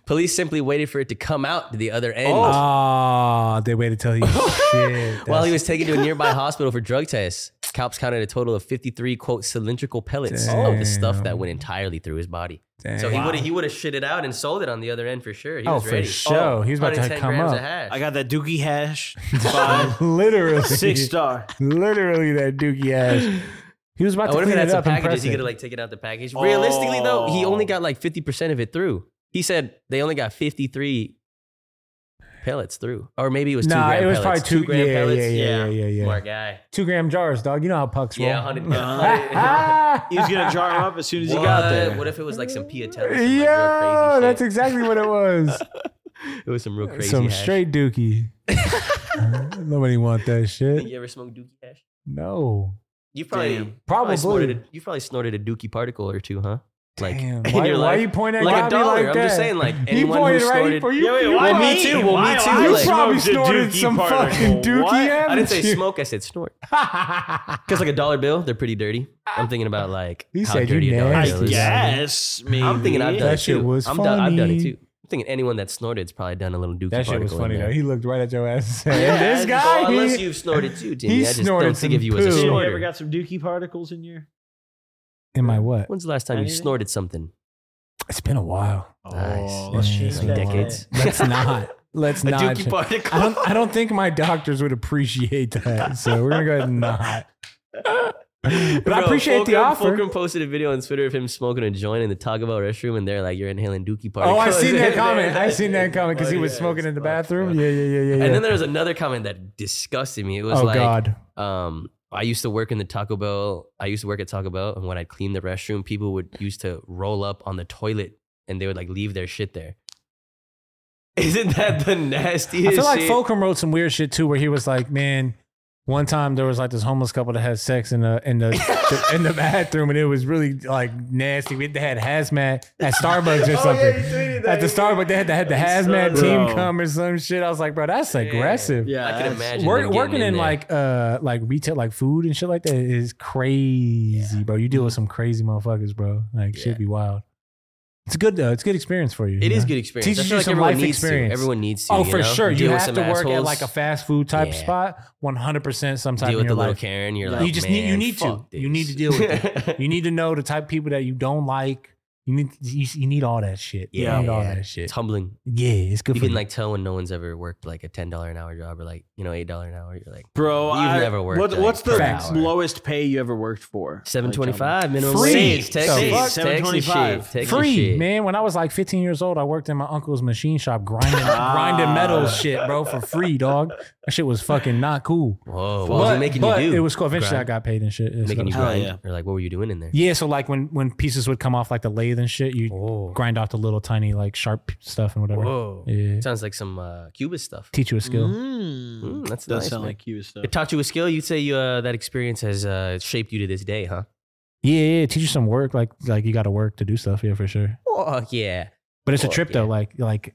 S2: Police simply waited for it to come out to the other end.
S3: Ah, they waited till he Oh, shit.
S2: While he
S3: that's-
S2: was taken to a nearby hospital for drug tests, cops counted a total of 53 quote cylindrical pellets of the stuff that
S3: Damn.
S2: went entirely through his body.
S3: Dang.
S2: So he would have he would have shit it out and sold it on the other end for sure. He
S3: Oh,
S2: was
S3: for
S2: ready.
S3: sure. He was about to
S2: 110
S3: come
S2: grams
S3: up.
S2: of hash.
S1: I got that Dookie hash. Five,
S3: literally
S1: six star.
S3: Literally that dookie ass. He was
S2: I
S3: about to
S2: wonder if
S3: clean
S2: it had
S3: it
S2: some
S3: up and
S2: packages.
S3: press
S2: He could
S3: it.
S2: have like taken out the package. Realistically though, he only got like 50% of it through. He said they only got 53 pellets through, or maybe it was two
S3: Nah,
S2: gram
S3: it was
S2: pellets.
S3: probably two,
S2: gram
S3: yeah,
S2: pellets.
S3: yeah, yeah, yeah, yeah, yeah.
S2: Smart guy.
S3: Two gram jars, dog. You know how pucks roll.
S2: Yeah, 100.
S1: He was gonna jar him up as soon as he
S2: What?
S1: got there.
S2: What if it was like some Piatelli? Some, like, real
S3: Yo,
S2: crazy
S3: that's
S2: shit?
S3: exactly what it was.
S2: it was some real crazy.
S3: Some
S2: hash.
S3: straight dookie. Nobody want that shit.
S2: You ever smoked dookie hash?
S3: No.
S2: You probably
S1: Damn.
S2: probably
S3: Probably.
S2: snorted a, you probably snorted a dookie particle or two, huh? Like
S3: Damn.
S2: in
S3: Why,
S2: your
S3: why
S2: life.
S3: you pointing at
S2: Like a
S3: me
S2: dollar.
S3: like
S2: I'm
S3: that?
S2: just saying, like, anyone who
S3: you pointed right
S2: snorted-
S3: for you.
S1: Yeah, wait,
S3: you
S1: why
S2: Well,
S3: probably-
S2: me too. Well, me too.
S3: You
S2: Like,
S3: probably
S1: smoked a
S3: snorted
S1: dookie
S3: some
S1: particle.
S3: fucking dookie,
S1: What?
S2: I didn't say
S3: haven't you?
S2: smoke. I said snort. Because like a dollar bill, they're pretty dirty. I'm thinking about like
S3: He
S2: how
S3: said you
S2: dirty a dollar
S1: I
S3: nasty.
S2: bill is.
S3: Yeah.
S1: guess. Maybe.
S2: I'm thinking I've done
S3: That
S2: it
S3: shit
S2: too.
S3: was
S2: I'm done. I've done it
S3: funny.
S2: too. I'm thinking anyone that snorted's probably done a little dookie
S3: That shit
S2: particle.
S3: was funny
S2: in
S3: though.
S2: there.
S3: He looked right at your ass and said,
S1: Yeah,
S3: "This
S1: so
S3: guy."
S2: Well, unless
S3: he-
S2: you've snorted too, Timmy.
S3: he
S2: I just
S3: snorted
S2: don't
S3: some
S2: think of you as a
S3: poo.
S1: Dude, you
S2: snorter.
S1: ever got some dookie particles in your?
S3: Am I what?
S2: When's the last time you
S1: Anything?
S2: snorted something?
S3: It's been a while.
S2: Nice.
S1: let's
S3: Yeah,
S1: change
S3: it's
S2: Like
S3: been a
S1: that.
S3: while.
S2: decades.
S3: Let's not. Let's
S2: A
S3: not.
S2: dookie
S3: change-
S2: particle.
S3: I don't. I don't think my doctors would appreciate that. So we're gonna go ahead and not. But I
S2: Bro,
S3: appreciate the
S2: Fulcrum-
S3: offer.
S2: Fulcrum posted a video on Twitter of him smoking a joint in the Taco Bell restroom, and they're like, "You're inhaling dookie particles."
S3: Oh, I seen that
S2: in
S3: comment.
S2: there.
S3: I seen that comment because he was
S2: Oh, Yeah,
S3: smoking
S2: it's
S3: in the
S2: fucked,
S3: bathroom.
S2: bro.
S3: Yeah, yeah, yeah, yeah.
S2: And
S3: yeah.
S2: then there was another comment that disgusted me. It was
S3: Oh
S2: like,
S3: God.
S2: um, I used to work in the Taco Bell. I used to work at Taco Bell, and when I'd clean the restroom, people would used to roll up on the toilet, and they would like leave their shit there. Isn't that the nastiest?
S3: I feel like
S2: shit?
S3: Fulcrum wrote some weird shit too, where he was like, "Man, one time there was like this homeless couple that had sex in the in the in the bathroom, and it was really like nasty. We they had hazmat at Starbucks
S2: Oh,
S3: or something. at the Starbucks, they had to had the hazmat
S1: so-
S3: team
S1: Bro.
S3: come or some shit. I was like, bro, that's
S2: Yeah.
S3: aggressive.
S1: Yeah,
S2: I can
S1: that's-
S2: imagine
S3: Work,
S2: them getting
S3: working in,
S2: there.
S3: like uh like retail like food and shit like that is crazy, bro. You deal with some crazy motherfuckers, bro. Like
S2: Yeah.
S3: shit be wild. It's good though. It's a good experience for you.
S2: It
S3: you
S2: is
S3: know?
S2: good experience.
S3: Teaches
S2: I feel
S3: you
S2: like
S3: some
S2: everyone
S3: life
S2: needs
S3: experience.
S2: To. Everyone needs to.
S3: Oh,
S2: you
S3: for
S2: know?
S3: sure. You
S2: Deal with
S3: have to
S2: some
S3: work at
S2: assholes,
S3: like a fast food type
S2: Yeah.
S3: spot, one hundred percent. Sometime
S2: deal
S3: in
S2: with the
S3: your
S2: little
S3: life,
S2: Karen. You're
S1: You
S2: like,
S3: just need- you
S2: "Man,
S3: need to.
S2: fuck
S3: You need
S2: this."
S3: to deal with you need to know the type of people that you don't like. You need you, you need all that shit.
S2: Yeah,
S3: you need all
S2: yeah.
S3: that shit.
S2: it's humbling.
S3: Yeah, it's good
S2: You
S3: for
S2: can
S3: you.
S2: like tell when no one's ever worked like a ten dollar an hour job or like you know eight dollar an hour. You're like
S1: Bro,
S2: You've
S1: I,
S2: never worked,
S1: What,
S2: like,
S1: what's the
S3: per hour.
S1: lowest pay you ever worked for?
S2: seven twenty five minimum
S3: Free.
S2: wage.
S3: The
S2: Texas,
S3: fuck?
S2: Texas,
S1: $7.25.
S2: shit. Texas
S3: free
S2: shit.
S3: man. When I was like 15 years old, I worked in my uncle's machine shop grinding grinding metal shit, bro, for free, dog. That shit was fucking not cool.
S2: Whoa, what was it making
S3: but
S2: you do?
S3: it was cool. Eventually,
S2: Grind?
S3: I got paid and shit. It's
S2: making you
S1: Hell
S2: grind.
S1: yeah.
S2: Or like, what were you doing in there?
S3: yeah, so like when when pieces would come off like the lathe and shit, you
S2: Oh,
S3: grind off the little tiny like sharp stuff and whatever.
S2: whoa.
S3: Yeah,
S2: Sounds like some uh, Cuba stuff.
S3: teach you a skill.
S1: Mm.
S2: Mm, that's
S1: Does
S2: nice,
S1: sound
S2: man.
S1: like you stuff.
S2: It taught you a skill. You'd say you, uh, that experience has uh, shaped you to this day, huh?
S3: Yeah, yeah, yeah, teach you some work. Like like you got to work to do stuff. Yeah, for sure.
S2: Oh yeah.
S3: But it's a
S2: Fuck
S3: trip
S2: yeah.
S3: though. Like like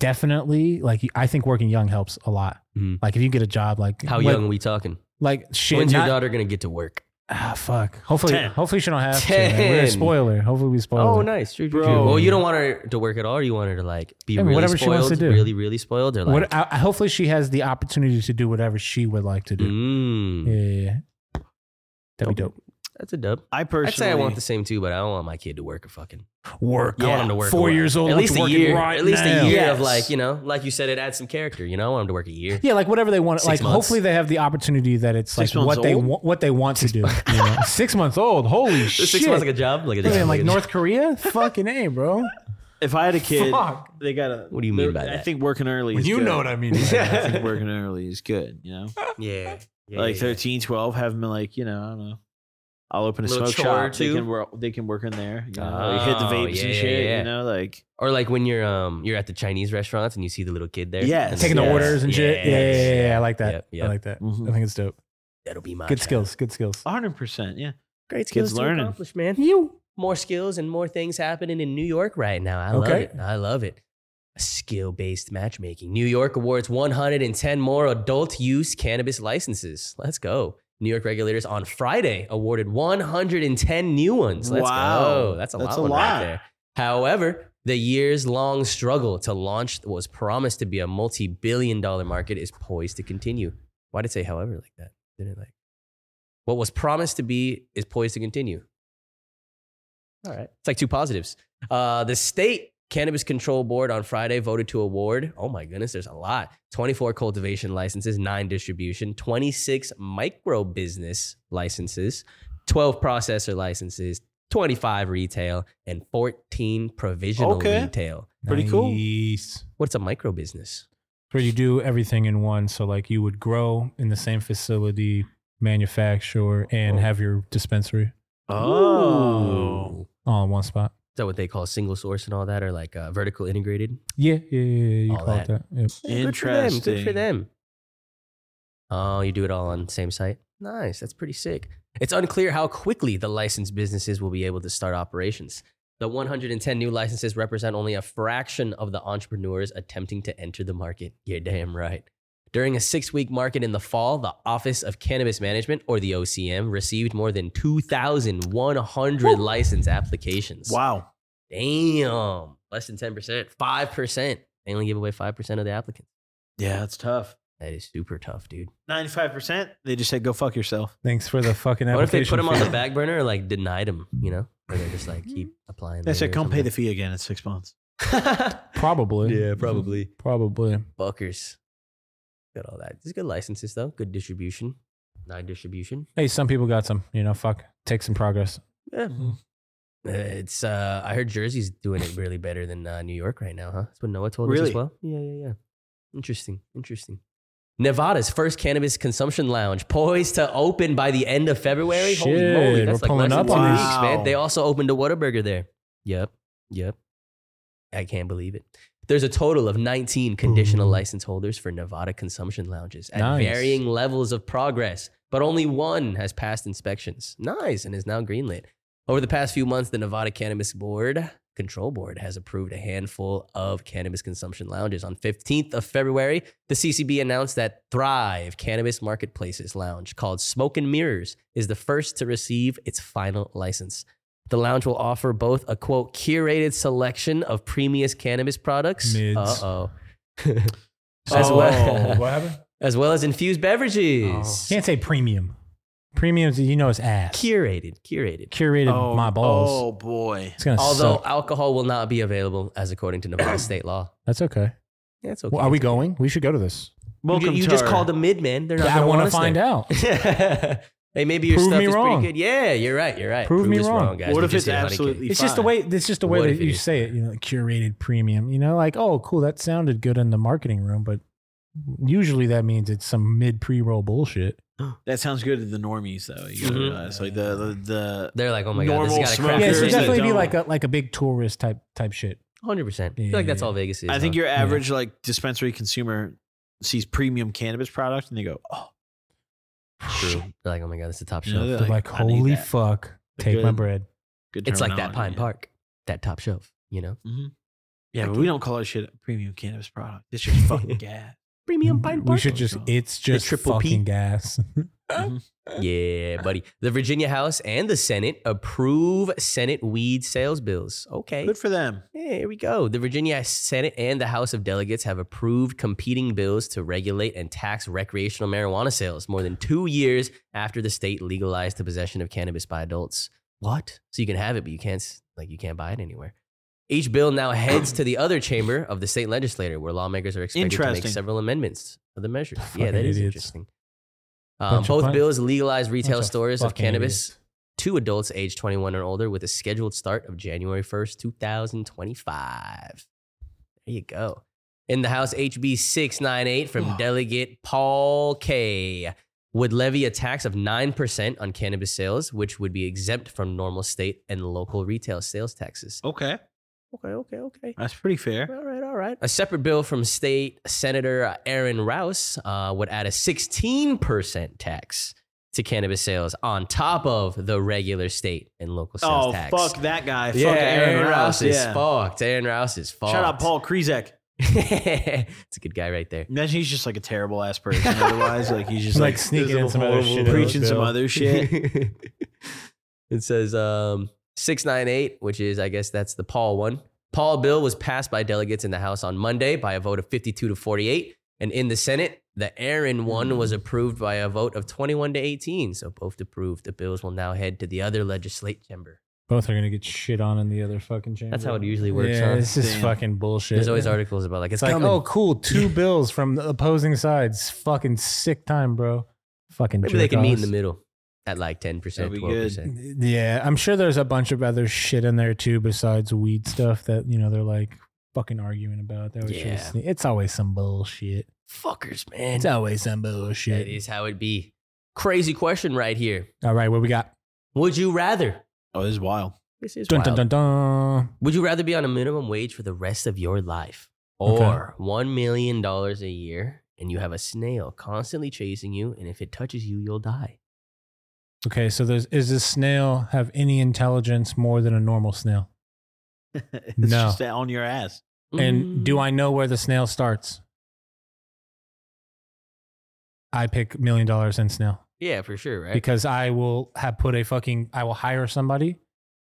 S3: definitely like I think working young helps a lot.
S2: Mhm.
S3: Like if you get a job like
S2: How
S3: like,
S2: young are we talking?
S3: like shit.
S2: When's your
S3: not-
S2: daughter gonna get to work?
S3: Ah, fuck. Hopefully,
S1: Ten.
S3: hopefully she don't have to. man. We're
S2: Ten.
S3: a spoiler. Hopefully we spoil.
S2: Oh,
S3: her.
S2: nice, true, true,
S1: Bro.
S2: true. Well, you don't want her to work at all. You want her to like be
S3: Yeah,
S2: really
S3: whatever she
S2: spoiled,
S3: wants to do.
S2: really, really spoiled. Or like,
S3: What, I, I- hopefully she has the opportunity to do whatever she would like to do.
S2: mm,
S3: Yeah, yeah, yeah. that'd be dope.
S2: That's a dub.
S1: I
S2: I'd
S1: personally
S2: say I want the same too, but I don't want my kid to work a fucking.
S3: Work.
S2: I want him to work
S3: Four
S2: a lot.
S3: years old.
S2: At least a
S3: working
S2: year.
S3: Right
S2: at least
S3: now.
S2: a year
S1: Yes.
S2: of like you know, like you said, it adds some character. You know, I want him to work a year.
S3: Yeah, like whatever they want.
S2: Six
S3: like
S2: months.
S3: hopefully they have the opportunity that it's
S1: Six
S3: like
S1: months
S3: what they
S1: old?
S3: wa- what they want to do. you know? Six months old. Holy shit!
S2: Six months like a job, like a job.
S3: Wait,
S2: like
S3: like
S2: a
S3: North Korea? Fucking a, bro.
S1: If I had a kid,
S3: Fuck.
S1: they gotta.
S2: What do you mean
S1: they're-
S2: by
S1: I
S2: that?
S1: think working early. is good.
S3: I mean.
S1: I think working early is good. You know,
S2: job. yeah, yeah,
S1: like
S2: yeah, yeah.
S1: thirteen, twelve, 13, 12, have them like you know, I don't know. I'll open a
S2: Little
S1: smoke
S2: chore or
S1: shop. They
S2: two.
S1: can work. They can work in there. You know, like, hit the
S2: Oh,
S1: vapes
S2: yeah,
S1: and
S2: yeah,
S1: shit.
S2: yeah.
S1: You know, like
S2: Or like when you're um you're at the Chinese restaurants and you see the little kid there.
S1: Yes.
S2: And
S3: Taking
S2: it's-
S3: the
S1: Yes.
S3: orders and shit. Yeah, yeah, yeah, yeah, I like that.
S2: Yep, yep.
S3: I like that.
S1: Mhm.
S3: I think it's dope.
S2: That'll be my
S3: Good
S2: job.
S3: skills. Good skills.
S1: hundred percent. Yeah.
S2: Great
S1: Kids
S2: skills to
S1: learning.
S2: accomplish, man.
S3: You.
S2: More skills and more things happening in New York right now. I love
S3: Okay.
S2: it. I love it. Skill based matchmaking. New York awards 110 more adult use cannabis licenses. Let's go. New York regulators on Friday awarded 110 new ones. Let's
S1: Wow.
S2: go. That's a
S1: That's
S2: lot,
S1: a
S2: one right
S1: lot.
S2: there. However, the years long struggle to launch what was promised to be a multi billion dollar market is poised to continue. Why did it say however like that? Didn't it like what was promised to be is poised to continue? All right. It's like two positives. Uh, the state cannabis control board on Friday voted to award, oh my goodness, there's a lot 24 cultivation licenses, nine distribution, 26 micro business licenses, 12 processor licenses, 25 retail, and 14 provisional
S1: Okay.
S2: retail.
S1: Pretty cool.
S3: Nice.
S2: What's a micro business?
S3: Where you do everything in one. So like you would grow in the same facility, manufacture, and
S2: Oh.
S3: have your dispensary
S1: Oh.
S2: Ooh.
S3: all in one spot.
S2: Is that what they call single source and all that, or like uh, vertical integrated?
S3: Yeah, yeah, yeah. yeah, You
S2: All
S3: call it that. Yep.
S2: Good for them. Good for
S1: Interesting.
S2: them. Oh, you do it all on the same site? Nice. That's pretty sick. It's unclear how quickly the licensed businesses will be able to start operations. The 110 new licenses represent only a fraction of the entrepreneurs attempting to enter the market. You're damn right. During a six week market in the fall, the Office of Cannabis Management, or the OCM, received more than 2,100 license applications.
S1: Wow.
S2: Damn. Less than 10%. 5%. They only give away 5% of the applicants.
S1: Yeah, that's tough.
S2: That is super tough, dude.
S1: Ninety-five percent. They just said, "Go fuck yourself."
S3: Thanks for the fucking application.
S2: What if they put them on
S3: fee.
S2: the back burner or like denied them, you know? Or they just like keep applying.
S1: They said, "Come pay the fee again in six months."
S2: the.
S3: Probably.
S2: probably.
S3: Probably.
S2: Fuckers. Got all that. There's good licenses, though. Good distribution. Nine distribution.
S3: Hey, some people got some. You know, fuck. Take some progress.
S2: Yeah.
S3: Mm-hmm.
S2: Uh, It's, uh, I heard Jersey's doing it really better than uh, New York right now, huh? That's what Noah told us
S1: Really?
S2: as well. Yeah, yeah, yeah. Interesting. Interesting. Nevada's first cannabis consumption lounge poised to open by the end of February. Holy
S3: Shit,
S2: moly,
S3: we're
S2: that's like
S3: pulling
S2: less than
S3: up
S2: two
S1: on
S2: weeks,
S1: this.
S2: man.
S1: Wow.
S2: They also opened a Whataburger there. Yep, yep. I can't believe it. There's a total of 19 conditional
S3: Ooh.
S2: license holders for Nevada consumption lounges at
S3: Nice.
S2: varying levels of progress, but only one has passed inspections. Nice, and is now greenlit. Over the past few months, the Nevada Cannabis Board Control Board has approved a handful of cannabis consumption lounges. On 15th of February, the CCB announced that Thrive Cannabis Marketplaces Lounge, called Smoke and Mirrors, is the first to receive its final license. The lounge will offer both a quote curated selection of premium cannabis products,
S3: Mids.
S2: uh-oh, as,
S3: Oh,
S2: well,
S3: what happened?
S2: as well as infused beverages.
S3: Oh. Can't say premium. Premiums, you know, it's ass.
S2: Curated, curated.
S3: Curated my balls.
S1: Oh boy.
S3: It's gonna
S2: Although
S3: suck.
S2: alcohol will not be available as according to Nevada state law.
S3: That's okay.
S2: Yeah, it's okay.
S3: Well, are we going? We should go to this.
S1: Welcome.
S2: you, you
S1: to
S2: just
S1: our-
S2: called them mid, man. They're not.
S3: I
S2: gonna
S3: want
S2: want
S3: to
S2: us
S3: find out.
S2: there. hey, maybe your
S3: Prove
S2: stuff
S3: me
S2: is
S3: wrong.
S2: pretty good. Yeah, you're right. You're right.
S3: Prove me
S2: us
S3: wrong.
S2: guys.
S1: What
S2: We
S1: if
S2: just
S1: it's
S2: hit 100K.
S1: absolutely-
S3: It's just the
S1: Fine.
S3: way. It's just the way
S2: What if
S3: that
S2: it
S3: you
S2: is?
S3: say it. You know, like curated premium. You know, like oh, cool. That sounded good in the marketing room, but usually that means it's some mid pre roll bullshit.
S1: That sounds good to the normies, though. You gotta
S2: Mhm.
S1: realize, like the the, the
S2: They're like, oh my
S1: Normal
S2: god, this
S1: smokers
S2: got
S3: Yeah, it
S1: Crackers
S3: should
S1: that
S3: definitely be
S1: don't-
S3: like a like a big tourist type type shit.
S2: Hundred percent. I feel
S3: Yeah,
S2: like that's
S3: yeah,
S2: all Vegas is.
S1: I think
S2: huh?
S1: your average like dispensary consumer sees premium cannabis product and they go, "Oh,
S2: true. They're like, oh my god, it's the top
S1: You
S2: shelf.
S1: know, they're
S3: They're like,
S1: "I need
S3: holy
S1: that."
S3: fuck,
S1: A
S3: take my
S1: good-
S3: bread.
S1: Good
S2: It's like that Pine
S1: terminology.
S2: Park, that top shelf. You know.
S1: Yeah, but we don't call our shit a premium cannabis product. It's just fucking gas.
S2: Premium pine
S3: Mm-hmm. We
S2: Park.
S3: should just, it's just
S2: triple P.
S3: fucking gas.
S2: Yeah, buddy. The Virginia House and the Senate approve Senate weed sales bills. Okay.
S1: Good for them.
S2: Yeah, here we go. The Virginia Senate and the House of Delegates have approved competing bills to regulate and tax recreational marijuana sales more than two years after the state legalized the possession of cannabis by adults. What? So you can have it, but you can't s- like you can't buy it anywhere. Each bill now heads to the other chamber of the state legislature, where lawmakers are expected to make
S1: Interesting.
S2: several amendments to the measure. yeah,
S3: Fucking
S2: that is
S3: idiots.
S2: interesting. Um,
S3: Bunch of
S2: both
S3: pun-
S2: bills legalize retail
S3: bunch of
S2: stores of
S3: fucking
S2: cannabis
S3: idiots.
S2: to adults age 21 or older with a scheduled start of January 1st, 2025. There you go. In the House, HB 698 from Delegate Paul K would levy a tax of 9% on cannabis sales, which would be exempt from normal state and local retail sales taxes.
S1: Okay,
S2: Okay, okay, okay.
S1: that's pretty fair.
S2: All right, all right. A separate bill from State Senator uh, Aaron Rouse uh, would add a 16% tax to cannabis sales on top of the regular state and local sales
S1: Oh
S2: tax.
S1: fuck that guy.
S2: Yeah,
S1: fuck
S2: Aaron, Rouse is
S1: yeah.
S2: fucked. Aaron Rouse is fucked.
S1: Shout out Paul Krizek.
S2: it's a good guy right there.
S1: Imagine he's just like a terrible ass person. Otherwise, like he's just
S3: Like
S1: like,
S3: sneaking in some other
S1: horrible-
S3: shit in
S1: preaching
S3: his
S1: some
S3: bill.
S1: other shit.
S2: it says um, 698, which is, I guess, that's the Paul one. Paul bill was passed by delegates in the House on Monday by a vote of 52 to 48. And in the Senate, the Aaron one
S3: Mm.
S2: was approved by a vote of 21 to 18. So both approved. The bills will now head to the other legislate chamber.
S3: Both are going to get shit on in the other fucking chamber.
S2: That's how it usually works,
S3: Yeah,
S2: huh?
S3: this is
S1: Damn.
S3: fucking bullshit.
S2: There's always articles about like, it's,
S3: It's like,
S2: coming.
S3: oh, cool, two bills from the opposing sides. Fucking sick time, bro. Fucking.
S2: Maybe they can meet in the
S3: jerk-offs.
S2: middle at like 10%,
S1: That'd be good.
S2: 12%.
S3: Yeah, I'm sure there's a bunch of other shit in there too, besides weed stuff that you know they're like fucking arguing about. That was
S2: Yeah.
S3: just, it's always some bullshit.
S2: Fuckers, man.
S3: It's always some
S2: That
S3: bullshit.
S2: is how it be. Crazy question right here.
S3: All right, what we got?
S2: Would you rather?
S1: Oh, this is wild.
S2: This is
S3: Dun, dun,
S2: wild.
S3: dun, dun.
S2: Would you rather be on a minimum wage for the rest of your life or $1 million a year and you have a snail constantly chasing you and if it touches you, you'll die?
S3: Okay, so there's is this snail have any intelligence more than a normal snail?
S1: it's
S3: No.
S1: just on your ass.
S2: Mm-hmm.
S3: And
S2: Mm.
S3: do I know where the snail starts? I pick million dollars in snail.
S2: Yeah, for sure, right?
S3: because I will have put a fucking I will hire somebody,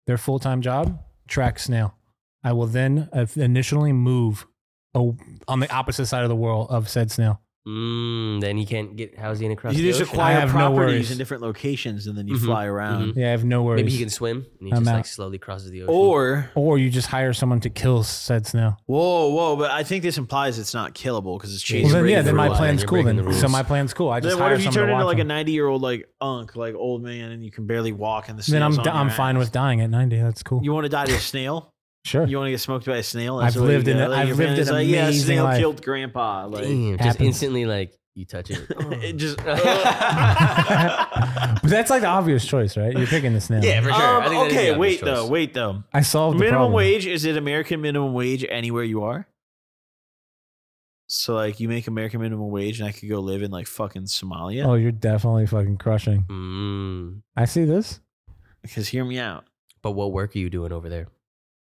S3: their full time job, track snail. I will then if- initially move o- on the opposite side of the world of said snail.
S2: Mm, then he can't get housing across
S1: You
S2: the
S1: just
S2: ocean.
S3: I
S1: acquire
S3: have no
S1: properties
S3: worries.
S1: in different locations and then you
S2: Mhm,
S1: fly around.
S2: mhm.
S3: Yeah, I have no worries.
S2: Maybe he can swim and he
S3: I'm
S2: just
S3: out.
S2: like slowly crosses the ocean.
S1: Or
S3: or you just hire someone to kill said snail.
S1: whoa, whoa! But I think this implies it's not killable because it's chasing.
S3: Well, then, yeah,
S1: breaking
S3: then
S1: the
S3: my
S1: rules.
S2: rule.
S3: plan's
S2: You're
S3: cool.
S2: breaking
S3: Then
S2: the
S3: so
S2: rules.
S3: my plan's cool. I just
S1: then what
S3: hire
S1: if you
S3: someone
S1: turn
S3: to
S1: into
S3: watch
S1: like a
S3: him.
S1: ninety-year-old like unk, like old man, and you can barely walk, and the
S3: Then I'm
S1: snail's
S3: d-
S1: on
S3: I'm
S1: your
S3: fine
S1: ass?
S3: with dying at ninety. That's cool.
S1: You want to die to a snail?
S3: sure.
S1: You want to get smoked by a snail?
S3: I've
S1: what you
S3: lived in
S1: do.
S3: a- I've
S1: your
S3: lived
S1: family's
S3: an
S1: like, yeah, a
S3: amazing
S1: snail
S3: life."
S1: killed grandpa. Like
S2: Damn, just
S3: happens.
S2: instantly like you touch it. Oh.
S1: it just.
S3: but that's like the obvious choice, right? You're picking the snail.
S2: yeah, for sure. I
S1: Um,
S2: think that is the
S1: okay,
S2: obvious
S1: wait
S2: choice.
S1: though, wait though.
S3: I solved the
S1: minimum
S3: problem.
S1: wage is it American minimum wage anywhere you are? So like you make American minimum wage and I could go live in like fucking Somalia.
S3: Oh, you're definitely fucking crushing.
S2: Mm,
S3: I see this.
S1: Because hear me out.
S2: but what work are you doing over there?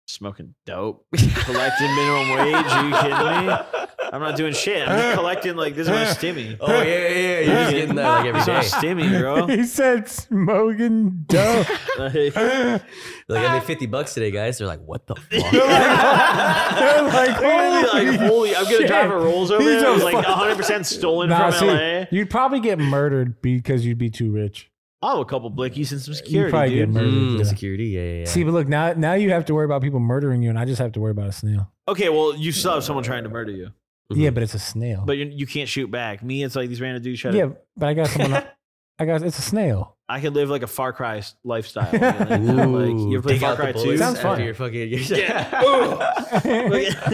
S1: Smoking dope. collecting minimum wage. Are you kidding me? I'm not doing shit. I'm just collecting like this is my stimmy.
S2: Oh yeah, yeah, yeah. You're just getting that like every
S1: This
S2: day.
S1: is my stimmy, bro.
S3: he said smoking dope.
S1: Like,
S3: they're
S2: They're Like I made fifty bucks today, guys. They're like, what the
S3: like,
S2: fuck?
S1: holy, like, holy, I'm gonna
S3: shit.
S1: drive a Rolls over.
S3: He's
S1: It
S3: a
S1: was like
S3: fuck-
S1: 100 percent stolen
S3: Nah,
S1: from
S3: see,
S1: LA.
S3: You'd probably get murdered because you'd be too rich.
S1: Oh, a couple blickies and some
S3: You'd probably
S1: security,
S3: get
S1: dude.
S3: murdered.
S2: Mm,
S3: yeah.
S2: Security, yeah, yeah. yeah.
S3: See, but look now, now you have to worry about people murdering you, and I just have to worry about a snail.
S1: Okay, well, you still have someone trying to murder you.
S2: Mhm.
S3: Yeah, but it's a snail.
S1: Mm-hmm. But you, you can't shoot back. Me, it's like these random dudes try
S3: yeah,
S1: to.
S3: but I got someone. I got it's a snail.
S1: I could live like a Far Cry s- lifestyle. you know, like, like, you ever play
S2: take
S1: Far
S2: out
S1: Cry
S2: the
S1: 2?
S2: bullets
S3: Sounds
S2: after
S3: fun.
S2: Your fucking,
S1: Yeah.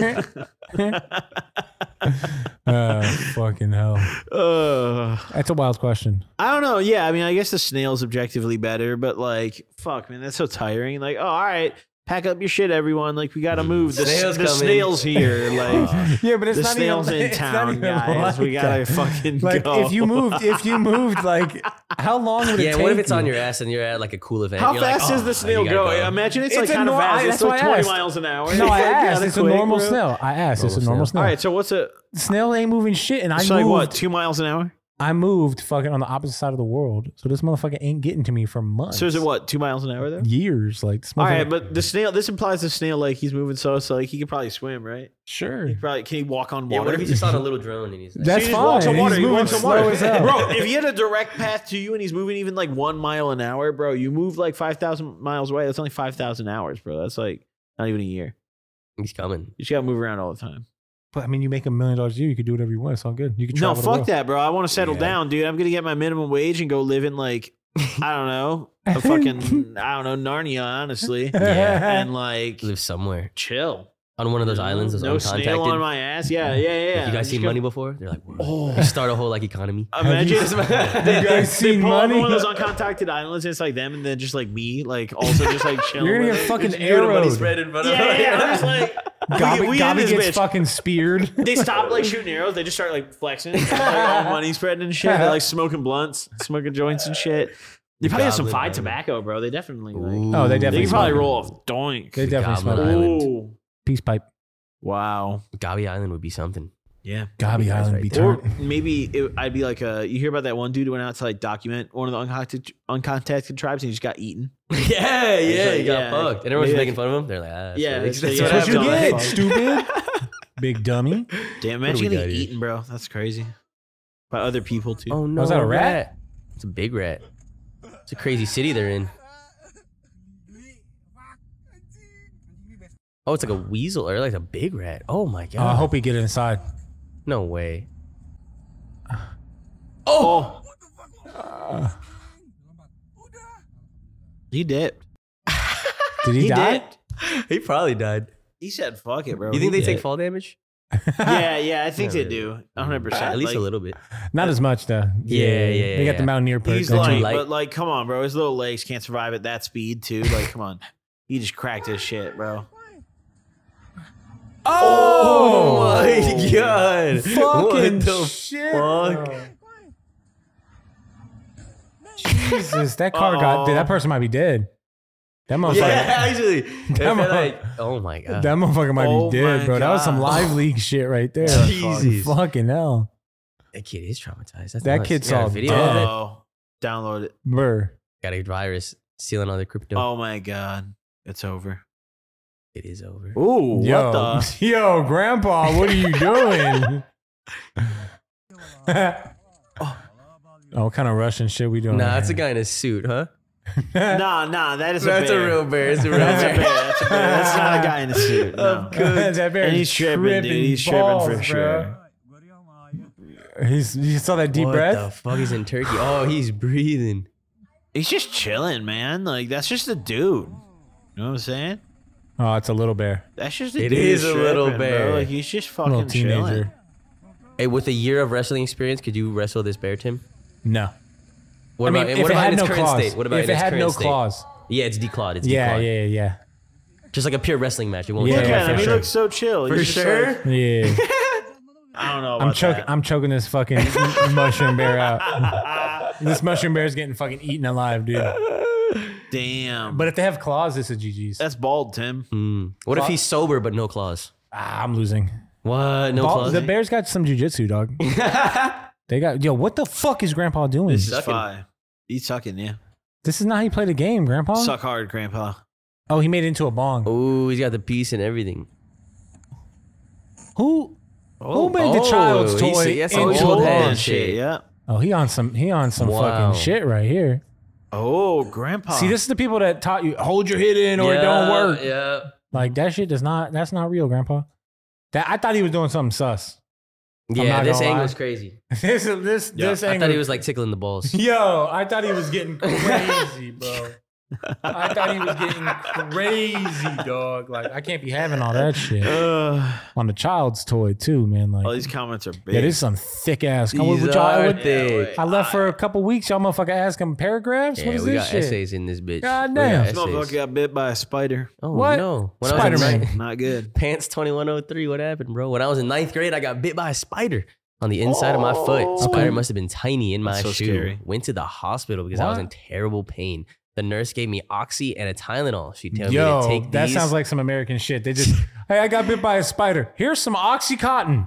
S3: Uh, fucking hell,
S1: uh,
S3: that's a wild question.
S1: I don't know. Yeah, I mean, I guess the snail's objectively better, but like, fuck, man, that's so tiring. Like, oh, all right, pack up your shit, everyone. Like, we got to move. The,
S2: Snail's
S1: snail's, the
S2: coming.
S1: snail's here. Like,
S3: Yeah, but it's
S1: the
S3: not even.
S1: snail's in
S3: it's not
S1: town,
S3: even
S1: guys. we
S3: like
S1: got to
S3: that.
S1: fucking
S3: Like
S1: go.
S3: if you moved, if you moved, like how long would it
S2: Yeah,
S3: take?
S2: what if it's
S3: you?
S2: on your ass and you're at like a cool event?
S1: How
S2: You're like,
S1: fast
S2: "Oh,
S1: is the snail
S2: you gotta
S1: going?
S2: go."
S1: Imagine it's
S3: It's
S1: like
S3: a
S1: kind of
S3: nor-
S1: fast.
S3: I-
S1: It's
S3: that's
S1: like
S3: why I
S1: 20
S3: asked.
S1: miles an hour.
S3: No, I
S1: Yeah,
S3: asked. It's a
S1: quick,
S3: normal
S1: bro.
S3: snail. I asked. It's a
S2: Normal
S3: normal
S1: All
S3: snail.
S1: right, so what's a
S3: Snail ain't moving shit, and I
S1: it's
S3: moved.
S1: like what two miles an hour?
S3: I moved fucking on the opposite side of the world, so this motherfucker ain't getting to me for months.
S1: So is it what two miles an hour though?
S3: Years, like this
S1: All right,
S3: motherfucker-
S1: but the snail. This implies the snail like he's moving so so like he could probably swim, right?
S3: sure.
S1: Probably can he walk on water?
S2: Yeah, what if he's just on a little drone and he's like,
S3: That's
S1: he just
S3: fine.
S1: walks on water.
S3: He's
S1: he
S3: moving
S1: walks on
S3: slow
S1: water.
S3: as hell.
S1: Bro, if he had a direct path to you and he's moving even like one mile an hour, bro, you move like five thousand miles away. That's only five thousand hours, bro. That's like not even a year.
S2: he's coming?
S1: You just gotta move around all the time.
S3: But I mean, you make a million dollars a year, you could do whatever you want. It's all good. You can
S1: No,
S3: travel. the
S1: fuck
S3: world.
S1: that, bro. I want to settle
S2: Yeah.
S1: down, dude. I'm gonna get my minimum wage and go live in like I don't know, a fucking I don't know Narnia, honestly,
S2: Yeah.
S1: and like
S2: Live somewhere
S1: chill.
S2: on one of
S3: Mm-hmm.
S2: those islands that's
S1: no
S2: uncontacted.
S1: snail on my ass. Yeah, yeah, yeah.
S2: Like, you guys
S1: Just
S2: seen
S1: go-
S2: money before? They're like, "Whoa."
S3: Oh.
S2: You start a whole like economy.
S1: Imagine
S2: Have
S1: they,
S3: you
S1: they-
S3: guys
S1: they
S3: seen
S1: pull up
S3: money?
S1: one of those uncontacted islands. And it's like them, and then just like me, like also just like chilling.
S3: You're gonna
S1: with
S3: get
S1: it.
S3: fucking
S1: Just doing what he's-
S3: arrowed.
S2: in front
S1: Yeah, yeah, yeah. I'm just like we,
S3: Gobby,
S1: we in
S3: Gobby
S1: this
S3: gets
S1: bitch.
S3: fucking speared.
S1: they stop like shooting arrows. They just start like flexing, like, all money spreading and shit. They're like smoking blunts, smoking joints and shit. They probably have some
S2: Goblin
S1: fine
S2: Island.
S1: tobacco, bro. They definitely like.
S3: Oh, they
S1: They
S3: definitely
S1: could probably
S3: smoking.
S1: roll off doink.
S3: They definitely
S2: Goblin
S3: smoke.
S2: Island.
S1: Ooh.
S3: Peace pipe.
S1: Wow.
S2: Gobby Island would be something.
S1: Yeah.
S3: Gobby
S2: That's
S3: Island
S2: right.
S3: be
S1: Or
S3: turned.
S1: maybe it, I'd be like, uh, you hear about that one dude who went out to like document one of the uncontacted, uncontacted tribes and he just got eaten.
S2: yeah, yeah, he got
S1: yeah.
S2: fucked. And everyone's
S1: Maybe I
S2: making fun of him. They're like, ah, that's
S1: Yeah,
S2: what-
S1: it's-
S2: that's
S1: yeah,
S2: what
S3: That's what you
S1: I've
S3: get,
S1: done.
S3: stupid. Big dummy.
S1: Damn,
S2: What do
S1: imagine
S2: we
S1: getting
S2: got here?
S1: eaten, bro. That's crazy. By other people too.
S2: Oh no!
S3: Was that a rat?
S2: It's a big rat. It's a crazy city they're in. Oh, it's like a weasel or like a big rat. Oh my
S3: Oh, I
S2: god!
S3: hope he get inside.
S2: no way.
S1: He dipped.
S3: Did he,
S1: He
S3: die?
S1: dipped.
S2: He probably died.
S1: He said, "Fuck it, bro."
S2: You think
S1: He
S2: they take
S1: dipped.
S2: fall damage?
S1: Yeah, yeah. I think
S2: Yeah,
S1: they
S2: they-
S1: do. 100. percent
S2: At least
S1: like,
S2: a little bit.
S3: Not as much though.
S2: Yeah, yeah,
S3: They
S2: yeah.
S3: got the mountaineer perk.
S1: He's
S3: don't
S1: like,
S3: you?
S2: like-
S1: but like, come on, bro. His little legs can't survive at that speed too. Like, come on. He just cracked his shit, bro.
S2: Oh, my god!
S3: fucking
S2: what the
S3: shit. Oh.
S2: fuck?
S3: bro. Jesus, that car got
S1: Uh-oh.
S3: dude, that person might be dead. That motherfucker.
S2: Yeah, actually. If they're
S3: Come on.
S2: like, oh my god.
S3: That motherfucker might
S1: Oh
S3: be dead,
S1: my
S3: bro. That was some
S1: God.
S3: live league shit right there.
S2: Jesus.
S3: Fucking hell.
S2: That kid is traumatized. That's
S3: That
S2: nuts.
S3: kid's
S2: You got a
S3: all
S2: video
S3: dead.
S2: of it?
S1: Oh, download it.
S3: Brr.
S2: Got a virus stealing all the crypto.
S1: Oh my god, it's over.
S2: It is over.
S1: Ooh,
S3: Yo,
S1: what the?
S3: yo, grandpa, what are you doing? oh, what kind of Russian shit we doing?
S2: Nah, it's a guy in a suit, huh?
S1: Nah, nah, that is
S2: That's
S1: a,
S2: a
S1: bear.
S2: real bear. It's a real
S1: That's a bear.
S2: bear.
S1: That's a bear. That's not a guy in a suit. No.
S3: that bear
S1: And
S3: is
S1: he's tripping, dude. He's tripping
S3: balls,
S1: for
S3: bro.
S1: sure.
S3: He's you saw that deep
S2: what the
S3: breath?
S2: fuck? He's in Turkey. Oh, he's breathing.
S1: He's just chilling, man. Like that's just a dude. You know what I'm saying?
S3: oh, it's a little bear.
S1: That's just a
S2: It
S1: dude
S2: is a
S1: tripping,
S2: little
S1: bro.
S2: bear.
S1: Like he's just
S3: little
S1: fucking
S3: teenager.
S1: chilling.
S2: Hey, with a year of wrestling experience, could you wrestle this bear, Tim?
S3: No.
S2: What
S3: I mean,
S2: about,
S3: if
S2: what
S3: it
S2: about
S3: had
S2: in its
S3: no
S2: current
S3: claws.
S2: state? What about
S3: if
S2: in
S3: it
S2: its
S3: had
S2: current
S3: no
S2: state?
S3: claws?
S2: Yeah, it's declawed. It's
S3: Yeah,
S2: declawed.
S3: yeah, yeah,
S2: Just like a pure wrestling match. It won't
S3: Yeah,
S1: Yeah,
S2: take
S3: yeah,
S1: I mean,
S3: for
S1: he
S3: sure.
S1: looks so chill. He's
S2: For
S1: just
S2: sure.
S1: like-
S3: yeah.
S1: I don't know. About
S3: I'm choking.
S1: that.
S3: I'm choking this fucking mushroom bear out. this mushroom bear is getting fucking eaten alive, dude.
S1: Damn.
S3: But if they have claws, it's a GG's.
S1: that's bald, Tim.
S2: Mm. What if he's sober but no claws?
S3: Ah, I'm losing.
S2: What? No
S3: Ball-
S2: claws?
S3: the Bears got some jujitsu, dog. they got yo. What the fuck is Grandpa doing?
S1: This is
S3: This is,
S2: sucking.
S1: five. He's sucking, yeah.
S3: not how you play the game, Grandpa.
S1: Suck hard, Grandpa.
S3: Oh, he made it into a bong.
S2: Ooh, he's got the piece and everything.
S3: Who?
S1: Oh,
S3: who made the
S2: oh, he's-
S3: child's toy
S2: that's
S3: into
S2: old
S3: a
S1: old
S3: bong?
S2: head.
S1: man shit, yeah.
S3: Oh, he on some. He on some
S2: Wow.
S3: fucking shit right here.
S1: Oh, Grandpa.
S3: See, this is the people that taught you hold your head in or it don't work.
S2: Yeah.
S3: Like that shit does not. That's not real, Grandpa. That I thought he was doing something sus.
S2: Yeah,
S3: not
S2: this
S3: gonna
S2: angle
S3: lie.
S2: is crazy.
S3: this this
S1: Yeah,
S3: this
S2: I
S3: angle.
S2: thought he was like tickling the balls.
S3: yo, I thought he was getting crazy, bro. I thought he was getting crazy, dog. Like I can't be having all that shit
S1: Ugh.
S3: on the child's toy too, man. Like
S1: all these comments are big.
S3: yeah, this is some thick ass. What,
S2: Oh, These
S3: what y'all-
S2: are
S3: what-
S2: thick.
S3: I left for a couple weeks. Y'all motherfucker ask him paragraphs.
S2: Yeah,
S3: what is
S2: we
S3: this
S2: got
S3: shit?
S2: essays in this bitch.
S3: God
S2: We got
S3: damn.
S1: This
S2: essays.
S1: motherfucker got bit by a spider.
S2: Oh
S3: What?
S2: no!
S3: Spider-Man.
S2: I was in,
S1: Not good.
S2: pants twenty one oh three. What happened, bro? When I was in ninth grade, I got bit by a spider on the inside of my
S1: Oh.
S2: foot. Spider must have been tiny in my
S1: That's so
S2: shoe.
S1: scary.
S2: Went to the hospital because I was
S3: What?
S2: in terrible pain. The nurse gave me oxy and a Tylenol. She told
S3: Yo,
S2: me to take
S3: that
S2: these.
S3: sounds like some American shit. They just, hey, I got bit by a spider. Here's some OxyContin.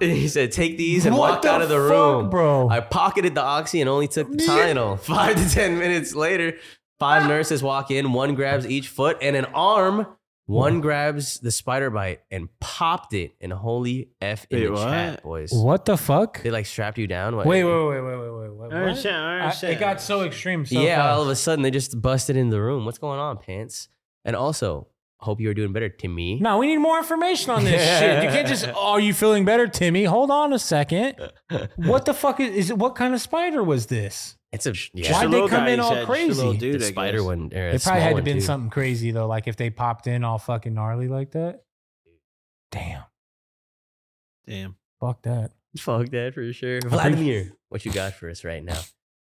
S2: he said, "Take these and
S3: What
S2: walk
S3: the
S2: out of the
S3: fuck,
S2: room,
S3: bro?
S2: I pocketed the oxy and only took the Tylenol. Five to ten minutes later, five nurses walk in. One grabs each foot and an arm. One grabs the spider bite and popped it. And holy f in
S1: Wait,
S2: the
S1: what?
S2: chat, boys.
S3: What the fuck?
S2: They like strapped you down. What-
S3: Wait, wait, wait, wait, wait, wait, wait.
S1: Oh,
S3: what? I- it got so extreme. So
S2: yeah,
S3: fast.
S2: all of a sudden they just busted in the room. What's going on, pants? And also, hope you are doing better, Timmy.
S3: No, we need more information on this shit. You can't just, oh, are you feeling better, Timmy? Hold on a second. What the fuck is, is it? What kind of spider was this?
S2: It's a yeah.
S3: Why'd
S1: Just a
S3: they
S1: little
S3: come
S1: guy,
S3: in
S1: he
S3: all
S1: said, just a
S3: crazy?
S1: little
S2: The
S1: dude, I
S2: spider
S1: guess.
S2: one. Or a
S3: It
S2: small
S3: probably had to
S2: one,
S3: been
S2: too.
S3: something crazy, though. Like if they popped in all fucking gnarly like that. Damn.
S1: Damn.
S3: Fuck that.
S2: Fuck that for sure. Vladimir, what you got for us right now?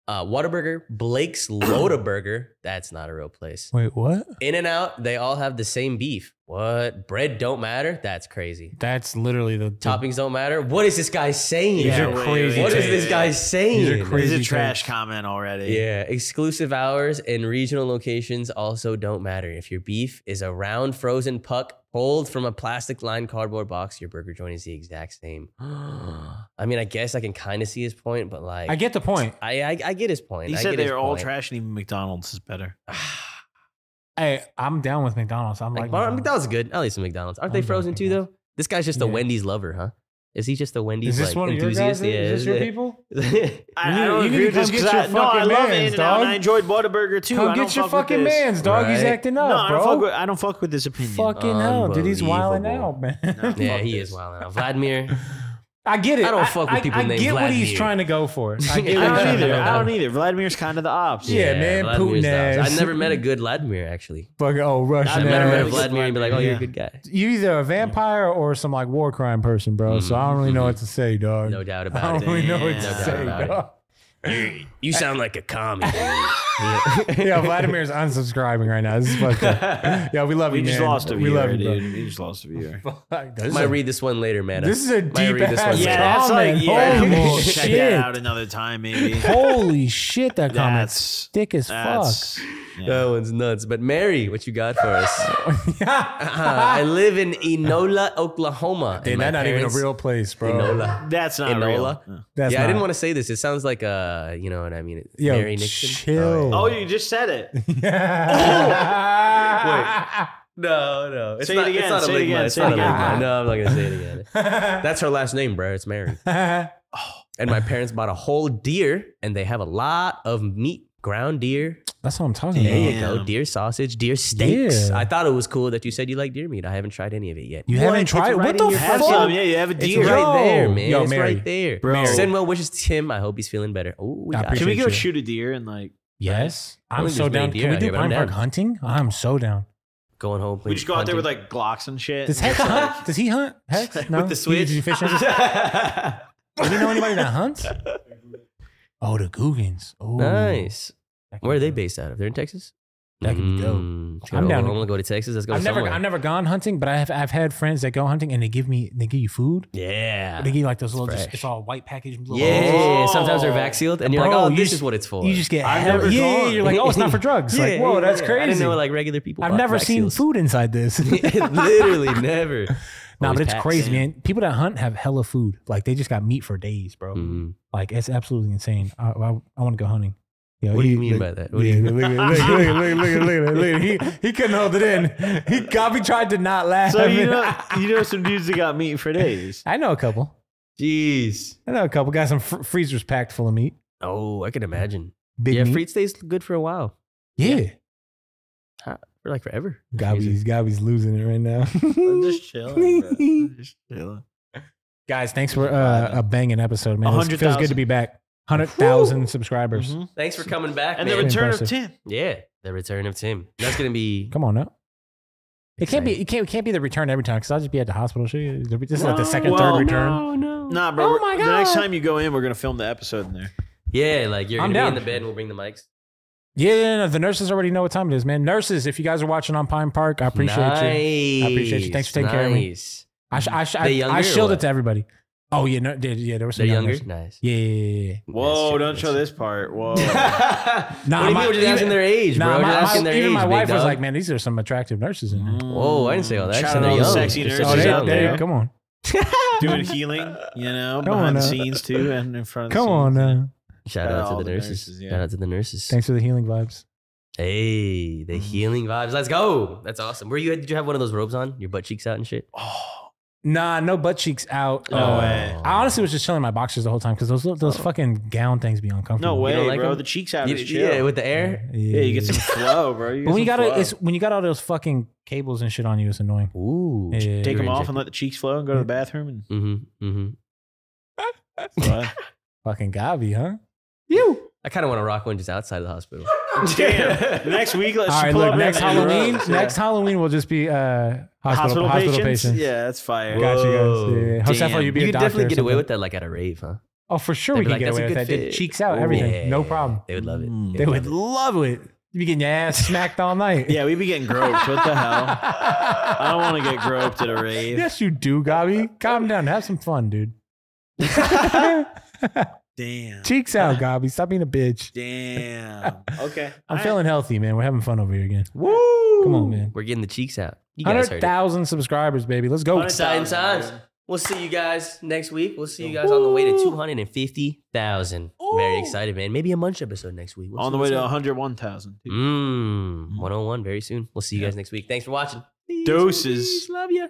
S2: Uh, Whataburger, Blake's Lodaburger. That's not a real place.
S3: Wait, what?
S2: In and out, they all have the same beef. What? Bread don't matter? That's crazy.
S3: That's literally the, the
S2: Toppings don't matter? What is this guy saying?
S1: These are
S2: What
S1: crazy
S2: is
S1: takes.
S2: this guy saying?
S3: These are
S1: There's
S3: Crazy
S1: a trash
S3: takes.
S1: comment already.
S2: Yeah, exclusive hours and regional locations also don't matter. If your beef is a round frozen puck pulled from a plastic lined cardboard box, your burger joint is the exact same. I mean, I guess I can kind of see his point, but like,
S3: I get the point.
S2: I, I, I get his point.
S1: He
S2: I
S1: said
S2: get
S1: they
S2: his
S1: are all
S2: point.
S1: trash, and even McDonald's is better.
S3: Oh Hey, I'm down with McDonald's. I'm like,
S2: Like, Mar- McDonald's is good. I'll eat some McDonald's. Aren't they
S3: I'm down
S2: frozen
S3: with
S2: too, though? This guy's just a
S3: Yeah.
S2: Wendy's lover, huh? Is he just a Wendy's
S3: Is this
S2: like
S3: one of your guys?
S2: enthusiast?
S3: Is this your people?
S2: people?
S1: I,
S3: You
S1: I
S3: need-
S1: don't
S3: you need
S1: agree
S3: to
S1: with this
S3: come get
S1: because I,
S3: your
S1: no, I
S3: fucking
S1: love
S3: mans,
S1: In-N-Out, and
S3: dog.
S1: I enjoyed Whataburger too. I
S3: Come
S1: don't
S3: get your
S1: fuck with
S3: fucking
S1: this.
S3: man's dog. He's
S2: Right.
S3: acting
S1: No,
S3: up,
S1: I
S3: bro.
S1: don't, fuck with, I don't fuck with this opinion.
S3: Fucking hell, dude. He's wilding
S2: Unbelievable.
S3: out, man.
S1: fuck
S2: yeah, he
S1: this.
S2: is wild now. Vladimir.
S3: I get it.
S2: I don't fuck with people
S3: I,
S2: named
S3: get what he's
S2: Vladimir.
S3: trying to go for. I
S1: I
S3: get what he's
S1: don't
S3: trying to
S1: either.
S3: go
S1: I
S3: for.
S2: e-
S1: don't either. Vladimir's kind of the ops.
S3: Yeah, man,
S2: Vladimir's
S3: Putin
S2: the-
S3: ass.
S2: I've never met a good Vladimir, actually.
S3: Fucking oh,
S2: I've
S3: Russian
S2: never
S1: Yeah.
S2: met a
S3: ass.
S1: Vlad-
S2: Vladimir and be like, oh, you're
S1: Yeah.
S2: a good guy.
S3: You either a vampire or some like war crime person, bro. So I don't really know what to say, dog.
S2: No doubt
S3: I
S2: about
S3: don't
S2: it.
S3: really know what to
S1: No doubt
S3: say,
S2: about it.
S3: dog.
S2: You sound like a commie.
S3: Yeah, Vladimir's unsubscribing right now. This is fucked up. Yeah, we love
S1: We
S3: you,
S1: just
S3: man.
S1: lost a
S3: We love
S1: viewer,
S3: you, bro.
S1: dude. We just lost a viewer.
S3: Fuck, this is
S2: Might
S3: a-
S2: read this one later, man.
S3: This is a
S2: Might
S3: deep
S2: read this one
S3: ass
S2: later.
S1: Yeah, that's like
S3: comment.
S1: yeah.
S3: Holy
S1: we'll check that out
S3: shit.
S1: another time, maybe.
S3: Holy shit, that comment's
S1: That's
S3: thick as
S1: that's.
S2: That
S1: Yeah.
S2: one's nuts. But Mary, what you got for us? Uh,
S3: fuck.
S2: I live in Enola, Oklahoma.
S3: Dude,
S2: and my
S3: that's not even a
S2: parents-
S3: real place, bro.
S2: Enola.
S1: That's not
S2: Enola.
S1: real.
S3: That's
S2: yeah, I didn't
S3: not-
S2: want to say this. It sounds like uh, you know what I mean.
S3: Yo,
S2: Mary Nixon.
S3: chill.
S1: Oh, you just said it.
S2: No, no. It's
S1: Say it
S2: not, It's
S1: again,
S2: not
S1: say
S2: a
S1: it
S2: big
S1: again,
S2: It's
S1: say
S2: not
S1: it
S2: a
S1: again.
S2: big No, I'm not gonna say it again. That's her last name, bro. It's Mary. And my parents bought a whole deer, and they have a lot of meat. Ground deer.
S3: That's what I'm talking
S2: There
S3: about.
S2: you go.
S1: Damn.
S2: Deer sausage, deer steaks.
S3: Yeah.
S2: I thought it was cool that you said you like deer meat. I haven't tried any of it yet.
S3: You haven't tried
S1: It's right
S3: what
S1: in
S3: the
S1: your- Have
S3: fuck?
S1: some. Yeah, you have a
S2: It's
S1: deer.
S2: right
S3: Yo.
S2: there, man.
S3: Yo,
S2: it's
S3: Mary.
S2: right there.
S1: Bro.
S2: Send well wishes to Tim. I hope he's feeling better. Oh, we
S3: I
S2: got
S1: Can we
S3: appreciate
S2: it.
S1: go
S3: you.
S1: shoot a deer and like
S3: Yes.
S2: I
S3: I'm
S2: think
S3: so
S2: there's many
S3: down.
S2: deer
S3: Can we
S2: out
S3: do
S2: here, but I'm
S3: Pine Park
S2: down.
S3: hunting? I'm so down.
S2: Going home.
S1: we just go out there with like Glocks and shit?
S3: Does Hex hunt? Does he hunt? Hex?
S1: With
S3: No?
S1: the
S3: He-
S1: switch?
S3: Did you fish him? Do you know anybody that hunts? Oh, the Googans. Oh,
S2: Nice.
S3: That could
S2: Where are
S3: be
S2: they
S3: dope.
S2: based out of? They're in Texas.
S3: That could be dope.
S2: Mm,
S3: I'm
S2: I'm
S3: down
S2: down.
S3: to-
S2: I'm gonna go to Texas. Let's go
S3: I've never,
S2: somewhere.
S3: I've never gone hunting, but I have, I've had friends that go hunting and they give me, they give you food.
S2: yeah.
S3: They give you like those little, just,
S2: Ah, fresh.
S3: it's all white package. Little
S2: Yeah.
S1: Oh.
S2: Sometimes they're vac sealed, and you're
S3: Bro,
S2: like, oh,
S3: you
S2: this
S3: just-
S2: is what it's for.
S3: You just get,
S1: I've
S3: hell-
S1: never
S3: yeah, yeah,
S1: gone.
S3: You're like, oh, it's not for drugs. like,
S2: Yeah,
S3: whoa,
S2: yeah,
S3: that's
S2: yeah.
S3: crazy.
S2: I didn't know like regular people.
S3: I've
S2: bought
S3: never
S2: vac
S3: seen
S2: seals.
S3: food inside this.
S2: Literally never.
S3: nah,
S2: Always
S3: but it's
S2: packs.
S3: crazy, man. People that hunt have hella food. Like they just got meat for days, bro.
S2: Mhm.
S3: Like it's absolutely insane. I, I, I want to go hunting. Yo,
S2: What do you
S3: he-
S2: mean
S3: look-
S2: by that? What do
S3: yeah,
S2: you-
S3: look, at- look, at- look, at- look, at- look, at- look, at- look, at- He, he couldn't hold it in. He Gobby tried to not laugh.
S1: So you know, you know some dudes that got meat for days.
S3: I know a couple.
S2: Jeez.
S3: I know a couple. Got some fr- freezers packed full of meat.
S2: Oh, I can imagine.
S3: Big
S2: yeah,
S3: meat.
S2: free stays good for a while,
S3: yeah.
S2: for like forever.
S3: Gobby's, Gobby's losing it right
S1: I'm
S3: now.
S1: just chilling. bro. I'm just chilling.
S3: Guys, thanks for uh, a banging episode, man. It was-
S1: 100,000.
S3: feels good to be back. hundred thousand subscribers.
S1: Mhm.
S2: Thanks for coming back,
S1: And the
S2: man.
S3: re-
S1: return
S3: Impressive.
S1: of Tim.
S2: yeah, the return of Tim. That's gonna be.
S3: Come on now. It can't be.
S2: Exciting.
S3: It can't, it can't be the return every time because I'll just be at the hospital. Shit, it'll be- This is like the
S1: No,
S3: second,
S1: well,
S3: third return.
S2: no.
S1: Nah, bro.
S3: Oh my
S1: The next
S3: God.
S1: time you go in, we're gonna film the episode in there.
S2: Yeah, like you're
S3: I'm
S2: gonna
S3: down.
S2: be in the bed and we'll bring the mics.
S3: Yeah, yeah, no, the nurses already know what time it is, man. Nurses, if you guys are watching on Pine Park, I appreciate you.
S2: you.
S3: I appreciate you. Thanks for taking care of me. I sh- I, sh- I,
S2: They younger
S3: I
S2: or
S3: shielded
S2: what?
S3: it to everybody. Oh yeah, no, they, yeah, there were some
S2: They're
S3: young
S2: younger.
S3: nurses.
S2: Nice.
S3: Yeah, yeah, yeah, yeah.
S1: Whoa,
S2: That's true,
S1: don't show
S2: that's
S1: this part. Whoa.
S2: true.
S3: Nah,
S2: what do you
S3: my-
S2: mean? We're just asking
S3: even-
S2: their age, bro.
S3: Nah,
S2: We're
S3: my-
S2: just
S3: my-
S2: asking their
S3: even
S2: age,
S3: my
S2: big
S3: wife was
S2: dog.
S3: like, "Man, these are some attractive nurses in here."
S2: Whoa, I didn't say all that.
S1: Shout
S2: Actually,
S1: out
S2: they're
S1: all the
S2: young.
S1: sexy
S2: They're
S1: nurses
S3: Oh, they,
S1: out
S3: they-
S1: there.
S3: come on,
S1: Doing healing, you know,
S3: Come on
S1: behind the
S3: now.
S1: scenes too, and in front of the
S3: come on.
S1: scenes.
S3: Now.
S2: Shout
S1: Shout out
S2: out
S1: all
S2: to the
S1: the
S2: nurses.
S1: nurses, yeah.
S2: Shout out to the nurses.
S3: Thanks Mm-hmm. for the healing vibes.
S2: Hey, the healing vibes. Let's go. That's awesome. Were you? Did you have one of those robes on? Your butt cheeks out and shit.
S1: Oh,
S3: Nah, no butt cheeks out.
S1: No
S3: Uh,
S1: way.
S3: I honestly was just chilling in my boxers the whole time because those
S2: Oh.
S3: those fucking gown things be
S1: no
S3: uncomfortable.
S1: way,
S2: like
S1: bro.
S2: them?
S1: The cheeks out
S2: You-
S1: is chill.
S2: yeah, with the air.
S1: Yeah, you get some flow, bro. You get
S3: But when you
S1: some
S3: got
S1: flow.
S3: it's when you got all those fucking cables and shit on you, it's annoying.
S2: Ooh.
S3: Yeah, yeah,
S1: take
S3: yeah.
S1: them off and let the cheeks flow and go to the bathroom and
S2: Mm-hmm. Mm-hmm.
S1: flow.
S3: Fucking Gavi, huh?
S2: You. I kind of want to rock one just outside of the hospital.
S1: Damn. Next week, let's
S3: All right,
S1: pull
S3: look,
S1: up
S3: next
S1: Randy
S3: Halloween,
S1: Rhoads.
S3: next Halloween will just be uh hospital hospital, patients.
S1: Yeah, that's fire.
S3: Got you
S2: Whoa.
S3: guys. Yeah, yeah. Joseph,
S1: Damn.
S3: you'd be
S2: you
S3: a
S2: could
S3: doctor
S2: definitely
S3: or
S2: get away
S3: something.
S2: with that, like at a rave, huh?
S3: Oh, for sure
S2: They'd be
S3: we can
S2: like,
S3: get
S2: "That's
S3: away
S2: a
S3: with that.
S2: good fit."
S3: Cheeks out,
S2: Ooh.
S3: everything,
S2: Yeah.
S3: no problem.
S2: They would love it.
S1: Mm.
S3: They would love it. You'd be getting your ass smacked all night.
S1: Yeah, we be getting groped. What the hell? I don't want to get groped at a rave.
S3: Yes, you do, Gabi. Calm down. Have some fun, dude.
S1: Damn.
S3: Cheeks out, Gabi. Stop being a bitch.
S1: Damn. Okay.
S3: I'm
S1: All
S3: feeling healthy, man. We're having fun over here again.
S2: Woo!
S3: Come on, man.
S2: We're getting the cheeks out. You guys heard it.
S3: 100,000 subscribers, baby. Let's go.
S1: right.
S2: Exciting times. We'll see you guys next week. We'll see you guys on the way to 250,000. Very excited, man. Maybe a munch episode next week. We'll
S1: On
S2: see
S1: the way
S2: what's
S1: to
S2: up. Mm.
S1: 101,000.
S2: Mmm, 101 very soon. We'll see you guys next week. Thanks for watching. Peace,
S1: Doses.
S2: peace. Love ya.